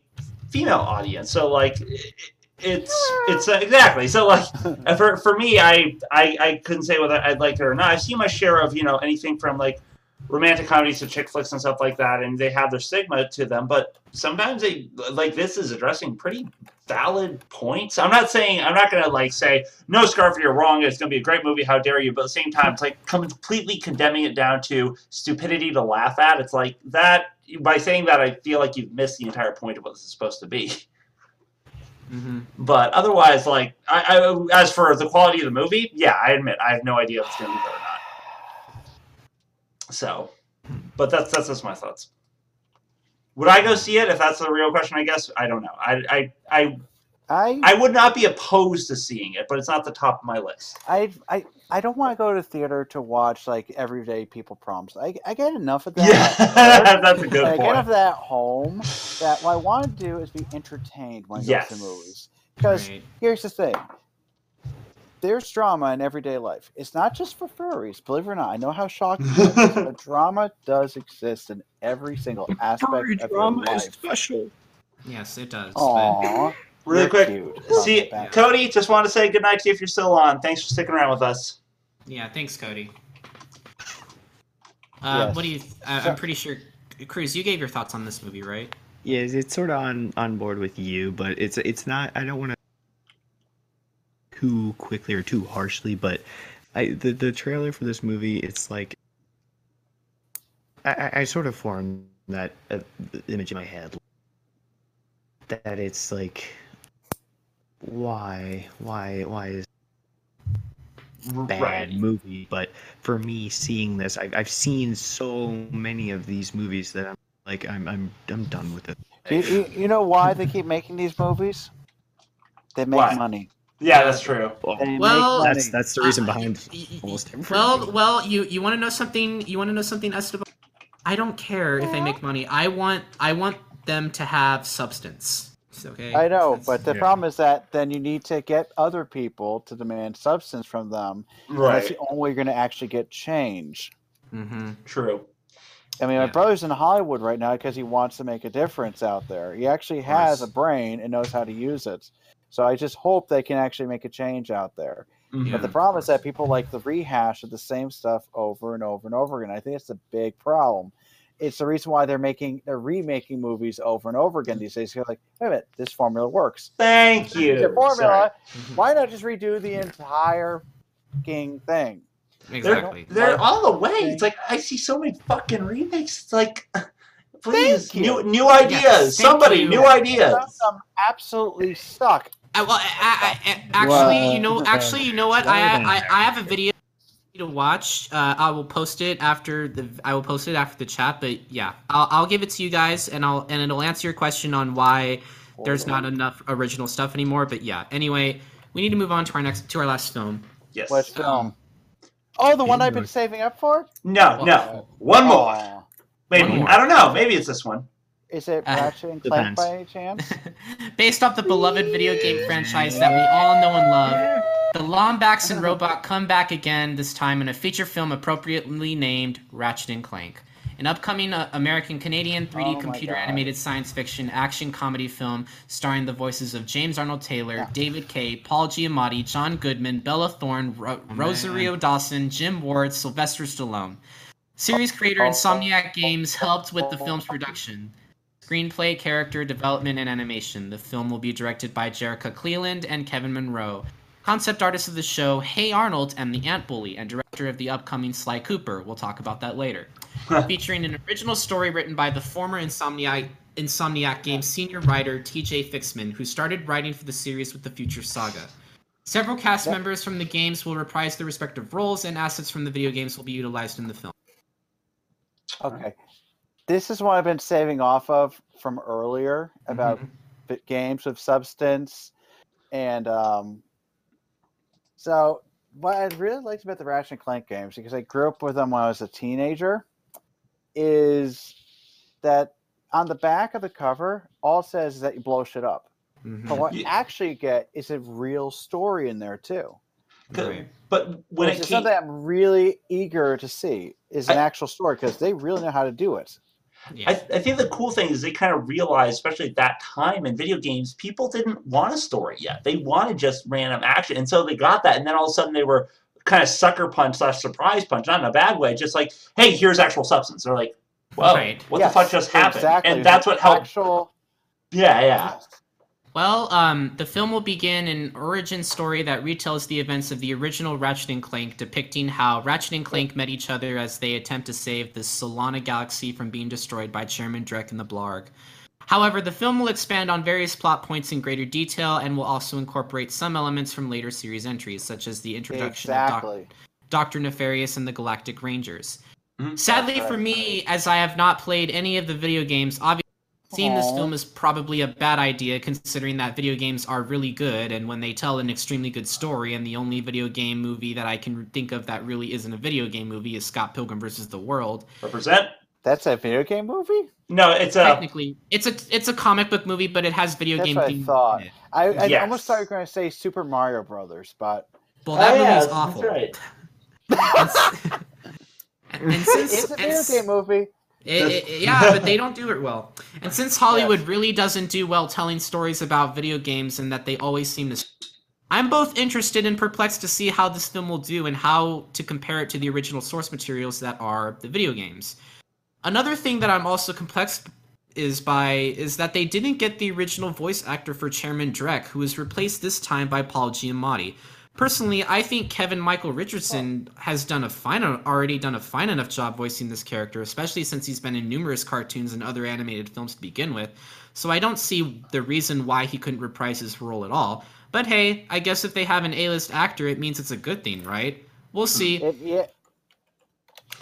Speaker 1: female audience so like it- it's it's uh, exactly so like uh, for, for me I, I i couldn't say whether i'd like it or not i've seen my share of you know anything from like romantic comedies to chick flicks and stuff like that and they have their stigma to them but sometimes they like this is addressing pretty valid points i'm not saying i'm not gonna like say no scarf you're wrong it's gonna be a great movie how dare you but at the same time it's like completely condemning it down to stupidity to laugh at it's like that by saying that i feel like you've missed the entire point of what this is supposed to be
Speaker 2: Mm-hmm.
Speaker 1: but otherwise like I, I as for the quality of the movie yeah i admit i have no idea if it's gonna be good or not so but that's that's just my thoughts would i go see it if that's the real question i guess i don't know i i i,
Speaker 4: I,
Speaker 1: I would not be opposed to seeing it but it's not the top of my list
Speaker 4: I, I, I don't want to go to theater to watch like everyday people problems. I, I get enough of that.
Speaker 1: yeah
Speaker 4: at work.
Speaker 1: that's a
Speaker 4: I
Speaker 1: good
Speaker 4: get enough
Speaker 1: point
Speaker 4: of that at home. That what I want to do is be entertained when I go
Speaker 1: Yes.
Speaker 4: to the movies. Because
Speaker 2: Right.
Speaker 4: here's the thing. There's drama in everyday life. It's not just for furries, believe it or not. I know how shocking that is, but drama does exist in every single aspect
Speaker 3: Furry
Speaker 4: of your
Speaker 3: drama is
Speaker 4: life.
Speaker 3: special.
Speaker 2: Yes, it does. but-
Speaker 4: Aww,
Speaker 1: really quick see
Speaker 4: Back.
Speaker 1: cody just want to say goodnight to you if you're still on thanks for sticking around with us
Speaker 2: yeah, thanks, Cody. Uh,
Speaker 4: Yes.
Speaker 2: What do you? I,
Speaker 4: So-
Speaker 2: I'm pretty sure, Cruz, you gave your thoughts on this movie, right?
Speaker 3: Yeah, it's- it's sort of on on board with you, but it's it's not. I don't want to too quickly or too harshly, but I the the trailer for this movie, it's like I I, I sort of formed that uh, image in my head that it's like why why why is bad movie. But for me, seeing this, I've, I've seen so many of these movies that I'm like, I'm I'm I'm done with it.
Speaker 4: Do you, you, you know why they keep making these movies? They make
Speaker 1: Why?
Speaker 4: money.
Speaker 1: yeah that's true
Speaker 4: They
Speaker 2: Well,
Speaker 4: make money.
Speaker 3: that's that's the reason behind almost everything.
Speaker 2: Well, well, you you want to know something? You want to know something, Esteban? I don't care if they make money. I want I want them to have substance. It's okay.
Speaker 4: I know,
Speaker 2: That's-
Speaker 4: but the
Speaker 3: Yeah.
Speaker 4: problem is that then you need to get other people to demand substance from them. and
Speaker 1: right
Speaker 4: That's the only way you're going to actually get change.
Speaker 2: Mhm.
Speaker 1: true
Speaker 4: I mean, my
Speaker 2: Yeah.
Speaker 4: brother's in Hollywood right now because he wants to make a difference out there. He actually has a brain and knows how to use it. So I just hope they can actually make a change out there.
Speaker 1: Mhm.
Speaker 4: But the problem is that people like the rehash of the same stuff over and over and over again. I think it's a big problem. It's the reason why they're making they're remaking movies over and over
Speaker 2: Mm-hmm.
Speaker 4: again these days. You're like, wait a minute, this formula works.
Speaker 1: Thank you.
Speaker 4: The
Speaker 1: Sorry.
Speaker 4: formula. Why not just redo the entire fucking thing?
Speaker 2: Exactly.
Speaker 1: They're all the way. It's like I see so many fucking remakes. It's like, please,
Speaker 4: Thank
Speaker 1: new
Speaker 4: you.
Speaker 1: new ideas.
Speaker 2: thank
Speaker 1: Somebody,
Speaker 2: you.
Speaker 1: new ideas.
Speaker 4: Some of them absolutely suck.
Speaker 2: I, well, I, I, I, actually, you know, actually, you know what? I I, I have a video to watch. Uh, I will post it after the I will post it after the chat. But yeah, I'll, I'll give it to you guys, and I'll and it'll answer your question on why there's not enough original stuff anymore. But yeah, anyway, we need to move on to our next to our last film.
Speaker 1: Yes.
Speaker 4: What film? Oh, the one I've been saving up for?
Speaker 1: No, no. One more.
Speaker 4: Oh.
Speaker 1: Maybe
Speaker 2: one more.
Speaker 1: I don't know. Maybe it's this one.
Speaker 4: Is it
Speaker 2: Uh,
Speaker 4: Ratchet and Clank
Speaker 3: depends.
Speaker 4: by any chance?
Speaker 2: Based off the beloved video game franchise that we all know and love, the Lombax and Robot come back again, this time in a feature film appropriately named Ratchet and Clank. an upcoming uh, American Canadian 3D
Speaker 4: Oh my
Speaker 2: computer
Speaker 4: God.
Speaker 2: animated science fiction action comedy film starring the voices of James Arnold Taylor, David Kay, Paul Giamatti, John Goodman, Bella Thorne, Ro- Rosario Dawson, Jim Ward, Sylvester Stallone. Series creator Insomniac Games helped with the film's production. Screenplay, character development, and animation. The film will be directed by Jerica Cleland and Kevin Monroe. Concept artist of the show, Hey Arnold and the Ant Bully, and director of the upcoming Sly Cooper. We'll talk about that later. Featuring an original story written by the former Insomniac, Insomniac Games senior writer TJ Fixman, who started writing for the series with the Future Saga. Several cast members from the games will reprise their respective roles, and assets from the video games will be utilized in the film.
Speaker 4: Okay. This is what I've been saving off of from earlier about the games of substance. And um, so, what I really liked about the Ratchet and Clank games, because I grew up with them when I was a teenager, is that on the back of the cover, all it says is that you blow shit up.
Speaker 2: Mm-hmm.
Speaker 4: But what you
Speaker 1: Yeah.
Speaker 4: actually get is a real story in there, too.
Speaker 2: Mm-hmm.
Speaker 1: Good. But when
Speaker 4: which
Speaker 1: it
Speaker 4: is
Speaker 1: came,
Speaker 4: something I'm really eager to see is an
Speaker 1: I-
Speaker 4: actual story because they really know how to do it.
Speaker 1: I, I think the cool thing is they kind of realized, especially at that time in video games, people didn't want a story yet. They wanted just random action. And so they got that. And then all of a sudden they were kind of sucker punch slash surprise punch, not in a bad way, just like, hey, here's actual substance. They're like, whoa,
Speaker 2: Right.
Speaker 1: what
Speaker 4: Yes,
Speaker 1: the fuck just happened?
Speaker 4: Exactly.
Speaker 1: And that's what helped.
Speaker 4: Actual.
Speaker 1: Yeah, yeah.
Speaker 2: Well, um, the film will begin an origin story that retells the events of the original Ratchet and Clank, depicting how Ratchet and Clank met each other as they attempt to save the Solana galaxy from being destroyed by Chairman Drek and the Blarg. However, the film will expand on various plot points in greater detail and will also incorporate some elements from later series entries, such as the introduction of Doc-
Speaker 4: Exactly.
Speaker 2: Dr. Nefarious and the Galactic Rangers.
Speaker 1: Mhm.
Speaker 2: Sadly
Speaker 4: That's
Speaker 2: for
Speaker 4: right.
Speaker 2: me, as I have not played any of the video games, obviously seeing this
Speaker 4: Aw.
Speaker 2: film is probably a bad idea considering that video games are really good and when they tell an extremely good story and the only video game movie that I can think of that really isn't a video game movie is Scott Pilgrim versus the World.
Speaker 1: Represent?
Speaker 4: That's a video game movie.
Speaker 1: No, it's a.
Speaker 2: Technically, it's a it's a comic book movie but it has video
Speaker 4: That's
Speaker 2: game
Speaker 4: what I
Speaker 2: themes
Speaker 4: thought.
Speaker 2: in it.
Speaker 4: I, I
Speaker 1: Yes.
Speaker 4: almost thought you were going to say Super Mario Brothers, but
Speaker 2: Well, that
Speaker 1: Oh,
Speaker 2: movie
Speaker 1: yeah,
Speaker 2: is
Speaker 1: that's
Speaker 2: awful.
Speaker 1: right.
Speaker 2: And, and since,
Speaker 4: it's a
Speaker 2: and
Speaker 4: video
Speaker 2: s-
Speaker 4: game movie.
Speaker 2: It, it- it- Eh, yeah, but they don't do it well. And since Hollywood really doesn't do well telling stories about video games and that they always seem to. I'm both interested and perplexed to see how this film will do and how to compare it to the original source materials that are the video games. Another thing that I'm also complexed is by is that they didn't get the original voice actor for Chairman Drek, who was replaced this time by Paul Giamatti. Personally, I think Kevin Michael Richardson has done a fine already done a fine enough job voicing this character, especially since he's been in numerous cartoons and other animated films to begin with. So I don't see the reason why he couldn't reprise his role at all. But hey, I guess if they have an A-list actor, it means it's a good thing, right? We'll see.
Speaker 4: It, yeah,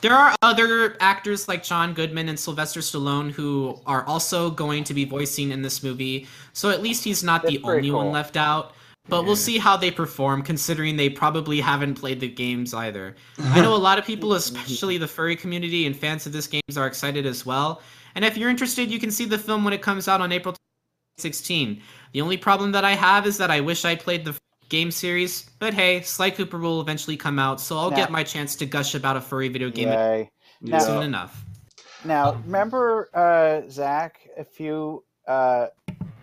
Speaker 2: There are other actors like John Goodman and Sylvester Stallone who are also going to be voicing in this movie, so at least he's not the
Speaker 4: That's pretty
Speaker 2: only one
Speaker 4: cool.
Speaker 2: left out. But we'll see how they perform, considering they probably haven't played the games either. I know a lot of people, especially the furry community and fans of this games, are excited as well. And if you're interested, you can see the film when it comes out on April 16. The only problem that I have is that I wish I played the game series, but hey, Sly Cooper will eventually come out, so I'll
Speaker 4: Nah.
Speaker 2: get my chance to gush about a furry video game
Speaker 4: yay.
Speaker 1: Yeah.
Speaker 2: soon enough.
Speaker 4: Now, remember, uh, Zach, a few, uh,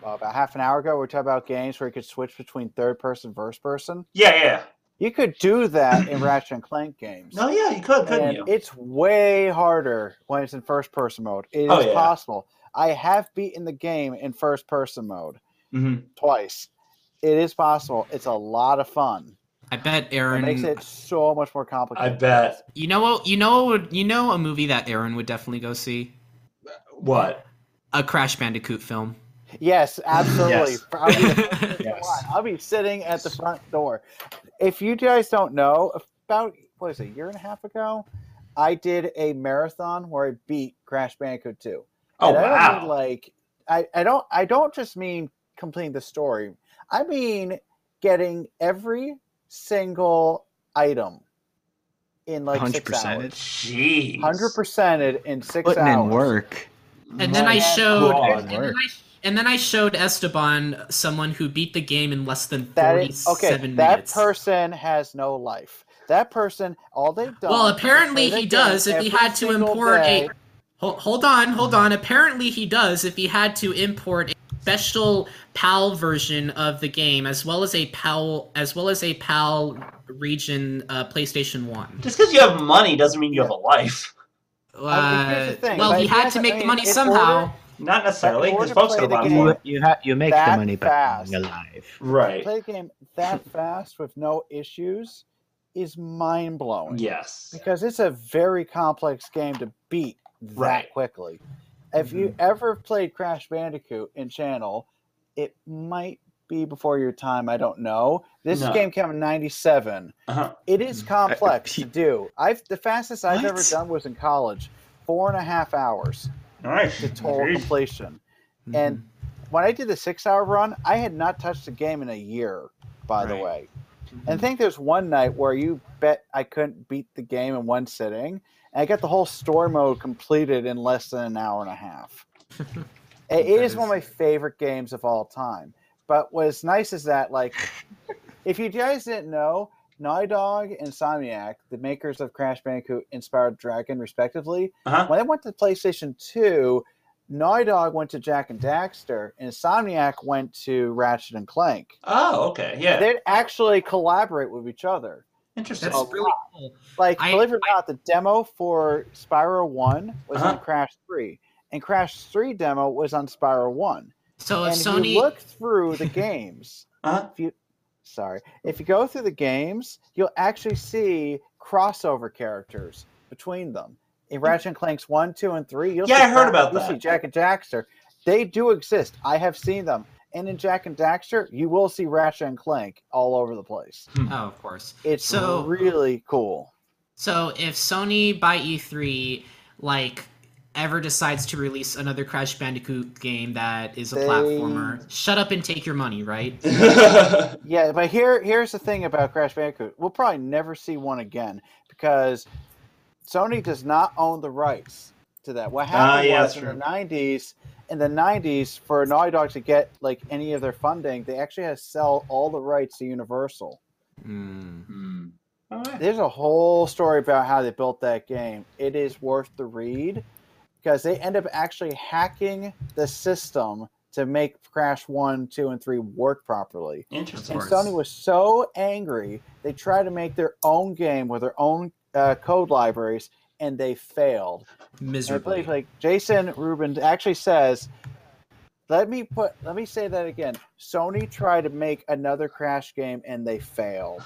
Speaker 4: well, about half an hour ago, we were talking about games where you could switch between third person, first person.
Speaker 1: Yeah, yeah.
Speaker 4: You could do that in Ratchet and Clank games.
Speaker 1: No, yeah, you could, couldn't
Speaker 4: and
Speaker 1: you?
Speaker 4: it's way harder when it's in first person mode. It is
Speaker 1: Oh, yeah.
Speaker 4: possible. I have beaten the game in first person mode
Speaker 1: hmm
Speaker 4: twice. It is possible. It's a lot of fun.
Speaker 2: I bet
Speaker 4: It
Speaker 2: Aaron.
Speaker 4: makes it so much more
Speaker 1: I
Speaker 4: complicated.
Speaker 1: bet.
Speaker 2: You know what? You know what? You know a movie that Aaron would definitely go see.
Speaker 1: What?
Speaker 2: A Crash Bandicoot film.
Speaker 4: Yes, absolutely.
Speaker 1: Yes.
Speaker 4: I'll, be,
Speaker 1: Yes.
Speaker 4: I'll be sitting at the front door. If you guys don't know, about what is it, a year and a half ago, I did a marathon where I beat Crash Bandicoot 2.
Speaker 1: Oh,
Speaker 4: And I don't mean,
Speaker 1: wow.
Speaker 4: like I, I don't I don't just mean completing the story. I mean getting every single item in like
Speaker 3: Punch
Speaker 4: six hours.
Speaker 3: percentage.
Speaker 1: Jeez.
Speaker 4: Hundred percented in six
Speaker 3: Putting
Speaker 4: hours.
Speaker 3: in work.
Speaker 2: And then I
Speaker 4: Man,
Speaker 2: showed.
Speaker 1: God.
Speaker 2: And then I, and then I showed Esteban someone who beat the game in less than
Speaker 4: That
Speaker 2: forty-seven
Speaker 4: is okay. That
Speaker 2: minutes.
Speaker 4: person has no life. That person, all they've done.
Speaker 2: well,
Speaker 4: is play
Speaker 2: apparently
Speaker 4: the
Speaker 2: he
Speaker 4: game
Speaker 2: does. If he
Speaker 4: every
Speaker 2: had to
Speaker 4: single
Speaker 2: import
Speaker 4: day.
Speaker 2: a, Hold, hold on, hold on. Apparently, he does if he had to import a special PAL version of the game, as well as a PAL, as well as a PAL region uh, PlayStation One.
Speaker 1: Just because you have money doesn't mean you have a life.
Speaker 4: I mean, Oh, here's the
Speaker 2: Uh,
Speaker 4: thing,
Speaker 2: well,
Speaker 4: but
Speaker 2: he had
Speaker 4: here's-
Speaker 2: to
Speaker 4: I
Speaker 2: make the
Speaker 4: mean,
Speaker 2: money
Speaker 4: in
Speaker 2: somehow.
Speaker 4: order-
Speaker 1: Not necessarily,
Speaker 4: In order
Speaker 1: because
Speaker 4: to
Speaker 1: folks
Speaker 4: play
Speaker 1: are
Speaker 4: the
Speaker 1: buying
Speaker 4: game-
Speaker 1: more.
Speaker 3: You ha- you make
Speaker 4: That
Speaker 3: the money by
Speaker 4: fast.
Speaker 3: being alive.
Speaker 1: Right.
Speaker 4: play the game that fast with no issues is mind blowing.
Speaker 1: Yes.
Speaker 4: Because it's a very complex game to beat that
Speaker 1: Right. Mm-hmm.
Speaker 4: quickly. If you ever played Crash Bandicoot in Channel, it might be before your time. I don't know. This
Speaker 1: No.
Speaker 4: game came in '97.
Speaker 1: Uh-huh.
Speaker 4: It is complex to
Speaker 3: pe-
Speaker 4: do. I've the fastest I've ever
Speaker 3: What?
Speaker 4: done was in college, four and a half hours
Speaker 1: All right.
Speaker 4: to total
Speaker 1: Agreed.
Speaker 4: completion. And when I did the six hour run, I had not touched the game in a year, by the
Speaker 1: Right.
Speaker 4: way.
Speaker 3: Mm-hmm.
Speaker 4: And I think there's one night where you bet I couldn't beat the game in one sitting, and I got the whole story mode completed in less than an hour and a half. it is, one of my favorite games of all time. But what's nice is that, like, if you guys didn't know, Naughty Dog and Insomniac, the makers of Crash Bandicoot, Inspired Dragon, respectively,
Speaker 1: Uh-huh.
Speaker 4: when I went to PlayStation 2, Naughty Dog went to Jack and Daxter, and Insomniac went to Ratchet and Clank.
Speaker 1: Oh, okay. Yeah.
Speaker 4: They'd actually collaborate with each other.
Speaker 1: Interesting.
Speaker 4: Oh,
Speaker 2: That's really cool.
Speaker 4: Like,
Speaker 2: I-
Speaker 4: believe it or not, the demo for Spyro 1 was on
Speaker 1: Uh-huh.
Speaker 4: Crash 3, and Crash 3 demo was on Spyro 1.
Speaker 2: So
Speaker 4: and if
Speaker 2: Sony,
Speaker 4: you look through the games,
Speaker 1: Uh-huh.
Speaker 4: sorry, if you go through the games, you'll actually see crossover characters between them. In Ratchet and Clank's one, two, and three, you'll
Speaker 1: Hmm. Yeah,
Speaker 4: see
Speaker 1: I heard about
Speaker 4: you'll see
Speaker 1: that.
Speaker 4: Jack and Daxter. They do exist. I have seen them. And in Jack and Daxter, you will see Ratchet and Clank all over the place.
Speaker 2: oh, of course.
Speaker 4: It's
Speaker 2: So-
Speaker 4: really cool.
Speaker 2: So if Sony by E3 like ever decides to release another Crash Bandicoot game that is a
Speaker 4: They-
Speaker 2: platformer, shut up and take your money, right?
Speaker 4: Yeah, but here here's the thing about Crash Bandicoot. We'll probably never see one again because Sony does not own the rights to that. What happened
Speaker 1: Ah, yeah,
Speaker 4: was
Speaker 1: that's
Speaker 4: in the nineties in the nineties for Naughty Dog to get like any of their funding, they actually had to sell all the rights to Universal.
Speaker 1: Hmm. All right.
Speaker 4: There's a whole story about how they built that game. It is worth the read because they end up actually hacking the system to make Crash 1, 2, and 3 work properly.
Speaker 1: Interesting.
Speaker 4: And Sony was so angry, they tried to make their own game with their own uh, code libraries, and they failed. And I
Speaker 2: Miserably.
Speaker 4: believe, like Jason Rubin actually says, "Let me put, let me say that again." Sony tried to make another Crash game, and they failed.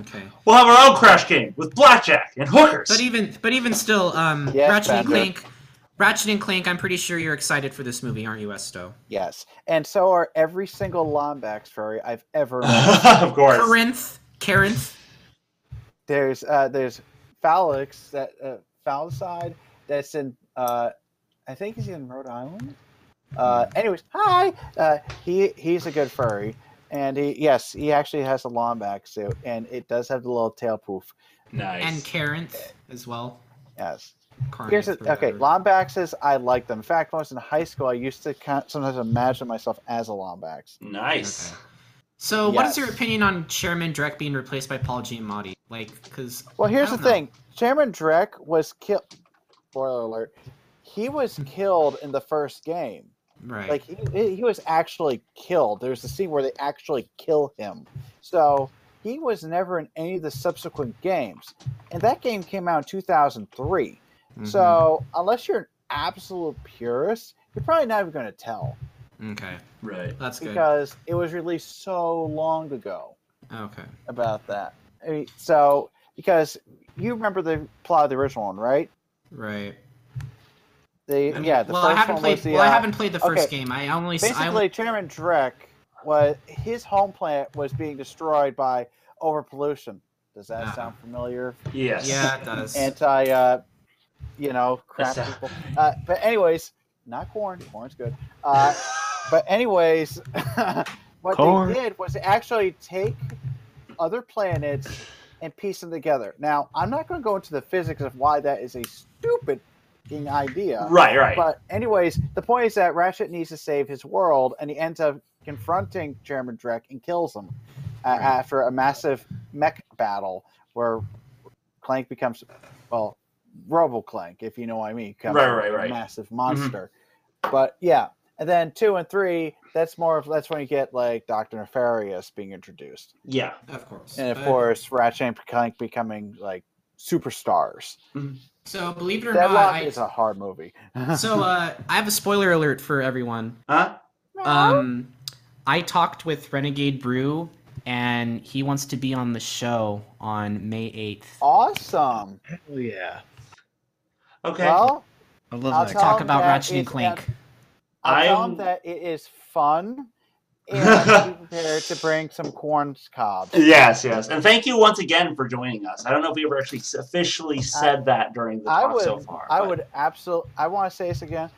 Speaker 2: okay.
Speaker 1: We'll have our own crash game with blackjack and hookers.
Speaker 2: But even but even still, um
Speaker 4: Yes,
Speaker 2: Ratchet and
Speaker 4: Bandicoot.
Speaker 2: Clank Ratchet and Clank, I'm pretty sure you're excited for this movie, aren't you, Esto?
Speaker 4: Yes, and so are every single Lombax furry I've ever. met.
Speaker 1: of course.
Speaker 2: Corinth, Carinth,
Speaker 4: there's uh, there's Phalix that uh, Phalicide that's in uh, I think he's in Rhode Island. Uh, anyways, hi. Uh, he he's a good furry, and he yes he actually has a long back suit, and it does have the little tail poof.
Speaker 1: Nice.
Speaker 2: and Carinth as well.
Speaker 4: Yes.
Speaker 2: Carinth,
Speaker 4: Here's
Speaker 2: or
Speaker 4: the, okay.
Speaker 2: whatever.
Speaker 4: Lombaxes, I like them. In fact, when I was in high school, I used to kind sometimes imagine myself as a Lombax.
Speaker 1: nice.
Speaker 2: Okay. So, what is
Speaker 4: Yes.
Speaker 2: your opinion on Chairman Drek being replaced by Paul Giamatti? Like, because
Speaker 4: Well, here's
Speaker 2: I
Speaker 4: the
Speaker 2: don't know.
Speaker 4: thing. Chairman Drek was killed. Spoiler alert. He was killed in the first game.
Speaker 2: right?
Speaker 4: like he- he, he was actually killed there's a scene where they actually kill him so he was never in any of the subsequent games and that game came out in 2003
Speaker 2: Mm-hmm.
Speaker 4: so unless you're an absolute purist you're probably not even going to tell
Speaker 2: okay,
Speaker 1: Right.
Speaker 2: that's good.
Speaker 4: because it was released so long ago
Speaker 2: Okay.
Speaker 4: about that I mean, so because you remember the plot of the original one right
Speaker 2: Right.
Speaker 4: the
Speaker 2: I mean,
Speaker 4: yeah the
Speaker 2: well,
Speaker 4: first
Speaker 2: I haven't
Speaker 4: one
Speaker 2: played.
Speaker 4: was the,
Speaker 2: well, I
Speaker 4: uh,
Speaker 2: haven't played the first
Speaker 4: okay.
Speaker 2: game. I only. s- I-
Speaker 4: Basically, Chairman Drek was his home planet was being destroyed by overpollution. Does that
Speaker 2: Uh-huh.
Speaker 4: sound familiar?
Speaker 1: Yes.
Speaker 2: yeah, it does.
Speaker 4: Anti, uh, you know, crap
Speaker 1: That's-
Speaker 4: people. Uh, but anyways, not corn. Corn's good. Uh, but anyways, what
Speaker 3: Corn.
Speaker 4: they did was actually take other planets and piece them together. Now, I'm not going to go into the physics of why that is a stupid fucking idea.
Speaker 1: Right. Right.
Speaker 4: But anyways, the point is that Ratchet needs to save his world, and he ends up confronting Chairman Drek and kills him uh, after a massive mech battle where Clank becomes, well, RoboClank, if you know what I mean. comes
Speaker 1: Right,
Speaker 4: from
Speaker 1: right, Mm-hmm.
Speaker 4: a
Speaker 1: right.
Speaker 4: Massive monster. But yeah, and then two and three, that's more of that's when you get like Doctor Nefarious being introduced,
Speaker 1: Yeah.
Speaker 2: Of course.
Speaker 4: and of
Speaker 2: But-
Speaker 4: course Ratchet and Clank becoming like superstars.
Speaker 2: So believe it or not,
Speaker 4: Deadlock
Speaker 2: I,
Speaker 4: is a hard movie.
Speaker 2: so uh, I have a spoiler alert for everyone.
Speaker 1: Huh?
Speaker 2: Um, I talked with Renegade Brew, and he wants to be on the show on May eighth.
Speaker 4: awesome.
Speaker 3: Oh yeah,
Speaker 1: Okay.
Speaker 4: Well,
Speaker 3: I love
Speaker 4: I'll
Speaker 3: that.
Speaker 4: tell-
Speaker 2: Talk about
Speaker 4: that
Speaker 2: Ratchet
Speaker 4: is
Speaker 2: and Clank.
Speaker 4: I tell
Speaker 1: I'm-
Speaker 4: them that it is fun. And be prepared to bring some corn cobs.
Speaker 1: Yes, yes. And thank you once again for joining us. I don't know if we ever actually s- officially said that during the
Speaker 4: I
Speaker 1: talk
Speaker 4: would,
Speaker 1: so far.
Speaker 4: I
Speaker 1: but-
Speaker 4: would absolutely. I want to say this again.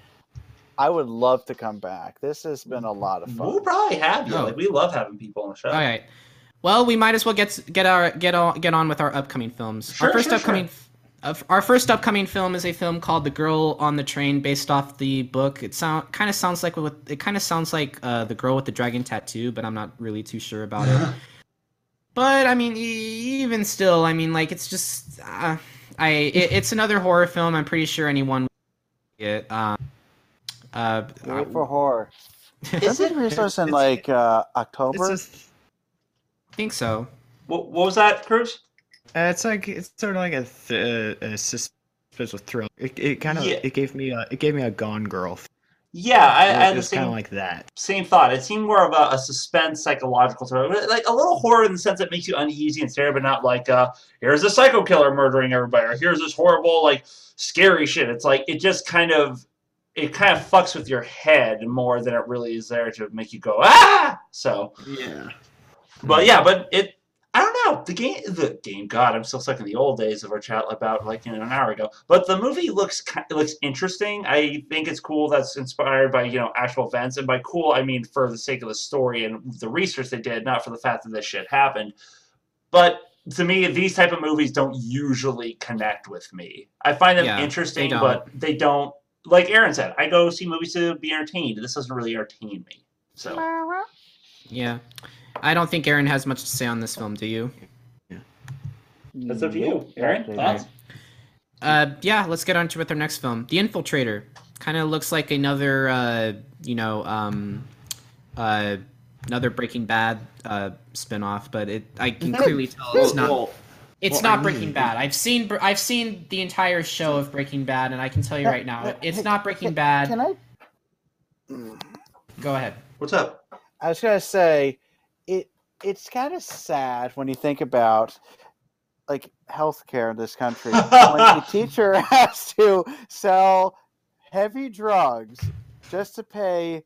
Speaker 4: I would love to come back. This has been a lot of fun.
Speaker 1: We'll probably have you.
Speaker 2: Oh.
Speaker 1: Like we love having people on the show.
Speaker 2: All right. Well, we might as well get get our get on get on with our upcoming films.
Speaker 1: Sure,
Speaker 2: our first
Speaker 1: sure,
Speaker 2: upcoming of- our first upcoming film is a film called The Girl on the Train, based off the book. It sound kind of sounds like what it kind of sounds like uh, the girl with the dragon tattoo, but I'm not really too sure
Speaker 3: Oh,
Speaker 2: about it. But I mean, e- even still, I mean, like it's just uh, I it, it's another horror film. I'm pretty sure anyone would it. Um, uh,
Speaker 4: Do it for horror.
Speaker 2: I
Speaker 4: Is it released in
Speaker 3: it's-
Speaker 4: like uh,
Speaker 3: It's
Speaker 4: October?
Speaker 3: just,
Speaker 2: think so.
Speaker 1: What, what was that, Cruz?
Speaker 3: uh, it's like it's sort of like a th- uh, a suspense with thrill. It, it kind of
Speaker 1: Yeah.
Speaker 3: it gave me a it gave me a Gone Girl. feel.
Speaker 1: Yeah, I, I
Speaker 3: it
Speaker 1: had the
Speaker 3: was
Speaker 1: same
Speaker 3: kind of like that.
Speaker 1: same thought. It seemed more of a, a suspense, psychological thriller, like a little horror in the sense that makes you uneasy and scared, but not like uh, here's a psycho killer murdering everybody, or here's this horrible like scary shit. It's like it just kind of it kind of fucks with your head more than it really is there to make you go ah. So
Speaker 3: Yeah.
Speaker 1: But yeah, but it. I don't know the game. The game. God, I'm still stuck in the old days of our chat about like you know, an hour ago. But the movie looks ki- it looks interesting. I think it's cool. That's inspired by you know actual events, and by cool I mean for the sake of the story and the research they did, not for the fact that this shit happened. But to me, these type of movies don't usually connect with me. I find them
Speaker 2: Yeah, they
Speaker 1: interesting,
Speaker 2: don't.
Speaker 1: but they don't. Like Aaron said, I go see movies to be entertained. This doesn't really entertain me. So.
Speaker 2: Yeah. I don't think Aaron has much to say on this film, do you?
Speaker 1: That's up to you, Aaron.
Speaker 4: Actually,
Speaker 1: Thoughts?
Speaker 2: Uh, yeah, let's get on to with our next film. The Infiltrator. Kind of looks like another, uh, you know, um, uh, another Breaking Bad uh, spinoff, but it I can clearly tell it's not. It's not Breaking Bad. I've seen Br- I've seen the entire show of Breaking Bad, and I can tell you right now, it's not Breaking Bad.
Speaker 4: Can I?
Speaker 2: Go ahead.
Speaker 1: What's up?
Speaker 4: I was gonna say, it. It's kind of sad when you think about like healthcare in this country. when the teacher has to sell heavy drugs just to pay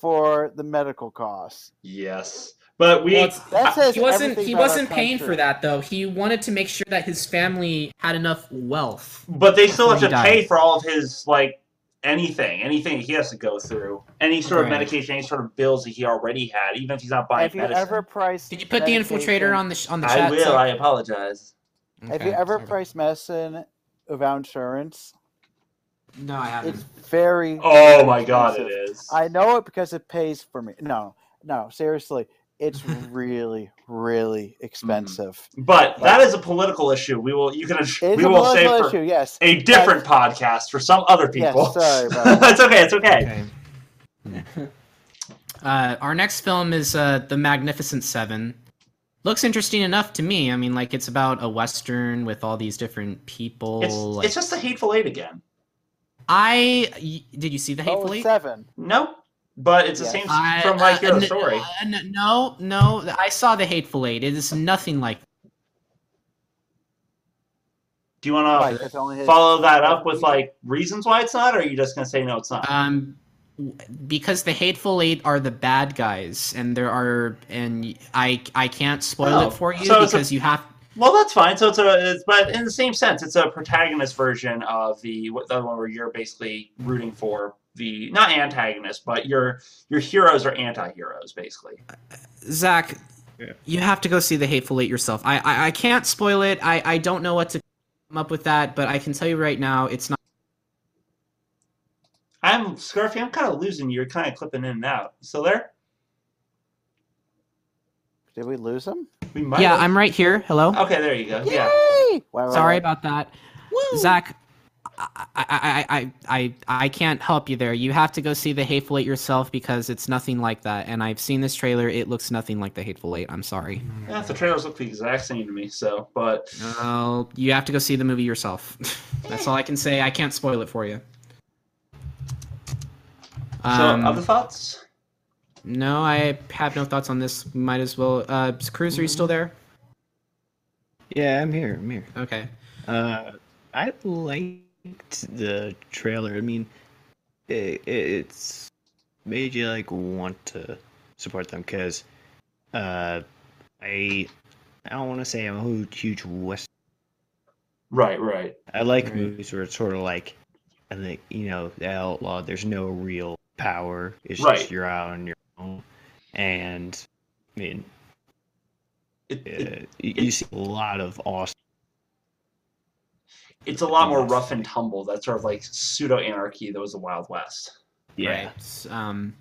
Speaker 4: for the medical costs.
Speaker 1: Yes, but we.
Speaker 2: Well, it's-
Speaker 4: That says
Speaker 2: Uh, he wasn't
Speaker 4: everything
Speaker 2: he
Speaker 4: about our
Speaker 2: wasn't paying
Speaker 4: country.
Speaker 2: for that though. He wanted to make sure that his family had enough wealth.
Speaker 1: but they still have to
Speaker 2: Before he
Speaker 1: pay
Speaker 2: died.
Speaker 1: for all of his like anything, anything he has to go through, any sort of
Speaker 2: Right.
Speaker 1: medication, any sort of bills that he already had, even if he's not buying
Speaker 4: Have you
Speaker 1: medicine.
Speaker 4: ever priced?
Speaker 2: Did you put the infiltrator on the sh- on the
Speaker 1: I
Speaker 2: chat?
Speaker 1: will.
Speaker 2: so-
Speaker 1: I apologize.
Speaker 4: Have
Speaker 2: Okay,
Speaker 4: you ever
Speaker 2: sorry.
Speaker 4: priced medicine without insurance?
Speaker 2: No, I haven't.
Speaker 4: It's very.
Speaker 1: Uh-huh. Oh my god, it is.
Speaker 4: I know it because it pays for me. No, no, seriously, it's really, really
Speaker 1: Mm-hmm.
Speaker 4: expensive.
Speaker 1: but that is a political issue. We will. You can.
Speaker 4: It is
Speaker 1: We
Speaker 4: a
Speaker 1: will save
Speaker 4: political
Speaker 1: for
Speaker 4: issue. Yes,
Speaker 1: a different podcast for some other people.
Speaker 4: Yes, sorry about
Speaker 1: it's okay. It's okay.
Speaker 2: Uh, our next film is uh, The Magnificent Seven. Looks interesting enough to me. I mean, like it's about a western with all these different people.
Speaker 1: It's
Speaker 2: like,
Speaker 1: it's just the hateful eight again.
Speaker 2: I y- did you see the
Speaker 4: Oh,
Speaker 2: Hateful Eight?
Speaker 4: seven.
Speaker 1: No, but it's the
Speaker 4: Yes.
Speaker 1: same
Speaker 2: I-
Speaker 1: from like
Speaker 2: uh,
Speaker 1: your
Speaker 2: n-
Speaker 1: story.
Speaker 2: uh, n- no, no, I saw the Hateful Eight. It is nothing like.
Speaker 1: Do you want
Speaker 4: Right,
Speaker 1: to
Speaker 4: that's only his-
Speaker 1: Oh, follow that up with like reasons why it's not, or are you just gonna say no, it's not?
Speaker 2: Um, w- because the Hateful Eight are the bad guys, and there are, and I I can't spoil
Speaker 1: Oh,
Speaker 2: it for you
Speaker 1: so it's a-
Speaker 2: because you have.
Speaker 1: Well, that's fine. So it's a, it's, but in the same sense, it's a protagonist version of the what- the other one where you're basically rooting for the not antagonist, but your your heroes are anti-heroes, basically.
Speaker 2: Zach,
Speaker 3: Yeah.
Speaker 2: you have to go see the Hateful Eight yourself. I I, I can't spoil it. I I don't know what to come up with that, but I can tell you right now, it's not.
Speaker 1: I'm Scarfy. I'm kind of losing you. You're kind of clipping in and out. You still there?
Speaker 4: Did we lose him?
Speaker 1: We might.
Speaker 2: yeah, I'm right here. Hello.
Speaker 1: Okay, there you go. Yeah.
Speaker 4: Why- why-
Speaker 2: Sorry
Speaker 4: why-
Speaker 2: about that. Zach, I, I, I, I, I can't help you there. You have to go see The Hateful Eight yourself because it's nothing like that. And I've seen this trailer. It looks nothing like The Hateful Eight. I'm sorry.
Speaker 1: Yeah, the trailers look the exact same to me. So, but
Speaker 2: Well, you have to go see the movie yourself. That's all I can say. I can't spoil it for you.
Speaker 1: so
Speaker 2: Um,
Speaker 1: other thoughts?
Speaker 2: no, I have no thoughts on this. Might as well. Uh, Cruz, are you still there?
Speaker 3: Yeah, I'm here. I'm here.
Speaker 2: Okay.
Speaker 3: Uh, I liked the trailer. I mean, it, it's made you like want to support them because uh, I I don't want to say I'm a huge, huge West.
Speaker 1: Right, right.
Speaker 3: I like
Speaker 2: Right.
Speaker 3: movies where it's sort of like I think you know the outlaw. There's no real power. It's
Speaker 1: Right.
Speaker 3: just you're out on your own, and I mean,
Speaker 1: It,
Speaker 3: uh,
Speaker 1: it,
Speaker 3: you, you see a lot of awesome.
Speaker 1: it's a lot more rough and tumble. That sort of like pseudo anarchy that was the Wild West.
Speaker 3: Yeah,
Speaker 2: Right. Um,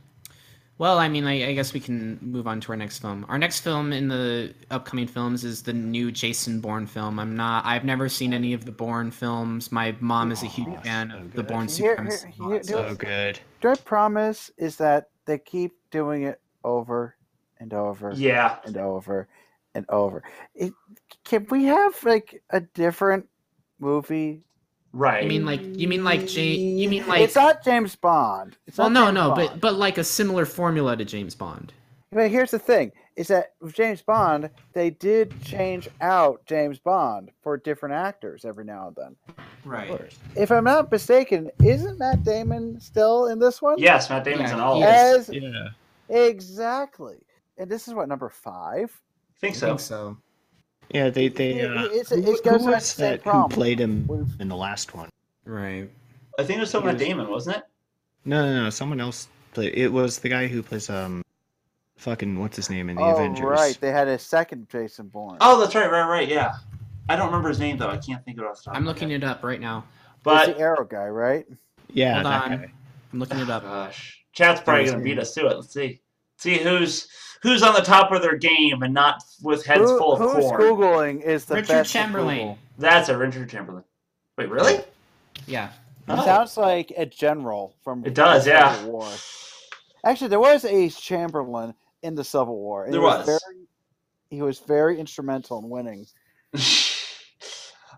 Speaker 2: well, I mean, I, I guess we can move on to our next film. Our next film in the upcoming films is the new Jason Bourne film. I'm not. I've never seen any of the Bourne films. My mom is a huge
Speaker 3: Oh,
Speaker 2: fan
Speaker 3: so
Speaker 2: of the
Speaker 3: good.
Speaker 2: Bourne
Speaker 4: Here-
Speaker 2: Supremacy.
Speaker 4: here- here-
Speaker 2: so-
Speaker 4: do
Speaker 3: so good.
Speaker 4: Their promise is that they keep doing it over and over
Speaker 1: Yeah,
Speaker 4: and over and over. It, can we have like a different movie?
Speaker 1: right.
Speaker 2: You mean like you mean like Ja- you mean like
Speaker 4: it's not James Bond. It's
Speaker 2: well
Speaker 4: not
Speaker 2: no
Speaker 4: James
Speaker 2: no but
Speaker 4: Bond.
Speaker 2: but like a similar formula to James Bond.
Speaker 4: But here's the thing: is that with James Bond, they did change out James Bond for different actors every now and then.
Speaker 2: Right.
Speaker 4: If I'm not mistaken, isn't Matt Damon still in this one?
Speaker 1: yes, Matt Damon's
Speaker 2: Yeah,
Speaker 1: in all. of
Speaker 2: he
Speaker 1: it.
Speaker 2: is.
Speaker 4: As
Speaker 3: Yeah.
Speaker 4: exactly, and this is what number five.
Speaker 1: I think so.
Speaker 2: so.
Speaker 3: Yeah, they they.
Speaker 4: It-
Speaker 3: Uh,
Speaker 4: it's-
Speaker 3: who-
Speaker 4: it
Speaker 3: who
Speaker 4: goes back to the
Speaker 3: was
Speaker 4: same
Speaker 3: that who
Speaker 4: problem.
Speaker 3: played him
Speaker 4: We've-
Speaker 3: in the last one?
Speaker 2: Right.
Speaker 1: I think it was still Matt Damon, wasn't it?
Speaker 3: No, no, no. Someone else played. It was the guy who plays um, fucking what's his name in the
Speaker 4: oh
Speaker 3: Avengers?
Speaker 4: right, they had a second Jason Bourne.
Speaker 1: Oh, that's right, right, right. Yeah, I don't remember his name though. I can't think of it off the top.
Speaker 2: I'm looking it up right now.
Speaker 4: He's
Speaker 1: but
Speaker 4: the Arrow guy, right?
Speaker 3: Yeah,
Speaker 2: Hold
Speaker 3: that
Speaker 2: on.
Speaker 3: guy.
Speaker 2: I'm looking it up.
Speaker 1: Oh, Gosh, chat's probably gonna beat us to it. Let's see. See who's who's on the top of their game and not with heads
Speaker 4: Who-
Speaker 1: full of
Speaker 4: who's
Speaker 1: corn.
Speaker 4: googling is the
Speaker 2: Richard
Speaker 4: best of
Speaker 2: Chamberlain.
Speaker 1: That's a Richard Chamberlain. Wait, really?
Speaker 2: Yeah.
Speaker 4: Google?
Speaker 1: Oh.
Speaker 4: It sounds like a general from
Speaker 1: It does,
Speaker 4: the Civil
Speaker 1: yeah.
Speaker 4: War. Actually, there was a Chamberlain in the Civil War. and
Speaker 1: There
Speaker 4: he
Speaker 1: was.
Speaker 4: very, he was very instrumental in winning.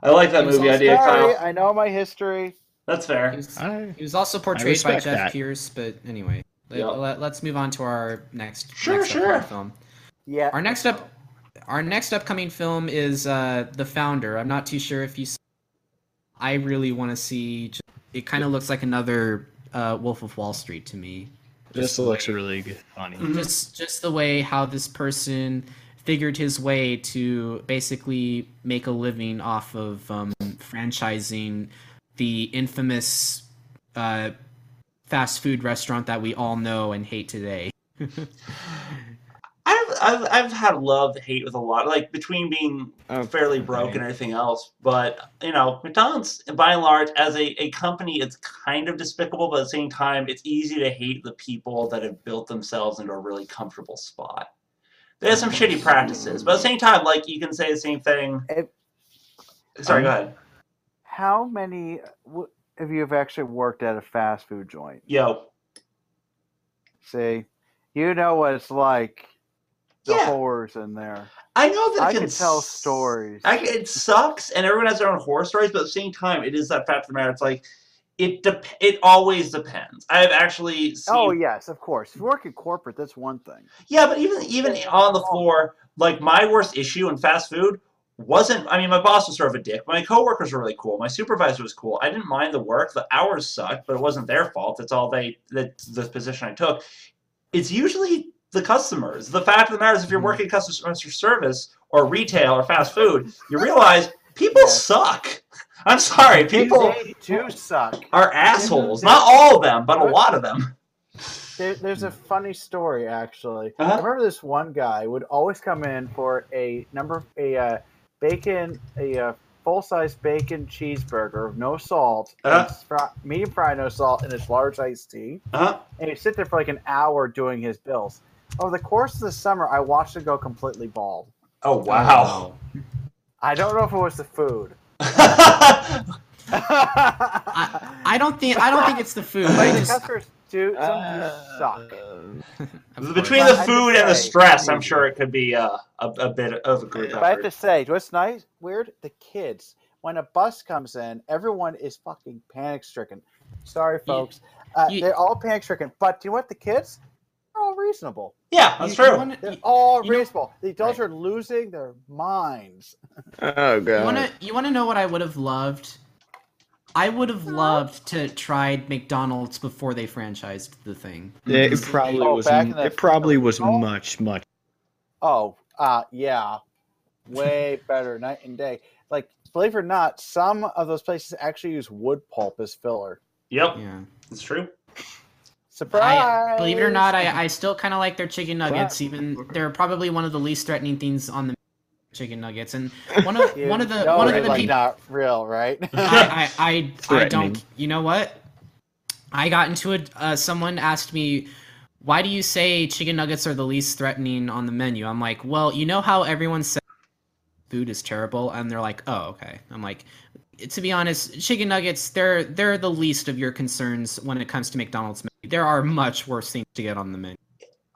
Speaker 1: I like that um,
Speaker 2: He was
Speaker 1: movie
Speaker 2: also-
Speaker 1: idea,
Speaker 4: Sorry,
Speaker 1: Kyle.
Speaker 4: I know my history.
Speaker 1: That's
Speaker 2: He
Speaker 1: fair.
Speaker 2: was-
Speaker 3: I,
Speaker 2: He was also portrayed by
Speaker 3: respect
Speaker 2: Jeff
Speaker 3: that.
Speaker 2: Pierce, but anyway, let,
Speaker 1: Yeah.
Speaker 2: us move on to our next,
Speaker 1: Sure,
Speaker 2: next
Speaker 1: sure.
Speaker 2: upcoming film.
Speaker 4: Yeah.
Speaker 2: Our next up, our next upcoming film is uh, The Founder. I'm not too sure if you. s- I really want to see. j- It kind of looks like another uh, Wolf of Wall Street to me.
Speaker 3: this looks really good, funny.
Speaker 4: Mm,
Speaker 1: Mhm.
Speaker 2: Just just the way how this person figured his way to basically make a living off of um, franchising the infamous uh, fast food restaurant that we all know and hate today.
Speaker 1: I've, I've I've had love hate with a lot, like between being
Speaker 3: Oh.
Speaker 1: fairly broke and everything else. But you know, McDonald's, by and large, as a, a company, it's kind of despicable. But at the same time, it's easy to hate the people that have built themselves into a really comfortable spot. They have some shitty practices, but at the same time, like you can say the same thing.
Speaker 4: If-
Speaker 1: Sorry, go ahead.
Speaker 4: How many wh- of you have actually worked at a fast food joint?
Speaker 1: Yo,
Speaker 4: See, you know what it's like. The
Speaker 1: Yeah.
Speaker 4: horrors in there.
Speaker 1: I know that
Speaker 4: I
Speaker 1: it
Speaker 4: can tell
Speaker 1: s-
Speaker 4: stories.
Speaker 1: I, it sucks, and everyone has their own horror stories, but at the same time, it is that fact of the matter. It's like it dep- It always depends. I have actually seen
Speaker 4: Oh yes, of course. If you work in corporate, that's one thing.
Speaker 1: Yeah, but even even on the floor, like my worst issue in fast food wasn't. I mean, my boss was sort of a dick. My coworkers were really cool. My supervisor was cool. I didn't mind the work. The hours sucked, but it wasn't their fault. That's all they. That's the position I took. It's usually the customers. The fact of the matter is, if
Speaker 4: Mm-hmm.
Speaker 1: you're working customer service or retail or fast food, you realize people
Speaker 4: Yeah.
Speaker 1: suck. I'm sorry, people
Speaker 4: they do suck.
Speaker 1: are assholes. Not all of them, but a lot of them.
Speaker 4: There, there's a funny story actually. I
Speaker 1: Uh-huh.
Speaker 4: remember this one guy would always come in for a number a uh, bacon a uh, full size bacon cheeseburger, no salt, and
Speaker 1: Uh-huh.
Speaker 4: fri- medium fry, no salt, and his large iced tea.
Speaker 1: Uh-huh.
Speaker 4: And he'd sit there for like an hour doing his bills. Over the course of the summer, I watched him go completely bald.
Speaker 1: Oh wow.
Speaker 4: I don't know if it was the food.
Speaker 2: I, I don't think I don't think it's the food. I
Speaker 10: Like,
Speaker 2: just-
Speaker 10: cussers do some
Speaker 3: Uh,
Speaker 10: do suck.
Speaker 2: of
Speaker 1: Between
Speaker 2: course.
Speaker 1: the
Speaker 4: But I
Speaker 1: food
Speaker 4: just
Speaker 1: and the
Speaker 4: say-
Speaker 1: stress, I'm sure it could be uh, a, a bit of a group
Speaker 3: Yeah.
Speaker 1: effort.
Speaker 4: But I have to say, what's nice, weird, the kids. When a bus comes in, everyone is fucking panic stricken. Sorry, folks. Uh,
Speaker 2: you-
Speaker 4: they're all panic stricken. But do you know what? The kids are all reasonable.
Speaker 1: yeah, that's
Speaker 2: You- you
Speaker 1: true.
Speaker 2: wanna-
Speaker 4: They're all
Speaker 2: you know-
Speaker 4: reasonable. the adults are losing their minds.
Speaker 3: Oh
Speaker 2: You
Speaker 3: god.
Speaker 2: wanna you wanna know what I would have loved? I would have loved to tried McDonald's before they franchised the thing.
Speaker 3: It probably
Speaker 4: Oh,
Speaker 3: was.
Speaker 4: back in the-
Speaker 3: It probably was
Speaker 4: Oh.
Speaker 3: much much.
Speaker 4: Oh, uh, yeah. Way better, night and day. Like, believe it or not, some of those places actually use wood pulp as filler.
Speaker 1: Yep,
Speaker 2: Yeah.
Speaker 1: it's true.
Speaker 4: Surprise!
Speaker 2: I, believe it or not, I, I still kind of like their chicken nuggets. Even they're probably one of the least threatening things on the chicken nuggets. And one of
Speaker 4: You
Speaker 2: one of the
Speaker 4: know
Speaker 2: one of
Speaker 4: it's,
Speaker 2: the
Speaker 4: like,
Speaker 2: people
Speaker 4: not real, right?
Speaker 2: I, I, I, I
Speaker 3: Threatening.
Speaker 2: don't. You know what? I got into it. Uh, someone asked me, "Why do you say chicken nuggets are the least threatening on the menu?" I'm like, "Well, you know how everyone says food is terrible," and they're like, "Oh, okay." I'm like, "To be honest, chicken nuggets they're they're the least of your concerns when it comes to McDonald's menu. There are much worse things to get on the menu."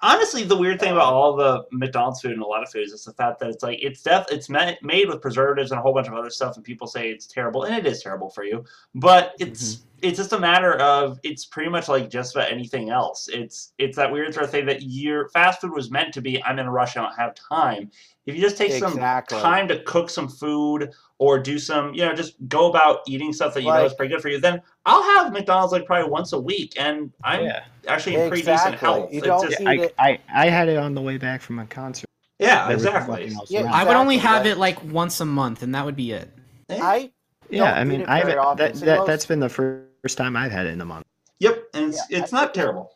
Speaker 1: Honestly, the weird thing about all the McDonald's food and a lot of foods is the fact that it's like it's def- it's ma- made with preservatives and a whole bunch of other stuff, and people say it's terrible, and it is terrible for you. But it's it's just a matter of it's pretty much like just about anything else. It's it's that weird sort of thing that your fast food was meant to be. I'm in a rush. I don't have time. If you just take some
Speaker 4: exactly.
Speaker 1: time to cook some food or do some, you know, just go about eating stuff that you know is
Speaker 4: Like-
Speaker 1: pretty good for you, then I'll have McDonald's like probably once a week, and I'm
Speaker 3: yeah.
Speaker 1: actually in pretty decent
Speaker 4: Exactly.
Speaker 1: health.
Speaker 4: You
Speaker 1: It's
Speaker 4: don't
Speaker 1: just-
Speaker 4: eat
Speaker 3: I,
Speaker 4: it.
Speaker 3: I I had it on the way back from a concert.
Speaker 1: yeah,
Speaker 3: There was
Speaker 1: exactly.
Speaker 3: nothing else
Speaker 4: Yeah.
Speaker 3: around.
Speaker 2: I would only
Speaker 4: Exactly,
Speaker 2: have it
Speaker 4: right.
Speaker 2: like once a month, and that would be it.
Speaker 1: Eh,
Speaker 4: I
Speaker 3: Yeah,
Speaker 4: don't
Speaker 3: I
Speaker 4: eat
Speaker 3: mean,
Speaker 4: it
Speaker 3: I
Speaker 4: very
Speaker 3: haven't-
Speaker 4: often,
Speaker 3: that,
Speaker 4: so
Speaker 3: that
Speaker 4: most-
Speaker 3: that's been the first time I've had it in a month.
Speaker 1: Yep, and it's,
Speaker 4: Yeah,
Speaker 1: it's not terrible.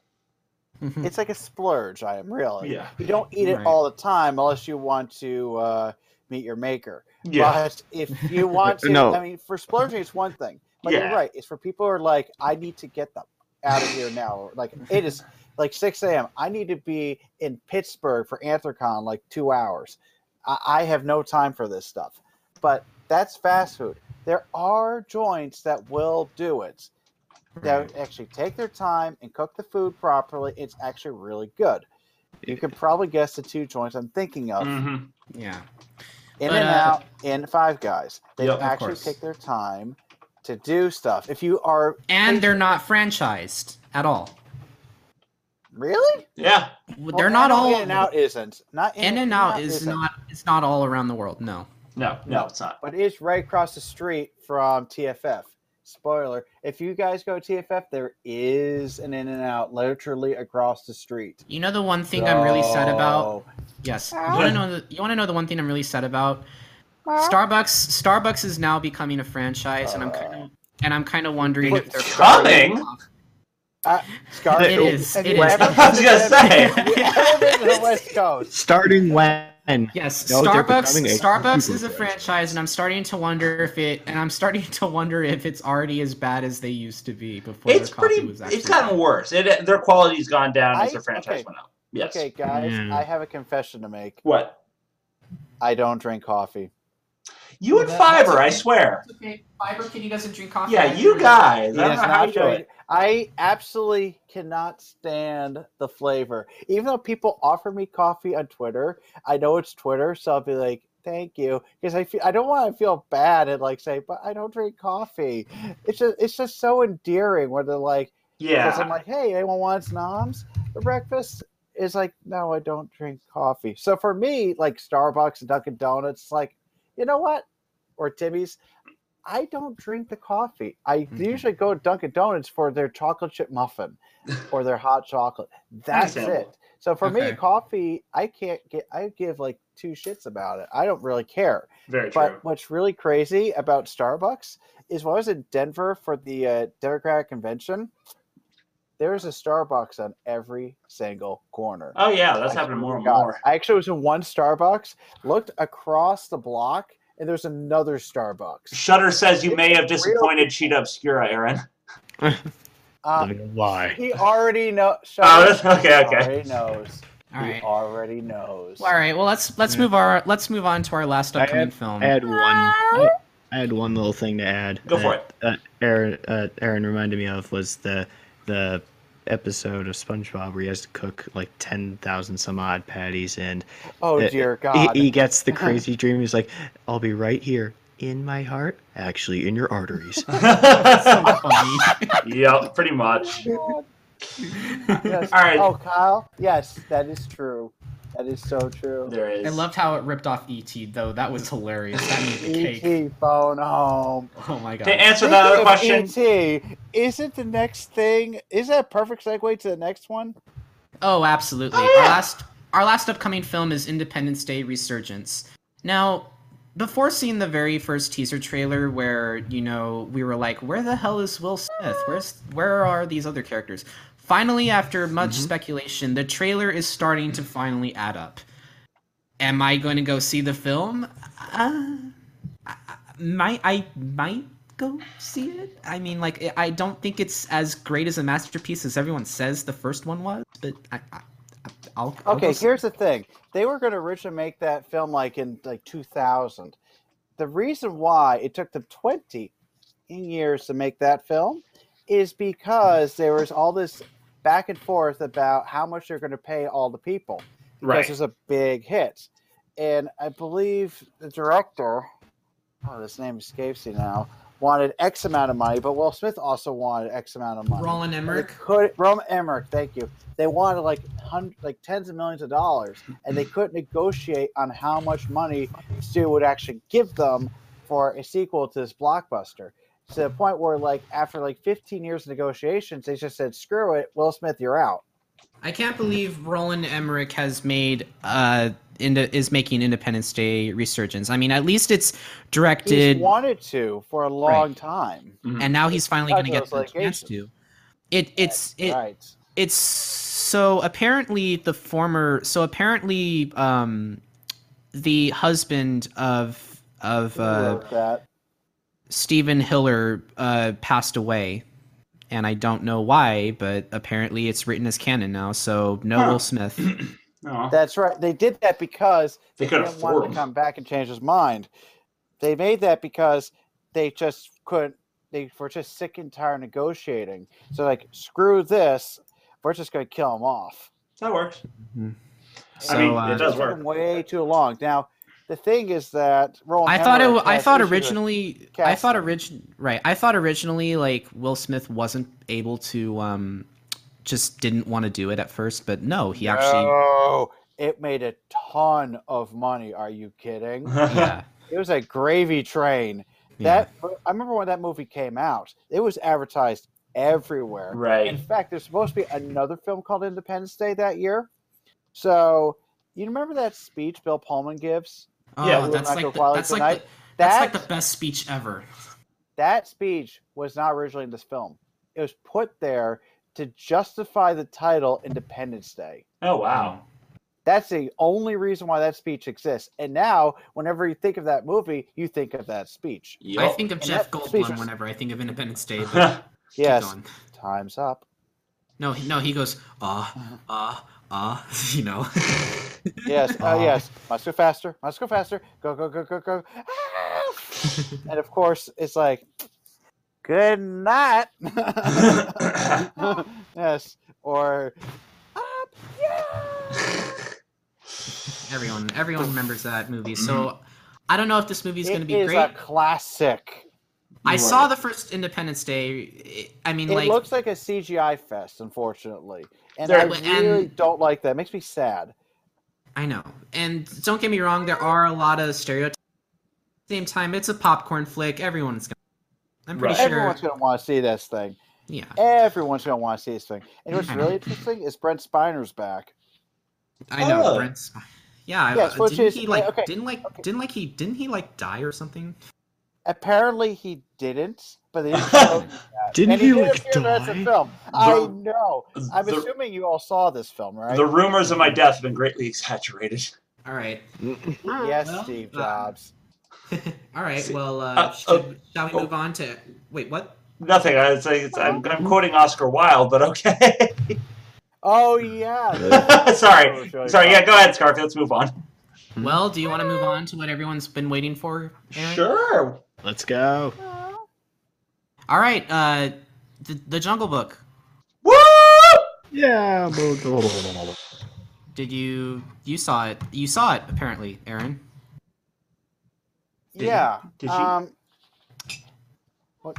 Speaker 2: Mhm.
Speaker 4: it's like a splurge. I am really.
Speaker 1: Yeah,
Speaker 4: You don't eat it
Speaker 2: Right.
Speaker 4: all the time unless you want to uh, meet your maker.
Speaker 1: yeah,
Speaker 4: But if you want to,
Speaker 3: No.
Speaker 4: I mean, for splurging, it's one thing. But
Speaker 1: Yeah.
Speaker 4: you're right. It's for people who are like, I need to get them out of here now. Or, Like it is like 6 a.m. I need to be in Pittsburgh for Anthrocon like two hours. I, I have no time for this stuff. But that's fast food. There are joints that will do it. That actually take their time and cook the food properly. It's actually really good. You can probably guess the two joints I'm thinking of.
Speaker 1: Mhm.
Speaker 2: Yeah.
Speaker 4: In
Speaker 2: But,
Speaker 4: and
Speaker 2: uh,
Speaker 4: out in Five Guys. They
Speaker 1: Yep, of
Speaker 4: actually
Speaker 2: course.
Speaker 4: take their time to do stuff. If you are
Speaker 2: And they're not franchised at all.
Speaker 4: really,
Speaker 1: yeah.
Speaker 2: They're
Speaker 4: Well,
Speaker 2: not
Speaker 4: I know
Speaker 2: all
Speaker 4: In and out isn't not
Speaker 2: In and Out is not it's not all around the world. No.
Speaker 1: No, no, it's not.
Speaker 4: but it is right across the street from TFF. Spoiler: If you guys go to TFF, there is an In and Out literally across the street.
Speaker 2: You know the one thing I'm really sad about.
Speaker 4: So,
Speaker 2: Yes. You want to know the, you want to know the one thing I'm really sad about. Starbucks Starbucks is now becoming a franchise, and I'm kind of and I'm kind of wondering if they're
Speaker 1: Uh. Coming?
Speaker 4: Scarf.
Speaker 2: It is,
Speaker 4: uh, Have
Speaker 2: it
Speaker 4: you
Speaker 2: is.
Speaker 4: ever
Speaker 1: I was
Speaker 4: been to
Speaker 1: gonna say.
Speaker 4: ever been to the West Coast?
Speaker 3: Starting when?
Speaker 2: Yes,
Speaker 3: No, they're
Speaker 2: Starbucks.
Speaker 3: becoming a
Speaker 2: Starbucks
Speaker 3: super
Speaker 2: is a
Speaker 3: franchise.
Speaker 2: franchise, and I'm starting to wonder if it. And I'm starting to wonder if it's already as bad as they used to be before.
Speaker 1: It's
Speaker 2: their coffee
Speaker 1: pretty.
Speaker 2: Was actually
Speaker 1: It's gotten worse. It their quality's gone down as
Speaker 4: I-
Speaker 1: their franchise
Speaker 4: okay.
Speaker 1: went up. Yes.
Speaker 4: Okay, guys,
Speaker 3: Yeah.
Speaker 4: I have a confession to make.
Speaker 1: What?
Speaker 4: I don't drink coffee.
Speaker 1: You and
Speaker 2: That-
Speaker 1: Fiverr, I
Speaker 2: that's-
Speaker 1: swear.
Speaker 2: Okay, Fiber Kitty doesn't drink coffee.
Speaker 1: Yeah, you guys. I
Speaker 4: It
Speaker 1: don't
Speaker 4: is
Speaker 1: know how
Speaker 4: not
Speaker 1: you do
Speaker 4: very-
Speaker 1: it.
Speaker 4: I absolutely cannot stand the flavor. Even though people offer me coffee on Twitter, I know it's Twitter, so I'll be like, "Thank you," because I feel I don't want to feel bad and like say, "But I don't drink coffee." It's just it's just so endearing where they're like, because I'm
Speaker 1: Yeah.
Speaker 4: like, "Hey, anyone wants noms for breakfast?" It's like, no, I don't drink coffee. So for me, like Starbucks and Dunkin' Donuts, it's like, you know what? Or Timmy's, I don't drink the coffee. I
Speaker 1: Mm-hmm.
Speaker 4: usually go to Dunkin' Donuts for their chocolate chip muffin or their hot chocolate. That's it.
Speaker 1: Understandable.
Speaker 4: So for me,
Speaker 2: Okay.
Speaker 4: coffee, I can't get. I give like two shits about it. I don't really care.
Speaker 1: Very true.
Speaker 4: But what's really crazy about Starbucks is when I was in Denver for the uh, Democratic convention, there was a Starbucks on every single corner.
Speaker 1: Oh yeah, that's
Speaker 4: I
Speaker 1: happening more
Speaker 4: swear
Speaker 1: and
Speaker 4: to God.
Speaker 1: more.
Speaker 4: I actually was in one Starbucks, looked across the block, and there's another Starbucks.
Speaker 1: Shutter says you
Speaker 4: It's
Speaker 1: may have
Speaker 4: real-
Speaker 1: disappointed Cheetah Obscura, Aaron.
Speaker 4: Uh,
Speaker 3: Like, why?
Speaker 4: he already knows.
Speaker 1: Oh, that's- okay, okay.
Speaker 4: Already knows.
Speaker 2: All right.
Speaker 4: He already knows.
Speaker 2: All right. Well, let's let's move our let's move on to our last
Speaker 3: I
Speaker 2: upcoming
Speaker 3: had-
Speaker 2: film.
Speaker 3: I had one. I, I had one little thing to add.
Speaker 1: Go for
Speaker 3: that, Uh, Aaron, uh, Aaron reminded me of was the the episode of SpongeBob where he has to cook like ten thousand some odd patties, and
Speaker 4: Oh
Speaker 1: Eh,
Speaker 3: uh,
Speaker 4: dear
Speaker 3: he,
Speaker 4: God!
Speaker 3: he gets the crazy dream. He's like, "I'll be right here in my heart, actually in your arteries."
Speaker 1: yep, pretty much.
Speaker 4: Yes.
Speaker 1: All right.
Speaker 4: Oh, Kyle. Yes, that is true. That is so true.
Speaker 1: There is.
Speaker 2: I loved how it ripped off E.T. though. That was hilarious. That
Speaker 3: E
Speaker 2: made the cake.
Speaker 4: E.T. E phone home.
Speaker 2: Oh my god.
Speaker 1: to answer the other question,
Speaker 4: E.T. Is it the next thing? Is that a perfect segue to the next one?
Speaker 2: Oh, absolutely. Our last our last upcoming film is Independence Day Resurgence. Now, before seeing the very first teaser trailer where, you know, we were like, where the hell is Will Smith? Where's where are these other characters? Finally, after much speculation, the trailer is starting to finally add up. Am I going to go see the film? Uh, might I might go see it. I mean, like I- I don't think it's as great as a masterpiece as everyone says the first one was, but I, I I'll, I'll go
Speaker 4: Okay,
Speaker 2: see-
Speaker 4: here's the thing. They were going to originally make that film like in like 2000. The reason why it took them 20 years to make that film is because there was all this back and forth about how much they're going to pay all the people. This
Speaker 1: right?
Speaker 4: is a big hit. And I believe the director, oh, this name escapes me now, wanted X amount of money, but Will Smith also wanted X amount of money.
Speaker 2: Roland
Speaker 4: And they
Speaker 2: Emmerich.
Speaker 4: Could, Roman Emmerich, thank you. They wanted like hundred, like tens of millions of dollars, and they couldn't negotiate on how much money Stu would actually give them for a sequel to this blockbuster. To the point where, like, after like 15 years of negotiations, they just said, "Screw it, Will Smith, you're out."
Speaker 2: I can't believe Roland Emmerich has made uh into, is making Independence Day resurgence. I mean, at least it's
Speaker 4: He's
Speaker 2: directed
Speaker 4: wanted to for a long time.
Speaker 2: and now he's finally going to
Speaker 4: Chicago
Speaker 2: get
Speaker 4: is
Speaker 2: the
Speaker 4: like
Speaker 2: chance
Speaker 4: Asian.
Speaker 2: to. It it's it
Speaker 4: right.
Speaker 2: it's so apparently the former so apparently um the husband of of uh
Speaker 4: Wrote that.
Speaker 2: Stephen Hiller uh passed away and I don't know why but apparently it's written as canon now so no
Speaker 1: Huh.
Speaker 2: Will Smith
Speaker 1: No,
Speaker 4: That's right. They did that because
Speaker 1: Oh, they could
Speaker 4: didn't
Speaker 1: afford
Speaker 4: want him to
Speaker 1: them.
Speaker 4: come back and change his mind. They made that because they just couldn't. They were just sick and tired of negotiating. So like, screw this. We're just going to kill him off.
Speaker 1: That works.
Speaker 2: So,
Speaker 1: I mean,
Speaker 2: uh,
Speaker 1: it does
Speaker 4: Took him
Speaker 1: work.
Speaker 4: way too long. Now, the thing is that Roland
Speaker 2: I thought it
Speaker 4: Emmerich
Speaker 2: wa- I
Speaker 4: has
Speaker 2: thought
Speaker 4: issues with-
Speaker 2: originally I thought
Speaker 4: casting.
Speaker 2: origin right I thought originally like Will Smith wasn't able to um just didn't want to do it at first but no he actually
Speaker 4: No, it made a ton of money. Are you kidding?
Speaker 2: yeah
Speaker 4: It was a gravy train.
Speaker 2: Yeah.
Speaker 4: That I remember when that movie came out. It was advertised everywhere. In
Speaker 1: right.
Speaker 4: fact, there's supposed to be another film called Independence Day that year. So you remember that speech Bill Pullman gives?
Speaker 2: Oh,
Speaker 1: Yeah,
Speaker 4: we
Speaker 2: that's like
Speaker 4: were not gonna
Speaker 2: the,
Speaker 4: file it
Speaker 2: that's like
Speaker 4: tonight.
Speaker 2: the, that's like
Speaker 4: That-
Speaker 2: the best speech ever.
Speaker 4: That speech was not originally in this film. It was put there to justify the title Independence Day.
Speaker 1: Oh wow.
Speaker 4: That's the only reason why that speech exists. And now, whenever you think of that movie, you think of that speech.
Speaker 2: I
Speaker 1: Yep.
Speaker 2: think of
Speaker 4: And
Speaker 2: Jeff
Speaker 4: that speech
Speaker 2: Goldblum
Speaker 4: was-
Speaker 2: whenever I think of Independence Day. but keep
Speaker 1: That's
Speaker 4: Yes,
Speaker 2: going.
Speaker 4: time's up.
Speaker 2: No, he- no, he goes
Speaker 4: Uh-huh.
Speaker 2: ah ah ah. You know.
Speaker 4: Yes, uh, yes. Must go faster. Must go faster. Go, go, go, go, go. Ah! and of course, it's like, good night. yes, or "Ah, up.
Speaker 2: Everyone, everyone remembers that movie. So I don't know if this movie is
Speaker 4: Mm-hmm. It
Speaker 2: going to be
Speaker 4: is
Speaker 2: great.
Speaker 4: a classic.
Speaker 2: I saw the first Independence Day. I mean,
Speaker 4: It
Speaker 2: like
Speaker 4: looks like a CGI fest, unfortunately, and
Speaker 1: There-
Speaker 4: I
Speaker 2: But-
Speaker 4: really
Speaker 2: and-
Speaker 4: don't like that. It makes me sad.
Speaker 2: I know, and don't get me wrong, there are a lot of stereotypes. Same time, it's a popcorn flick. Everyone's going. to I'm pretty
Speaker 1: Right.
Speaker 2: sure.
Speaker 4: Everyone's gonna want to see this thing.
Speaker 2: yeah.
Speaker 4: Everyone's gonna want to see this thing. And what's
Speaker 2: Mhm.
Speaker 4: really interesting is Brent Spiner's back.
Speaker 2: I know.
Speaker 1: Oh.
Speaker 2: Brent's, yeah, I-
Speaker 4: Yes,
Speaker 2: uh,
Speaker 4: which
Speaker 2: didn't
Speaker 4: is-
Speaker 2: he like?
Speaker 4: okay,
Speaker 2: Didn't like?
Speaker 4: okay.
Speaker 2: Didn't like he? Didn't he like die or something?
Speaker 4: Apparently, he didn't, but they didn't show him
Speaker 3: Didn't
Speaker 4: and
Speaker 3: he
Speaker 4: he did
Speaker 3: like
Speaker 4: appear in the rest of the
Speaker 3: die?
Speaker 4: film. I know. I'm
Speaker 1: The-
Speaker 4: assuming you all saw this film, right?
Speaker 1: The rumors of my death have been greatly exaggerated.
Speaker 2: All right.
Speaker 4: yes,
Speaker 2: Well,
Speaker 4: Steve
Speaker 2: uh,
Speaker 4: Jobs.
Speaker 2: All right.
Speaker 1: See-
Speaker 2: Well, uh,
Speaker 1: uh,
Speaker 2: should,
Speaker 1: oh,
Speaker 2: shall we
Speaker 1: oh.
Speaker 2: move on to? Wait, what?
Speaker 1: Nothing. I, it's, it's, I'm, I'm quoting Oscar Wilde, but okay.
Speaker 4: Oh yeah. Oh,
Speaker 1: Sorry. Sorry. Yeah, go ahead, Scarf. Let's move on.
Speaker 2: Well, do you want to move on to what everyone's been waiting for? Aaron?
Speaker 1: Sure.
Speaker 3: Let's go.
Speaker 2: All right, uh, the, the Jungle Book.
Speaker 1: Woo!
Speaker 3: Yeah.
Speaker 2: Did you you saw it? You saw it apparently, Aaron.
Speaker 1: Did you-
Speaker 4: yeah.
Speaker 1: did you-
Speaker 4: Um, what?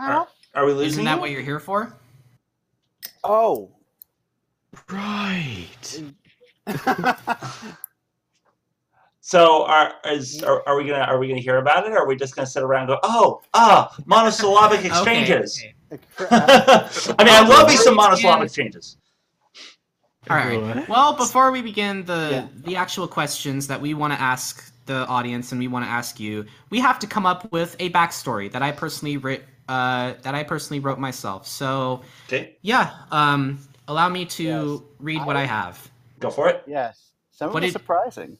Speaker 1: Alright. Are we losing
Speaker 2: Isn't that
Speaker 1: you?
Speaker 2: what you're here for?
Speaker 4: Oh.
Speaker 3: Right.
Speaker 1: So are is are, are we gonna are we gonna hear about it? Or are we just gonna sit around and go, oh, ah, monosyllabic exchanges?
Speaker 2: Okay, okay.
Speaker 1: I mean, I love me some monosyllabic exchanges.
Speaker 2: All right. Well, before we begin the
Speaker 4: Yeah.
Speaker 2: the actual questions that we want to ask the audience and we want to ask you, we have to come up with a backstory that I personally writ uh, that I personally wrote myself. So
Speaker 1: Okay,
Speaker 2: yeah, um, allow me to
Speaker 4: Yes.
Speaker 2: read what I have.
Speaker 1: go for it.
Speaker 4: Yes. Some
Speaker 2: What
Speaker 4: of it's
Speaker 2: did-
Speaker 4: surprising.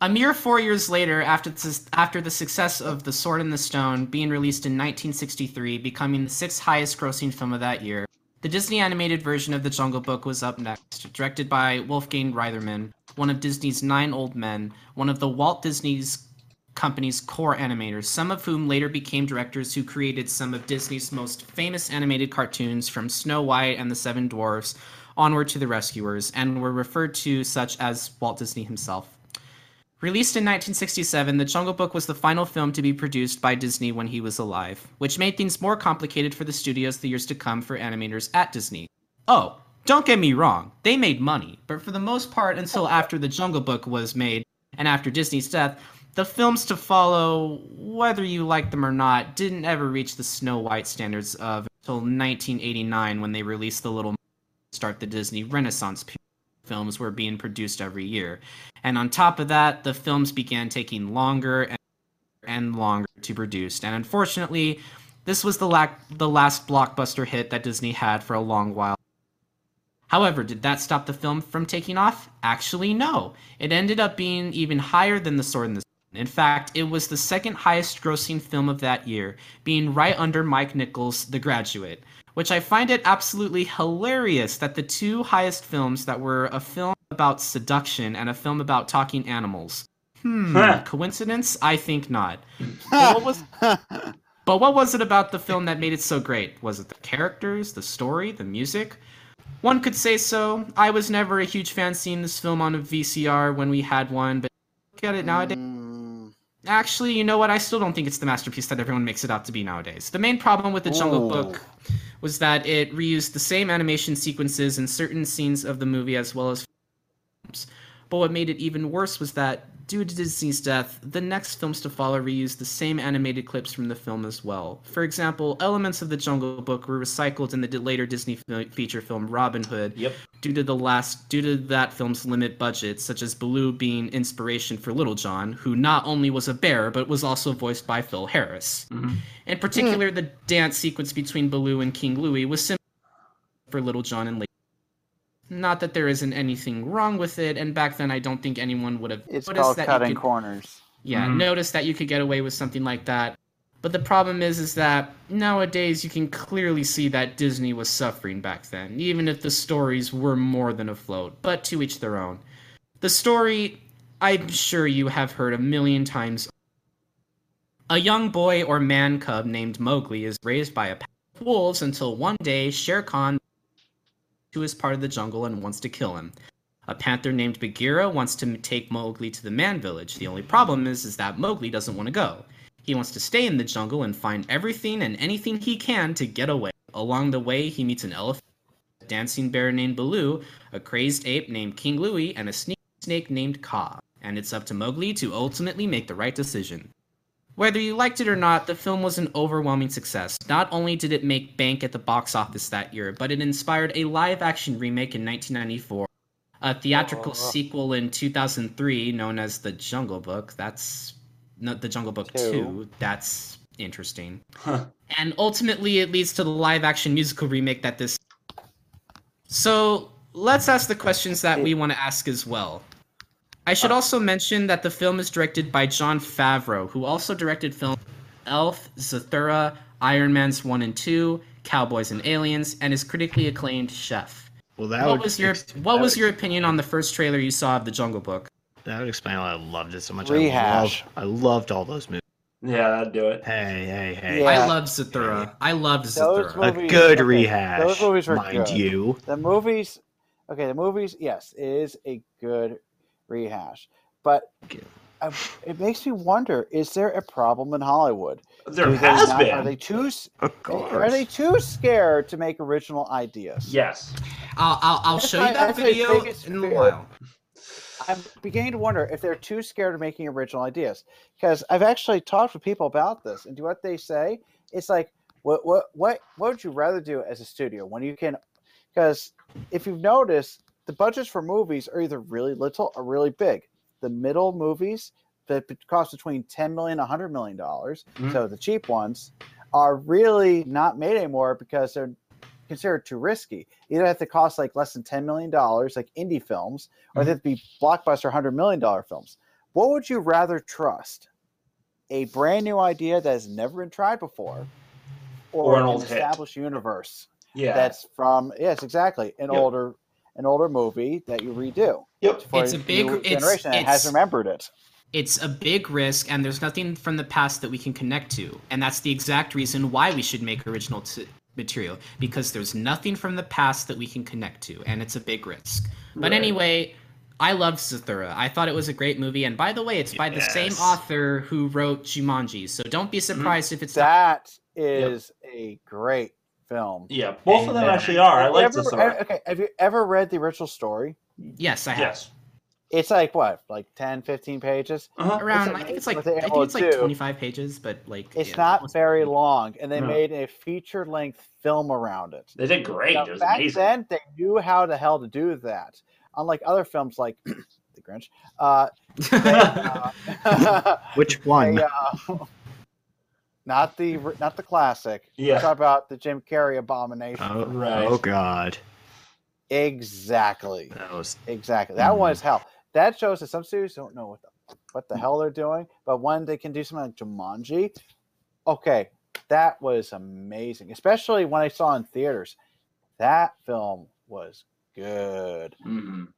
Speaker 2: A mere four years later, after the, after the success of The Sword in the Stone being released in 1963, becoming the sixth highest grossing film of that year, the Disney animated version of The Jungle Book was up next, directed by Wolfgang Reitherman, one of Disney's nine old men, one of the Walt Disney's company's core animators, some of whom later became directors who created some of Disney's most famous animated cartoons from Snow White and the Seven Dwarfs onward to the rescuers and were referred to such as Walt Disney himself. Released in 1967, The Jungle Book was the final film to be produced by Disney when he was alive, which made things more complicated for the studios the years to come for animators at Disney. Oh, don't get me wrong, they made money, but for the most part, until after The Jungle Book was made and after Disney's death, the films to follow, whether you like them or not, didn't ever reach the Snow White standards of until 1989 when they released The Little start the Disney Renaissance period. Films were being produced every year. And on top of that, the films began taking longer and, and longer to produce. And unfortunately, this was the, lac- the last blockbuster hit that Disney had for a long while. However, did that stop the film from taking off? Actually, no. It ended up being even higher than The Sword in the Stone. In fact, it was the second highest grossing film of that year, being right under Mike Nichols' The Graduate which I find it absolutely hilarious that the two highest films that were a film about seduction and a film about talking animals. Hmm,
Speaker 1: Huh.
Speaker 2: coincidence? I think not. But what was but what was it about the film that made it so great? Was it the characters, the story, the music? One could say so. I was never a huge fan seeing this film on a VCR when we had one, but look at it nowadays.
Speaker 4: Mm,
Speaker 2: Actually, you know what? I still don't think it's the masterpiece that everyone makes it out to be nowadays. The main problem with the Jungle
Speaker 4: Ooh.
Speaker 2: Book was that it reused the same animation sequences in certain scenes of the movie as well as films. But what made it even worse was that, due to Disney's death, the next films to follow reused the same animated clips from the film as well. For example, elements of the Jungle Book were recycled in the d- later Disney fi- feature film Robin Hood,
Speaker 1: Yep.
Speaker 2: due to the last due to that film's limit budget, such as Baloo being inspiration for Little John, who not only was a bear but was also voiced by Phil Harris.
Speaker 4: Mm-hmm.
Speaker 1: Mhm.
Speaker 2: In particular, the dance sequence between Baloo and King Louie was similar for Little John and Lady. Not that there isn't anything wrong with it, and back then I don't think anyone would have
Speaker 4: it's
Speaker 2: noticed
Speaker 4: called
Speaker 2: that you
Speaker 4: cutting
Speaker 2: could-
Speaker 4: corners.
Speaker 2: yeah
Speaker 1: Mhm.
Speaker 2: notice that you could get away with something like that but the problem is is that nowadays you can clearly see that disney was suffering back then even if the stories were more than afloat but to each their own the story i'm sure you have heard a million times a young boy or man cub named mowgli is raised by a pack of wolves until one day shere khan who is part of the jungle and wants to kill him a panther named Bagheera wants to m- take Mowgli to the man village. The only problem is, is that Mowgli doesn't want to go. He wants to stay in the jungle and find everything and anything he can to get away. Along the way, he meets an elephant, a dancing bear named Baloo, a crazed ape named King Louie, and a sneaky snake named Ka. And it's up to Mowgli to ultimately make the right decision. Whether you liked it or not, the film was an overwhelming success. Not only did it make bank at the box office that year, but it inspired a live action remake in 1994, a theatrical sequel in 2003 known as The Jungle Book. That's not The Jungle Book
Speaker 4: Two.
Speaker 2: 2. That's interesting.
Speaker 1: Huh.
Speaker 2: And ultimately, it leads to the live action musical remake that this. So let's ask the questions that we want to ask as well. I should
Speaker 4: Uh,
Speaker 2: also mention that the film is directed by John Favreau, who also directed films Elf, Zathura, Iron Man's 1 and 2, Cowboys and Aliens, and is critically acclaimed Chef.
Speaker 3: Well, that
Speaker 2: What
Speaker 3: would
Speaker 2: was your
Speaker 3: fix-
Speaker 2: What
Speaker 3: that
Speaker 2: was
Speaker 3: would-
Speaker 2: your opinion on the first trailer you saw of The Jungle Book?
Speaker 3: That would explain why I loved it so much.
Speaker 4: Rehash.
Speaker 3: I, love, I loved all those movies.
Speaker 1: Yeah, that'd do it.
Speaker 3: Hey, hey, hey.
Speaker 4: Yeah.
Speaker 2: I loved Zathura. I loved
Speaker 4: Those
Speaker 2: Zathura.
Speaker 3: A
Speaker 4: Movies-
Speaker 3: good
Speaker 4: okay,
Speaker 3: rehash.
Speaker 4: those movies were
Speaker 3: mind
Speaker 4: good.
Speaker 3: you.
Speaker 4: The movies, okay, the movies, yes, it is a good rehash, but
Speaker 3: Thank you.
Speaker 4: I, it makes me wonder: is there a problem in Hollywood?
Speaker 1: There
Speaker 4: Do they
Speaker 1: has
Speaker 4: not- Are
Speaker 1: been.
Speaker 4: they too? s-
Speaker 3: Of
Speaker 4: Are they too scared to make original ideas?
Speaker 1: Yes.
Speaker 2: I'll, I'll, I'll
Speaker 4: That's
Speaker 2: show
Speaker 4: my-
Speaker 2: you that
Speaker 4: that's my
Speaker 2: video
Speaker 4: biggest
Speaker 2: in a
Speaker 4: fear.
Speaker 2: while.
Speaker 4: I'm beginning to wonder if they're too scared of making original ideas. Because I've actually talked with people about this, and do what they say. It's like, what, what, what, what would you rather do as a studio when you can? Because if you've noticed, the budgets for movies are either really little or really big. The middle movies that be- cost between ten million, a hundred million dollars,
Speaker 1: Mhm.
Speaker 4: so the cheap ones are really not made anymore because they're considered too risky. Either have to cost like less than ten million dollars, like indie films,
Speaker 1: Mm-hmm.
Speaker 4: or they'd be blockbuster hundred million dollar films. What would you rather trust? A brand new idea that has never been tried before, or,
Speaker 1: Or an
Speaker 4: an,
Speaker 1: old hit.
Speaker 4: established universe
Speaker 1: Yeah.
Speaker 4: that's from yes, exactly an
Speaker 1: Yep.
Speaker 4: older an older movie that you redo.
Speaker 1: Yep.
Speaker 4: for
Speaker 2: It's a big-
Speaker 4: new
Speaker 2: it's-
Speaker 4: generation that has
Speaker 2: it's-
Speaker 4: remembered it.
Speaker 2: It's a big risk, and there's nothing from the past that we can connect to. And that's the exact reason why we should make original t- material, because there's nothing from the past that we can connect to, and it's a big risk. But
Speaker 1: Right.
Speaker 2: anyway, I loved Zathura. I thought it was a great movie, and by the way, it's by the same
Speaker 3: Yes.
Speaker 2: author who wrote Jumanji, so don't be
Speaker 1: Mm-hmm.
Speaker 2: surprised if it's not.
Speaker 4: That is a great film.
Speaker 1: Yeah. Both of them
Speaker 3: Amen.
Speaker 1: actually are. I
Speaker 4: Have you
Speaker 1: like
Speaker 4: ever-
Speaker 2: uh,
Speaker 1: this. art.
Speaker 4: Okay, have you ever read the original story?
Speaker 2: Yes, I have.
Speaker 1: Yes.
Speaker 4: It's like what, like 10, 15 pages?
Speaker 1: Uh-huh.
Speaker 2: Around,
Speaker 4: It's
Speaker 2: I think it's
Speaker 4: amazing
Speaker 2: like
Speaker 4: what
Speaker 2: I
Speaker 4: they
Speaker 2: think
Speaker 4: all
Speaker 2: it's like
Speaker 4: do.
Speaker 2: 25 pages, but like
Speaker 4: It's
Speaker 2: yeah,
Speaker 4: not
Speaker 2: almost-
Speaker 4: very long, and they
Speaker 1: No.
Speaker 4: made a feature length film around it.
Speaker 1: They did great.
Speaker 4: Now,
Speaker 1: It was
Speaker 4: back
Speaker 1: amazing.
Speaker 4: then, they knew how the hell to do that. Unlike other films like The Grinch, uh, uh,
Speaker 3: Which one?
Speaker 4: they, uh, not the not the classic.
Speaker 1: yeah.
Speaker 4: Talk about the Jim Carrey abomination.
Speaker 3: Oh,
Speaker 1: Right.
Speaker 3: oh God.
Speaker 4: exactly,
Speaker 3: That was
Speaker 4: exactly. That one
Speaker 3: Mhm.
Speaker 4: is hell. That shows that some studios don't know what the what the hell they're doing, but when they can do something like Jumanji, okay, that was amazing. Especially when I saw in theaters, that film was good.
Speaker 1: Mhm.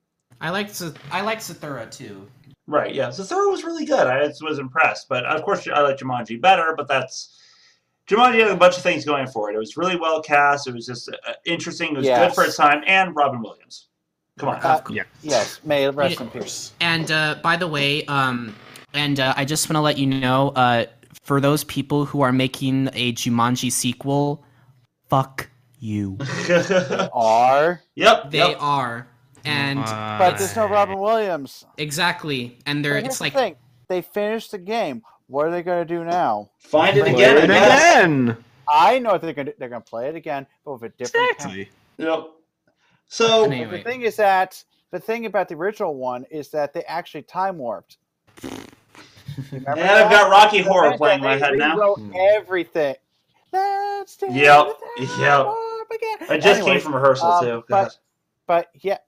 Speaker 2: I like Z- I like Zathura too.
Speaker 1: Right. Yeah. So Thor was really good. I was impressed, but of course I like Jumanji better. But that's Jumanji had a bunch of things going for it. It was really well cast. It was just uh, interesting. It was good
Speaker 4: Yes.
Speaker 1: for its time. And Robin Williams. Come on.
Speaker 4: Uh,
Speaker 3: yeah.
Speaker 4: Yes, may it rest in
Speaker 2: Of
Speaker 4: peace.
Speaker 2: And uh, by the way, um, and uh, I just want to let you know, uh, for those people who are making a Jumanji sequel, fuck you.
Speaker 1: yep.
Speaker 4: Are
Speaker 2: They
Speaker 1: yep.
Speaker 2: are, and
Speaker 4: but there's no
Speaker 3: Why?
Speaker 4: Robin Williams.
Speaker 2: exactly, and they're
Speaker 4: But here's
Speaker 2: it's
Speaker 4: the
Speaker 2: like
Speaker 4: thing. they finished the game. What are they going to do now?
Speaker 1: Find it
Speaker 4: Play
Speaker 1: again.
Speaker 3: Play
Speaker 1: I
Speaker 3: it
Speaker 1: guess.
Speaker 3: again.
Speaker 4: I know what they're going to they're going to play it again, but with a different. Exactly.
Speaker 3: Exactly.
Speaker 1: Yep. So
Speaker 2: Anyway.
Speaker 4: The thing is that the thing about the original one is that they actually time warped. And
Speaker 1: And I've got Rocky Horror playing in my head now.
Speaker 2: Hmm.
Speaker 4: Everything. Let's do
Speaker 1: Yep,
Speaker 4: the time
Speaker 1: yep.
Speaker 4: warp again.
Speaker 1: I just came
Speaker 4: Anyways,
Speaker 1: from rehearsal
Speaker 4: um,
Speaker 1: too.
Speaker 4: but-
Speaker 1: God.
Speaker 4: But yeah,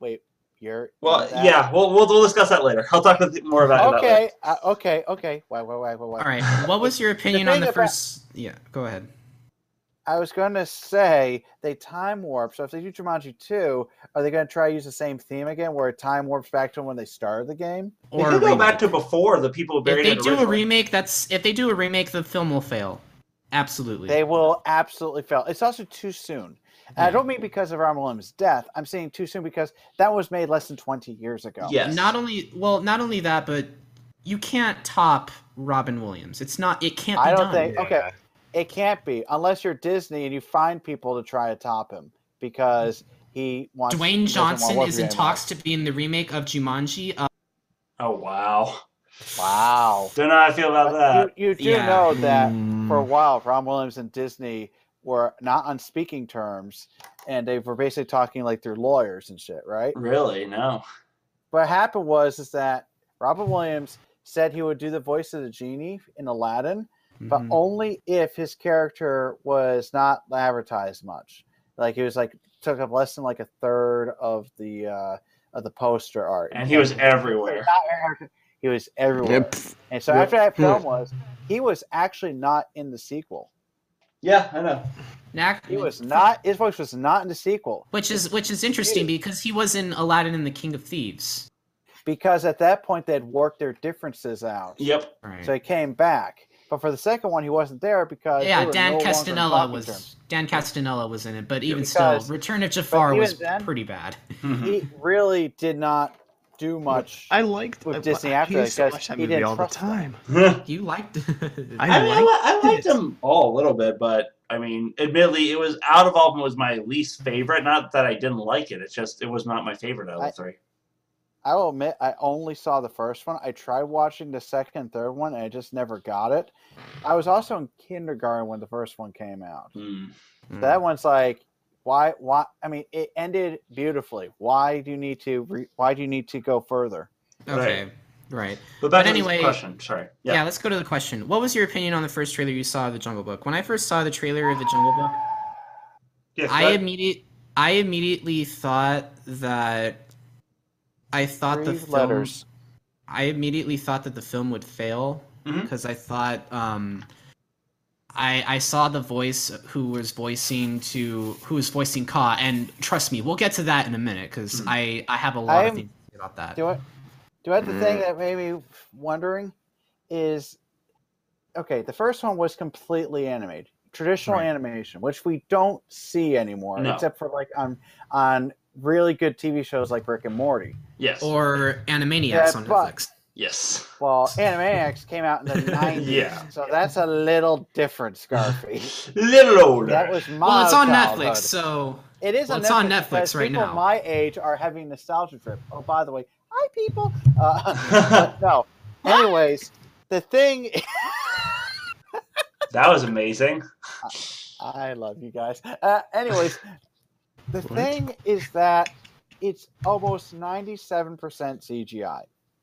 Speaker 4: wait, you're.
Speaker 1: well,
Speaker 4: that-
Speaker 1: yeah, we'll, we'll we'll discuss that later. I'll talk with more about it.
Speaker 4: Okay. Uh, okay. Okay. Why? Why? Why? Why? Why?
Speaker 2: all right. What was your opinion on
Speaker 4: thing
Speaker 2: the
Speaker 4: about-
Speaker 2: first? Yeah, go ahead.
Speaker 4: I was going to say they time warp. So if they do Jumanji 2, are they going to try to use the same theme again where it time warps back to when they started the game?
Speaker 1: They
Speaker 2: Or
Speaker 1: could
Speaker 2: a
Speaker 1: go back
Speaker 2: remake.
Speaker 1: to before the people who
Speaker 2: if
Speaker 1: buried
Speaker 2: they
Speaker 1: it
Speaker 2: do a
Speaker 1: originally.
Speaker 2: remake, that's if they do a remake, the film will fail. Absolutely.
Speaker 4: They will absolutely fail. It's also too soon. And I don't mean because of Ron Williams' death. I'm saying too soon because that was made less than 20 years ago.
Speaker 1: Yes.
Speaker 2: Not only well, not only that, but you can't top Robin Williams. It's not. It can't. Be
Speaker 4: I don't
Speaker 2: done.
Speaker 4: think. Okay. It can't be unless you're Disney and you find people to try to top him because he wants he
Speaker 2: Dwayne
Speaker 4: doesn't wanna
Speaker 2: Johnson
Speaker 4: work
Speaker 2: is in
Speaker 4: with you anymore.
Speaker 2: talks to be in the remake of Jumanji. Uh,
Speaker 1: Oh wow!
Speaker 4: Wow.
Speaker 1: Don't know how I feel about that.
Speaker 4: But you, you do
Speaker 2: Yeah.
Speaker 4: know that
Speaker 3: Mm.
Speaker 4: for a while, Ron Williams and Disney were not on speaking terms, and they were basically talking like they're lawyers and shit, right?
Speaker 1: Really? No.
Speaker 4: What happened was is that Robin Williams said he would do the voice of the genie in Aladdin, but oh,
Speaker 2: mhm.
Speaker 4: only if his character was not advertised much. Like he was like took up less than like a third of the uh, of the poster art,
Speaker 1: And he was
Speaker 4: Not
Speaker 1: everywhere.
Speaker 4: advertised- he was everywhere. And so after that film was, he was actually not in the sequel.
Speaker 1: Yeah, I know.
Speaker 2: Nac-
Speaker 4: He was not. His voice was not in the sequel.
Speaker 2: Which is which is interesting because he was in Aladdin and the King of Thieves.
Speaker 4: because at that point they'd worked their differences out.
Speaker 1: Yep.
Speaker 4: So he came back. But for the second one, he wasn't there because they
Speaker 2: yeah,
Speaker 4: were
Speaker 2: Dan
Speaker 4: no longer
Speaker 2: Castanella
Speaker 4: talking
Speaker 2: was
Speaker 4: to him.
Speaker 2: Dan Castanella was in it, but even still,
Speaker 4: because-
Speaker 2: Return of Jafar
Speaker 4: even
Speaker 2: was
Speaker 4: then-
Speaker 2: pretty bad.
Speaker 4: He really did not do much.
Speaker 3: I liked
Speaker 4: With
Speaker 3: I-
Speaker 4: Disney
Speaker 3: I
Speaker 4: after that,
Speaker 3: used to
Speaker 4: because
Speaker 3: watch that
Speaker 4: he
Speaker 3: movie
Speaker 4: didn't
Speaker 3: all the
Speaker 4: trust them.
Speaker 3: time.
Speaker 2: You liked
Speaker 1: I, mean, I,
Speaker 3: liked
Speaker 1: li- I liked
Speaker 3: it.
Speaker 1: them all a little bit, but I mean, admittedly, it was out of all of them was my least favorite. Not that I didn't like it; it's just it was not my favorite out of the
Speaker 4: I-
Speaker 1: three.
Speaker 4: I will admit, I only saw the first one. I tried watching the second and third one, and I just never got it. I was also in kindergarten when the first one came out.
Speaker 1: Hmm.
Speaker 4: So that one's like, why? Why? I mean, it ended beautifully. Why do you need to? Re, why do you need to go further?
Speaker 2: okay, right.
Speaker 1: But back
Speaker 2: But
Speaker 1: to
Speaker 2: anyway-
Speaker 1: the question. Sorry.
Speaker 2: Yeah.
Speaker 1: Yeah.
Speaker 2: let's go to the question. What was your opinion on the first trailer you saw of The Jungle Book? When I first saw the trailer of The Jungle Book,
Speaker 1: Yes,
Speaker 2: I
Speaker 1: that-
Speaker 2: immediate I immediately thought that I thought the
Speaker 4: Three
Speaker 2: film,
Speaker 4: letters.
Speaker 2: I immediately thought that the film would fail
Speaker 1: Mhm.
Speaker 2: because I thought um, I I saw the voice who was voicing to who was voicing Ka, and trust me, we'll get to that in a minute because
Speaker 1: Mhm.
Speaker 2: I I have a lot
Speaker 4: I'm-
Speaker 2: of things to say about that.
Speaker 4: Do I? Do I? The thing that made me wondering is, okay, the first one was completely animated, traditional
Speaker 2: Right.
Speaker 4: animation, which we don't see anymore,
Speaker 1: No.
Speaker 4: except for like on on really good TV shows like Rick and Morty.
Speaker 1: yes.
Speaker 2: Or Animaniacs
Speaker 4: Yeah,
Speaker 2: on
Speaker 4: but-
Speaker 2: Netflix.
Speaker 1: yes.
Speaker 4: Well, Animaniacs came out in the nineties,
Speaker 1: Yeah.
Speaker 4: so that's a little different, Scarfy.
Speaker 1: Little older.
Speaker 4: that was my.
Speaker 2: Well, it's on
Speaker 4: childhood.
Speaker 2: Netflix, so
Speaker 4: It is
Speaker 2: Well,
Speaker 4: on
Speaker 2: it's on
Speaker 4: Netflix
Speaker 2: Netflix
Speaker 4: because
Speaker 2: right
Speaker 4: people
Speaker 2: now.
Speaker 4: My age are having nostalgia trip. Oh, by the way, hi people. Uh, but no. Anyways, the thing.
Speaker 1: that was amazing.
Speaker 4: I love you guys. Uh, anyways, the thing is that it's almost ninety-seven percent CGI.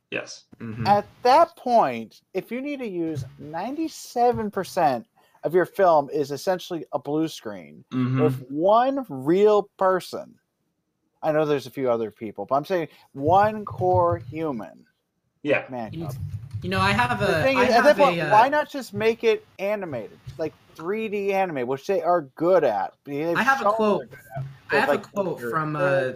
Speaker 1: Yes.
Speaker 2: Hmm.
Speaker 4: At that point, if you need to use ninety-seven percent of your film is essentially a blue screen.
Speaker 2: Hmm.
Speaker 1: Mhm.
Speaker 4: with one real person. I know there's a few other people, but I'm saying one core human.
Speaker 1: Yeah.
Speaker 4: Man,
Speaker 2: You-
Speaker 4: cub.
Speaker 2: you know I have a.
Speaker 4: the thing
Speaker 2: I
Speaker 4: is, at
Speaker 2: have
Speaker 4: that
Speaker 2: a,
Speaker 4: point,
Speaker 2: uh,
Speaker 4: why not just make it animated, like 3D anime, which they are good at.
Speaker 2: I have a quote. I
Speaker 4: But,
Speaker 2: have
Speaker 4: like,
Speaker 2: a quote
Speaker 4: you're-
Speaker 2: from uh,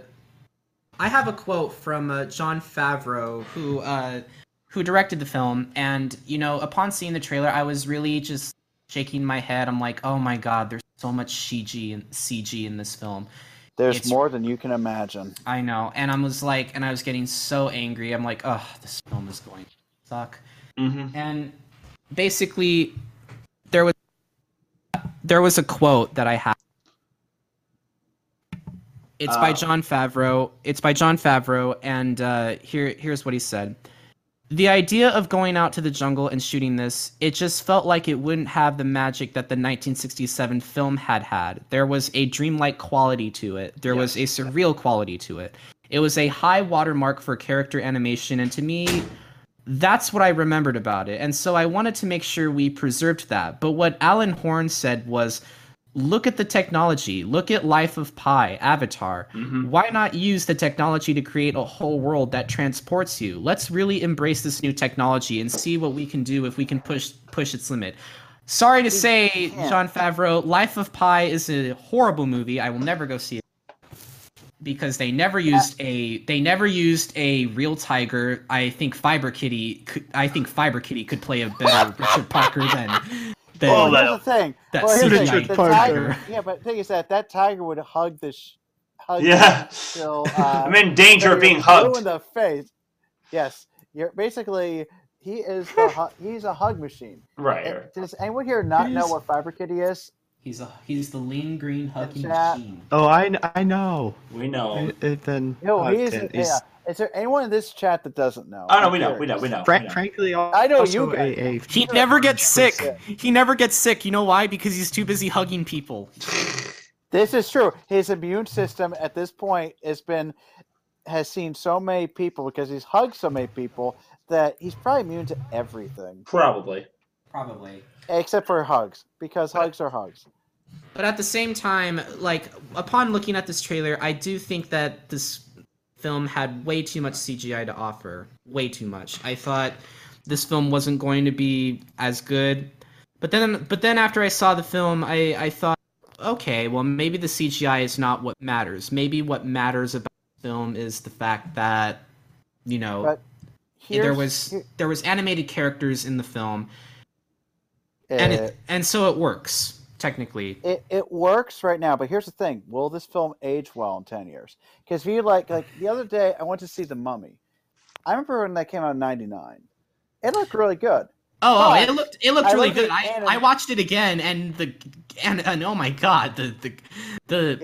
Speaker 2: I have a quote from uh, John Favreau who uh, who directed the film, and you know, upon seeing the trailer, I was really just shaking my head. I'm like, oh my god, there's so much CG and CG in this film.
Speaker 4: There's
Speaker 2: it's-
Speaker 4: more than you can imagine.
Speaker 2: I know, and I was like, and I was getting so angry. I'm like, oh, this film is going to suck.
Speaker 1: Mhm.
Speaker 2: Mm-hmm. And basically, there was there was a quote that I had. It's by
Speaker 1: Uh.
Speaker 2: John Favreau. It's by John Favreau, and uh, here here's what he said. The idea of going out to the jungle and shooting this, it just felt like it wouldn't have the magic that the 1967 film had had. There was a dreamlike quality to it. There was a surreal quality to it. It was a high watermark for character animation, and to me, that's what I remembered about it. And so I wanted to make sure we preserved that. But what Alan Horn said was look at the technology, look at Life of Pi, Avatar.
Speaker 1: Mhm.
Speaker 2: Why not use the technology to create a whole world that transports you? Let's really embrace this new technology and see what we can do if we can push push its limit. Sorry to say,
Speaker 4: can't.
Speaker 2: John Favreau, Life of Pi is a horrible movie. I will never go see it because they never used a they never used a real tiger. I think Fiber Kitty could, I think Fiber Kitty could play a better Richard Parker than than
Speaker 1: Oh, that-
Speaker 4: here's the thing.
Speaker 2: that
Speaker 4: Well, here's the thing.
Speaker 2: CGI
Speaker 4: The
Speaker 2: tiger.
Speaker 4: tiger, yeah, but the thing is that that tiger would hug the, sh- hug the
Speaker 1: Yeah.
Speaker 4: Till, uh,
Speaker 1: I'm in danger of
Speaker 4: You're
Speaker 1: being
Speaker 4: blue
Speaker 1: hugged.
Speaker 4: in the face. Yes, you're basically he is the hu- he's a hug machine.
Speaker 1: Right.
Speaker 4: Eh,
Speaker 1: right.
Speaker 4: Does anyone here not know what Fiber Kitty is?
Speaker 2: He's a he's the lean green hugging
Speaker 4: Chat.
Speaker 2: machine.
Speaker 3: Oh, I kn- I know.
Speaker 1: We know.
Speaker 3: And- and then
Speaker 4: No,
Speaker 3: uh,
Speaker 4: he is.
Speaker 3: then
Speaker 4: Yeah. Is there anyone in this chat that doesn't know?
Speaker 1: Oh no,
Speaker 4: I'm
Speaker 1: we know. We know.
Speaker 4: curious.
Speaker 1: We know. we
Speaker 3: Frank,
Speaker 1: know.
Speaker 3: frankly,
Speaker 4: I know you
Speaker 3: also
Speaker 4: guys.
Speaker 3: a, a
Speaker 2: He
Speaker 4: You're
Speaker 2: never
Speaker 4: a
Speaker 2: gets
Speaker 4: hundred
Speaker 2: sick.
Speaker 4: percent.
Speaker 2: He never gets sick. You know why? Because he's too busy hugging people.
Speaker 4: This is true. His immune system at this point has been has seen so many people because he's hugged so many people that he's probably immune to everything
Speaker 1: Probably.
Speaker 2: Probably.
Speaker 4: except for hugs because hugs are hugs.
Speaker 2: But at the same time, like upon looking at this trailer, I do think that this film had way too much CGI to offer. Way too much. I thought this film wasn't going to be as good. But then but then after I saw the film, I, I thought, okay, well maybe the CGI is not what matters. Maybe what matters about the film is the fact that you know
Speaker 5: But
Speaker 2: there
Speaker 5: here's-
Speaker 2: was
Speaker 5: here-
Speaker 2: there was animated characters in the film and
Speaker 4: And
Speaker 2: it, and so it works technically
Speaker 4: it, it works right now, but here's the thing: Will this film age well in ten years? Because if you like, like the other day, I went to see The Mummy. I remember when that came out in '99. It looked really good.
Speaker 2: oh, oh
Speaker 4: But
Speaker 2: it looked it looked
Speaker 4: I
Speaker 2: really
Speaker 4: looked
Speaker 2: good
Speaker 4: at
Speaker 2: I,
Speaker 4: anim-
Speaker 2: I watched it again and the and, and oh my god the the the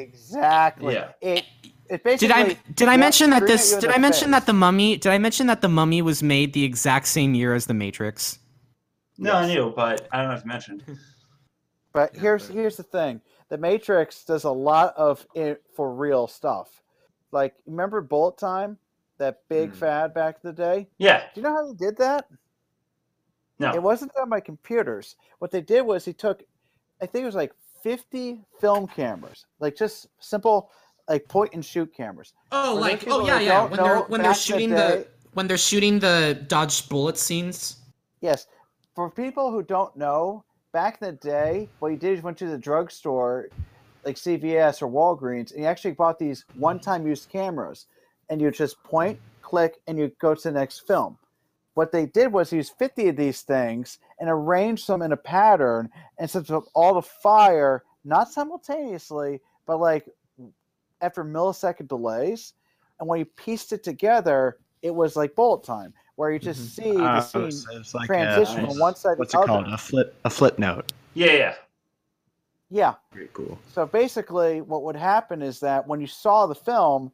Speaker 4: Exactly.
Speaker 1: Yeah.
Speaker 4: It it basically
Speaker 7: Did I did I
Speaker 4: yeah,
Speaker 7: mention that
Speaker 4: scream at
Speaker 7: this
Speaker 4: you in
Speaker 7: did
Speaker 4: the
Speaker 7: I mention
Speaker 4: face.
Speaker 7: that the mummy did I mention that the mummy was made the exact same year as the Matrix?
Speaker 1: No, I knew, but I don't know if you mentioned.
Speaker 4: But here's here's the thing: The Matrix does a lot of it for real stuff. Like remember Bullet Time, that big
Speaker 3: Hmm.
Speaker 4: fad back in the day.
Speaker 1: Yeah,
Speaker 4: Do you know how they did that?
Speaker 1: No.
Speaker 4: It wasn't done by computers. What they did was he took, I think it was like 50 film cameras, like just simple, like point and shoot cameras.
Speaker 2: oh
Speaker 4: For
Speaker 2: like
Speaker 4: those
Speaker 2: oh
Speaker 4: people
Speaker 2: yeah
Speaker 4: that
Speaker 2: yeah
Speaker 4: don't
Speaker 2: when they're
Speaker 4: know,
Speaker 2: when they're
Speaker 4: back in the
Speaker 2: shooting the,
Speaker 4: day-
Speaker 2: when they're shooting the dodge bullet scenes
Speaker 4: Yes. For people who don't know, back in the day, what you did is you went to the drugstore, like CVS or Walgreens, and you actually bought these one time use cameras. And you just point, click, and you go to the next film. What they did was use 50 of these things and arrange them in a pattern and set up all the fire, not simultaneously, but like after millisecond delays. And when you pieced it together, it was like bullet time, where you just see the
Speaker 3: Uh,
Speaker 4: scene
Speaker 3: so it's like
Speaker 4: transition
Speaker 3: a,
Speaker 4: from one side
Speaker 3: what's
Speaker 4: to
Speaker 3: it
Speaker 4: the
Speaker 3: called?
Speaker 4: other.
Speaker 3: A flip a flip note.
Speaker 1: yeah, yeah.
Speaker 4: Yeah.
Speaker 3: Very cool.
Speaker 4: So basically, what would happen is that when you saw the film,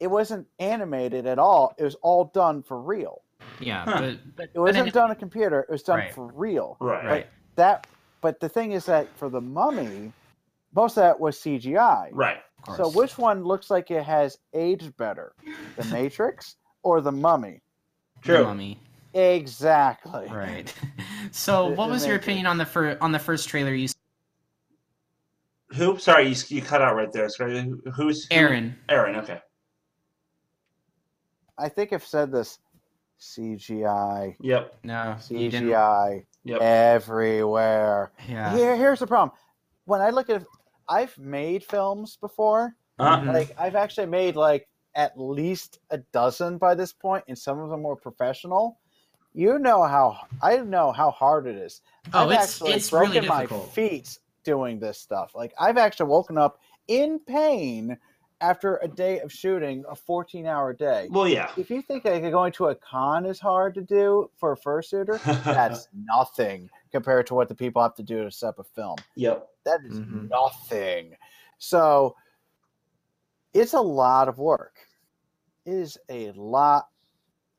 Speaker 4: it wasn't animated at all. It was all done for real.
Speaker 2: yeah
Speaker 1: Huh.
Speaker 2: but, but
Speaker 4: It wasn't
Speaker 2: then-
Speaker 4: done on a computer. It was done
Speaker 2: Right.
Speaker 4: for real.
Speaker 1: Right.
Speaker 2: Right.
Speaker 4: That. But the thing is that for the mummy, most of that was CGI.
Speaker 1: Right.
Speaker 2: of
Speaker 4: So
Speaker 2: course.
Speaker 4: which one looks like it has aged better, the Matrix or the Mummy?
Speaker 2: the
Speaker 1: True.
Speaker 2: mummy.
Speaker 4: Exactly.
Speaker 2: right so
Speaker 4: It-
Speaker 2: what
Speaker 4: it
Speaker 2: was your
Speaker 4: makes it-
Speaker 2: opinion on the fir- on the first trailer you
Speaker 1: Who? Sorry, you, you cut out right there. Sorry, who- who's who-
Speaker 2: Aaron.
Speaker 1: Aaron. Okay.
Speaker 4: I think I've said this. CGI,
Speaker 1: Yep.
Speaker 2: No, you didn't.
Speaker 4: CGI,
Speaker 1: Yep.
Speaker 4: everywhere.
Speaker 2: Yeah.
Speaker 4: Here, here's the problem. When I look at, I've made films before.
Speaker 1: Uh,
Speaker 2: Mm-hmm.
Speaker 4: Like I've actually made like at least a dozen by this point, and some of them were professional. You know how I know how hard it is.
Speaker 2: Oh,
Speaker 4: I've
Speaker 2: it's
Speaker 4: actually
Speaker 2: it's
Speaker 4: broken
Speaker 2: really
Speaker 4: my
Speaker 2: difficult.
Speaker 4: feet doing this stuff. Like I've actually woken up in pain after a day of shooting, a 14-hour day.
Speaker 1: Well, yeah.
Speaker 4: If you think like, going to a con is hard to do for a fursuiter, that's nothing compared to what the people have to do to set up a film.
Speaker 1: yep.
Speaker 4: That is
Speaker 3: Mhm.
Speaker 4: nothing. So it's a lot of work. It is a lot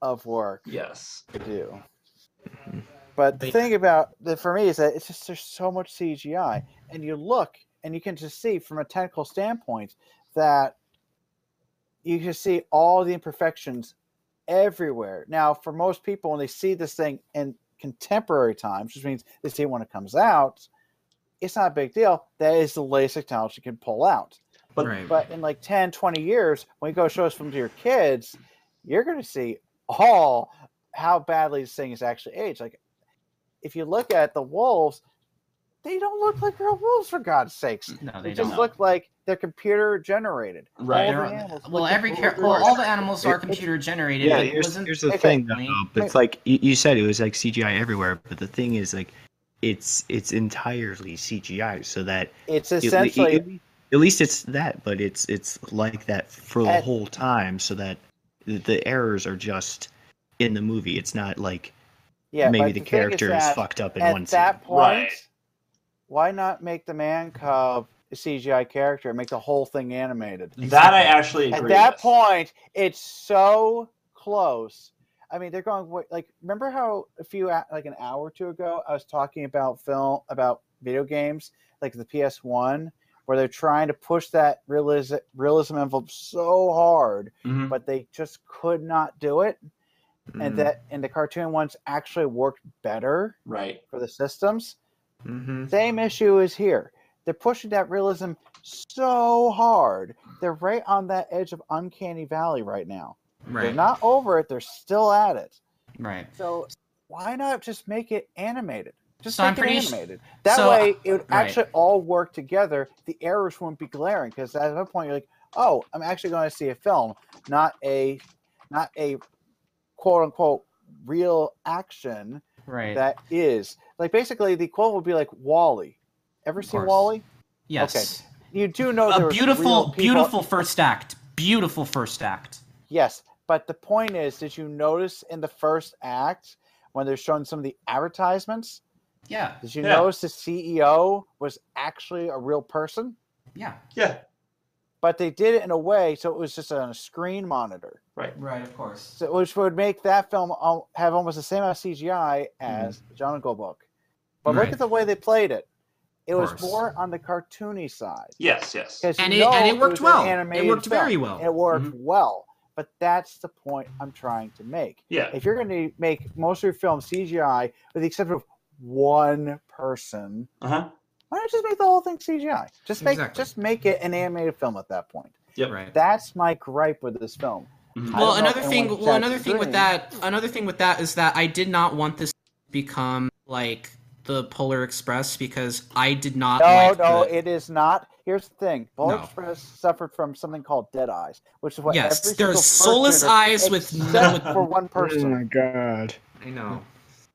Speaker 4: of work
Speaker 1: Yes.
Speaker 4: to do. But the
Speaker 2: They-
Speaker 4: thing about the for me is that it's just there's so much CGI, and you look and you can just see from a technical standpoint that you can see all the imperfections everywhere. Now, for most people, when they see this thing in contemporary times, which means they see it when it comes out, it's not a big deal. That is the latest technology can pull out.
Speaker 1: But-
Speaker 2: right.
Speaker 4: But in like 10, 20 years, when you go show this film to your kids, you're going to see all how badly this thing is actually aged. Like, if you look at the wolves, they don't look like real wolves, for God's sakes.
Speaker 2: no,
Speaker 4: They
Speaker 2: they
Speaker 4: just
Speaker 2: don't.
Speaker 4: look like they're computer generated.
Speaker 1: Right.
Speaker 4: All the
Speaker 2: They're-
Speaker 4: animals
Speaker 2: well,
Speaker 4: look
Speaker 2: every
Speaker 4: like
Speaker 2: char-
Speaker 4: real
Speaker 2: well,
Speaker 4: wolves.
Speaker 2: all the animals are computer generated.
Speaker 3: Yeah,
Speaker 2: but
Speaker 3: here's,
Speaker 2: wasn't-
Speaker 3: here's the
Speaker 4: okay,
Speaker 3: thing though.
Speaker 2: wait.
Speaker 3: It's like you, you said it was like CGI everywhere, but the thing is like it's it's entirely CGI, so that
Speaker 4: It's
Speaker 3: at le-
Speaker 4: essentially
Speaker 3: at, at least it's that, but it's it's like that for the
Speaker 4: At-
Speaker 3: whole time, so that the, the errors are just in the movie. It's not like
Speaker 4: yeah.
Speaker 3: maybe
Speaker 4: but
Speaker 3: the,
Speaker 4: thing is
Speaker 3: character is,
Speaker 4: that
Speaker 3: fucked up in
Speaker 4: at
Speaker 3: one
Speaker 4: that
Speaker 3: scene.
Speaker 4: point.
Speaker 1: Right.
Speaker 4: Why not make the man cub a CGI character and make the whole thing animated?
Speaker 1: That I actually agree.
Speaker 4: At that
Speaker 1: with.
Speaker 4: point, it's so close. I mean, they're going wa- like. Remember how a few hou- like an hour or two ago, I was talking about film about video games, like the PS One, where they're trying to push that realism realism envelope so hard,
Speaker 1: Mhm.
Speaker 4: but they just could not do it.
Speaker 3: Mhm,
Speaker 1: Mm-hmm.
Speaker 4: And that and the cartoon ones actually worked better
Speaker 1: Right.
Speaker 4: for the systems.
Speaker 2: Mm-hmm.
Speaker 3: mhm.
Speaker 4: Same issue is here. They're pushing that realism so hard. They're right on that edge of uncanny valley right now. They're
Speaker 2: right.
Speaker 4: not over it. They're still at it.
Speaker 2: right.
Speaker 4: So why not just make it animated? Just
Speaker 2: So I'm
Speaker 4: make
Speaker 2: pretty
Speaker 4: it
Speaker 2: s-
Speaker 4: animated. That
Speaker 2: so,
Speaker 4: way, it would
Speaker 2: right.
Speaker 4: actually all work together. The errors wouldn't be glaring because at that point you're like, oh, I'm actually going to see a film, not a not a quote unquote real action
Speaker 5: Right.
Speaker 4: that is like basically the quote would be like Wally. Ever see
Speaker 5: course.
Speaker 4: Wally?
Speaker 5: yes.
Speaker 4: You do know there
Speaker 5: A
Speaker 4: was real
Speaker 5: beautiful,
Speaker 4: people-
Speaker 5: beautiful first act. Beautiful first act.
Speaker 4: Yes, but the point is, did you notice in the first act when they're showing some of the advertisements?
Speaker 5: Yeah.
Speaker 4: Did you
Speaker 1: Yeah.
Speaker 4: notice the CEO was actually a real person?
Speaker 5: Yeah.
Speaker 1: Yeah.
Speaker 4: But they did it in a way so it was just on a screen monitor,
Speaker 5: Right. Of course.
Speaker 4: so, which would make that film al- have almost the same amount of CGI as
Speaker 5: Mm.
Speaker 4: Jungle Book. But look
Speaker 5: Right.
Speaker 4: at the way they played it; it was
Speaker 5: course.
Speaker 4: more on the cartoony side.
Speaker 1: Yes. Yes.
Speaker 4: 'Cause
Speaker 2: And
Speaker 4: you
Speaker 2: it- and
Speaker 4: know
Speaker 2: it worked
Speaker 4: was an
Speaker 2: well. It
Speaker 4: animated
Speaker 2: worked
Speaker 4: film.
Speaker 2: very well. Mm-hmm.
Speaker 4: It worked well, but that's the point I'm trying to make.
Speaker 1: Yeah.
Speaker 4: if you're going to make most of your film CGI, with the exception of one person,
Speaker 1: Uh huh.
Speaker 4: why not just make the whole thing CGI? Just make
Speaker 2: Exactly.
Speaker 4: just make it an animated film at that point.
Speaker 2: Right.
Speaker 4: That's my gripe with this film.
Speaker 1: Mhm.
Speaker 4: I
Speaker 2: well
Speaker 4: don't know if
Speaker 2: another thing
Speaker 4: anyone
Speaker 2: well another
Speaker 4: that's
Speaker 2: thing with
Speaker 4: agreeing.
Speaker 2: that another thing with that is that i did not want this to become like the polar express because i did not
Speaker 4: No,
Speaker 2: like
Speaker 4: no,
Speaker 2: the-
Speaker 4: it is not. Here's the thing: Polar
Speaker 2: No.
Speaker 4: Express suffered from something called dead eyes, which is what
Speaker 2: yes
Speaker 4: every
Speaker 2: there's
Speaker 4: single
Speaker 2: soulless
Speaker 4: person-
Speaker 2: eyes with Mm. no
Speaker 4: except for one person.
Speaker 3: Oh god.
Speaker 2: i know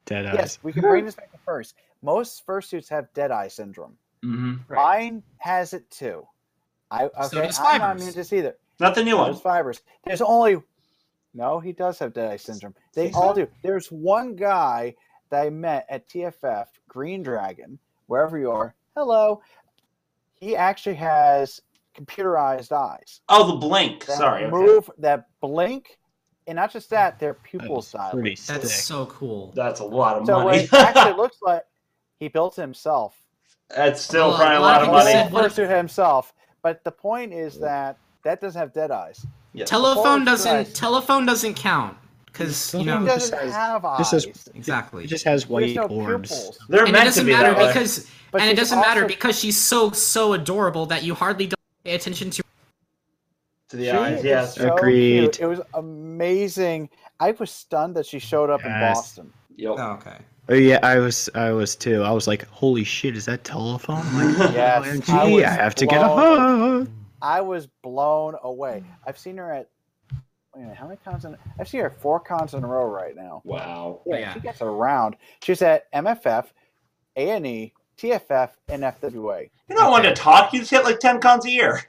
Speaker 3: Dead
Speaker 4: Yes, we can bring this back to first. Most fursuits have dead eye syndrome.
Speaker 1: Mhm.
Speaker 4: Mine has it too. I okay,
Speaker 2: So does
Speaker 4: I'm not
Speaker 2: Fibers.
Speaker 4: immune to this either.
Speaker 1: Not the new
Speaker 4: No,
Speaker 1: one.
Speaker 4: There's fibers. There's only no. He does have dead eye syndrome. They
Speaker 1: Think
Speaker 4: all
Speaker 1: so?
Speaker 4: do. There's one guy that I met at TFF Green Dragon, wherever you are. Hello. He actually has computerized eyes.
Speaker 1: Oh, the blink.
Speaker 4: that
Speaker 1: Sorry. okay.
Speaker 4: Move that blink, and not just that, their pupils dilate.
Speaker 3: Pretty sick.
Speaker 2: that's so cool
Speaker 1: That's a lot of
Speaker 4: So what
Speaker 1: money.
Speaker 4: it actually looks like he built it himself.
Speaker 1: That's still
Speaker 2: Well,
Speaker 1: probably
Speaker 2: a
Speaker 1: a
Speaker 2: lot
Speaker 1: lot
Speaker 2: of
Speaker 1: of
Speaker 2: people
Speaker 1: money.
Speaker 2: said- what if-
Speaker 4: First to himself. But the point is that that doesn't have dead eyes.
Speaker 1: Yeah.
Speaker 2: telephone
Speaker 4: Polar
Speaker 2: doesn't
Speaker 4: Express.
Speaker 2: telephone doesn't count because you
Speaker 4: He
Speaker 2: know
Speaker 4: doesn't
Speaker 3: has-
Speaker 4: have eyes.
Speaker 3: this is-
Speaker 2: exactly
Speaker 3: It just has
Speaker 4: There's
Speaker 3: white
Speaker 4: no
Speaker 3: orbs.
Speaker 4: pupils.
Speaker 1: They're
Speaker 2: and it
Speaker 1: meant to
Speaker 2: doesn't
Speaker 1: be
Speaker 2: matter
Speaker 1: that way.
Speaker 2: because
Speaker 4: But
Speaker 2: and it
Speaker 4: she's
Speaker 2: doesn't matter
Speaker 4: also-
Speaker 2: because she's so so adorable that you hardly don't pay attention to
Speaker 1: to the
Speaker 4: She
Speaker 1: eyes.
Speaker 4: is
Speaker 1: Yes.
Speaker 4: so cute.
Speaker 3: Agreed.
Speaker 4: It was amazing. I was stunned that she showed up in
Speaker 3: Yes.
Speaker 4: Boston.
Speaker 1: Yep.
Speaker 2: okay
Speaker 3: Oh yeah, I was I was too. I was like, holy shit, is that telephone? I'm like,
Speaker 4: Yes,
Speaker 3: OMG,
Speaker 4: I
Speaker 3: I,
Speaker 4: was
Speaker 3: have to get a
Speaker 4: blown-
Speaker 3: hug.
Speaker 4: I was blown away. I've seen her at wait a minute, how many cons? In, I've seen her at four cons in a row right now.
Speaker 1: Wow.
Speaker 4: Yeah,
Speaker 2: yeah.
Speaker 4: she gets around. She's at MFF, A and E, TFF, and FWA.
Speaker 1: You're not one to talk. You just hit like ten cons a year.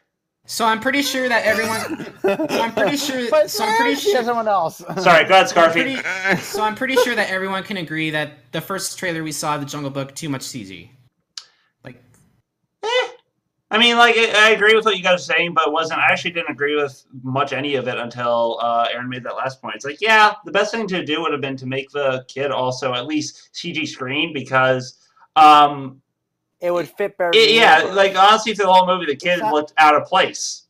Speaker 2: so i'm pretty sure that everyone I'm pretty sure-
Speaker 4: but
Speaker 2: so I'm pretty
Speaker 4: she
Speaker 2: sure-
Speaker 4: has someone else.
Speaker 1: Sorry. Go ahead, Scarfy.
Speaker 2: pretty, so I'm pretty sure that everyone can agree that the first trailer we saw of the Jungle Book too much CG. Like
Speaker 1: I mean, like I I agree with what you guys are saying, but wasn't I actually didn't agree with much any of it until uh, Aaron made that last point. It's like, yeah, the best thing to do would have been to make the kid also at least CG screen because, um,
Speaker 4: It would fit better.
Speaker 1: it,
Speaker 4: than
Speaker 1: yeah,
Speaker 4: yours.
Speaker 1: like honestly, through the whole movie, the kid
Speaker 4: It's not-
Speaker 1: looked out of place.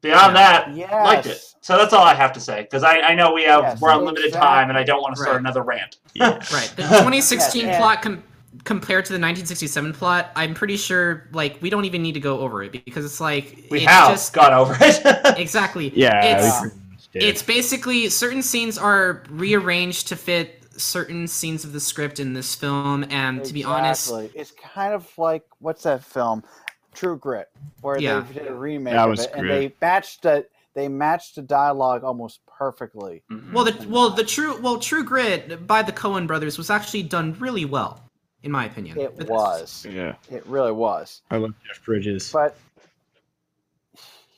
Speaker 1: Beyond that,
Speaker 4: yes.
Speaker 1: liked it. So that's all I have to say because I, I know we have
Speaker 4: Yes,
Speaker 1: we're on limited
Speaker 4: exactly.
Speaker 1: time and I don't want to start
Speaker 2: Right.
Speaker 1: another rant.
Speaker 2: right, the 2016
Speaker 4: Yes, and-
Speaker 2: plot com- compared to the 1967 plot, I'm pretty sure like we don't even need to go over it because it's like
Speaker 1: We
Speaker 2: it's
Speaker 1: have
Speaker 2: just
Speaker 1: gone over it.
Speaker 2: exactly.
Speaker 3: Yeah,
Speaker 2: it's
Speaker 3: we pretty much did.
Speaker 2: it's basically certain scenes are rearranged to fit certain scenes of the script in this film, and to be honest,
Speaker 4: Exactly. it's kind of like what's that film, True Grit, where
Speaker 2: Yeah.
Speaker 4: they did a remake
Speaker 3: That
Speaker 4: of
Speaker 3: was
Speaker 4: it, and
Speaker 3: great.
Speaker 4: they matched it. They matched the dialogue almost perfectly.
Speaker 1: Mm-hmm.
Speaker 2: Well, the well the true well True Grit by the Cohen brothers was actually done really well, in my opinion.
Speaker 4: It
Speaker 2: But that's-
Speaker 4: was.
Speaker 3: yeah.
Speaker 4: It really was.
Speaker 3: I love Jeff Bridges.
Speaker 4: But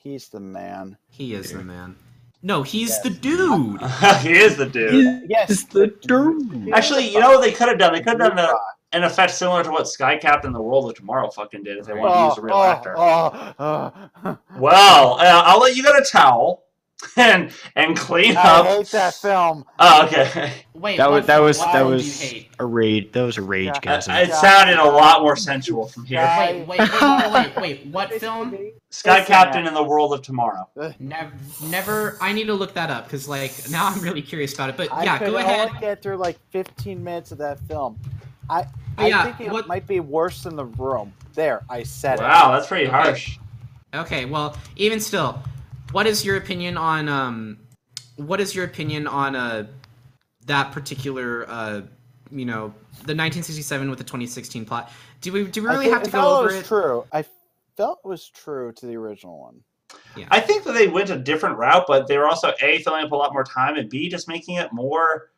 Speaker 4: he's the man.
Speaker 2: He is the man. No, he's
Speaker 4: Yes.
Speaker 2: the dude.
Speaker 1: he is the dude.
Speaker 4: Yes,
Speaker 3: the dude.
Speaker 1: Actually, you know what they could have done? They could have done a, an effect similar to what Sky Captain the World of Tomorrow fucking did if they wanted to use a real actor.
Speaker 4: oh, oh.
Speaker 1: Well, uh, I'll let you get a towel and and clean
Speaker 4: I
Speaker 1: up.
Speaker 4: hate that film.
Speaker 1: Oh, okay.
Speaker 2: Wait,
Speaker 3: That
Speaker 2: what
Speaker 3: was that
Speaker 2: film-
Speaker 3: was
Speaker 2: what
Speaker 3: that
Speaker 2: film do you
Speaker 3: was
Speaker 2: hate?
Speaker 3: a rage. That was a rage,
Speaker 4: Yeah.
Speaker 3: guys.
Speaker 1: Uh, it
Speaker 4: God.
Speaker 1: sounded a lot more sensual from here.
Speaker 2: Wait,
Speaker 4: God.
Speaker 2: wait, wait, wait, wait, wait. What film?
Speaker 1: Sky
Speaker 4: Listen,
Speaker 1: Captain
Speaker 4: man.
Speaker 1: in the World of Tomorrow.
Speaker 2: Never, never. I need to look that up because, like, now I'm really curious about it. But
Speaker 4: I
Speaker 2: yeah,
Speaker 4: could
Speaker 2: go ahead.
Speaker 4: only get through like 15 minutes of that film. I,
Speaker 2: But
Speaker 4: I
Speaker 2: yeah,
Speaker 4: think it
Speaker 2: what-
Speaker 4: might be worse than the room. There, I said it.
Speaker 1: Wow, that's pretty harsh.
Speaker 2: Okay, well, even still, what is your opinion on um, what is your opinion on uh, that particular uh, you know, the 1967 with the 2016 plot? Do we do we
Speaker 4: I
Speaker 2: really
Speaker 4: feel-
Speaker 2: have to
Speaker 4: I felt
Speaker 2: go
Speaker 4: it
Speaker 2: over
Speaker 4: was
Speaker 2: it?
Speaker 4: True, I felt it was true to the original one.
Speaker 2: Yeah.
Speaker 1: I think that they went a different route, but they were also a filling up a lot more time, and b just making it more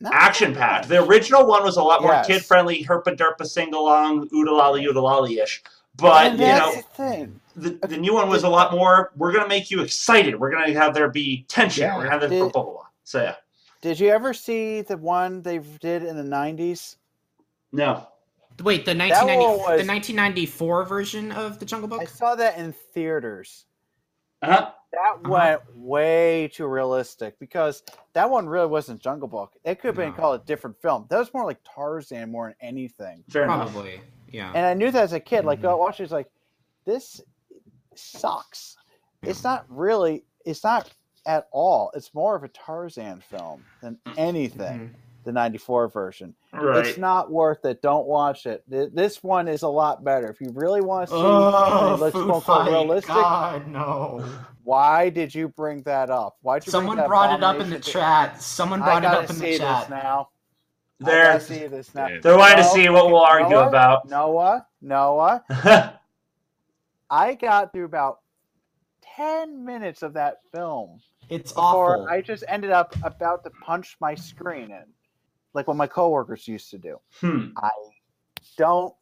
Speaker 4: No.
Speaker 1: action packed. The original one was a lot more
Speaker 4: Yes.
Speaker 1: kid friendly, herpa derpa sing along, oodalali oodalali ish. But
Speaker 4: And
Speaker 1: you know,
Speaker 4: that's the thing.
Speaker 1: the, the new one was a lot more. We're gonna make you excited. We're gonna have there be tension.
Speaker 3: Yeah,
Speaker 1: we're gonna have there blah,
Speaker 4: it-
Speaker 1: blah blah blah. So yeah,
Speaker 4: Did you ever see the one they did in the '90s?
Speaker 1: no,
Speaker 2: Wait, the
Speaker 4: That
Speaker 2: 1990,
Speaker 4: one
Speaker 2: the
Speaker 4: was-
Speaker 2: 1994 version of the Jungle Book.
Speaker 4: I saw that in theaters.
Speaker 1: uh-huh.
Speaker 4: That went way too realistic because that one really wasn't Jungle Book. It could have been
Speaker 2: No.
Speaker 4: called a different film. That was more like Tarzan more than anything.
Speaker 1: fair enough.
Speaker 2: Probably, yeah.
Speaker 4: And I knew that as a kid. Like,
Speaker 9: Mm-hmm.
Speaker 2: Mhm.
Speaker 4: I watched it, it's like, this sucks. It's not really, it's not at all. It's more of a Tarzan film than
Speaker 1: Hmm.
Speaker 4: anything,
Speaker 9: Mm-hmm.
Speaker 4: the 94 version.
Speaker 1: Right.
Speaker 4: It's not worth it. Don't watch it. Th- This one is a lot better. If you really want to see
Speaker 9: Oh,
Speaker 4: it looks
Speaker 9: food
Speaker 4: more
Speaker 9: fight.
Speaker 4: realistic,
Speaker 9: God, no.
Speaker 4: why did you bring that up? Why'd you bring
Speaker 9: Someone
Speaker 4: that
Speaker 9: brought it up in the
Speaker 4: abomination to-
Speaker 9: chat. Someone
Speaker 4: I
Speaker 9: brought it
Speaker 4: gotta
Speaker 9: up in
Speaker 4: see
Speaker 9: the
Speaker 4: this
Speaker 9: chat.
Speaker 4: now. I
Speaker 1: They're
Speaker 4: gotta see this now.
Speaker 3: Yeah.
Speaker 1: they're wanting to
Speaker 4: No,
Speaker 1: see what we'll argue
Speaker 4: Noah?
Speaker 1: about.
Speaker 4: Noah, Noah, I got through about ten minutes of that film
Speaker 9: It's
Speaker 4: before
Speaker 9: awful.
Speaker 4: I just ended up about to punch my screen in, like what my coworkers used to do.
Speaker 1: hmm.
Speaker 4: Don't.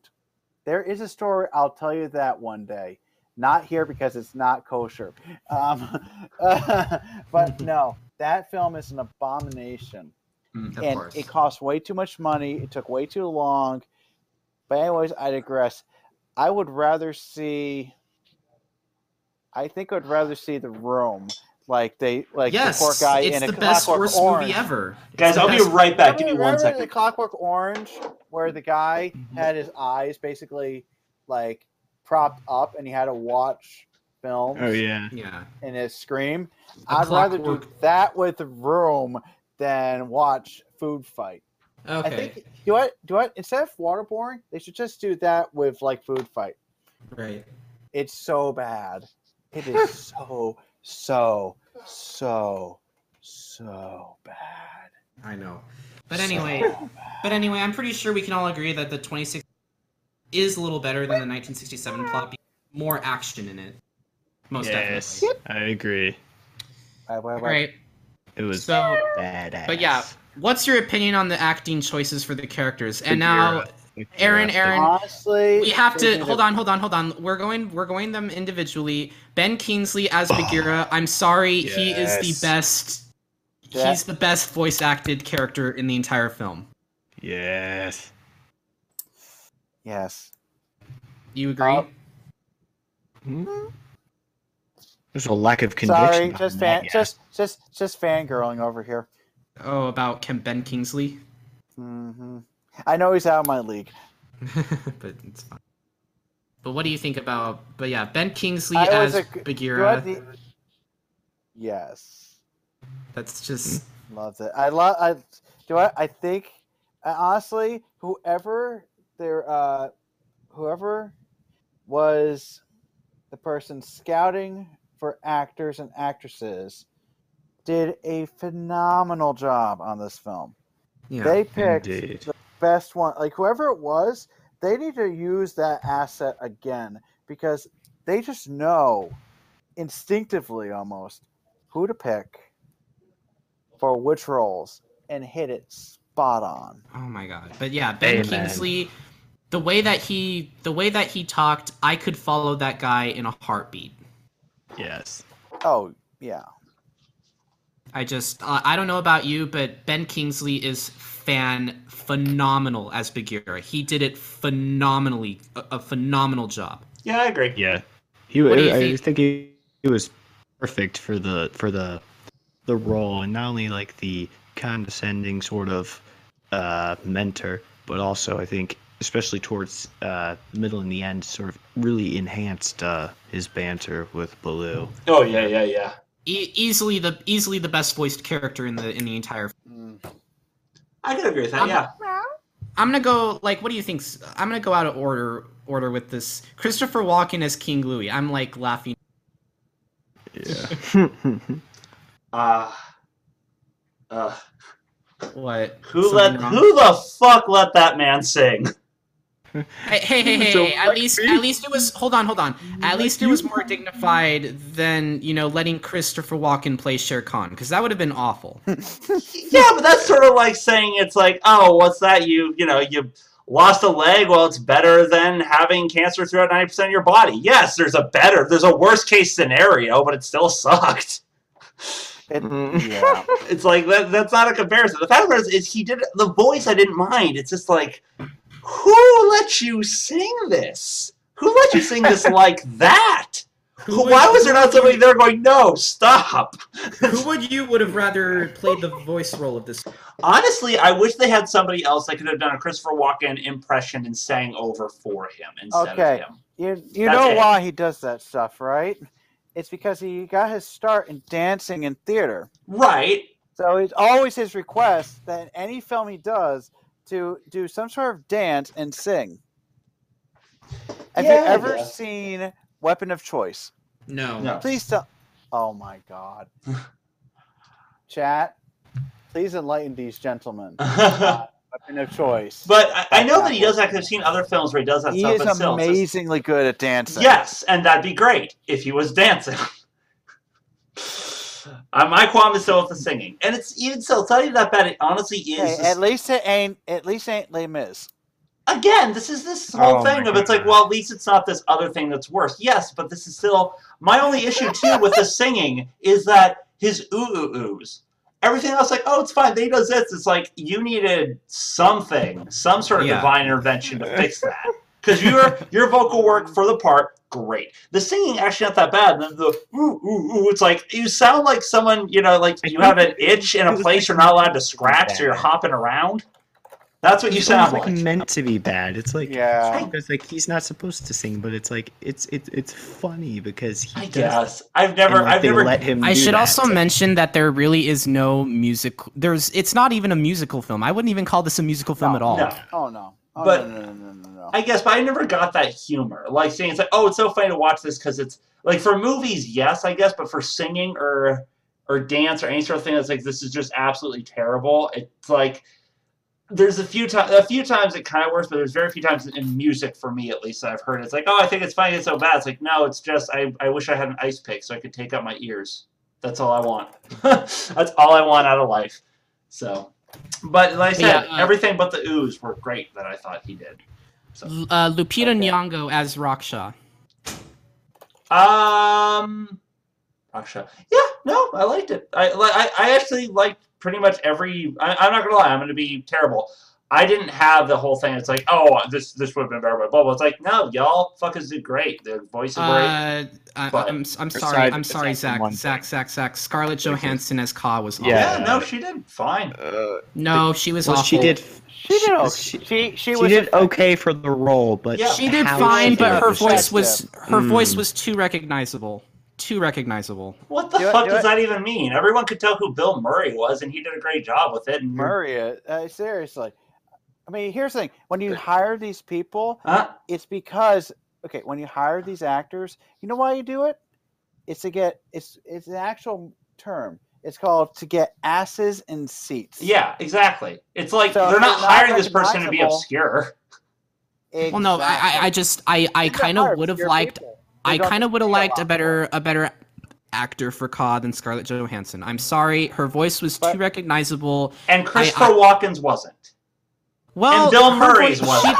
Speaker 4: There is a story. I'll tell you that one day. Not here because it's not kosher. Um, but no, that film is an abomination.
Speaker 2: of
Speaker 4: and
Speaker 2: course.
Speaker 4: it cost way too much money. It took way too long. But anyways, I digress. I would rather see. I think I'd rather see the room, like they like
Speaker 2: yes,
Speaker 4: the poor guy
Speaker 2: it's
Speaker 4: in a
Speaker 2: the best
Speaker 4: Clockwork
Speaker 2: worst
Speaker 4: Orange.
Speaker 2: movie ever. It's
Speaker 1: Guys,
Speaker 2: the
Speaker 1: I'll be
Speaker 2: best-
Speaker 1: right back. Give me
Speaker 4: Remember-
Speaker 1: one
Speaker 4: remember The
Speaker 1: second.
Speaker 4: Clockwork Orange, where the guy had his eyes basically like propped up, and he had to watch films
Speaker 3: Oh yeah.
Speaker 2: Yeah,
Speaker 4: in his scream.
Speaker 2: The
Speaker 4: I'd rather do
Speaker 2: Clockwork-
Speaker 4: that with the room than watch Food Fight.
Speaker 2: okay.
Speaker 4: I think do what do what instead of waterboarding, they should just do that with like food fight.
Speaker 2: right.
Speaker 4: It's so bad. It is so so so so bad.
Speaker 2: I know. But anyway, but anyway, I'm pretty sure we can all agree that the 26 is a little better than the 1967 plot. because More action in it, most
Speaker 3: yes,
Speaker 2: definitely.
Speaker 3: I agree.
Speaker 4: Wait, wait, wait.
Speaker 2: All right.
Speaker 3: It was
Speaker 2: So,
Speaker 3: badass.
Speaker 2: but yeah, what's your opinion on the acting choices for the characters? And now,
Speaker 3: Like,
Speaker 2: Aaron,
Speaker 3: drastic.
Speaker 2: Aaron,
Speaker 4: Honestly,
Speaker 2: we have
Speaker 4: they
Speaker 2: to
Speaker 4: need
Speaker 2: hold on, hold on, hold on. We're going, we're going them individually. Ben Kingsley as Bagheera. I'm sorry, he is
Speaker 3: Yes.
Speaker 2: the best.
Speaker 4: Yeah.
Speaker 2: He's the best voice acted character in the entire film.
Speaker 3: Yes.
Speaker 4: Yes.
Speaker 2: You agree?
Speaker 4: Uh,
Speaker 3: There's a lack of conviction.
Speaker 4: Hmm? Sorry,
Speaker 3: behind
Speaker 4: just
Speaker 3: that,
Speaker 4: fan,
Speaker 3: yeah.
Speaker 4: just just just fangirling over here.
Speaker 2: oh, about Kim Ben Kingsley,
Speaker 4: hmm I know he's out of my league.
Speaker 2: but it's fine. But what do you think about? But yeah, Ben Kingsley
Speaker 4: I
Speaker 2: as
Speaker 4: was a- Do
Speaker 2: Bagheera.
Speaker 4: what the- Yes.
Speaker 2: That's just
Speaker 4: Love that. I love. I do. I. I think. I honestly, whoever their uh, whoever was the person scouting for actors and actresses did a phenomenal job on this film.
Speaker 2: yeah.
Speaker 4: They picked
Speaker 3: Indeed.
Speaker 4: the best one. Like whoever it was, they need to use that asset again because they just know instinctively almost who to pick for which roles and hit it spot on.
Speaker 2: oh my god. But yeah, Ben
Speaker 3: Amen.
Speaker 2: Kingsley. The way that he, the way that he talked, I could follow that guy in a heartbeat.
Speaker 3: Yes.
Speaker 4: Oh yeah,
Speaker 2: I just, uh, I don't know about you, but Ben Kingsley is fan phenomenal as Bagheera. He did it phenomenally, a, a phenomenal job.
Speaker 1: Yeah, I agree.
Speaker 3: Yeah. He.
Speaker 2: What do you
Speaker 3: I
Speaker 2: think?
Speaker 3: think he, he was perfect for the for the the role, and not only like the condescending sort of uh, mentor, but also I think especially towards uh, the middle and the end, sort of really enhanced uh, his banter with Baloo.
Speaker 1: Oh yeah, yeah, yeah.
Speaker 2: E- easily the easily the best voiced character in the in the entire.
Speaker 1: I could agree with that.
Speaker 2: I'm-
Speaker 1: yeah.
Speaker 2: I'm gonna go like, what do you think? I'm gonna go out of order order with this. Christopher Walken as King Louis. I'm like laughing.
Speaker 3: Yeah.
Speaker 1: Uh, uh,
Speaker 2: What?
Speaker 1: who
Speaker 2: Something
Speaker 1: let
Speaker 2: wrong?
Speaker 1: who the fuck let that man sing?
Speaker 2: Hey, hey, hey, hey,
Speaker 3: So
Speaker 2: hey, At least, at least it was. Hold on, hold on. At least it was more dignified than you know letting Christopher Walken play Shere Khan because that would have been awful.
Speaker 1: yeah, but that's sort of like saying it's like, oh, what's that? You you know you lost a leg. Well, it's better than having cancer throughout ninety percent of your body. Yes, there's a better, there's a worst case scenario, but it still sucked.
Speaker 4: Yeah.
Speaker 1: It's like that, that's not a comparison. The fact of the matter is, is he did the voice. I didn't mind. It's just like, who let you sing this? Who let you sing this like that? Why was there not somebody there going, no, stop?
Speaker 2: Who would you would have rather played the voice role of this?
Speaker 1: Honestly, I wish they had somebody else that could have done a Christopher Walken impression and sang over for him instead of
Speaker 4: Okay.
Speaker 1: him.
Speaker 4: You you
Speaker 1: That's
Speaker 4: know
Speaker 1: it.
Speaker 4: why he does that stuff, right? It's because he got his start in dancing and theater.
Speaker 1: Right.
Speaker 4: So it's always his request that in any film he does to do some sort of dance and sing. Have
Speaker 1: Yeah,
Speaker 4: you ever
Speaker 1: yeah.
Speaker 4: seen Weapon of Choice?
Speaker 2: No.
Speaker 1: No.
Speaker 4: Please tell. Oh my God. Chat, please enlighten these gentlemen.
Speaker 1: but
Speaker 4: Uh, Weapon of Choice.
Speaker 1: I, I know that he does that 'cause I've seen other films where he does that
Speaker 4: he
Speaker 1: stuff
Speaker 4: is
Speaker 1: himself. It's just-
Speaker 4: amazingly good at dancing.
Speaker 1: Yes, and that'd be great if he was dancing. Uh, my qualm is still with the singing. And it's even so, it's not even that bad. It honestly is.
Speaker 4: Hey,
Speaker 1: just-
Speaker 4: at least it ain't. At least it ain't Les Mis.
Speaker 1: again, this is this whole
Speaker 3: Oh
Speaker 1: thing
Speaker 3: my
Speaker 1: of it's like,
Speaker 3: God.
Speaker 1: well, at least it's not this other thing that's worse. Yes, but this is still my only issue too with the singing is that his ooh ooh oohs. Everything else, like, oh, it's fine. They does this. It's like you needed something, some sort of
Speaker 2: Yeah.
Speaker 1: divine intervention to fix that. Because your your vocal work for the part, great. The singing actually not that bad. And then the ooh ooh ooh, it's like you sound like someone, you know, like you have an itch in a place you're not allowed to scratch, so you're hopping around. That's what you
Speaker 3: It's almost,
Speaker 1: sound
Speaker 3: like,
Speaker 1: like.
Speaker 3: meant to be bad. It's like
Speaker 4: Yeah.
Speaker 3: because like he's not supposed to sing, but it's like it's it's it's funny because he
Speaker 1: I
Speaker 3: does
Speaker 1: guess I've
Speaker 3: and,
Speaker 1: never,
Speaker 3: like,
Speaker 1: I've
Speaker 3: they
Speaker 1: never.
Speaker 3: let him.
Speaker 7: I
Speaker 3: do
Speaker 7: should
Speaker 3: that.
Speaker 7: also mention that there really is no music. There's, it's not even a musical film. I wouldn't even call this a musical film
Speaker 4: No,
Speaker 7: at all.
Speaker 1: no.
Speaker 4: Oh no. Oh,
Speaker 1: But-
Speaker 4: no, no, no, no, no, no.
Speaker 1: I guess, but I never got that humor. Like saying it's like, oh, it's so funny to watch this because it's like for movies, yes, I guess, but for singing or or dance or any sort of thing that's like this is just absolutely terrible. It's like there's a few times, a few times it kind of works, but there's very few times in music for me at least that I've heard it's like, oh, I think it's funny, it's so bad. It's like, no, it's just I, I wish I had an ice pick so I could take out my ears. That's all I want. that's all I want out of life. So, but like I
Speaker 2: Yeah,
Speaker 1: said,
Speaker 2: uh,
Speaker 1: everything but the ooze were great that I thought he did.
Speaker 2: L- Uh, Lupita Nyong'o as Raksha.
Speaker 1: Um, Aksha. Yeah, no, I liked it. I like. I, I actually liked pretty much every. I, I'm not gonna lie. I'm gonna be terrible. I didn't have the whole thing. It's like, oh, this this would have been better, but blah blah. It's like, no, y'all fuckers did great. Their voices were great.
Speaker 2: Uh, I,
Speaker 1: But-
Speaker 2: I'm I'm sorry.
Speaker 3: Aside-
Speaker 2: I'm sorry,
Speaker 3: aside from
Speaker 2: Zach.
Speaker 3: one
Speaker 2: Zach. Zach. Zach. Scarlett Johansson as Ka was awful.
Speaker 1: Yeah,
Speaker 3: Yeah.
Speaker 1: no, she did fine.
Speaker 4: Uh,
Speaker 2: No, she was
Speaker 3: Well,
Speaker 2: awful.
Speaker 3: she did.
Speaker 4: She did. Okay.
Speaker 3: She,
Speaker 4: She she,
Speaker 3: she
Speaker 4: was
Speaker 3: did okay for the role, but
Speaker 1: Yeah.
Speaker 2: She did
Speaker 3: how
Speaker 2: fine,
Speaker 3: she
Speaker 2: but
Speaker 3: did
Speaker 2: her
Speaker 3: was
Speaker 2: voice
Speaker 3: just-
Speaker 2: was her voice
Speaker 3: Mm.
Speaker 2: was too recognizable. Too recognizable.
Speaker 1: What the
Speaker 4: Do it-
Speaker 1: fuck
Speaker 4: do
Speaker 1: does
Speaker 4: it.
Speaker 1: that even mean? Everyone could tell who Bill Murray was, and he did a great job with it. And
Speaker 4: Maria. Uh, seriously. I mean, here's the thing: when you hire these people,
Speaker 1: Huh?
Speaker 4: it's because okay, when you hire these actors, you know why you do it? It's to get it's it's an actual term. It's called to get asses in seats.
Speaker 1: Yeah, exactly. It's like
Speaker 4: So
Speaker 1: they're
Speaker 4: if
Speaker 1: not
Speaker 4: you're not
Speaker 1: hiring this person to be
Speaker 4: recognizable-
Speaker 1: obscure.
Speaker 7: Well, no, I, I- I
Speaker 4: Exactly.
Speaker 7: just, I, I
Speaker 4: You can
Speaker 7: kind
Speaker 4: hire
Speaker 7: of would have
Speaker 4: obscure
Speaker 7: liked,
Speaker 4: people. They
Speaker 7: I
Speaker 4: don't
Speaker 7: kind of would have
Speaker 4: pay
Speaker 7: liked a
Speaker 4: lot.
Speaker 7: better, a better actor for Ka than Scarlett Johansson. I'm sorry, her voice was too
Speaker 4: But-
Speaker 7: recognizable.
Speaker 1: And Christopher Walken's wasn't.
Speaker 7: Well,
Speaker 1: and Bill
Speaker 7: her
Speaker 1: Murray's
Speaker 7: voice-
Speaker 1: wasn't.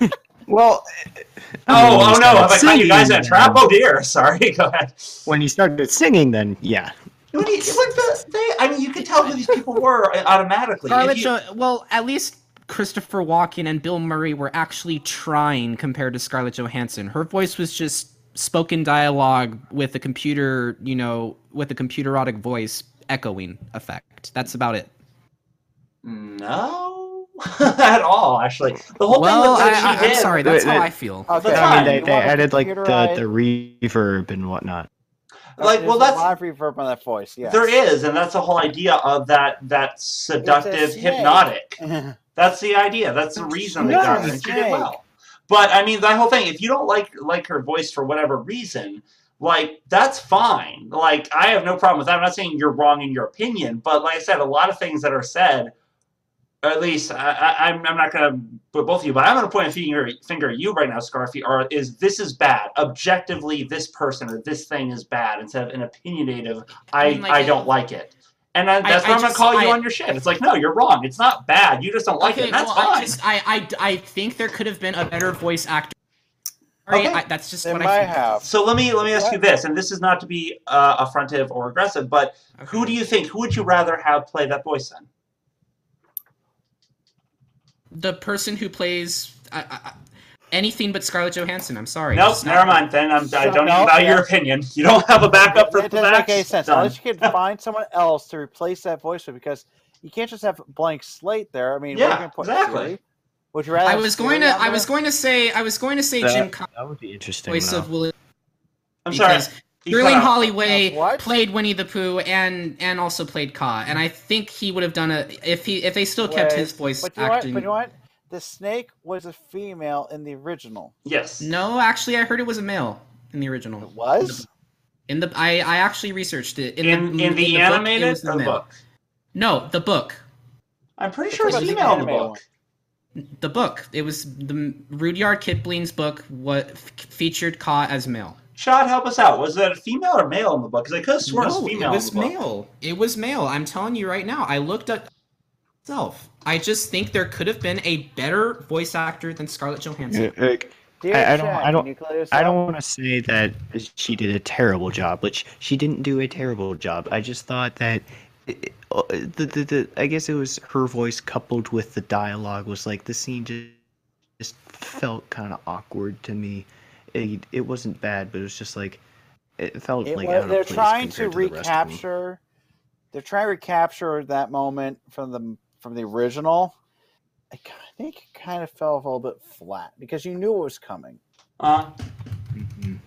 Speaker 7: she-
Speaker 3: Well,
Speaker 1: Oh,
Speaker 3: when
Speaker 1: oh
Speaker 3: he
Speaker 1: no! Have
Speaker 3: started
Speaker 1: I caught you
Speaker 3: singing,
Speaker 1: guys in a
Speaker 3: then-
Speaker 1: trap? Oh dear! Sorry. Go ahead.
Speaker 3: When he started singing, then yeah,
Speaker 1: What do you- what the- they- I mean, you could tell who these people were uh, automatically.
Speaker 2: Scarlett
Speaker 1: If you-
Speaker 2: Jo- well, at least Christopher Walken and Bill Murray were actually trying compared to Scarlett Johansson. Her voice was just spoken dialogue with a computer, you know, with a computerotic voice echoing effect. That's about it.
Speaker 1: no, at all. Actually, the whole
Speaker 2: Well,
Speaker 1: thing with
Speaker 2: I,
Speaker 1: what she
Speaker 2: I, am
Speaker 1: did-
Speaker 2: sorry. That's
Speaker 3: Wait,
Speaker 2: how
Speaker 3: wait.
Speaker 2: I feel.
Speaker 4: Okay.
Speaker 1: But
Speaker 3: I
Speaker 1: Fine.
Speaker 3: mean they,
Speaker 4: You
Speaker 3: they
Speaker 4: want a
Speaker 3: added like the,
Speaker 4: computerized-
Speaker 3: the reverb and whatnot.
Speaker 1: Like, well,
Speaker 4: there's a
Speaker 1: that's-
Speaker 4: live reverb on that voice. Yeah.
Speaker 1: There is, and that's the whole idea of that that seductive
Speaker 4: snake.
Speaker 1: hypnotic.
Speaker 4: is.
Speaker 1: That's the idea. That's the reason they
Speaker 4: not
Speaker 1: got
Speaker 4: a
Speaker 1: her. and She did
Speaker 4: snake.
Speaker 1: well. But I mean, that whole thing. If you don't like like her voice for whatever reason, like that's fine. Like I have no problem with that. I'm not saying you're wrong in your opinion, but like I said, a lot of things that are said or at least I, I, I'm, I'm not going to put both of you, but I'm going to point a finger, finger at you right now, Scarfy. Are is this is bad? Objectively, this person or this thing is bad. Instead of an opinionative, I I,
Speaker 5: mean, like,
Speaker 1: don't like it. And I,
Speaker 5: I-
Speaker 1: that's
Speaker 5: I
Speaker 1: why I'm going
Speaker 5: just-
Speaker 1: to call you
Speaker 5: I-
Speaker 1: on your shit. It's like, no, you're wrong. It's not bad. You just don't like it.
Speaker 5: okay,
Speaker 1: And that's
Speaker 5: well, I
Speaker 1: fine.
Speaker 5: just I, I I think there could have been a better voice actor. Sorry,
Speaker 1: Okay.
Speaker 5: I, that's just
Speaker 4: They
Speaker 5: what
Speaker 4: might
Speaker 5: I think.
Speaker 4: have.
Speaker 1: So let me let me ask you this, and this is not to be uh, affrontive or aggressive, but who do you think? Who would you rather have play that voice then?
Speaker 5: The person who plays I, I, I- anything but Scarlett Johansson. I'm sorry.
Speaker 1: Nope,
Speaker 5: It's not-
Speaker 1: never mind. Then I'm, I
Speaker 4: Shut
Speaker 1: don't
Speaker 4: up,
Speaker 1: even value
Speaker 4: yeah.
Speaker 1: your opinion. You don't have a backup for
Speaker 4: It doesn't
Speaker 1: that.
Speaker 4: make any sense.
Speaker 1: Done.
Speaker 4: Unless you can find someone else to replace that voice with, because you can't just have blank slate there. I mean, what are
Speaker 1: Yeah,
Speaker 4: you gonna put
Speaker 1: exactly.
Speaker 4: Siri? Would you rather?
Speaker 5: I
Speaker 4: have
Speaker 5: was
Speaker 4: Siri
Speaker 5: going to
Speaker 4: on
Speaker 5: I
Speaker 4: there?
Speaker 5: was going to say I was going to say
Speaker 3: That-
Speaker 5: Jim Connor's
Speaker 3: That would be interesting.
Speaker 5: voice
Speaker 3: though.
Speaker 5: of Willie
Speaker 1: I'm sorry.
Speaker 5: because
Speaker 1: you cut
Speaker 5: Sterling
Speaker 1: out.
Speaker 5: Holloway
Speaker 4: Uh, what?
Speaker 5: played Winnie the Pooh and and also played Ka, and I think he would have done a if he if they still kept
Speaker 4: Wait,
Speaker 5: his voice
Speaker 4: But you know what?
Speaker 5: acting.
Speaker 4: But you know what? The snake was a female in the original.
Speaker 1: Yes.
Speaker 5: No, actually, I heard it was a male in the original.
Speaker 4: It was.
Speaker 5: In the I I actually researched it in,
Speaker 1: In,
Speaker 5: the,
Speaker 1: in the,
Speaker 5: book, it
Speaker 1: animated
Speaker 5: was the
Speaker 1: or the
Speaker 5: male.
Speaker 1: book?
Speaker 5: No, the book.
Speaker 1: I'm pretty sure
Speaker 4: It's
Speaker 1: it's
Speaker 4: like the
Speaker 1: female in the
Speaker 4: animated
Speaker 1: book.
Speaker 4: one.
Speaker 5: The book. It was the Rudyard Kipling's book. What f- featured Ka as male?
Speaker 1: Shad, help us out. Was that female or male in the book? Because I could have sworn it
Speaker 5: no,
Speaker 1: was female.
Speaker 5: it was
Speaker 1: in the book.
Speaker 5: male. It was male. I'm telling you right now. I looked up myself. I just think there could have been a better voice actor than Scarlett Johansson.
Speaker 3: Yeah, like,
Speaker 4: Dear
Speaker 3: I- I don't-
Speaker 4: Jack,
Speaker 3: I
Speaker 4: can
Speaker 3: don't-
Speaker 4: you clear this
Speaker 3: I
Speaker 4: up?
Speaker 3: don't want to say that she did a terrible job, which she didn't do a terrible job. I just thought that it, uh, the, the, the I guess it was her voice coupled with the dialogue was like the scene just, just felt kind of awkward to me. It, it wasn't bad, but it was just like it felt
Speaker 4: It
Speaker 3: like
Speaker 4: was,
Speaker 3: out
Speaker 4: they're
Speaker 3: of place
Speaker 4: trying to
Speaker 3: compared the rest of them.
Speaker 4: recapture. they're trying to recapture that moment from the from the original. I ki- I think it kind of fell a little bit flat because you knew it was coming.
Speaker 1: Uh,
Speaker 3: Mhm.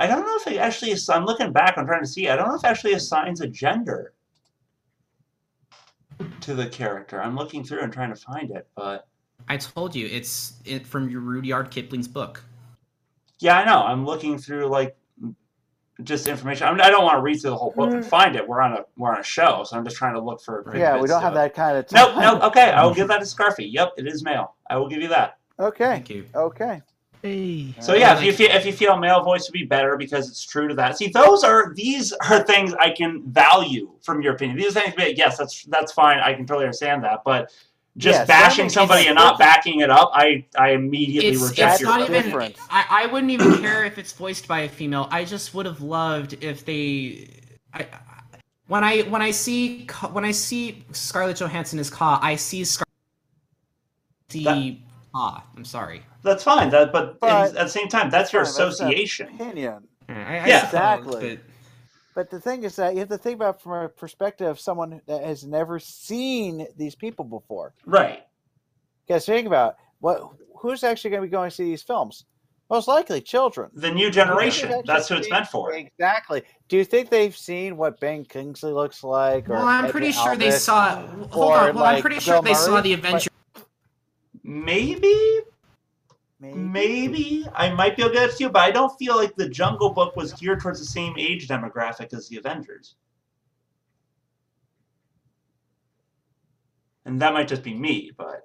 Speaker 1: I don't know if it actually. Is, I'm looking back. I'm trying to see. I don't know if it actually assigns a gender to the character. I'm looking through and trying to find it, but
Speaker 5: I told you it's it from your Rudyard Kipling's book.
Speaker 1: yeah, I know. I'm looking through like just information. I'm, I don't want to read through the whole book and find it. We're on a we're on a show, so I'm just trying to look for.
Speaker 4: yeah, we
Speaker 1: bits
Speaker 4: don't
Speaker 1: to
Speaker 4: have
Speaker 1: it.
Speaker 4: that kind of
Speaker 1: Nope,
Speaker 4: time.
Speaker 1: nope. Okay, I will give that to Scarfy. Yep, it is male. I will give you that.
Speaker 4: Okay,
Speaker 5: Thank you.
Speaker 4: okay.
Speaker 3: Hey.
Speaker 1: So yeah, if
Speaker 5: Like-
Speaker 1: you feel if you feel male voice would be better because it's true to that. See, those are these are things I can value from your opinion. These are things that yes, that's that's fine. I can totally understand that, but just
Speaker 4: Yeah,
Speaker 1: bashing
Speaker 4: certainly
Speaker 1: somebody
Speaker 4: it's-
Speaker 1: and not backing it up, I I immediately
Speaker 5: It's,
Speaker 1: reject
Speaker 5: it's
Speaker 1: your
Speaker 5: not
Speaker 1: opinion.
Speaker 5: even.
Speaker 4: different.
Speaker 5: I, I wouldn't even care if it's voiced by a female. I just would have loved if they. I, I- when I when I see Ka- when I see Scarlett Johansson as Ka, I see Scar. See
Speaker 1: That-
Speaker 5: Ka. I'm sorry.
Speaker 1: That's fine. That but,
Speaker 4: But-
Speaker 1: at the same time, that's your
Speaker 4: Fine, that's an
Speaker 1: association.
Speaker 4: opinion.
Speaker 5: I, I
Speaker 1: Yeah.
Speaker 5: suppose,
Speaker 4: Exactly. But the thing is that you have to think about from a perspective of someone that has never seen these people before.
Speaker 1: Right.
Speaker 4: Because think about what who's actually going to be going to see these films? Most likely children.
Speaker 1: The new generation.
Speaker 4: Who's
Speaker 1: That's who
Speaker 4: actually
Speaker 1: it's meant for.
Speaker 4: Exactly. Do you think they've seen what Ben Kingsley looks like?
Speaker 5: but-
Speaker 4: Or
Speaker 5: well, I'm
Speaker 4: Edwin
Speaker 5: pretty sure they
Speaker 4: Albert?
Speaker 5: saw. Hold
Speaker 4: or,
Speaker 5: on. Well, I'm
Speaker 4: like,
Speaker 5: pretty sure
Speaker 4: Bill
Speaker 5: they saw
Speaker 4: Murray,
Speaker 5: the
Speaker 4: but-
Speaker 5: adventure.
Speaker 1: Maybe
Speaker 4: Maybe.
Speaker 1: Maybe I might be able to get it to you, but I don't feel like the Jungle Book was geared towards the same age demographic as the Avengers. And that might just be me, but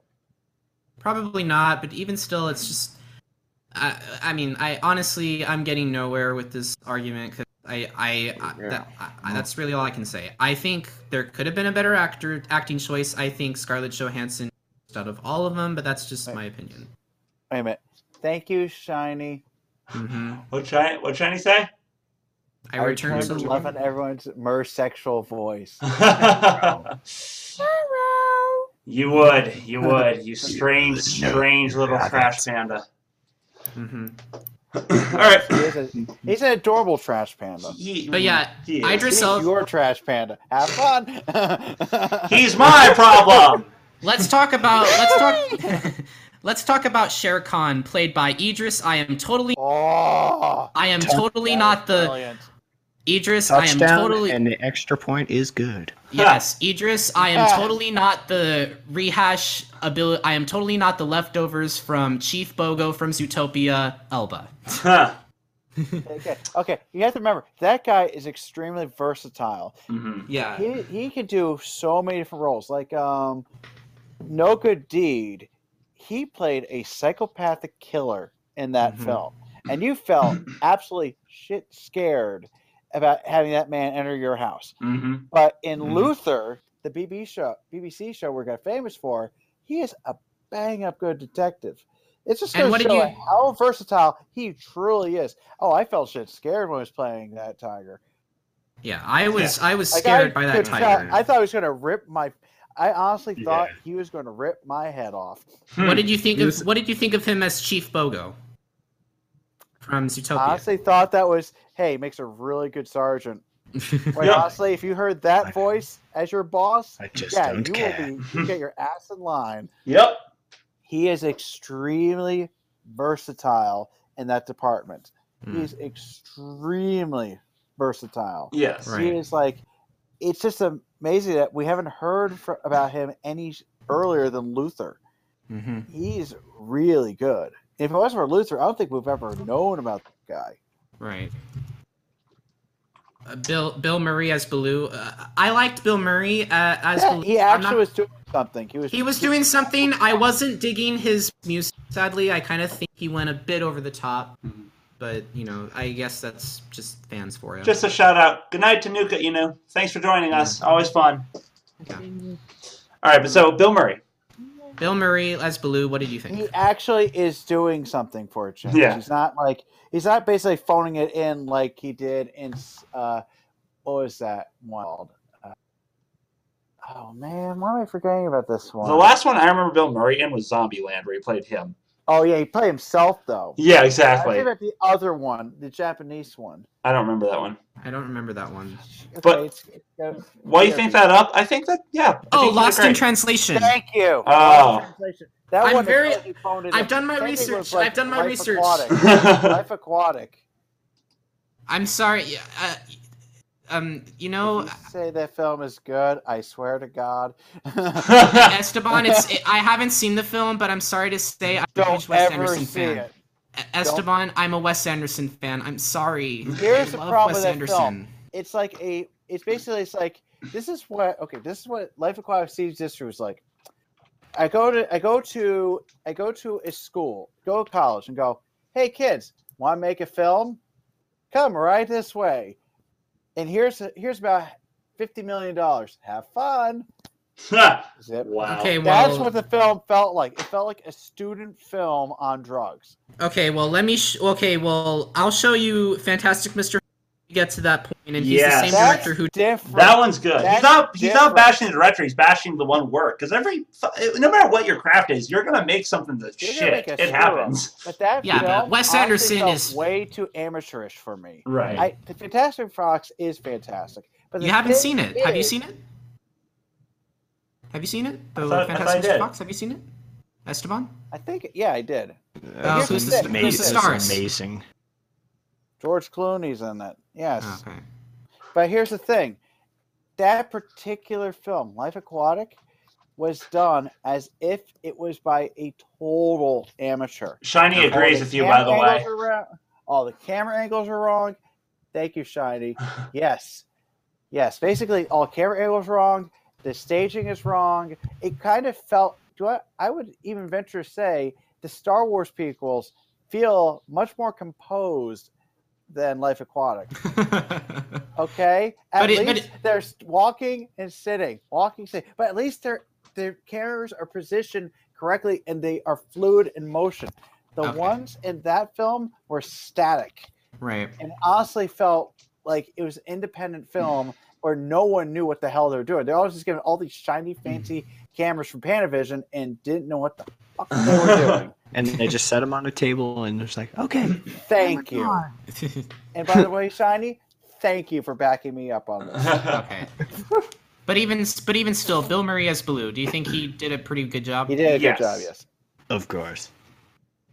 Speaker 5: Probably not, but even still, it's just. I, I mean, I honestly, I'm getting nowhere with this argument because I, I, I, that, I, that's really all I can say. I think there could have been a better actor acting choice. I think Scarlett Johansson is out of all of them, but that's just my opinion.
Speaker 4: Wait a minute. Thank you, Shiny.
Speaker 5: hmm
Speaker 1: what Shiny, what Shiny say?
Speaker 5: I return to
Speaker 4: love
Speaker 5: love.
Speaker 4: and everyone's mer sexual voice.
Speaker 1: you would, you would, you strange, strange little trash panda.
Speaker 5: hmm
Speaker 1: All right.
Speaker 4: He is a, he's an adorable trash panda.
Speaker 1: He-
Speaker 5: But yeah,
Speaker 1: he is.
Speaker 5: Idris
Speaker 4: He's
Speaker 5: Elba.
Speaker 4: your trash panda. Have fun.
Speaker 1: he's my problem.
Speaker 5: Let's talk about. Let's talk. let's talk about Shere Khan, played by Idris. I am totally.
Speaker 4: oh,
Speaker 5: I am totally not the
Speaker 4: brilliant.
Speaker 5: Idris. I am
Speaker 3: Touchdown
Speaker 5: totally.
Speaker 3: and the extra point is good.
Speaker 5: Yes, Idris, I am
Speaker 4: Yeah.
Speaker 5: totally not the rehash ability. I am totally not the leftovers from Chief Bogo from Zootopia, Elba.
Speaker 1: Huh.
Speaker 4: Okay, okay. You have to remember that guy is extremely versatile.
Speaker 1: Mhm.
Speaker 5: Yeah.
Speaker 4: He he can do so many different roles. Like um, No Good Deed, he played a psychopathic killer in that
Speaker 5: Mm-hmm.
Speaker 2: Mhm.
Speaker 4: film. And you felt absolutely shit scared about having that man enter your house.
Speaker 1: hmm
Speaker 4: But in
Speaker 5: Mm-hmm.
Speaker 2: Mhm.
Speaker 4: Luther, the BBC show, BBC show we're got famous for, he is a bang up good detective. It's just going
Speaker 5: And
Speaker 4: to
Speaker 5: what did
Speaker 4: show
Speaker 5: you-
Speaker 4: how versatile he truly is. Oh, I felt shit scared when I was playing that tiger.
Speaker 5: Yeah, I was I was
Speaker 4: Like,
Speaker 5: scared
Speaker 4: I
Speaker 5: by that
Speaker 4: could tell-
Speaker 5: tiger.
Speaker 4: I thought he was going to rip my. I honestly thought he was going to rip my head off.
Speaker 5: What did you think
Speaker 3: He
Speaker 5: of
Speaker 3: was-
Speaker 5: What did you think of him as Chief Bogo from
Speaker 4: I
Speaker 5: Zootopia?
Speaker 4: honestly thought that was, hey, makes a really good sergeant. Like,
Speaker 1: Yeah.
Speaker 4: honestly, if you heard that voice as your boss,
Speaker 3: I just
Speaker 4: yeah,
Speaker 3: don't
Speaker 4: you
Speaker 3: care.
Speaker 4: will be, you get your ass in line.
Speaker 1: Yep.
Speaker 4: He is extremely versatile in that department.
Speaker 2: Hmm.
Speaker 4: He's extremely versatile.
Speaker 1: Yes.
Speaker 2: Right.
Speaker 4: He is like, it's just amazing that we haven't heard fr- about him any earlier than Luther.
Speaker 2: Mm-hmm.
Speaker 4: He's really good. If it wasn't for Luther, I don't think we've ever known about the guy.
Speaker 5: Right. Uh, Bill Bill Murray as Baloo. Uh, I liked Bill Murray uh, as
Speaker 4: Yeah,
Speaker 5: Baloo.
Speaker 4: he
Speaker 5: I'm
Speaker 4: actually
Speaker 5: not-
Speaker 4: was doing something. He was
Speaker 5: he was doing something. I wasn't digging his music. Sadly, I kind of think he went a bit over the top.
Speaker 1: Mhm.
Speaker 5: But you know, I guess that's just fans for you.
Speaker 1: Just a shout out. Good night to Nuka. You know, thanks for joining us. Always fun.
Speaker 5: Yeah.
Speaker 1: All right, but so Bill Murray.
Speaker 5: Bill Murray as Baloo. What did you think?
Speaker 4: He actually is doing something for a change.
Speaker 1: Yeah.
Speaker 4: He's not like he's not basically phoning it in like he did in uh what was that one called? Uh, oh man, why am I forgetting about this one?
Speaker 1: The last one I remember Bill Murray in was Zombieland, where he played him.
Speaker 4: oh yeah, he played himself though.
Speaker 1: Yeah,
Speaker 4: I was
Speaker 1: exactly.
Speaker 4: thinking about the other one, the Japanese one.
Speaker 1: I don't remember that one.
Speaker 5: I don't remember that one.
Speaker 4: Okay,
Speaker 1: But-
Speaker 4: it's- it's-
Speaker 1: Why you think that up? I think that yeah. I
Speaker 5: Oh,
Speaker 1: think you did
Speaker 5: Lost in
Speaker 1: great.
Speaker 5: Translation.
Speaker 4: Thank you.
Speaker 1: Oh.
Speaker 4: Translation. That
Speaker 5: I'm
Speaker 4: one.
Speaker 5: very-
Speaker 4: really phoned it
Speaker 5: I've
Speaker 4: in.
Speaker 5: done my
Speaker 4: Same thing
Speaker 5: research.
Speaker 4: with, like,
Speaker 5: I've done my
Speaker 4: Life
Speaker 5: research.
Speaker 4: Aquatic. Life Aquatic.
Speaker 5: I'm sorry. yeah, Uh, um, you know,
Speaker 4: If you say that film is good. I swear to God.
Speaker 5: Esteban. It's I haven't seen the film, but I'm sorry to say I'm a
Speaker 4: Don't
Speaker 5: huge Wes
Speaker 4: ever
Speaker 5: Anderson
Speaker 4: see
Speaker 5: fan.
Speaker 4: it.
Speaker 5: Esteban, I'm a Wes Anderson fan. I'm sorry.
Speaker 4: Here's
Speaker 5: I
Speaker 4: the
Speaker 5: love
Speaker 4: problem
Speaker 5: Wes
Speaker 4: with that
Speaker 5: Anderson.
Speaker 4: film. It's like a. It's basically it's like this is what okay. This is what Life Aquatic Steve's history was like. I go to I go to I go to a school, go to college, and go. Hey kids, want to make a film? Come right this way. And here's here's about fifty million dollars. Have fun. Zip.
Speaker 1: wow.
Speaker 5: Okay, well,
Speaker 4: That's what the film felt like. It felt like a student film on drugs.
Speaker 5: okay, well, let me. Sh- okay, well, I'll show you Fantastic Mr. We Get to that point, and he's
Speaker 1: Yes.
Speaker 5: the same
Speaker 4: That's
Speaker 5: director who.
Speaker 4: different.
Speaker 1: That one's good. he's
Speaker 4: That's
Speaker 1: not he's not
Speaker 4: different.
Speaker 1: bashing the director. He's bashing the one work because every no matter what your craft is, you're gonna make something that's
Speaker 4: You're gonna
Speaker 1: shit.
Speaker 4: make a
Speaker 1: It
Speaker 4: screw-up.
Speaker 1: happens.
Speaker 4: But that
Speaker 5: Yeah, but
Speaker 4: film
Speaker 5: Wes
Speaker 4: honestly
Speaker 5: Anderson
Speaker 4: felt
Speaker 5: is-
Speaker 4: way too amateurish for me.
Speaker 1: Right.
Speaker 4: I, the Fantastic Fox is fantastic, but
Speaker 5: You haven't seen it. Have you seen it? Have you seen it? The
Speaker 1: thought- I thought I
Speaker 5: Fantastic
Speaker 1: did.
Speaker 5: Fox. Have you seen it? Esteban.
Speaker 4: I think yeah, I did.
Speaker 5: Oh,
Speaker 3: It's
Speaker 5: who's the- who's the
Speaker 3: amazing. It's
Speaker 5: stars?
Speaker 3: amazing.
Speaker 4: George Clooney's in it. Yes,
Speaker 5: Oh, Okay.
Speaker 4: but here's the thing: that particular film, Life Aquatic, was done as if it was by a total amateur.
Speaker 1: Shiny
Speaker 5: All
Speaker 1: agrees
Speaker 4: the
Speaker 1: with you, by
Speaker 4: camera
Speaker 1: the way.
Speaker 4: angles are wrong- all the camera angles are wrong. Thank you, Shiny. yes. Yes. Basically, all camera angles are wrong. The staging is wrong. It kind of felt, do I, I would even venture to say, the Star Wars prequels feel much more composed than Life Aquatic. Okay? At
Speaker 5: But it-
Speaker 4: least
Speaker 5: but
Speaker 4: they're s- walking and sitting, walking, sitting. But at least their their cameras are positioned correctly and they are fluid in motion. The
Speaker 5: Okay.
Speaker 4: ones in that film were static
Speaker 5: right.
Speaker 4: and honestly felt like it was an independent film where no one knew what the hell they were doing. They're always just given all these shiny, fancy cameras from Panavision and didn't know what the fuck they were doing.
Speaker 3: And they just set him on a table and it's like, okay,
Speaker 4: Thank you. And by the way, Shiny, thank you for backing me up on this.
Speaker 5: Okay. but even but even still, Bill Murray as Baloo. Do you think he did a pretty good job?
Speaker 4: He did a
Speaker 1: Yes.
Speaker 4: good job, yes.
Speaker 3: of course.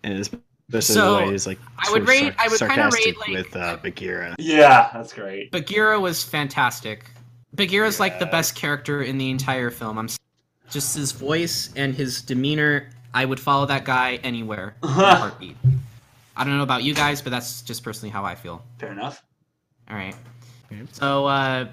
Speaker 3: And it's this
Speaker 5: So,
Speaker 3: is the way he's like.
Speaker 5: I
Speaker 3: sort
Speaker 5: would
Speaker 3: of
Speaker 5: rate- I would kinda
Speaker 3: sarcastic
Speaker 5: rate, like-
Speaker 3: with uh, Bagheera.
Speaker 1: yeah, that's great.
Speaker 5: Bagheera was fantastic. Bagheera's like the
Speaker 3: Yeah.
Speaker 5: best character in the entire film. I'm s- just his voice and his demeanor. I would follow that guy anywhere in a heartbeat. I don't know about you guys, but that's just personally how I feel.
Speaker 1: Fair enough.
Speaker 5: All right.
Speaker 3: Okay.
Speaker 5: So uh,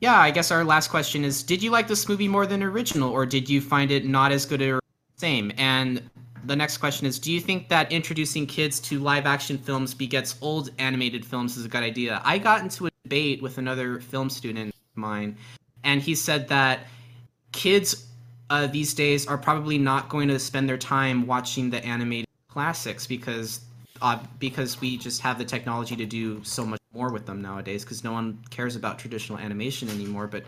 Speaker 5: yeah, I guess our last question is: Did you like this movie more than original, or did you find it not as good or same? And the next question is: Do you think that introducing kids to live-action films begets old animated films is a good idea? I got into a debate with another film student of mine, and he said that kids uh, these days are probably not going to spend their time watching the animated classics because uh, because we just have the technology to do so much more with them nowadays because no one cares about traditional animation anymore but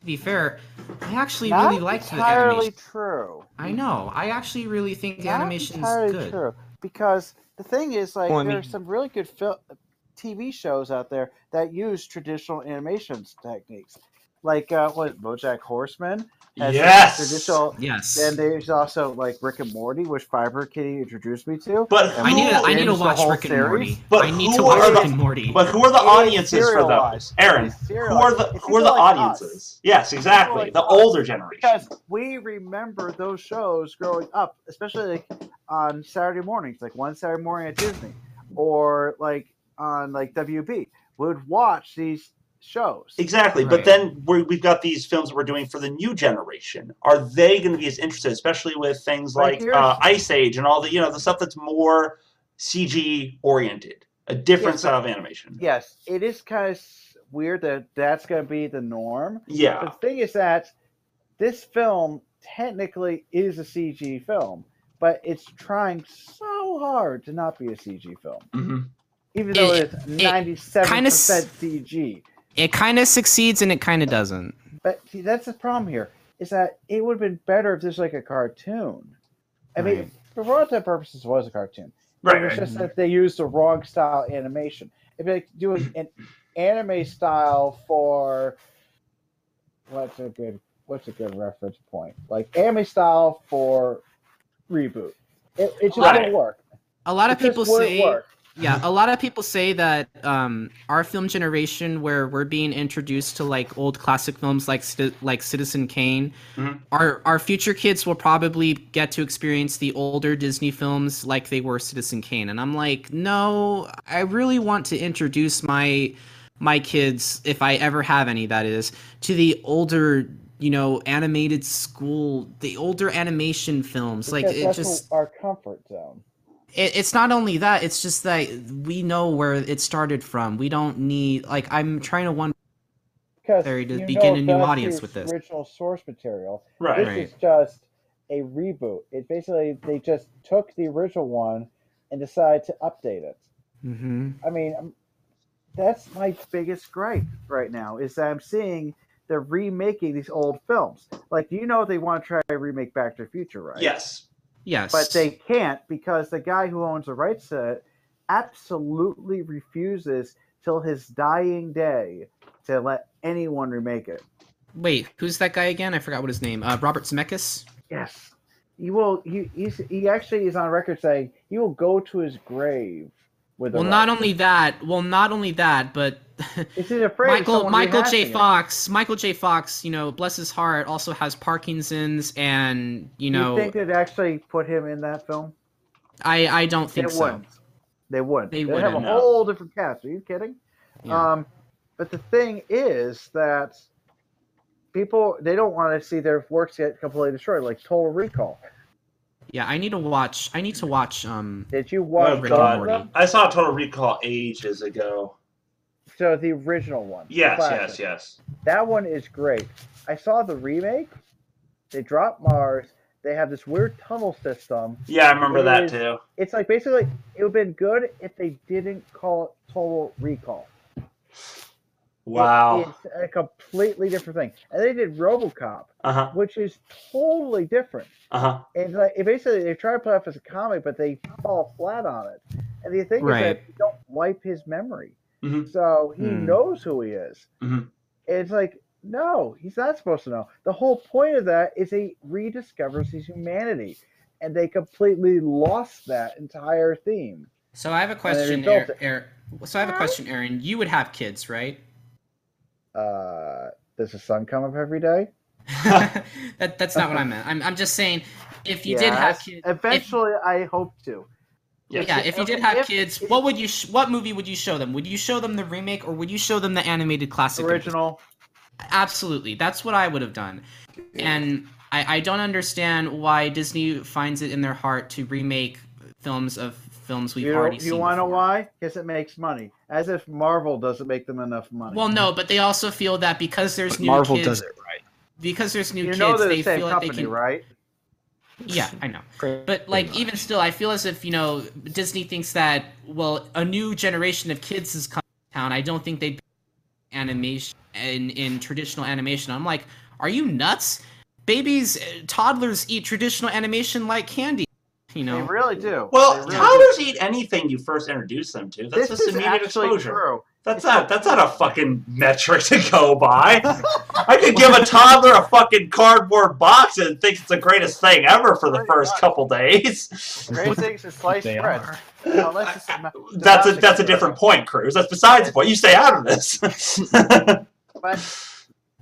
Speaker 5: to be fair i actually
Speaker 4: Not
Speaker 5: really liked the
Speaker 4: entirely
Speaker 5: animation
Speaker 4: true.
Speaker 5: i know i actually really think the
Speaker 4: Not
Speaker 5: animation is
Speaker 4: entirely
Speaker 5: good
Speaker 4: true because the thing is, like,
Speaker 11: Well, I
Speaker 4: there are
Speaker 11: mean-
Speaker 4: some really good fil- TV shows out there that use traditional animations techniques, like uh, what BoJack Horseman has
Speaker 1: Yes!
Speaker 4: traditional.
Speaker 5: yes
Speaker 4: And there's also like Rick and Morty, which Fiber Kitty introduced me to.
Speaker 1: But who,
Speaker 5: i need to i need to
Speaker 4: Binge the
Speaker 5: watch
Speaker 4: whole
Speaker 5: rick and
Speaker 4: series?
Speaker 5: morty
Speaker 1: But
Speaker 5: i need
Speaker 1: who
Speaker 5: to watch
Speaker 1: are
Speaker 5: rick
Speaker 1: the-
Speaker 5: and morty
Speaker 1: but who are the
Speaker 4: It is
Speaker 1: audiences for those?
Speaker 4: serialized. It
Speaker 1: Aaron,
Speaker 4: is
Speaker 1: who are
Speaker 4: serialized.
Speaker 1: the
Speaker 4: If
Speaker 1: who are
Speaker 4: you
Speaker 1: the
Speaker 4: like us,
Speaker 1: audiences? Yes, exactly.
Speaker 4: like
Speaker 1: The
Speaker 4: us.
Speaker 1: older generation.
Speaker 4: because we remember those shows growing up, especially like on Saturday mornings, like one Saturday morning at Disney, or like on like WB, would watch these shows.
Speaker 1: Exactly,
Speaker 5: Right.
Speaker 1: but then we're, we've got these films that we're doing for the new generation. Are they going to be as interested, especially with things
Speaker 4: Right
Speaker 1: like
Speaker 4: here.
Speaker 1: uh, Ice Age and all the you know the stuff that's more CG oriented, a different
Speaker 4: Yes, but-
Speaker 1: style of animation?
Speaker 4: Yes, it is kind of weird that that's going to be the norm.
Speaker 1: Yeah.
Speaker 5: Ah.
Speaker 4: But the thing is that this film technically is a CG film, but it's trying so hard to not be a CG film,
Speaker 1: hmm
Speaker 4: even though
Speaker 5: It-
Speaker 4: it's ninety-seven
Speaker 5: kinda s-
Speaker 4: percent CG.
Speaker 5: it kind of succeeds and it kind of doesn't
Speaker 4: But see, that's the problem here is that it would have been better if this was like a cartoon. I mean, for all intents and purposes, it was a cartoon.
Speaker 1: Right.
Speaker 4: It's
Speaker 1: right.
Speaker 4: just that they used the wrong style animation. It'd be like doing an anime style for what's a good what's a good reference point? Like anime style for reboot. It, it just
Speaker 1: Right.
Speaker 4: won't work.
Speaker 5: a lot of
Speaker 4: It just
Speaker 5: people
Speaker 4: wouldn't
Speaker 5: say
Speaker 4: work.
Speaker 5: Yeah, a lot of people say that um, our film generation, where we're being introduced to like old classic films like Citi- like Citizen Kane,
Speaker 1: Mhm.
Speaker 5: our our future kids will probably get to experience the older Disney films like they were Citizen Kane, and I'm like, no, I really want to introduce my my kids, if I ever have any, that is, to the older you know animated school, the older animation films, like
Speaker 4: Because
Speaker 5: it
Speaker 4: that's
Speaker 5: just
Speaker 4: our comfort zone.
Speaker 5: it, it's not only that it's just that we know where it started from we don't need like i'm trying to wonder
Speaker 4: Because
Speaker 5: There to
Speaker 4: you know
Speaker 5: begin a new
Speaker 4: that's
Speaker 5: audience
Speaker 4: its
Speaker 5: with this.
Speaker 4: original source material.
Speaker 1: Right.
Speaker 4: This is just a reboot. It basically they just took the original one and decided to update it.
Speaker 5: mm-hmm.
Speaker 4: I mean, I'm- that's my biggest gripe right now is that I'm seeing they're remaking these old films. Like, you know, they want to try to remake Back to the Future, right?
Speaker 1: Yes.
Speaker 5: yes
Speaker 4: But they can't because the guy who owns the rights to it absolutely refuses till his dying day to let anyone remake it.
Speaker 5: wait who's that guy again i forgot what his name uh robert zemeckis
Speaker 4: Yes. He will. He he's, he actually is on record saying he will go to his grave with.
Speaker 5: well
Speaker 4: a
Speaker 5: not
Speaker 4: right.
Speaker 5: only that well not only that but
Speaker 4: is he afraid of
Speaker 5: michael
Speaker 4: someone
Speaker 5: michael j
Speaker 4: rehashing it?
Speaker 5: fox michael j fox you know bless his heart also has parkinson's and you
Speaker 4: Do
Speaker 5: know
Speaker 4: you think they'd actually put him in that film?
Speaker 5: i i don't think
Speaker 4: they
Speaker 5: so
Speaker 4: wouldn't. They wouldn't.
Speaker 5: They
Speaker 4: They'd have a
Speaker 1: wouldn't, no.
Speaker 4: whole different cast. Are you kidding?
Speaker 5: Yeah.
Speaker 4: Um, but the thing is that people they don't want to see their works get completely destroyed, like Total Recall.
Speaker 5: yeah i need to watch i need to watch um
Speaker 4: Did you watch
Speaker 1: Oh,
Speaker 4: both
Speaker 1: God.
Speaker 4: of them?
Speaker 1: I saw Total Recall ages ago.
Speaker 4: So the original one. the
Speaker 1: Yes,
Speaker 4: classic.
Speaker 1: yes, yes.
Speaker 4: That one is great. I saw the remake. They dropped Mars. They have this weird tunnel system.
Speaker 1: Yeah, I remember
Speaker 4: It
Speaker 1: that
Speaker 4: is-
Speaker 1: too.
Speaker 4: It's like basically it would have been good if they didn't call it Total Recall.
Speaker 1: Wow.
Speaker 4: It's a completely different thing. And they did RoboCop,
Speaker 1: Uh huh.
Speaker 4: which is totally different.
Speaker 1: Uh huh.
Speaker 4: And like, it basically, they try to play off as a comic, but they fall flat on it. And the thing is
Speaker 5: Right.
Speaker 4: that they don't wipe his memory,
Speaker 1: Mhm.
Speaker 4: so he
Speaker 3: Hmm.
Speaker 4: knows who he is.
Speaker 1: Mhm.
Speaker 4: It's like no, he's not supposed to know. The whole point of that is he rediscovers his humanity, and they completely lost that entire theme.
Speaker 5: so i have a question
Speaker 4: built
Speaker 5: Aaron, so i have a question aaron you would have kids right
Speaker 4: Uh, does the sun come up every day?
Speaker 5: that that's not what I meant. I'm I'm just saying if you did have
Speaker 4: Yes.
Speaker 5: kids
Speaker 4: Eventually, I hope to.
Speaker 5: if, yeah, if you did have kids, what would you sh- what movie would you show them? Would you show them the remake or would you show them the animated classic?
Speaker 4: original
Speaker 5: Absolutely, that's what I would have done. And I, I don't understand why Disney finds it in their heart to remake films of films we've
Speaker 4: you
Speaker 5: already
Speaker 4: you
Speaker 5: seen.
Speaker 4: want to know
Speaker 5: before.
Speaker 4: why? Because it makes money. As if Marvel doesn't make them enough money.
Speaker 5: Well, no, but they also feel that because there's
Speaker 3: But
Speaker 5: new
Speaker 3: Marvel
Speaker 5: kids,
Speaker 3: does it right.
Speaker 5: because there's new
Speaker 4: you
Speaker 5: kids,
Speaker 4: know they're
Speaker 5: they
Speaker 4: the same
Speaker 5: feel
Speaker 4: company,
Speaker 5: like they can.
Speaker 4: right?
Speaker 5: Yeah, I know.
Speaker 3: Pretty
Speaker 5: But like,
Speaker 3: much.
Speaker 5: even still, I feel as if you know Disney thinks that well, a new generation of kids is coming to town. I don't think they animation in in traditional animation. I'm like, are you nuts? Babies, uh, toddlers eat traditional animation like candy. You know,
Speaker 4: They really do.
Speaker 1: Well,
Speaker 4: They really
Speaker 1: toddlers eat anything you first introduce them to. That's
Speaker 4: this
Speaker 1: just
Speaker 4: is
Speaker 1: immediate
Speaker 4: actually
Speaker 1: exposure.
Speaker 4: true.
Speaker 1: That's not that's not a fucking metric to go by. I could give a toddler a fucking cardboard box and think it's the greatest thing ever for the first couple days.
Speaker 4: Great things is sliced
Speaker 3: They
Speaker 4: bread.
Speaker 3: are.
Speaker 4: Unless it's not-
Speaker 1: That's a that's a different point, Cruz. That's besides the point. You stay out of this.
Speaker 4: But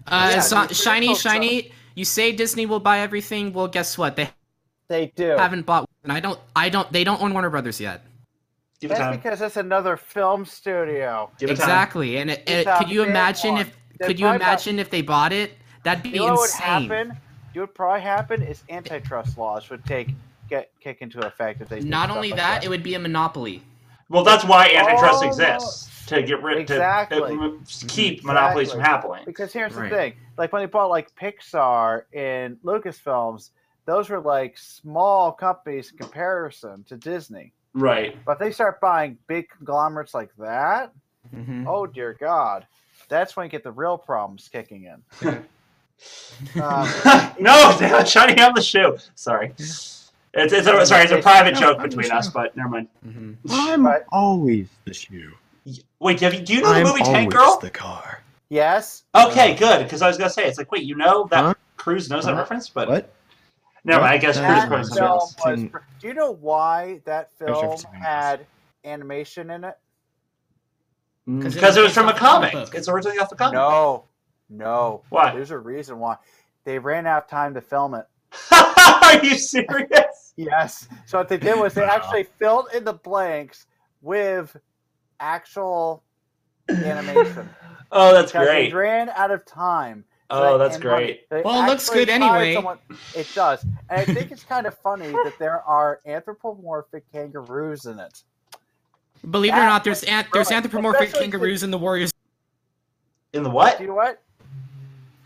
Speaker 5: uh,
Speaker 4: Yeah,
Speaker 5: so-
Speaker 4: they-
Speaker 5: shiny,
Speaker 4: oh, so-
Speaker 5: shiny. You say Disney will buy everything. Well, guess what? They
Speaker 4: they do.
Speaker 5: haven't bought, and I don't, I don't, they don't own Warner Brothers yet.
Speaker 1: Give it
Speaker 4: That's
Speaker 1: time.
Speaker 4: because it's another film studio.
Speaker 1: Give it time.
Speaker 5: Exactly, and it, it,
Speaker 4: It's a
Speaker 5: could you
Speaker 4: big
Speaker 5: imagine
Speaker 4: one.
Speaker 5: if
Speaker 4: They're
Speaker 5: could you
Speaker 4: probably about-
Speaker 5: imagine if they bought it? That'd be
Speaker 4: You know what would
Speaker 5: insane.
Speaker 4: happen? You know what would probably happen is antitrust laws would take get kick into effect if they did
Speaker 5: Not
Speaker 4: stuff
Speaker 5: only
Speaker 4: like
Speaker 5: that, it would be a monopoly.
Speaker 1: Well, that's why antitrust
Speaker 4: Oh,
Speaker 1: exists to get rid
Speaker 4: Exactly.
Speaker 1: to, to keep monopolies from happening.
Speaker 4: Because here's
Speaker 5: Right.
Speaker 4: the thing: like when they bought like Pixar and Lucasfilms, those were like small companies in comparison to Disney.
Speaker 1: Right.
Speaker 4: But if they start buying big conglomerates like that,
Speaker 5: Mhm.
Speaker 4: oh dear God, that's when you get the real problems kicking in. um,
Speaker 1: no, damn it, shiny on the shoe. Sorry. It's, it's a, sorry, it's a private joke between us, but never mind.
Speaker 5: Mhm.
Speaker 3: I'm
Speaker 4: But-
Speaker 3: always the shoe.
Speaker 1: Wait, have you, do you know
Speaker 3: I'm
Speaker 1: the movie Tank
Speaker 3: always
Speaker 1: Girl?
Speaker 3: the car.
Speaker 4: yes,
Speaker 1: Okay, good, because I was gonna say it's like, wait, you know that
Speaker 3: Huh?
Speaker 1: Cruz knows that
Speaker 3: Huh?
Speaker 1: reference, but
Speaker 3: What?
Speaker 1: never
Speaker 3: What?
Speaker 1: mind. I guess
Speaker 3: That
Speaker 1: Cruz
Speaker 4: that
Speaker 1: probably
Speaker 3: was
Speaker 1: something
Speaker 4: film
Speaker 1: else.
Speaker 4: was.
Speaker 3: Seen-
Speaker 4: pr- Do you know why that
Speaker 3: Those are
Speaker 4: film
Speaker 3: seen.
Speaker 4: had animation in it? Mm.
Speaker 5: it
Speaker 1: Because it was
Speaker 5: was
Speaker 1: from a
Speaker 5: based off a
Speaker 1: comic.
Speaker 5: comic book.
Speaker 1: It's originally off a comic.
Speaker 4: No, no.
Speaker 1: Why?
Speaker 4: There's a reason why. They ran out of time to film it.
Speaker 1: Are you serious?
Speaker 4: Yes. So what they did was they
Speaker 3: Wow.
Speaker 4: actually filled in the blanks with actual animation.
Speaker 1: Oh, that's
Speaker 4: Because
Speaker 1: great.
Speaker 4: They ran out of time. So
Speaker 1: Oh,
Speaker 4: they-
Speaker 1: that's
Speaker 4: and look,
Speaker 1: great.
Speaker 4: they
Speaker 5: Well, it looks
Speaker 4: actually
Speaker 5: good
Speaker 4: hired
Speaker 5: anyway.
Speaker 4: someone- it does. And I think it's kind of funny that there are anthropomorphic kangaroos in it.
Speaker 5: Believe it or
Speaker 4: That
Speaker 5: not, there's an, there's
Speaker 4: right.
Speaker 5: anthropomorphic
Speaker 4: Especially
Speaker 5: kangaroos in the Warriors.
Speaker 1: In the
Speaker 4: Do
Speaker 1: what?
Speaker 4: you know what?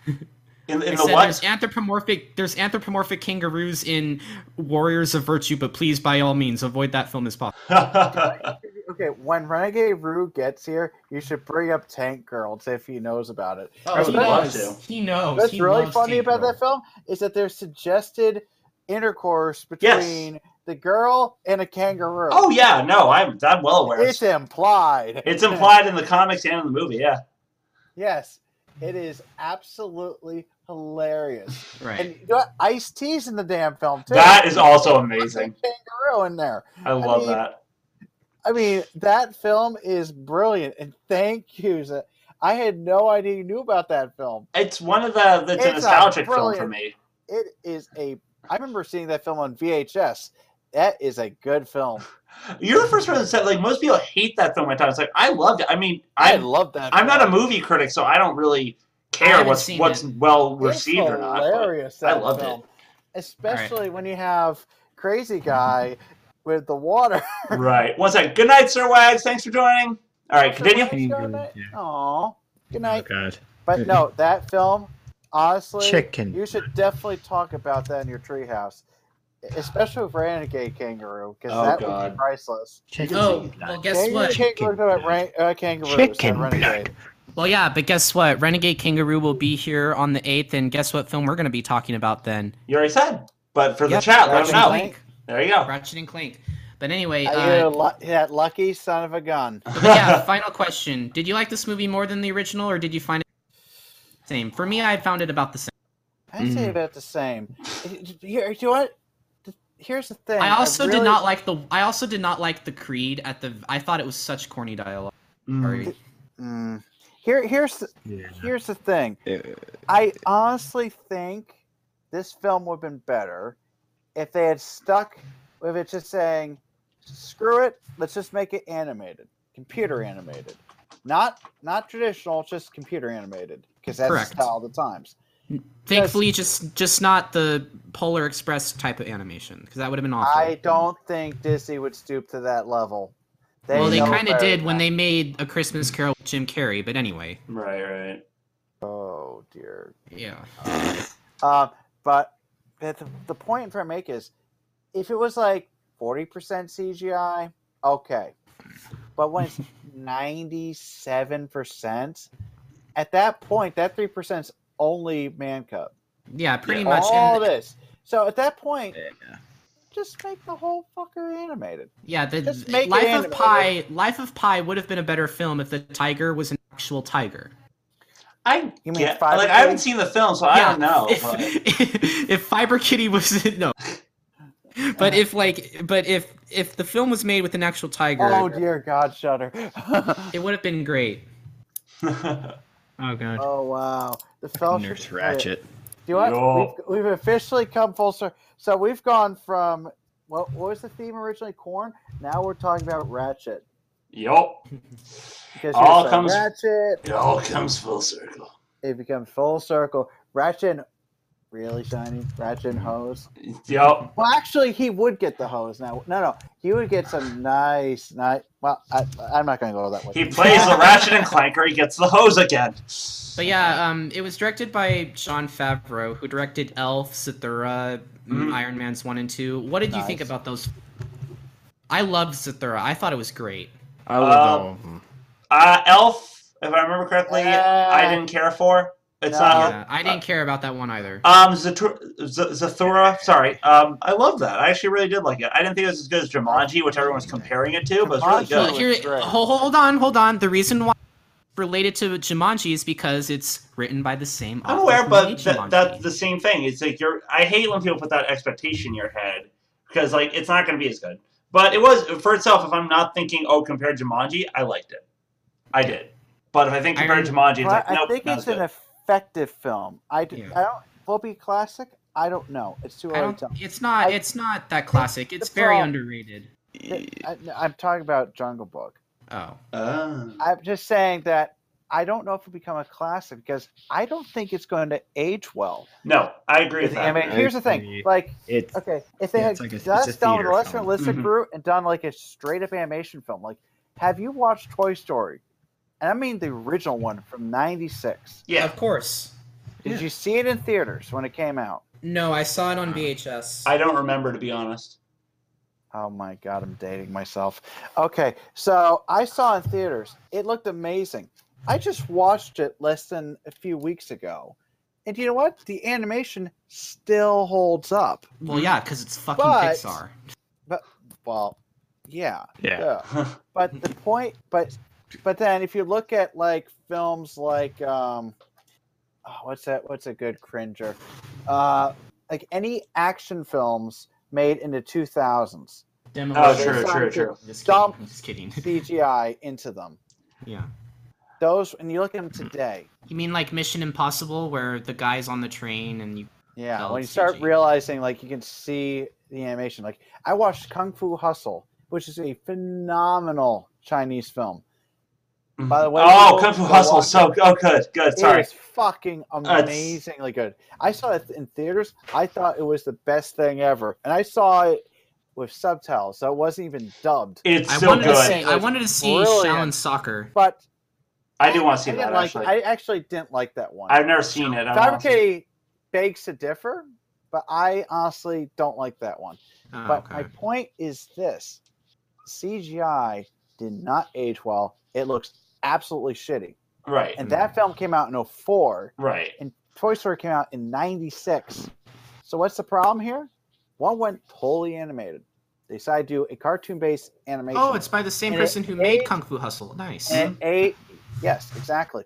Speaker 1: In, in
Speaker 5: I
Speaker 1: the
Speaker 5: said
Speaker 1: what?
Speaker 5: There's anthropomorphic there's anthropomorphic kangaroos in Warriors of Virtue, but please, by all means, avoid that film as possible.
Speaker 4: Okay, when Renegade Rue gets here, you should bring up Tank Girl and see if he knows about it.
Speaker 1: I would
Speaker 5: he
Speaker 1: love
Speaker 5: knows.
Speaker 1: to.
Speaker 5: He knows.
Speaker 4: What's
Speaker 5: He
Speaker 4: really
Speaker 5: loves
Speaker 4: funny
Speaker 5: Tank
Speaker 4: about
Speaker 5: Girl.
Speaker 4: that film is that there's suggested intercourse between the girl and a kangaroo.
Speaker 1: Oh yeah, no, I'm I'm well aware.
Speaker 4: it's implied.
Speaker 1: It's implied in the comics and in the movie, yeah.
Speaker 4: yes, it is absolutely hilarious.
Speaker 5: Right.
Speaker 4: And you got Ice T's in the damn film too.
Speaker 1: That is also amazing.
Speaker 4: kangaroo in there.
Speaker 1: I love
Speaker 4: mean,
Speaker 1: that.
Speaker 4: I mean, that film is brilliant, and thank you. Z- I had no idea you knew about that film.
Speaker 1: It's one of the that's a
Speaker 4: it's a
Speaker 1: nostalgic film for
Speaker 4: brilliant-
Speaker 1: me.
Speaker 4: It is a. I remember seeing that film on VHS. That is a good film.
Speaker 1: You're the first person that said like most people hate that film at times. Like I loved it. I mean,
Speaker 4: I,
Speaker 1: I
Speaker 4: love that.
Speaker 1: I'm
Speaker 4: film.
Speaker 1: not a movie critic, so I don't really care
Speaker 5: haven't
Speaker 1: what's
Speaker 5: seen
Speaker 1: what's well received
Speaker 4: it's
Speaker 1: or not. but-
Speaker 4: Hilarious!
Speaker 1: I
Speaker 4: that
Speaker 1: loved
Speaker 4: film. especially when you have crazy guy with the water.
Speaker 1: right. One sec. Good night, Sir Wags. Thanks for joining. All right, continue.
Speaker 3: Yeah.
Speaker 4: Oh, good
Speaker 3: Oh
Speaker 4: night.
Speaker 3: god.
Speaker 4: But no, that film, honestly,
Speaker 3: Chicken.
Speaker 4: you should definitely talk about that in your treehouse, especially with Renegade Kangaroo, because
Speaker 1: Oh,
Speaker 4: that would
Speaker 1: God.
Speaker 4: be priceless.
Speaker 3: Chicken.
Speaker 5: Oh, well, guess
Speaker 4: Kangaroo-
Speaker 5: what?
Speaker 4: Kangaroo,
Speaker 3: Chicken
Speaker 4: about ran- uh, kangaroos, not
Speaker 3: Chicken
Speaker 4: Renegade.
Speaker 5: Well, yeah, but guess what? Renegade Kangaroo will be here on the 8th, and guess what film we're going to be talking about then?
Speaker 1: You already said. But for the
Speaker 5: Yep,
Speaker 1: chat, let
Speaker 5: Ratchet
Speaker 1: them
Speaker 5: and
Speaker 1: know.
Speaker 5: Clank.
Speaker 1: There you go.
Speaker 5: Ratchet and Clank. But anyway,
Speaker 4: I
Speaker 5: uh,
Speaker 4: hear lu- that lucky son of a gun.
Speaker 5: but yeah, final question. Did you like this movie more than the original, or did you find it the same? For me, I found it about the same.
Speaker 4: I
Speaker 1: Mm.
Speaker 4: say about the same. Here, you know what? Here's the thing.
Speaker 5: I also did
Speaker 4: really-
Speaker 5: not like the. I also did not like the Creed at the. I thought it was such corny dialogue. Sorry.
Speaker 4: Mm. Here, here's the,
Speaker 3: Yeah.
Speaker 4: here's the thing.
Speaker 3: Uh,
Speaker 4: I honestly think this film would have been better if they had stuck with it just saying, screw it, let's just make it animated, computer animated. Not not traditional, just computer animated because that's
Speaker 2: Correct.
Speaker 4: the style of the times.
Speaker 2: Thankfully, just just not the Polar Express type of animation because that would have been awful.
Speaker 4: I don't think Disney would stoop to that level.
Speaker 2: well, they
Speaker 4: know
Speaker 2: kind of
Speaker 4: better
Speaker 2: did
Speaker 4: than
Speaker 2: when
Speaker 4: that.
Speaker 2: they made A Christmas Carol with Jim Carrey, but anyway,
Speaker 1: Right, right.
Speaker 4: Oh dear.
Speaker 2: yeah.
Speaker 4: Uh, but but the, the point I'm trying to make is, if it was like forty percent CGI, okay. But when it's ninety-seven percent, at that point, that three percent is only man cub.
Speaker 2: Yeah, pretty much.
Speaker 4: All
Speaker 2: and-
Speaker 4: this. So at that point, just make the whole fucker animated.
Speaker 2: yeah, the
Speaker 4: Just make it
Speaker 2: Life of
Speaker 4: animated.
Speaker 2: Pi, Life of Pi would have been a better film if the tiger was an actual tiger.
Speaker 1: I
Speaker 4: You mean
Speaker 1: get,
Speaker 4: five
Speaker 1: like
Speaker 4: or
Speaker 1: I haven't
Speaker 4: three?
Speaker 1: seen the film, so I
Speaker 2: Yeah,
Speaker 1: don't know.
Speaker 2: If,
Speaker 1: but-
Speaker 2: if Fiber Kitty was no, but if like, but if if the film was made with an actual tiger,
Speaker 4: Oh dear God, shudder.
Speaker 2: it would have been great.
Speaker 3: Oh god.
Speaker 4: oh wow, the
Speaker 3: Nurse
Speaker 4: fellowship.
Speaker 3: Ratchet.
Speaker 4: Do you know
Speaker 1: Yo.
Speaker 4: what? We've, we've officially come full circle. So we've gone from what, what was the theme originally? Corn. Now we're talking about Ratchet.
Speaker 1: yup.
Speaker 4: Because
Speaker 1: All
Speaker 4: here's the
Speaker 1: comes-
Speaker 4: Ratchet.
Speaker 1: It all comes full circle.
Speaker 4: It becomes full circle. Ratchet, and- really shiny. Ratchet and hose.
Speaker 1: Yup.
Speaker 4: Well, actually, he would get the hose now. No, no, he would get some nice, nice. Well, I, I'm not going to go that way.
Speaker 1: He plays the ratchet and clanker. He gets the hose again.
Speaker 2: But yeah, um, it was directed by Sean Favreau, who directed Elf, Zathura,
Speaker 1: Mhm.
Speaker 2: Iron Man's one and two. What did you think
Speaker 4: Mm-hmm. Nice.
Speaker 2: about those? I loved Zathura. I thought it was great.
Speaker 3: I love
Speaker 1: Um,
Speaker 3: all of them.
Speaker 1: Uh, Elf, if I remember correctly, I didn't care for. It's
Speaker 4: No.
Speaker 1: not.
Speaker 2: Yeah, I didn't care about that one either.
Speaker 1: Um, Zatur- Z- Zathura, sorry. Um, I love that. I actually really did like it. I didn't think it was as good as Jumanji, which everyone was comparing it to, but it's really
Speaker 4: Jumanji
Speaker 1: good.
Speaker 4: was-
Speaker 2: Here,
Speaker 4: great.
Speaker 2: ho- hold on, hold on. The reason why it's related to Jumanji is because it's written by the same author.
Speaker 1: I'm aware,
Speaker 2: who made
Speaker 1: but th-
Speaker 2: Jumanji.
Speaker 1: that's the same thing. It's like you're. I hate when people put that expectation in your head because like it's not going to be as good. But it was for itself. If I'm not thinking, oh, compared to Jumanji, I liked it. I did. But if I think compared to Jumanji, it's
Speaker 4: Well,
Speaker 1: like
Speaker 4: I
Speaker 1: nope,
Speaker 4: think
Speaker 1: not
Speaker 4: it's
Speaker 1: as
Speaker 4: an
Speaker 1: good.
Speaker 4: effective film. I, d-
Speaker 2: Yeah.
Speaker 4: I don't. Will it be classic? I don't know. It's too
Speaker 2: I
Speaker 4: early to
Speaker 2: don't.
Speaker 4: tell.
Speaker 2: It's not.
Speaker 4: I-
Speaker 2: it's not that classic. It's
Speaker 4: the
Speaker 2: very
Speaker 4: problem-
Speaker 2: underrated.
Speaker 4: I, I- I'm talking about Jungle Book.
Speaker 2: Oh,
Speaker 1: Oh.
Speaker 4: I'm just saying that I don't know if it'll become a classic because I don't think it's going to age well.
Speaker 1: No, I agree with
Speaker 4: I
Speaker 1: that.
Speaker 4: mean, here's the thing:
Speaker 3: agree.
Speaker 4: like,
Speaker 3: It's
Speaker 4: okay, if they
Speaker 3: Yeah,
Speaker 4: had
Speaker 3: it's like a- it's a
Speaker 4: just done with
Speaker 3: theater
Speaker 4: a lesser
Speaker 3: film.
Speaker 4: realistic
Speaker 1: Mhm.
Speaker 4: route and done like a straight up animation film, like, have you watched Toy Story? And I mean the original one from '96.
Speaker 1: Yeah,
Speaker 2: of course.
Speaker 4: Did you see it in theaters when it came out?
Speaker 2: No, I saw it on VHS.
Speaker 1: I don't remember to be honest.
Speaker 4: Oh my god, I'm dating myself. Okay, so I saw in theaters. It looked amazing. I just watched it less than a few weeks ago. And you know what? The animation still holds up.
Speaker 2: well, yeah, because it's fucking
Speaker 4: mm-hmm. But-
Speaker 2: Pixar.
Speaker 4: Well, yeah.
Speaker 3: yeah.
Speaker 1: Oh,
Speaker 4: But the point but but then if you look at like films like um oh, what's that what's a good cringer? Uh like any action films made in the 2000s
Speaker 1: Oh,
Speaker 2: Demolition.
Speaker 1: true,
Speaker 4: Sounds
Speaker 1: true,
Speaker 4: good.
Speaker 1: true.
Speaker 2: Just kidding.
Speaker 4: Dump.
Speaker 2: I'm just kidding.
Speaker 4: CGI into them.
Speaker 2: yeah.
Speaker 4: Those and you look at them today.
Speaker 2: You mean like Mission Impossible, where the guy's on the train and you?
Speaker 4: Yeah,
Speaker 2: Solid
Speaker 4: when you start
Speaker 2: CG.
Speaker 4: realizing, like, you can see the animation. Like, I watched Kung Fu Hustle, which is a phenomenal Chinese film. By the way,
Speaker 1: oh,
Speaker 4: people
Speaker 1: Kung Fu
Speaker 4: go
Speaker 1: Hustle,
Speaker 4: watch
Speaker 1: so
Speaker 4: it.
Speaker 1: oh good, good. Sorry,
Speaker 4: It is fucking
Speaker 1: it's-
Speaker 4: amazingly good. I saw it in theaters. I thought it was the best thing ever, and I saw it with subtitles, so it wasn't even dubbed.
Speaker 1: it's
Speaker 2: I
Speaker 1: so
Speaker 2: wanted
Speaker 1: good.
Speaker 2: to see. I
Speaker 4: It's
Speaker 2: wanted to see
Speaker 4: brilliant.
Speaker 2: Shaolin Soccer.
Speaker 4: But
Speaker 1: I do want to see
Speaker 4: I
Speaker 1: that
Speaker 4: didn't like-
Speaker 1: actually.
Speaker 4: I actually didn't like that one.
Speaker 1: I, have never seen it. I don't know.
Speaker 4: Fabricate begs to differ, but I honestly don't like that one.
Speaker 1: Ah,
Speaker 2: Oh,
Speaker 4: But
Speaker 2: okay.
Speaker 4: my point is this CGI did not age well. It looks absolutely shitty.
Speaker 1: Right,
Speaker 4: And that film came out in 04,
Speaker 1: right.
Speaker 4: and Toy Story came out in 96. So, what's the problem here? One went totally animated. They decided to do a cartoon based animation.
Speaker 2: Oh, it's by the same
Speaker 4: And it-
Speaker 2: person who made
Speaker 4: it-
Speaker 2: Kung Fu Hustle. Nice.
Speaker 4: and a yes, exactly.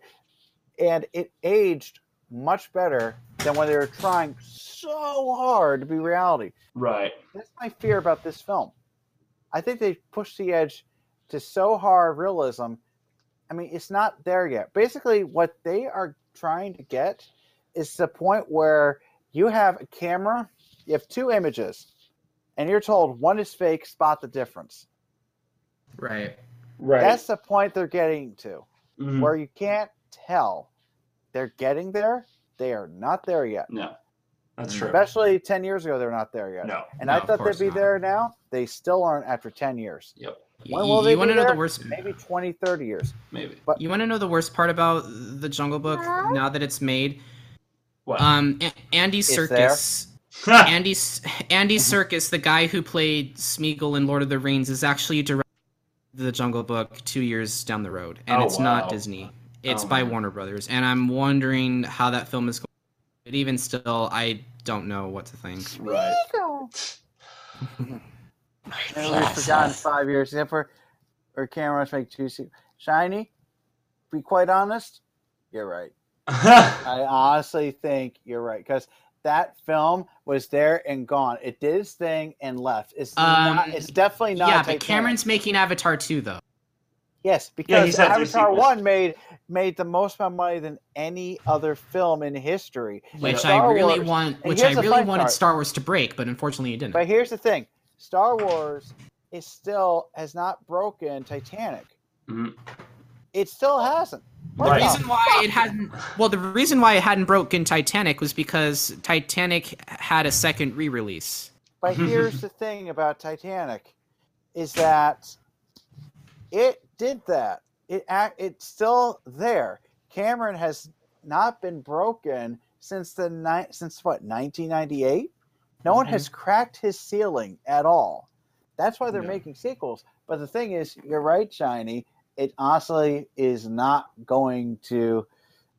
Speaker 4: And it aged much better than when they were trying so hard to be reality.
Speaker 1: Right.
Speaker 4: That's my fear about this film. I think they pushed the edge to so hard realism. I mean, it's not there yet. Basically, what they are trying to get is the point where you have a camera, you have two images, and you're told one is fake, spot the difference.
Speaker 2: Right.
Speaker 1: Right.
Speaker 4: That's the point they're getting to.
Speaker 5: Hmm.
Speaker 1: Mhm.
Speaker 4: where you can't tell they're getting there. They are not there yet.
Speaker 1: No, that's true.
Speaker 4: Especially ten years ago, they're not there yet.
Speaker 1: No.
Speaker 4: And
Speaker 5: No,
Speaker 4: I
Speaker 5: of
Speaker 4: thought they'd
Speaker 5: course
Speaker 4: be
Speaker 5: not.
Speaker 4: there now. They still aren't after ten years.
Speaker 5: You,
Speaker 4: When will they
Speaker 5: want
Speaker 4: be
Speaker 5: to know
Speaker 4: there?
Speaker 5: the worst?
Speaker 4: Maybe 20, 30 years.
Speaker 1: Maybe.
Speaker 5: You want to know the worst part about the Jungle Book now that it's made?
Speaker 1: What?
Speaker 5: Um, A- Andy
Speaker 4: there.
Speaker 5: Circus. Andy S- Andy
Speaker 1: Mm-hmm.
Speaker 5: Circus, the guy who played Smeagol in Lord of the Rings, is actually directing the Jungle Book two years down the road, and
Speaker 1: Oh,
Speaker 5: it's
Speaker 1: wow.
Speaker 5: not Disney. It's
Speaker 1: Oh,
Speaker 5: by
Speaker 1: man.
Speaker 5: Warner Brothers, and I'm wondering how that film is going. But even still, I don't know what to think.
Speaker 1: right.
Speaker 4: And we've forgotten five years. Except for, or cameras make two. se- Shiny, be quite honest, you're right. I honestly think you're right because that film was there and gone. It did its thing and left. It's not,
Speaker 5: Um,
Speaker 4: it's definitely not.
Speaker 5: yeah,
Speaker 4: Titanic.
Speaker 5: but Cameron's making Avatar 2, though.
Speaker 4: yes
Speaker 1: Yeah, he
Speaker 4: because
Speaker 1: said there's
Speaker 4: Avatar
Speaker 1: sequels.
Speaker 4: One made made the most amount of money than any other film in history. And
Speaker 5: which
Speaker 4: Star
Speaker 5: I really
Speaker 4: Wars-
Speaker 5: want,
Speaker 4: and
Speaker 5: which I
Speaker 4: here's the
Speaker 5: really
Speaker 4: fun
Speaker 5: wanted
Speaker 4: part.
Speaker 5: Star Wars to break, but unfortunately it didn't.
Speaker 4: But here's the thing: Star Wars is still has not broken Titanic.
Speaker 1: Mhm.
Speaker 4: It still hasn't. What
Speaker 1: Right.
Speaker 5: the
Speaker 4: the
Speaker 5: reason why it hadn't, well, the reason why it hadn't broken Titanic was because Titanic had a second re-release.
Speaker 4: But here's the thing about Titanic is that it did that. It act, it's still there. Cameron has not been broken since the ni- since what 1998. No one has cracked his ceiling at all. That's why they're
Speaker 1: No.
Speaker 4: making sequels. But the thing is, you're right, Shiny. It honestly is not going to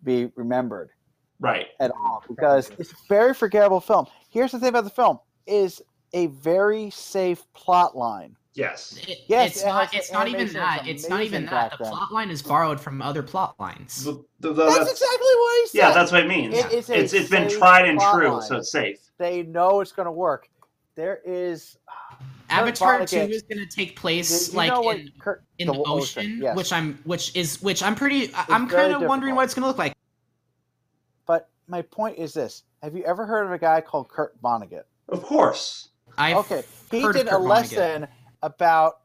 Speaker 4: be remembered
Speaker 1: Right.
Speaker 4: at all because it's a very forgettable film. Here's the thing about the film is a very safe plot line.
Speaker 1: Yes.
Speaker 5: It-
Speaker 4: Yes,
Speaker 5: it's
Speaker 4: it
Speaker 5: not.
Speaker 4: has the
Speaker 5: It's not even
Speaker 4: animation
Speaker 5: that.
Speaker 4: was
Speaker 5: It's not even
Speaker 4: amazing
Speaker 5: that. The
Speaker 4: back then.
Speaker 5: plot line is borrowed from other plot lines.
Speaker 1: The- the- the-
Speaker 4: That's,
Speaker 1: that's-
Speaker 4: exactly what he said.
Speaker 1: yeah, that's what it means.
Speaker 4: It is a
Speaker 1: it's it's been
Speaker 4: safe
Speaker 1: tried and
Speaker 4: plot
Speaker 1: true,
Speaker 4: line.
Speaker 1: so it's safe.
Speaker 4: they know it's going to work. There is
Speaker 5: Avatar
Speaker 4: Bartlett
Speaker 5: Two
Speaker 4: gets-
Speaker 5: is going to take
Speaker 4: you,
Speaker 5: place
Speaker 4: you
Speaker 5: like
Speaker 4: know what
Speaker 5: in,
Speaker 4: Kurt-
Speaker 5: in the, ocean,
Speaker 4: yes.
Speaker 5: which I'm, which is, which I'm pretty. I, I'm
Speaker 4: very
Speaker 5: kind of wondering
Speaker 4: difficult.
Speaker 5: what it's going to look like.
Speaker 4: but my point is this: Have you ever heard of a guy called Kurt Vonnegut?
Speaker 1: Of course.
Speaker 5: I've
Speaker 4: okay, he
Speaker 5: heard of
Speaker 4: did a
Speaker 5: Kurt Vonnegut.
Speaker 4: lesson about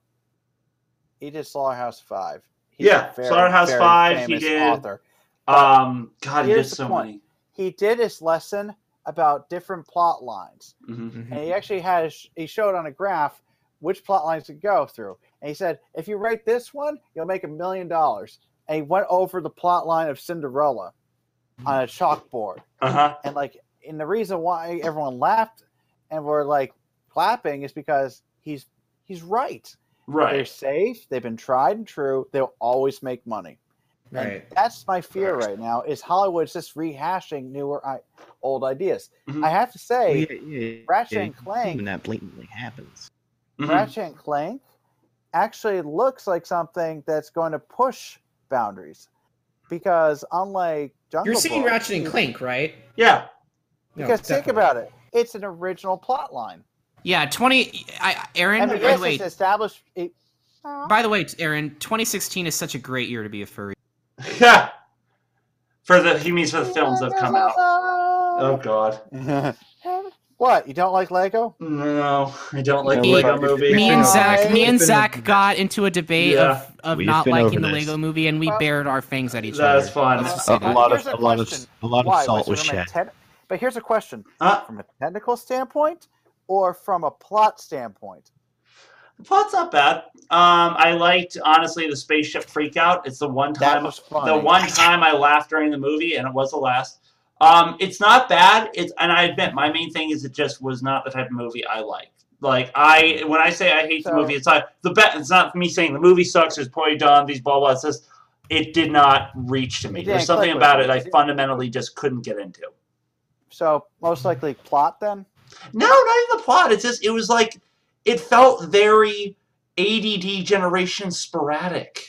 Speaker 4: he did Slaughterhouse Five. He's a
Speaker 1: Yeah,
Speaker 4: very,
Speaker 1: Slaughterhouse
Speaker 4: very
Speaker 1: Five, he
Speaker 4: famous
Speaker 1: did-
Speaker 4: Author.
Speaker 1: Um, God, he did
Speaker 4: Here's the
Speaker 1: so
Speaker 4: point.
Speaker 1: many.
Speaker 4: he did his lesson about different plot lines
Speaker 1: Mhm.
Speaker 4: and he actually had he showed on a graph which plot lines to go through and he said if you write this one you'll make a million dollars and he went over the plot line of cinderella on a chalkboard
Speaker 1: Uh huh.
Speaker 4: and like and the reason why everyone laughed and were like clapping is because he's he's right they're
Speaker 1: Right.
Speaker 4: safe they've been tried and true they'll always make money
Speaker 12: Right.
Speaker 4: that's my fear right now is Hollywood's just rehashing newer I- old ideas.
Speaker 1: Mhm.
Speaker 12: Mm-hmm.
Speaker 4: I have to say,
Speaker 3: yeah, yeah,
Speaker 4: Ratchet
Speaker 3: yeah,
Speaker 4: and Clank-
Speaker 3: When that blatantly happens.
Speaker 1: Mhm.
Speaker 12: Mm-hmm.
Speaker 4: Ratchet and Clank actually looks like something that's going to push boundaries because unlike Jungle
Speaker 12: You're seeing
Speaker 4: Book,
Speaker 12: Ratchet and Clink, right?
Speaker 1: Yeah.
Speaker 12: No,
Speaker 4: because think
Speaker 12: definitely.
Speaker 4: about it, it's an original plot line.
Speaker 5: Yeah, twenty. I, Aaron,
Speaker 4: And,
Speaker 5: by
Speaker 4: yes,
Speaker 5: the way,
Speaker 4: it's established. It,
Speaker 5: By the way, Aaron, 2016 is such a great year to be a furry.
Speaker 1: Yeah. For the he means for the films that have come out. Oh God.
Speaker 4: what you don't like Lego?
Speaker 1: No, I don't like
Speaker 5: Me-
Speaker 1: Lego Movie.
Speaker 5: Me and
Speaker 4: Why?
Speaker 5: Zach, me and
Speaker 3: We've been
Speaker 5: Zach
Speaker 3: over
Speaker 5: got into a debate
Speaker 1: Yeah.
Speaker 5: of, of
Speaker 3: We've
Speaker 5: not
Speaker 3: been
Speaker 5: liking
Speaker 3: over
Speaker 5: the
Speaker 3: this.
Speaker 5: Lego movie, and we bared our fangs at each
Speaker 1: That
Speaker 5: other.
Speaker 1: was fun.
Speaker 5: Let's just
Speaker 3: A,
Speaker 5: say
Speaker 4: Uh,
Speaker 5: that.
Speaker 3: lot
Speaker 4: Here's
Speaker 3: of
Speaker 4: a
Speaker 3: a lot of
Speaker 4: question.
Speaker 3: a lot
Speaker 4: Why
Speaker 3: of salt
Speaker 4: Was
Speaker 3: was
Speaker 4: it from a
Speaker 3: shed.
Speaker 4: ten- but here's a question:
Speaker 1: Uh,
Speaker 4: from a technical standpoint or from a plot standpoint?
Speaker 1: the plot's not bad. Um, I liked honestly the spaceship freakout. It's the one
Speaker 4: That
Speaker 1: time
Speaker 4: was funny.
Speaker 1: the one time I laughed during the movie, and it was the last. Um, it's not bad. It's and I admit my main thing is it just was not the type of movie I like. Like I when I say I hate the
Speaker 4: So-
Speaker 1: movie, it's not the bet. It's not me saying the movie sucks. It's poorly done. These blah blah. It's just it did not reach to me.
Speaker 4: It
Speaker 1: There's
Speaker 4: didn't
Speaker 1: something
Speaker 4: click with
Speaker 1: about
Speaker 4: you.
Speaker 1: it I fundamentally just couldn't get into.
Speaker 4: So most likely plot then.
Speaker 1: No, not even the plot. It's just it was like it felt very ADD generation sporadic.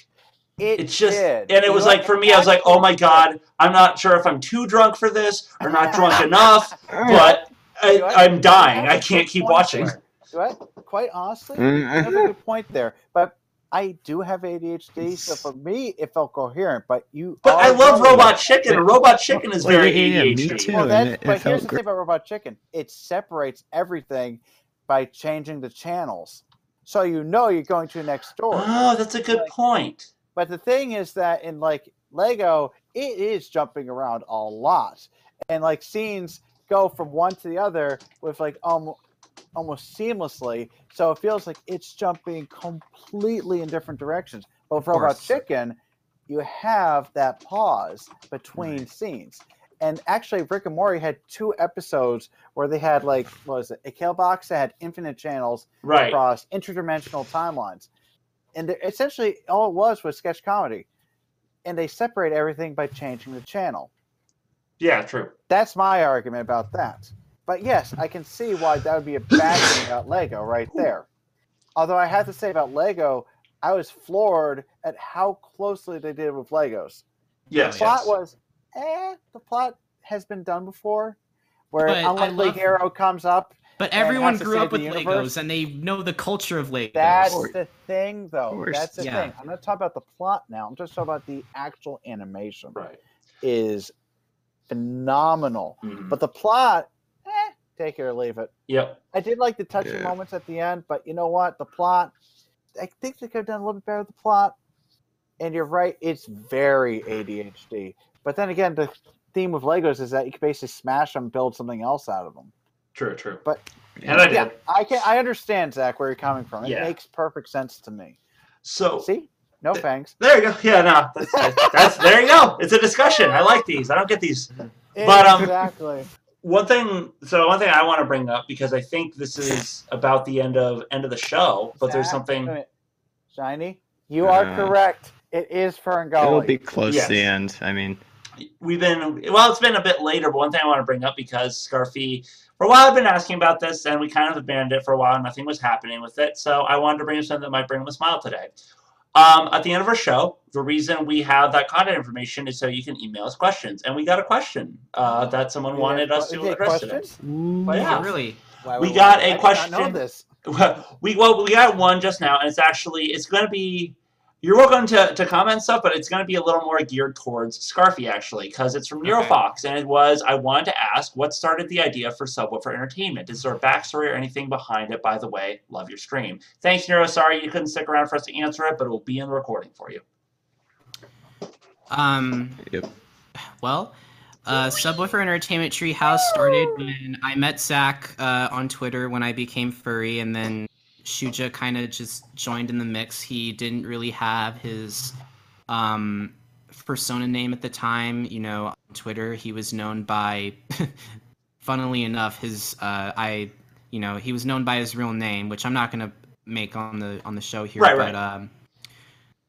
Speaker 4: It
Speaker 1: It's just,
Speaker 4: did.
Speaker 1: and it
Speaker 4: You
Speaker 1: was
Speaker 4: know,
Speaker 1: like for me, I was like, oh my
Speaker 4: actually-
Speaker 1: god, I'm not sure if I'm too drunk for this or not drunk enough, but I,
Speaker 4: You know,
Speaker 1: I'm dying.
Speaker 4: that's
Speaker 1: I
Speaker 4: a
Speaker 1: can't
Speaker 4: good
Speaker 1: keep
Speaker 4: point
Speaker 1: watching.
Speaker 4: there. Do I- Quite honestly,
Speaker 3: Mm-hmm.
Speaker 4: you have a good point there. But I do have ADHD, so for me it felt coherent. But you.
Speaker 1: But I
Speaker 4: are
Speaker 1: love
Speaker 4: right.
Speaker 1: Robot Chicken. and Robot Chicken is
Speaker 3: Well,
Speaker 1: very
Speaker 3: yeah, yeah, me
Speaker 1: ADHD.
Speaker 3: too.
Speaker 4: Well,
Speaker 3: and
Speaker 4: that's,
Speaker 3: it- it
Speaker 4: but
Speaker 3: felt
Speaker 4: here's the
Speaker 3: great.
Speaker 4: thing about Robot Chicken: it separates everything by changing the channels, so you know you're going to the next door.
Speaker 1: Oh, that's a good
Speaker 4: Like-
Speaker 1: point.
Speaker 4: But the thing is that in like Lego, it is jumping around a lot, and like scenes go from one to the other with like almost almost seamlessly. So it feels like it's jumping completely in different directions. But for Robot Chicken, you have that pause between scenes. And actually, Rick and Morty had two episodes where they had like what was it? A kill box that had infinite channels
Speaker 1: Right.
Speaker 4: across interdimensional timelines. And they're- essentially, all it was was sketch comedy, and they separate everything by changing the channel.
Speaker 1: Yeah, true.
Speaker 4: That's my argument about that. But yes, I can see why that would be a bad thing about Lego right there. Although I have to say about Lego, I was floored at how closely they did with Legos.
Speaker 1: Yes.
Speaker 4: the plot was, eh, the plot has been done before, where
Speaker 5: But I
Speaker 4: unlikely
Speaker 5: love-
Speaker 4: hero comes up.
Speaker 5: But
Speaker 4: And has
Speaker 5: everyone
Speaker 4: to
Speaker 5: grew
Speaker 4: save
Speaker 5: up
Speaker 4: the
Speaker 5: with
Speaker 4: universe?
Speaker 5: Legos and they know the culture of Legos.
Speaker 4: That's the thing, though.
Speaker 3: course,
Speaker 4: That's the
Speaker 5: yeah.
Speaker 4: thing. I'm not talking about the plot now. I'm just talking about the actual animation.
Speaker 1: Right.
Speaker 4: Is phenomenal,
Speaker 1: Mhm.
Speaker 4: but the plot, eh, take it or leave it.
Speaker 1: Yep.
Speaker 4: I did like the touching
Speaker 3: Yeah.
Speaker 4: moments at the end, but you know what? The plot, I think they could have done a little bit better with the plot. And you're right, it's very ADHD. But then again, the theme with Legos is that you can basically smash them, build something else out of them.
Speaker 1: True. True.
Speaker 4: But-
Speaker 1: and I did.
Speaker 4: Yeah, I can. I understand Zach where you're coming from. It
Speaker 1: Yeah.
Speaker 4: makes perfect sense to me.
Speaker 1: So
Speaker 4: See, no thanks.
Speaker 1: there you go. Yeah. No. That's, that's, that's there. You go. It's a discussion. I like these. I don't get these But, um,
Speaker 4: exactly.
Speaker 1: one thing so one thing i want to bring up because i think this is about the end of end of the show but there's
Speaker 4: Zach,
Speaker 1: something
Speaker 4: wait a minute. shiny. You are
Speaker 3: Uh,
Speaker 4: correct. It is
Speaker 3: It'll
Speaker 4: Ferngully.
Speaker 3: be close
Speaker 1: Yes.
Speaker 3: to the end. I mean,
Speaker 1: we've been well it's been a bit later but one thing i want to bring up because scarfy for a while i've been asking about this and we kind of abandoned it for a while and nothing was happening with it so i wanted to bring up something that might bring him a smile today um, at the end of our show the reason we have that contact information is so you can email us questions and we got a question uh, that someone
Speaker 4: We
Speaker 1: wanted
Speaker 4: had-
Speaker 1: us to
Speaker 4: we had
Speaker 1: address today.
Speaker 4: questions?
Speaker 1: But yeah.
Speaker 5: Really?
Speaker 4: Why
Speaker 1: We
Speaker 4: would
Speaker 1: got
Speaker 4: I
Speaker 1: a
Speaker 4: did not
Speaker 1: question.
Speaker 4: Know this.
Speaker 1: Well, we well we got one just now, and it's actually it's going to be. You're welcome to, to comment stuff, but it's going to be a little more geared towards Scarfy actually, because it's from NeuroFox, and it was I wanted to ask what started the idea for Subwoofer Entertainment. Is there a backstory or anything behind it? By the way, love your stream. Thanks, Neuro. Sorry you couldn't stick around for us to answer it, but it will be in the recording for you.
Speaker 5: Um,
Speaker 3: Yep.
Speaker 5: Well, uh, Subwoofer Entertainment Treehouse started when I met Zach uh, on Twitter when I became furry, and then Shuja kind of just joined in the mix. He didn't really have his um, persona name at the time. You know, on Twitter he was known by, funnily enough, his uh, I, you know, he was known by his real name, which I'm not gonna make on the on the show here,
Speaker 1: Right,
Speaker 5: but
Speaker 1: right.
Speaker 5: um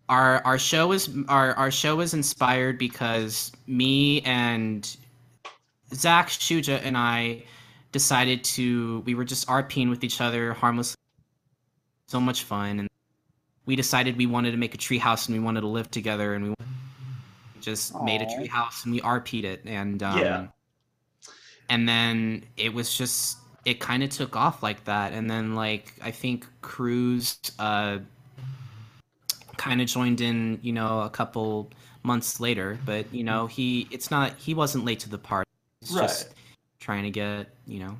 Speaker 5: our our show was our our show was inspired because me and Zach Shuja and I decided to we were just RPing with each other harmlessly so much fun and we decided we wanted to make a treehouse and we wanted to live together and we just made a
Speaker 4: Aw.
Speaker 5: treehouse and we RP'd it and um,
Speaker 1: Yeah.
Speaker 5: and then it was just it kind of took off like that and then like I think Cruz uh kind of joined in you know a couple months later but you know he it's not he wasn't late to the party he's
Speaker 1: Right.
Speaker 5: just trying to get you know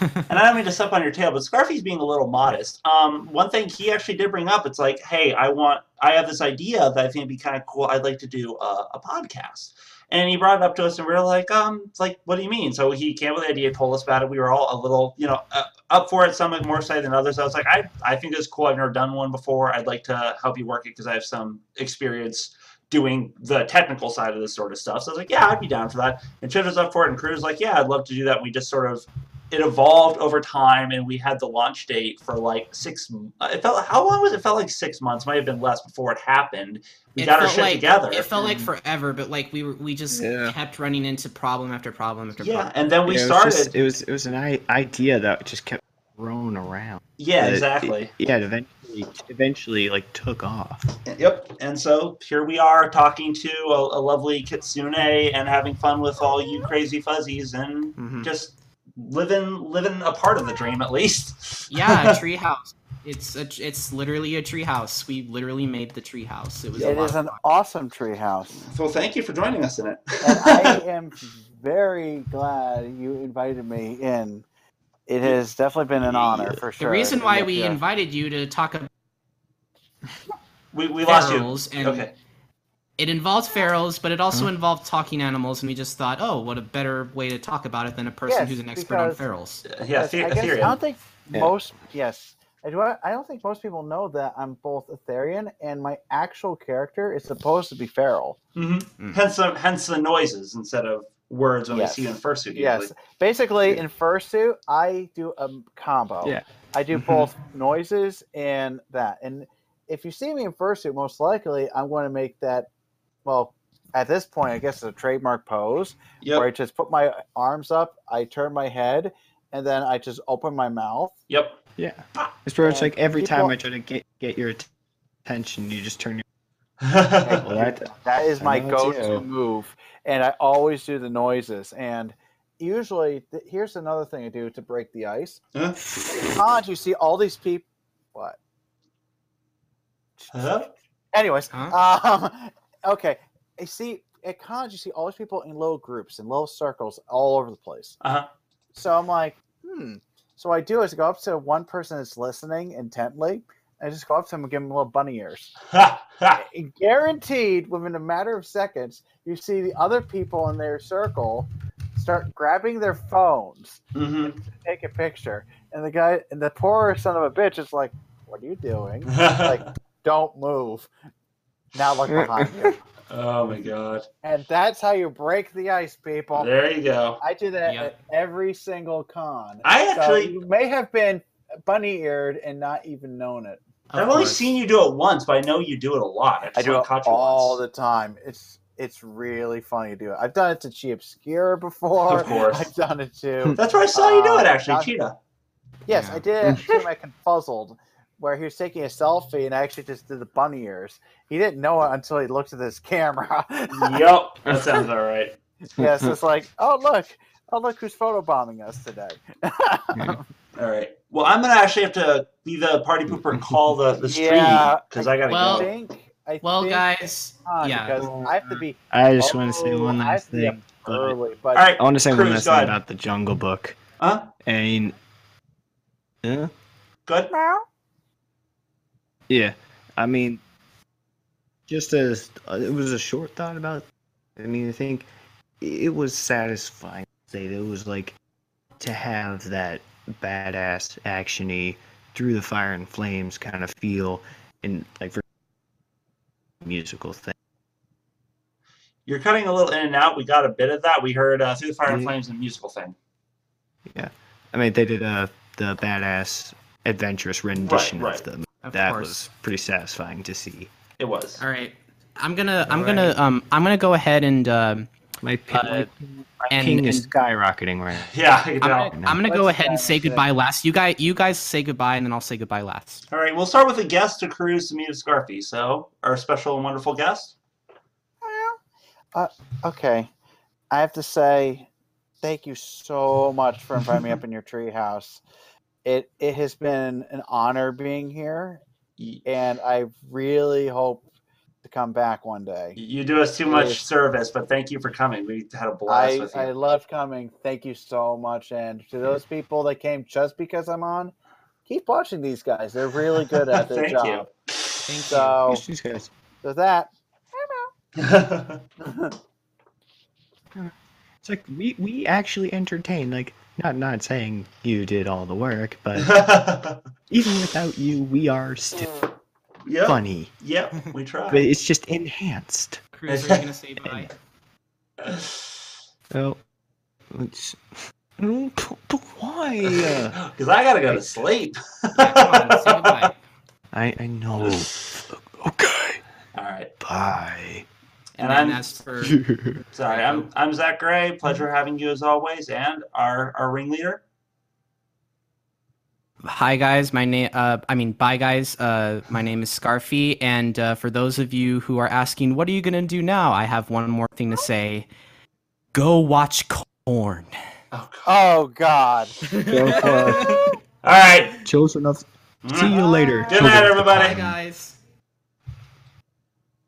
Speaker 1: and I don't mean to step on your tail, but Scarfy's being a little modest. Um, one thing he actually did bring up, it's like, hey, I want, I have this idea that I think would be kind of cool. I'd like to do a, a podcast. And he brought it up to us, and we were like, um, it's like, what do you mean? So he came up with the idea, told us about it. We were all a little, you know, uh, up for it. Some are more excited than others. I was like, I, I think this is cool. I've never done one before. I'd like to help you work it because I have some experience doing the technical side of this sort of stuff. So I was like, yeah, I'd be down for that. And Chip was up for it, and Crew was like, yeah, I'd love to do that. And we just sort of it evolved over time and we had the launch date for like six m- it felt how long was it? it felt like six months might have been less before it happened we
Speaker 5: It
Speaker 1: got our
Speaker 5: felt
Speaker 1: shit
Speaker 5: like-
Speaker 1: together
Speaker 5: it felt like forever but like we were we just
Speaker 3: Mm-hmm. Yeah.
Speaker 5: kept running into problem after problem after
Speaker 1: yeah
Speaker 5: problem
Speaker 1: and then we
Speaker 3: yeah, it was
Speaker 1: started
Speaker 3: just- it was it was an i- idea that just kept thrown around.
Speaker 1: yeah
Speaker 3: That it-
Speaker 1: exactly
Speaker 3: yeah, it eventually eventually like took off.
Speaker 1: yep and so here we are talking to a, a lovely kitsune and having fun with all you crazy fuzzies and
Speaker 4: Mm-hmm.
Speaker 5: Mhm.
Speaker 1: just living living a part of the dream at least
Speaker 5: yeah treehouse it's a it's literally a treehouse we literally made the treehouse it was a
Speaker 4: It
Speaker 5: lot
Speaker 4: is
Speaker 5: of
Speaker 4: an
Speaker 5: fun.
Speaker 4: awesome treehouse.
Speaker 1: well thank you for joining us in it
Speaker 4: and I am very glad you invited me in. It has definitely been an honor for
Speaker 5: the
Speaker 4: sure.
Speaker 5: reason
Speaker 4: to
Speaker 5: why
Speaker 4: make
Speaker 5: we
Speaker 4: your-
Speaker 5: invited you to talk about
Speaker 1: We, we lost you.
Speaker 5: ferals, and
Speaker 1: Okay.
Speaker 5: it involved ferals, but it also
Speaker 3: Mm-hmm.
Speaker 5: involved talking animals, and we just thought, oh, what a better way to talk about it than a person
Speaker 4: Yes,
Speaker 5: who's an expert on
Speaker 4: because-
Speaker 5: ferals.
Speaker 1: Yeah,
Speaker 4: Yes,
Speaker 1: the-
Speaker 4: I guess
Speaker 1: Ethereum.
Speaker 4: I don't think
Speaker 3: Yeah.
Speaker 4: most. Yes, I do. I don't think most people know that I'm both Etherian and my actual character is supposed to be feral.
Speaker 1: Mhm.
Speaker 13: Mm.
Speaker 1: Hence, the, hence the noises instead of words when
Speaker 4: Yes.
Speaker 1: we see you in fursuit.
Speaker 4: Yes,
Speaker 1: usually.
Speaker 4: basically in fursuit, I do a m- combo.
Speaker 3: Yeah. Mm-hmm.
Speaker 4: I do
Speaker 13: Mhm.
Speaker 4: both noises and that. And if you see me in fursuit, most likely I'm going to make that. Well, at this point, I guess it's a trademark pose
Speaker 1: Yep.
Speaker 4: where I just put my arms up, I turn my head, and then I just open my mouth.
Speaker 1: Yep.
Speaker 3: Yeah. It's pretty much
Speaker 4: And
Speaker 3: like every
Speaker 4: people-
Speaker 3: time I try to get get your att- attention, you just turn your. Well, that,
Speaker 4: That is
Speaker 3: I
Speaker 4: my
Speaker 3: know
Speaker 4: go
Speaker 3: it's
Speaker 4: to
Speaker 3: you.
Speaker 4: move. And I always do the noises. And usually, th- here's another thing I do to break the ice.
Speaker 1: Huh?
Speaker 4: Cons, you see all these people. What?
Speaker 1: Huh?
Speaker 4: Anyways,
Speaker 5: Huh?
Speaker 4: um, okay. I see at cons, you see all these people in little groups and little circles all over the place.
Speaker 1: Uh-huh.
Speaker 4: So I'm like, hmm. So what I do is go up to one person that's listening intently. I just go up to them and give them little bunny ears
Speaker 1: Ha, ha.
Speaker 4: guaranteed within a matter of seconds you see the other people in their circle start grabbing their phones
Speaker 1: Mhm.
Speaker 4: to take a picture and the guy and the poor son of a bitch is like what are you doing like don't move now look behind you
Speaker 1: oh my god.
Speaker 4: and that's how you break the ice people
Speaker 1: There you go.
Speaker 4: i do that
Speaker 5: Yeah.
Speaker 4: at every single con
Speaker 1: I
Speaker 4: so
Speaker 1: actually
Speaker 4: you may have been bunny eared and not even known it
Speaker 5: Of
Speaker 1: I've only
Speaker 5: course.
Speaker 1: seen you do it once, but I know you do it a lot. I,
Speaker 4: I
Speaker 1: just
Speaker 4: do
Speaker 1: only
Speaker 4: it
Speaker 1: caught you
Speaker 4: all
Speaker 1: once.
Speaker 4: the time. It's it's really funny to do it. I've done it to Chi Obscure before.
Speaker 1: Of course.
Speaker 4: I've done it to
Speaker 1: That's where I saw you do
Speaker 4: Uh,
Speaker 1: it actually,
Speaker 4: not-
Speaker 1: Cheetah.
Speaker 4: yes,
Speaker 5: Yeah.
Speaker 4: I did it to my confuzzled where he was taking a selfie and I actually just did the bunny ears. He didn't know it until he looked at his camera.
Speaker 1: yep. That sounds all right.
Speaker 4: yes, it's like, oh look, oh look who's photobombing us today.
Speaker 1: All right. Well, I'm gonna actually have to be the party pooper and call the, the stream
Speaker 4: Yeah,
Speaker 1: because I gotta
Speaker 5: Well-
Speaker 4: I
Speaker 1: go.
Speaker 4: think I
Speaker 5: Well,
Speaker 4: think
Speaker 5: guys,
Speaker 4: it's on
Speaker 5: yeah.
Speaker 4: because I have to be
Speaker 3: I just want to say
Speaker 4: Oh,
Speaker 3: one
Speaker 4: I
Speaker 3: last
Speaker 4: see a
Speaker 3: thing. but-
Speaker 4: early, but
Speaker 1: All right. uh,
Speaker 3: I want to say one
Speaker 1: Cruz,
Speaker 3: last
Speaker 1: go
Speaker 3: thing
Speaker 1: ahead.
Speaker 3: about the Jungle Book.
Speaker 1: Huh?
Speaker 3: And uh, yeah,
Speaker 1: Good.
Speaker 3: yeah. I mean, just as uh, it was a short thought about. I mean, I think it was satisfying. to say that It was like to have that badass actiony through the fire and flames kind of feel, and like for musical thing.
Speaker 1: You're cutting a little in and out. We got a bit of that. We heard uh, through the fire and
Speaker 4: Mm-hmm.
Speaker 3: Yeah.
Speaker 1: flames and musical thing.
Speaker 3: I mean, they did uh, the badass adventurous rendition
Speaker 1: right.
Speaker 3: of them.
Speaker 5: of
Speaker 3: that
Speaker 5: course.
Speaker 3: was pretty satisfying to see.
Speaker 1: It was.
Speaker 5: All right. I'm gonna I'm
Speaker 3: All
Speaker 5: gonna um I'm gonna go ahead and um
Speaker 3: My, pi-
Speaker 5: Uh,
Speaker 3: my
Speaker 5: and-
Speaker 3: ping is
Speaker 5: and-
Speaker 3: skyrocketing right now.
Speaker 1: Yeah. I can
Speaker 5: I'm
Speaker 1: tell.
Speaker 5: gonna, I'm gonna go
Speaker 4: Let's
Speaker 5: ahead and
Speaker 4: stop
Speaker 5: say
Speaker 4: it.
Speaker 5: goodbye last. You guys you guys say goodbye and then I'll say goodbye last.
Speaker 1: All right, we'll start with a guest to cruise to meet a Scarfy. So, our special and wonderful guest.
Speaker 4: uh, Okay. I have to say thank you so much for inviting me up in your treehouse. It it has been an honor being here
Speaker 1: Y-
Speaker 4: and I really hope to come back one day.
Speaker 1: You do us too much
Speaker 4: Yes.
Speaker 1: service, but thank you for coming. We had a blast
Speaker 4: I,
Speaker 1: with you.
Speaker 4: I love coming. Thank you so much. And to those people that came just because I'm on, keep watching these guys. They're really good at their
Speaker 1: thank
Speaker 4: job.
Speaker 1: you.
Speaker 4: So
Speaker 3: These guys.
Speaker 4: with that,
Speaker 3: It's like we, we actually entertain. Like not not saying you did all the work, but even without you, we are still
Speaker 1: yep,
Speaker 3: funny.
Speaker 1: yep, we
Speaker 3: But
Speaker 1: tried.
Speaker 3: it's just enhanced.
Speaker 5: Cruz, are you gonna say bye?
Speaker 3: So it's Mm, p- but why?
Speaker 1: Because I gotta go to sleep.
Speaker 5: Yeah, come on, say goodbye.
Speaker 3: I I know. Okay.
Speaker 1: All right,
Speaker 3: Bye.
Speaker 5: And,
Speaker 1: And
Speaker 5: then
Speaker 1: I'm-
Speaker 5: as for
Speaker 1: sorry. I'm I'm Zach Gray. Pleasure having you as always, and our our ringleader.
Speaker 5: Hi guys, my name uh I mean bye guys. Uh my name is Scarfy and uh for those of you who are asking what are you going to do now? I have one more thing to say. Go watch Corn.
Speaker 1: Oh, God.
Speaker 4: oh God.
Speaker 3: Go for
Speaker 1: All right.
Speaker 3: Children of. See you later.
Speaker 1: Good night, everybody.
Speaker 5: guys.